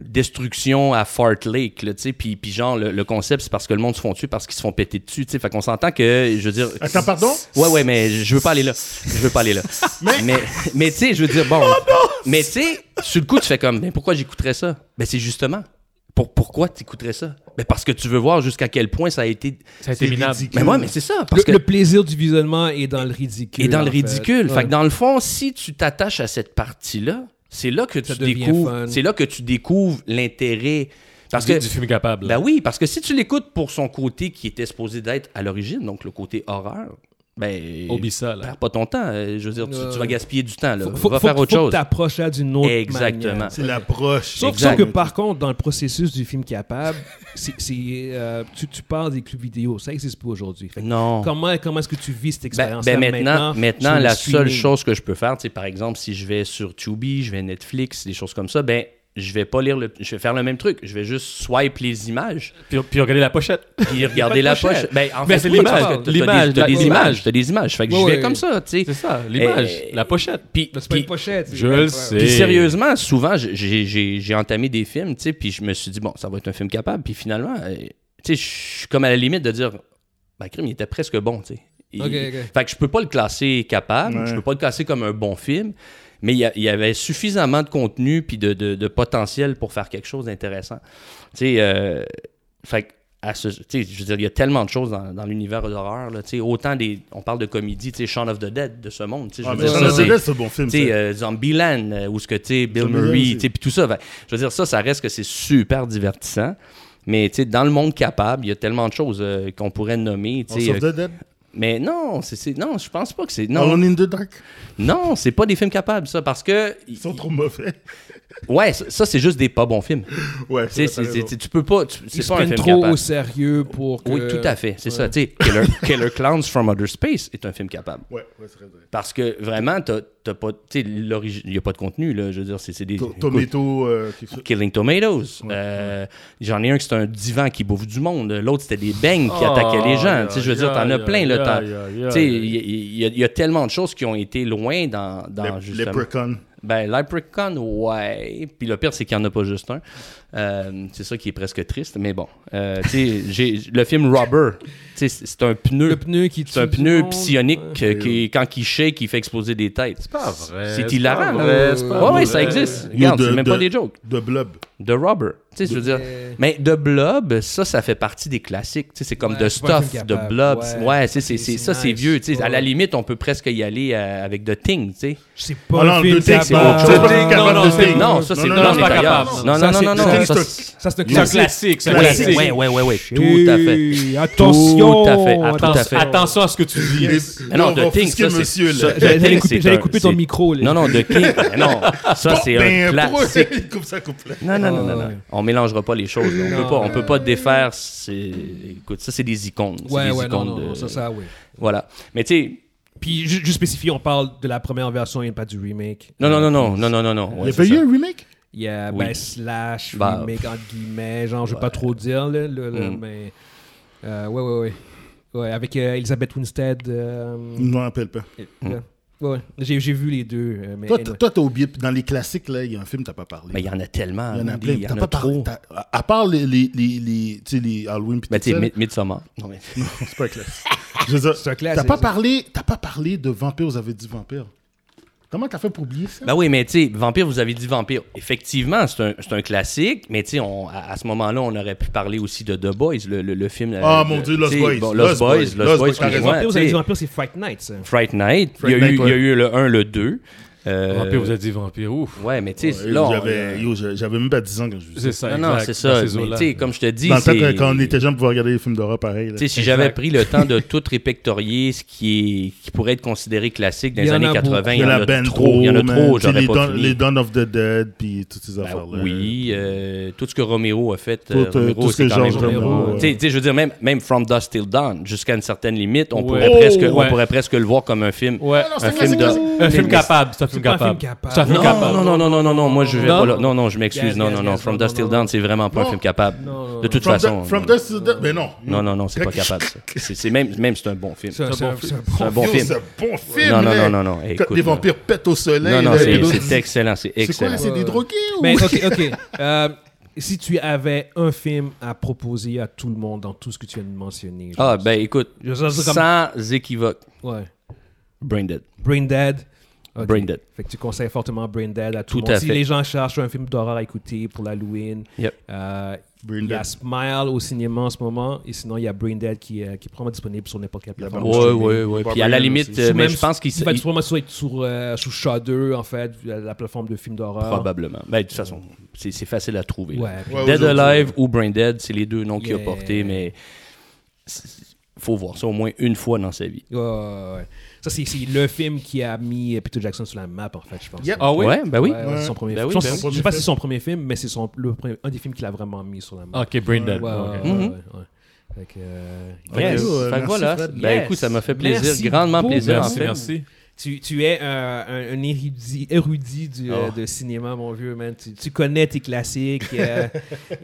Speaker 2: destruction à Fart Lake, là, tu sais, puis, puis genre le, le concept c'est parce que le monde se font tuer parce qu'ils se font péter dessus, tu sais, fait qu'on s'entend que, je veux dire,
Speaker 4: Attends, pardon?
Speaker 2: Ouais, ouais, mais je veux pas aller là. Je veux pas aller là. mais, mais, tu sais, je veux dire, bon.
Speaker 1: Oh
Speaker 2: mais tu sais, sur le coup, tu fais comme, mais pourquoi j'écouterais ça? Ben, c'est justement. Pour, pourquoi tu écouterais ça? Ben, parce que tu veux voir jusqu'à quel point ça a été.
Speaker 3: Ça a été minable.
Speaker 2: Mais ouais, mais c'est ça.
Speaker 1: Le,
Speaker 2: Parce que.
Speaker 1: le plaisir du visionnement est dans le ridicule.
Speaker 2: Et dans
Speaker 1: en
Speaker 2: le
Speaker 1: fait.
Speaker 2: ridicule. Fait,
Speaker 1: Ouais.
Speaker 2: que dans le fond, si tu t'attaches à cette partie-là, c'est là que tu
Speaker 1: Ça devient
Speaker 2: découvres.
Speaker 1: fun.
Speaker 2: C'est là que tu découvres l'intérêt. Parce que.
Speaker 3: du film capable.
Speaker 2: Ben oui, parce que si tu l'écoutes pour son côté qui était supposé d'être à l'origine, donc le côté horreur, ben.
Speaker 3: Oublie ça, là.
Speaker 2: perds pas ton temps. euh, Je veux dire, tu,
Speaker 1: Ouais.
Speaker 2: tu vas gaspiller du temps. Là.
Speaker 1: Faut, faut-
Speaker 2: va
Speaker 1: faut-
Speaker 2: faire autre
Speaker 1: faut
Speaker 2: chose.
Speaker 1: que t'approches ça d'une autre
Speaker 2: Exactement.
Speaker 1: manière.
Speaker 4: C'est l'approche.
Speaker 1: Sauf,
Speaker 2: Exact.
Speaker 1: sauf que par contre, dans le processus du film capable, c'est, c'est, euh, tu, tu parles des clubs vidéo, ça n'existe pas aujourd'hui. Fait que
Speaker 2: Non.
Speaker 1: Comment, comment est-ce que tu vis cette
Speaker 2: Ben,
Speaker 1: expérience
Speaker 2: ben maintenant, maintenant,
Speaker 1: sur le
Speaker 2: la seule
Speaker 1: streaming?
Speaker 2: chose que je peux faire, tu sais, par exemple, si je vais sur Tubi, je vais Netflix, des choses comme ça, ben je vais pas lire le, je vais faire le même truc. Je vais juste swipe les images
Speaker 3: Puis, puis regardez la pochette.
Speaker 2: puis regarder
Speaker 3: pas
Speaker 2: la
Speaker 3: de pochette.
Speaker 2: poche. Ben, en
Speaker 3: Mais
Speaker 2: fait,
Speaker 3: c'est
Speaker 2: oui,
Speaker 3: l'image,
Speaker 2: parce que t'as
Speaker 3: l'image,
Speaker 2: des- t'as
Speaker 3: la-
Speaker 2: des
Speaker 3: l'image.
Speaker 2: images, t'as des images. Fait que je
Speaker 1: Ouais,
Speaker 2: vais
Speaker 1: ouais.
Speaker 2: comme ça, tu
Speaker 3: C'est
Speaker 2: sais.
Speaker 3: ça, l'image,
Speaker 2: Eh,
Speaker 3: la pochette.
Speaker 2: Puis,
Speaker 1: Ben, C'est pas
Speaker 2: puis-
Speaker 1: une pochette. c'est-
Speaker 3: Je
Speaker 1: ouais.
Speaker 3: le sais.
Speaker 2: Puis sérieusement, souvent, j'ai- j'ai j'ai- j'ai entamé des films, tu sais, puis je me suis dit, bon, ça va être un film capable. Puis finalement, euh, tu sais, je suis comme à la limite de dire, ben, crime, il était presque bon, tu sais. Il-
Speaker 1: Ok, ok.
Speaker 2: Fait que je peux pas le classer capable,
Speaker 4: Ouais.
Speaker 2: je peux pas le classer comme un bon film, mais il y, a- il y avait suffisamment de contenu puis de, de- de potentiel pour faire quelque chose d'intéressant. Tu sais, euh, fait que à ce, tu sais, je veux dire, il y a tellement de choses dans, dans l'univers d'horreur. là, tu sais, Autant des. On parle de comédie, tu sais, Shaun of the Dead de ce monde. tu sais, je
Speaker 4: Ah,
Speaker 2: veux
Speaker 4: mais
Speaker 2: dire,
Speaker 4: Shaun
Speaker 2: ça,
Speaker 4: of the
Speaker 2: c'est-
Speaker 4: Dead, c'est un bon film.
Speaker 2: tu sais,
Speaker 4: ça.
Speaker 2: euh, Zombieland, euh, où ce que, tu sais, Bill
Speaker 4: Zombieland,
Speaker 2: Murray,
Speaker 4: c'est-
Speaker 2: tu sais, puis tout ça. Fait- je veux dire, ça, ça reste que c'est super divertissant. Mais, tu sais, dans le monde capable, il y a tellement de choses euh, qu'on pourrait nommer, tu
Speaker 4: House
Speaker 2: sais.
Speaker 4: of
Speaker 2: euh,
Speaker 4: the Dead?
Speaker 2: mais non, c'est, c'est- non, je pense pas que c'est... Non,
Speaker 4: Alone in the Dark?
Speaker 2: non, c'est pas des films capables, ça, parce que...
Speaker 4: Ils sont trop mauvais.
Speaker 2: Ouais, ça, ça, c'est juste des pas bons films. Tu
Speaker 4: Ouais,
Speaker 2: sais,
Speaker 4: ça,
Speaker 2: c'est,
Speaker 4: t'as
Speaker 2: c'est-
Speaker 4: raison.
Speaker 2: tu peux pas... tu-
Speaker 1: Ils
Speaker 2: c'est
Speaker 1: se
Speaker 2: pas un
Speaker 1: prennent
Speaker 2: film
Speaker 1: trop
Speaker 2: capable.
Speaker 1: au sérieux pour que...
Speaker 2: Oui, tout à fait, c'est ça. Tu sais, Killer, Killer Clowns from Outer Space est un film capable.
Speaker 4: Ouais, ouais, c'est vrai.
Speaker 2: Parce que, vraiment, t'as, t'as pas... Tu sais, l'origine... Il y a pas de contenu, là. Je veux dire, c'est, c'est des...
Speaker 4: To- Tomato, euh, quelque chose.
Speaker 2: Killing Tomatoes. Euh, J'en ai un qui c'était un divan qui bouffe du monde. L'autre, c'était des beignes qui attaquaient
Speaker 3: Ah,
Speaker 1: Oh,
Speaker 2: les gens. Tu sais, je veux dire, t'en as plein. là, t'en- Tu sais, il y, il y a- il y a tellement de choses qui ont été loin dans, dans
Speaker 4: Lep-
Speaker 2: justement.
Speaker 4: Leprechaun.
Speaker 2: Ben, Leprechaun, ouais. Puis le pire, c'est qu'il n'y en a pas juste un. Euh, c'est ça qui est presque triste, mais bon. Euh, tu sais, j'ai- le film Robber, tu sais, c'est c'est un pneu.
Speaker 1: Le pneu qui tue
Speaker 2: C'est un
Speaker 1: du
Speaker 2: pneu
Speaker 1: monde.
Speaker 2: psionique euh, qui, quand il shake, il fait exploser des têtes. C'est hilarant. là. Ouais, ouais, ça existe. Regarde,
Speaker 4: de-
Speaker 2: c'est même
Speaker 4: de-
Speaker 2: pas des jokes.
Speaker 4: The Blob.
Speaker 2: The Robber. Tu sais, je veux dire.
Speaker 1: Yeah.
Speaker 2: Mais The Blob, ça, ça fait partie des classiques. Tu sais, c'est comme
Speaker 1: Ouais,
Speaker 2: The
Speaker 1: c'est pas un film
Speaker 2: Stuff, The
Speaker 1: capable.
Speaker 2: Blob.
Speaker 1: Ouais.
Speaker 2: Ouais, tu sais, c'est- c'est-
Speaker 1: C'est-
Speaker 2: ça,
Speaker 1: c'est
Speaker 2: c'est
Speaker 1: nice.
Speaker 2: vieux. tu sais. À la
Speaker 1: Ouais.
Speaker 2: limite, on peut presque y aller euh, avec The Thing, tu sais.
Speaker 1: C'est
Speaker 4: Ah
Speaker 1: pas
Speaker 4: non,
Speaker 1: un film
Speaker 4: deux tics, c'est
Speaker 1: capable.
Speaker 4: autre chose.
Speaker 3: Non, non,
Speaker 4: Capable de
Speaker 3: non,
Speaker 4: Thing.
Speaker 2: Non, ça, c'est
Speaker 4: Non,
Speaker 2: non,
Speaker 4: non,
Speaker 2: non,
Speaker 4: non, c'est pas
Speaker 2: ailleurs.
Speaker 3: capable.
Speaker 2: non,
Speaker 1: Ça,
Speaker 2: non,
Speaker 1: c'est-
Speaker 2: non, non,
Speaker 1: ça,
Speaker 2: non,
Speaker 4: oui,
Speaker 2: ça,
Speaker 4: c'est un-
Speaker 2: c'est-
Speaker 1: Ça, c'est un
Speaker 3: C'est un
Speaker 1: classique.
Speaker 3: classique, c'est un
Speaker 2: Ouais,
Speaker 3: classique.
Speaker 2: ouais, ouais, ouais, ouais, tout à fait. Ah,
Speaker 1: Et Attention.
Speaker 2: Tout à fait,
Speaker 3: Atten-
Speaker 2: tout à fait.
Speaker 3: Attention à ce que tu dis.
Speaker 2: Ah non,
Speaker 4: on va
Speaker 2: The Thing,
Speaker 4: offusquer
Speaker 2: ça, c'est-
Speaker 4: monsieur,
Speaker 2: ça-
Speaker 4: là.
Speaker 2: The
Speaker 1: J'allais
Speaker 2: Thing,
Speaker 1: couper-
Speaker 2: c'est
Speaker 1: j'allais
Speaker 2: un-
Speaker 1: couper ton
Speaker 2: c'est-
Speaker 1: micro, là.
Speaker 2: Non, non, The King. mais non, ça, c'est un
Speaker 4: Ben, pour eux,
Speaker 2: classique.
Speaker 4: Coupe ça, coupe là.
Speaker 2: Non, non, non, non, non. On mélangera pas les choses. là. On peut pas, on peut pas défaire. C'est... Écoute, ça, c'est des icônes. C'est
Speaker 1: Ouais,
Speaker 2: des
Speaker 1: ouais, non,
Speaker 2: icônes
Speaker 1: non,
Speaker 2: de-
Speaker 1: non, ça, ça, oui.
Speaker 2: Voilà. Mais tu sais,
Speaker 1: Puis, ju- juste spécifier, on parle de la première version et pas du remake.
Speaker 2: non, non, non, non, non, non, non, non.
Speaker 4: Il
Speaker 2: ouais,
Speaker 4: y a
Speaker 2: c'est
Speaker 4: pas eu
Speaker 2: ça.
Speaker 4: un remake
Speaker 1: Il y a,
Speaker 2: Oui.
Speaker 1: ben, slash,
Speaker 2: Bah, Mm.
Speaker 1: remake, entre guillemets, genre, je vais pas trop dire, là, là, là, mais... euh, ouais, ouais, ouais. Ouais, avec euh, Elizabeth Winstead. euh,
Speaker 2: Mm.
Speaker 4: Je ne m'en rappelle pas.
Speaker 1: et- là. Ouais, ouais. j'ai j'ai vu les deux, euh, mais...
Speaker 4: Toi, t-
Speaker 1: anyway.
Speaker 4: toi, t'as oublié. Dans les classiques, là, il y a un film, t'as pas parlé.
Speaker 2: Mais il y en a tellement.
Speaker 4: Il y en a
Speaker 2: oublie,
Speaker 4: plein.
Speaker 2: Il y
Speaker 4: T'as
Speaker 2: en
Speaker 4: pas
Speaker 2: a
Speaker 4: parlé.
Speaker 2: trop.
Speaker 4: t'as- À à part les, les, les, les, tu sais, les Halloween pis
Speaker 2: Mais Ben, tu
Speaker 4: tout ça,
Speaker 2: sais,
Speaker 4: là.
Speaker 2: Mi- Midsommar. Non, mais-
Speaker 4: c'est pas un classique. Je veux dire,
Speaker 1: C'est un
Speaker 4: t'as
Speaker 1: classique,
Speaker 4: pas
Speaker 1: ça.
Speaker 4: parlé, t'as pas parlé de vampire. Vous avez dit vampire. Comment t'as fait pour oublier ça
Speaker 2: Ben oui, mais tu sais, Vampire, vous avez dit Vampire. Effectivement, c'est un, c'est un classique, mais tu sais, on- à, à ce moment-là, on aurait pu parler aussi de The Boys, le, le- le film.
Speaker 4: Ah,
Speaker 2: euh,
Speaker 4: mon
Speaker 2: le-
Speaker 4: Dieu, Lost
Speaker 2: tu sais,
Speaker 4: Boys.
Speaker 2: bon, Lost,
Speaker 4: Lost
Speaker 2: Boys,
Speaker 4: Boys,
Speaker 2: Lost
Speaker 4: Lost
Speaker 2: Boys,
Speaker 4: Boys,
Speaker 1: Ah, les
Speaker 2: excuse-moi.
Speaker 1: vampires, vous avez
Speaker 2: tu
Speaker 1: dit
Speaker 2: sais,
Speaker 1: vampires, c'est Fright Night, ça.
Speaker 2: Fright Night, il y, a
Speaker 4: Fright
Speaker 2: eu-
Speaker 4: Night,
Speaker 2: il y a
Speaker 4: ouais.
Speaker 2: eu le 1, le 2. euh,
Speaker 3: Vampire vous a dit vampire, ouf.
Speaker 2: Ouais, mais tu sais,
Speaker 4: Ouais,
Speaker 2: là, on-
Speaker 4: J'avais yo, j'a- j'avais même pas 10 ans quand je
Speaker 3: C'est
Speaker 4: disais
Speaker 3: ça,
Speaker 2: Non, non,
Speaker 3: exact,
Speaker 2: c'est
Speaker 3: dans
Speaker 2: ça.
Speaker 3: ces
Speaker 2: mais
Speaker 3: eaux-là.
Speaker 2: tu sais, comme je te dis,
Speaker 4: Dans le temps,
Speaker 2: c'est-
Speaker 4: quand- quand on était jeune, on pouvait regarder les films d'horreur pareil. là.
Speaker 2: Tu sais, si
Speaker 3: Exact.
Speaker 2: j'avais pris le temps de tout répertorier ce qui, est, qui pourrait être considéré classique dans
Speaker 1: Il
Speaker 2: les
Speaker 1: y en
Speaker 2: années
Speaker 1: a
Speaker 2: 80,
Speaker 1: beaucoup.
Speaker 2: Hein, il y en a
Speaker 4: Ben
Speaker 2: trop, il y en a
Speaker 4: man.
Speaker 2: trop,
Speaker 4: Tu sais,
Speaker 2: j'aurais
Speaker 4: les
Speaker 2: pas
Speaker 4: Dawn-
Speaker 2: fini.
Speaker 4: Les Dawn of the Dead, puis toutes ces
Speaker 2: Ben
Speaker 4: affaires-là.
Speaker 2: oui, euh, tout ce que Romero a fait, euh,
Speaker 4: Tout, euh,
Speaker 2: Romero,
Speaker 4: tout ce
Speaker 2: c'est
Speaker 4: que
Speaker 2: quand même euh.
Speaker 4: Georges
Speaker 1: Romero,
Speaker 2: Romero.
Speaker 1: ouais.
Speaker 2: Tu sais, tu sais, je veux dire, même, même From Dust Till Dawn, jusqu'à une certaine limite, on,
Speaker 3: Ouais.
Speaker 2: pourrait
Speaker 3: Oh,
Speaker 2: presque,
Speaker 3: ouais.
Speaker 2: on pourrait presque le voir comme un film.
Speaker 3: Ouais.
Speaker 2: Un film de...
Speaker 3: Un film capable, c'est un film
Speaker 1: pas un film
Speaker 3: capable.
Speaker 1: capable.
Speaker 3: C'est un film
Speaker 2: Non,
Speaker 3: capable.
Speaker 2: non, non, non, non, non, non, moi je vais
Speaker 3: Non.
Speaker 2: pas là. Non, non, je m'excuse.
Speaker 1: Yes,
Speaker 2: Non,
Speaker 1: yes,
Speaker 2: non, non,
Speaker 1: yes,
Speaker 2: From
Speaker 1: non,
Speaker 2: Dust
Speaker 1: non,
Speaker 2: Till
Speaker 1: non.
Speaker 2: Dawn, c'est vraiment pas un
Speaker 4: Non.
Speaker 2: film capable.
Speaker 1: Non, non,
Speaker 2: De toute
Speaker 4: From
Speaker 2: façon.
Speaker 4: the- From
Speaker 2: non.
Speaker 4: Dust to the- Ben non.
Speaker 2: Non, non, non, c'est pas capable ça. C'est c'est même, même c'est un bon film.
Speaker 1: C'est un- c'est un- c'est un
Speaker 2: C'est un
Speaker 1: bon
Speaker 2: bon
Speaker 4: Yo,
Speaker 2: film.
Speaker 4: C'est un bon film.
Speaker 2: Non, non,
Speaker 4: là.
Speaker 2: non, non, non, hey,
Speaker 4: Quand
Speaker 2: écoute,
Speaker 4: les
Speaker 2: là.
Speaker 4: vampires pètent au soleil.
Speaker 2: Non, non,
Speaker 4: là,
Speaker 2: c'est-
Speaker 4: les autres-
Speaker 2: c'est excellent, c'est
Speaker 4: C'est quoi,
Speaker 2: excellent.
Speaker 4: c'est des drogués ou
Speaker 1: Mais ok, ok. Euh, si tu avais un film à proposer à tout le monde dans tout ce que tu viens de mentionner. je
Speaker 2: Ah,
Speaker 1: pense.
Speaker 2: ben écoute,
Speaker 1: Je sais, c'est comme-
Speaker 2: sans équivoque,
Speaker 1: Ouais.
Speaker 2: Brain Dead.
Speaker 1: Brain Dead. Ok.
Speaker 2: Brain Dead.
Speaker 1: Fait que tu conseilles fortement Brain Dead à tout,
Speaker 2: Tout
Speaker 1: le monde.
Speaker 2: à
Speaker 1: si
Speaker 2: fait.
Speaker 1: les gens cherchent un film d'horreur à écouter pour l'Halloween,
Speaker 2: Yep.
Speaker 1: euh,
Speaker 4: Brain
Speaker 1: il y a
Speaker 4: Dead.
Speaker 1: Smile au cinéma en ce moment. Et sinon, il y a Brain Dead qui, euh, qui est probablement disponible sur n'importe quelle
Speaker 4: Il y a
Speaker 1: plateforme.
Speaker 4: Brain Dead.
Speaker 2: Ouais,
Speaker 4: streaming.
Speaker 2: ouais, ouais.
Speaker 4: Pas
Speaker 2: Puis à la
Speaker 4: Brain
Speaker 2: limite,
Speaker 4: aussi.
Speaker 2: euh,
Speaker 1: Ou
Speaker 2: mais
Speaker 1: même
Speaker 2: je pense qu'il
Speaker 1: Il va
Speaker 2: il-
Speaker 1: sûrement sur, être sur, euh, sous Shudder, en fait, la plateforme de films d'horreur.
Speaker 2: Probablement. Ben, de toute façon, c'est c'est facile à trouver. là.
Speaker 1: Ouais.
Speaker 4: Ouais,
Speaker 2: Dead
Speaker 4: aujourd'hui,
Speaker 2: Alive ou Brain Dead, c'est les deux noms qu'il a
Speaker 1: Yeah.
Speaker 2: portés, mais c'est- faut voir ça au moins une fois dans sa vie.
Speaker 1: Ouais, ouais, ouais. Ça, c'est c'est le film qui a mis euh, Peter Jackson sur la map, en fait, je pense.
Speaker 4: Yep.
Speaker 3: Ah oui?
Speaker 2: Ouais, ben oui.
Speaker 1: Ouais,
Speaker 4: Ouais.
Speaker 1: c'est son premier
Speaker 2: Ben
Speaker 1: film.
Speaker 2: oui,
Speaker 1: Je pense-
Speaker 2: ben
Speaker 1: je sais pas si c'est son premier film, mais c'est son, le premier- un des films qu'il a vraiment mis sur la map.
Speaker 3: Ok, Brain Dead.
Speaker 1: Ouais, ouais,
Speaker 3: ok.
Speaker 1: ouais,
Speaker 2: Mhm.
Speaker 1: ouais, ouais. Fait que, euh,
Speaker 2: Yes. Fait
Speaker 4: Ok, euh,
Speaker 2: que
Speaker 4: merci,
Speaker 2: voilà.
Speaker 4: Fred.
Speaker 2: Ben
Speaker 1: Yes.
Speaker 2: écoute, ça m'a fait plaisir,
Speaker 1: Merci
Speaker 2: grandement
Speaker 1: beaucoup.
Speaker 2: plaisir. en
Speaker 3: Merci,
Speaker 2: fait.
Speaker 3: merci.
Speaker 1: tu, tu es euh, un, un érudit, érudit du, euh,
Speaker 2: Oh.
Speaker 1: de cinéma, mon vieux, man. Tu, tu connais tes classiques, euh,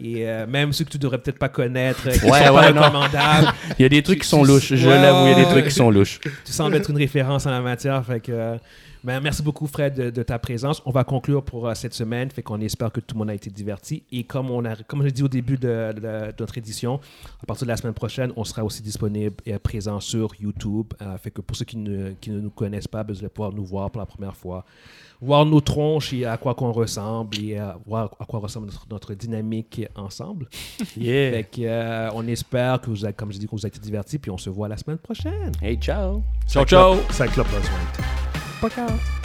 Speaker 1: et euh, même ceux que tu devrais peut-être pas connaître, euh, qui
Speaker 2: Ouais,
Speaker 1: sont pas
Speaker 2: ouais, non.
Speaker 1: recommandables.
Speaker 2: Il y a des trucs qui sont
Speaker 1: Tu- tu-
Speaker 2: louches, je
Speaker 1: Ouais,
Speaker 2: l'avoue, il y a des
Speaker 1: ouais.
Speaker 2: trucs qui sont louches.
Speaker 1: tu sembles être une référence en la matière. Fait que, euh, ben, merci beaucoup, Fred, de, de ta présence. On va conclure pour euh, cette semaine. Fait qu'on espère que tout le monde a été diverti. Et comme on a, comme j'ai dit au début de, de- de notre édition, à partir de la semaine prochaine, on sera aussi disponible et euh, présent sur YouTube. Euh, fait que pour ceux qui ne, qui ne nous connaissent pas, ben, vous allez pouvoir nous voir pour la première fois, voir nos tronches et à quoi qu'on ressemble et euh, voir à quoi ressemble notre, notre dynamique ensemble.
Speaker 2: Yeah.
Speaker 1: Fait que, euh, on espère que vous, avez, comme je dis, que vous avez été divertis. Puis on se voit la semaine prochaine.
Speaker 2: Hey, ciao.
Speaker 3: Ciao, ciao.
Speaker 4: Ça clope la soirée.
Speaker 1: Pas grave.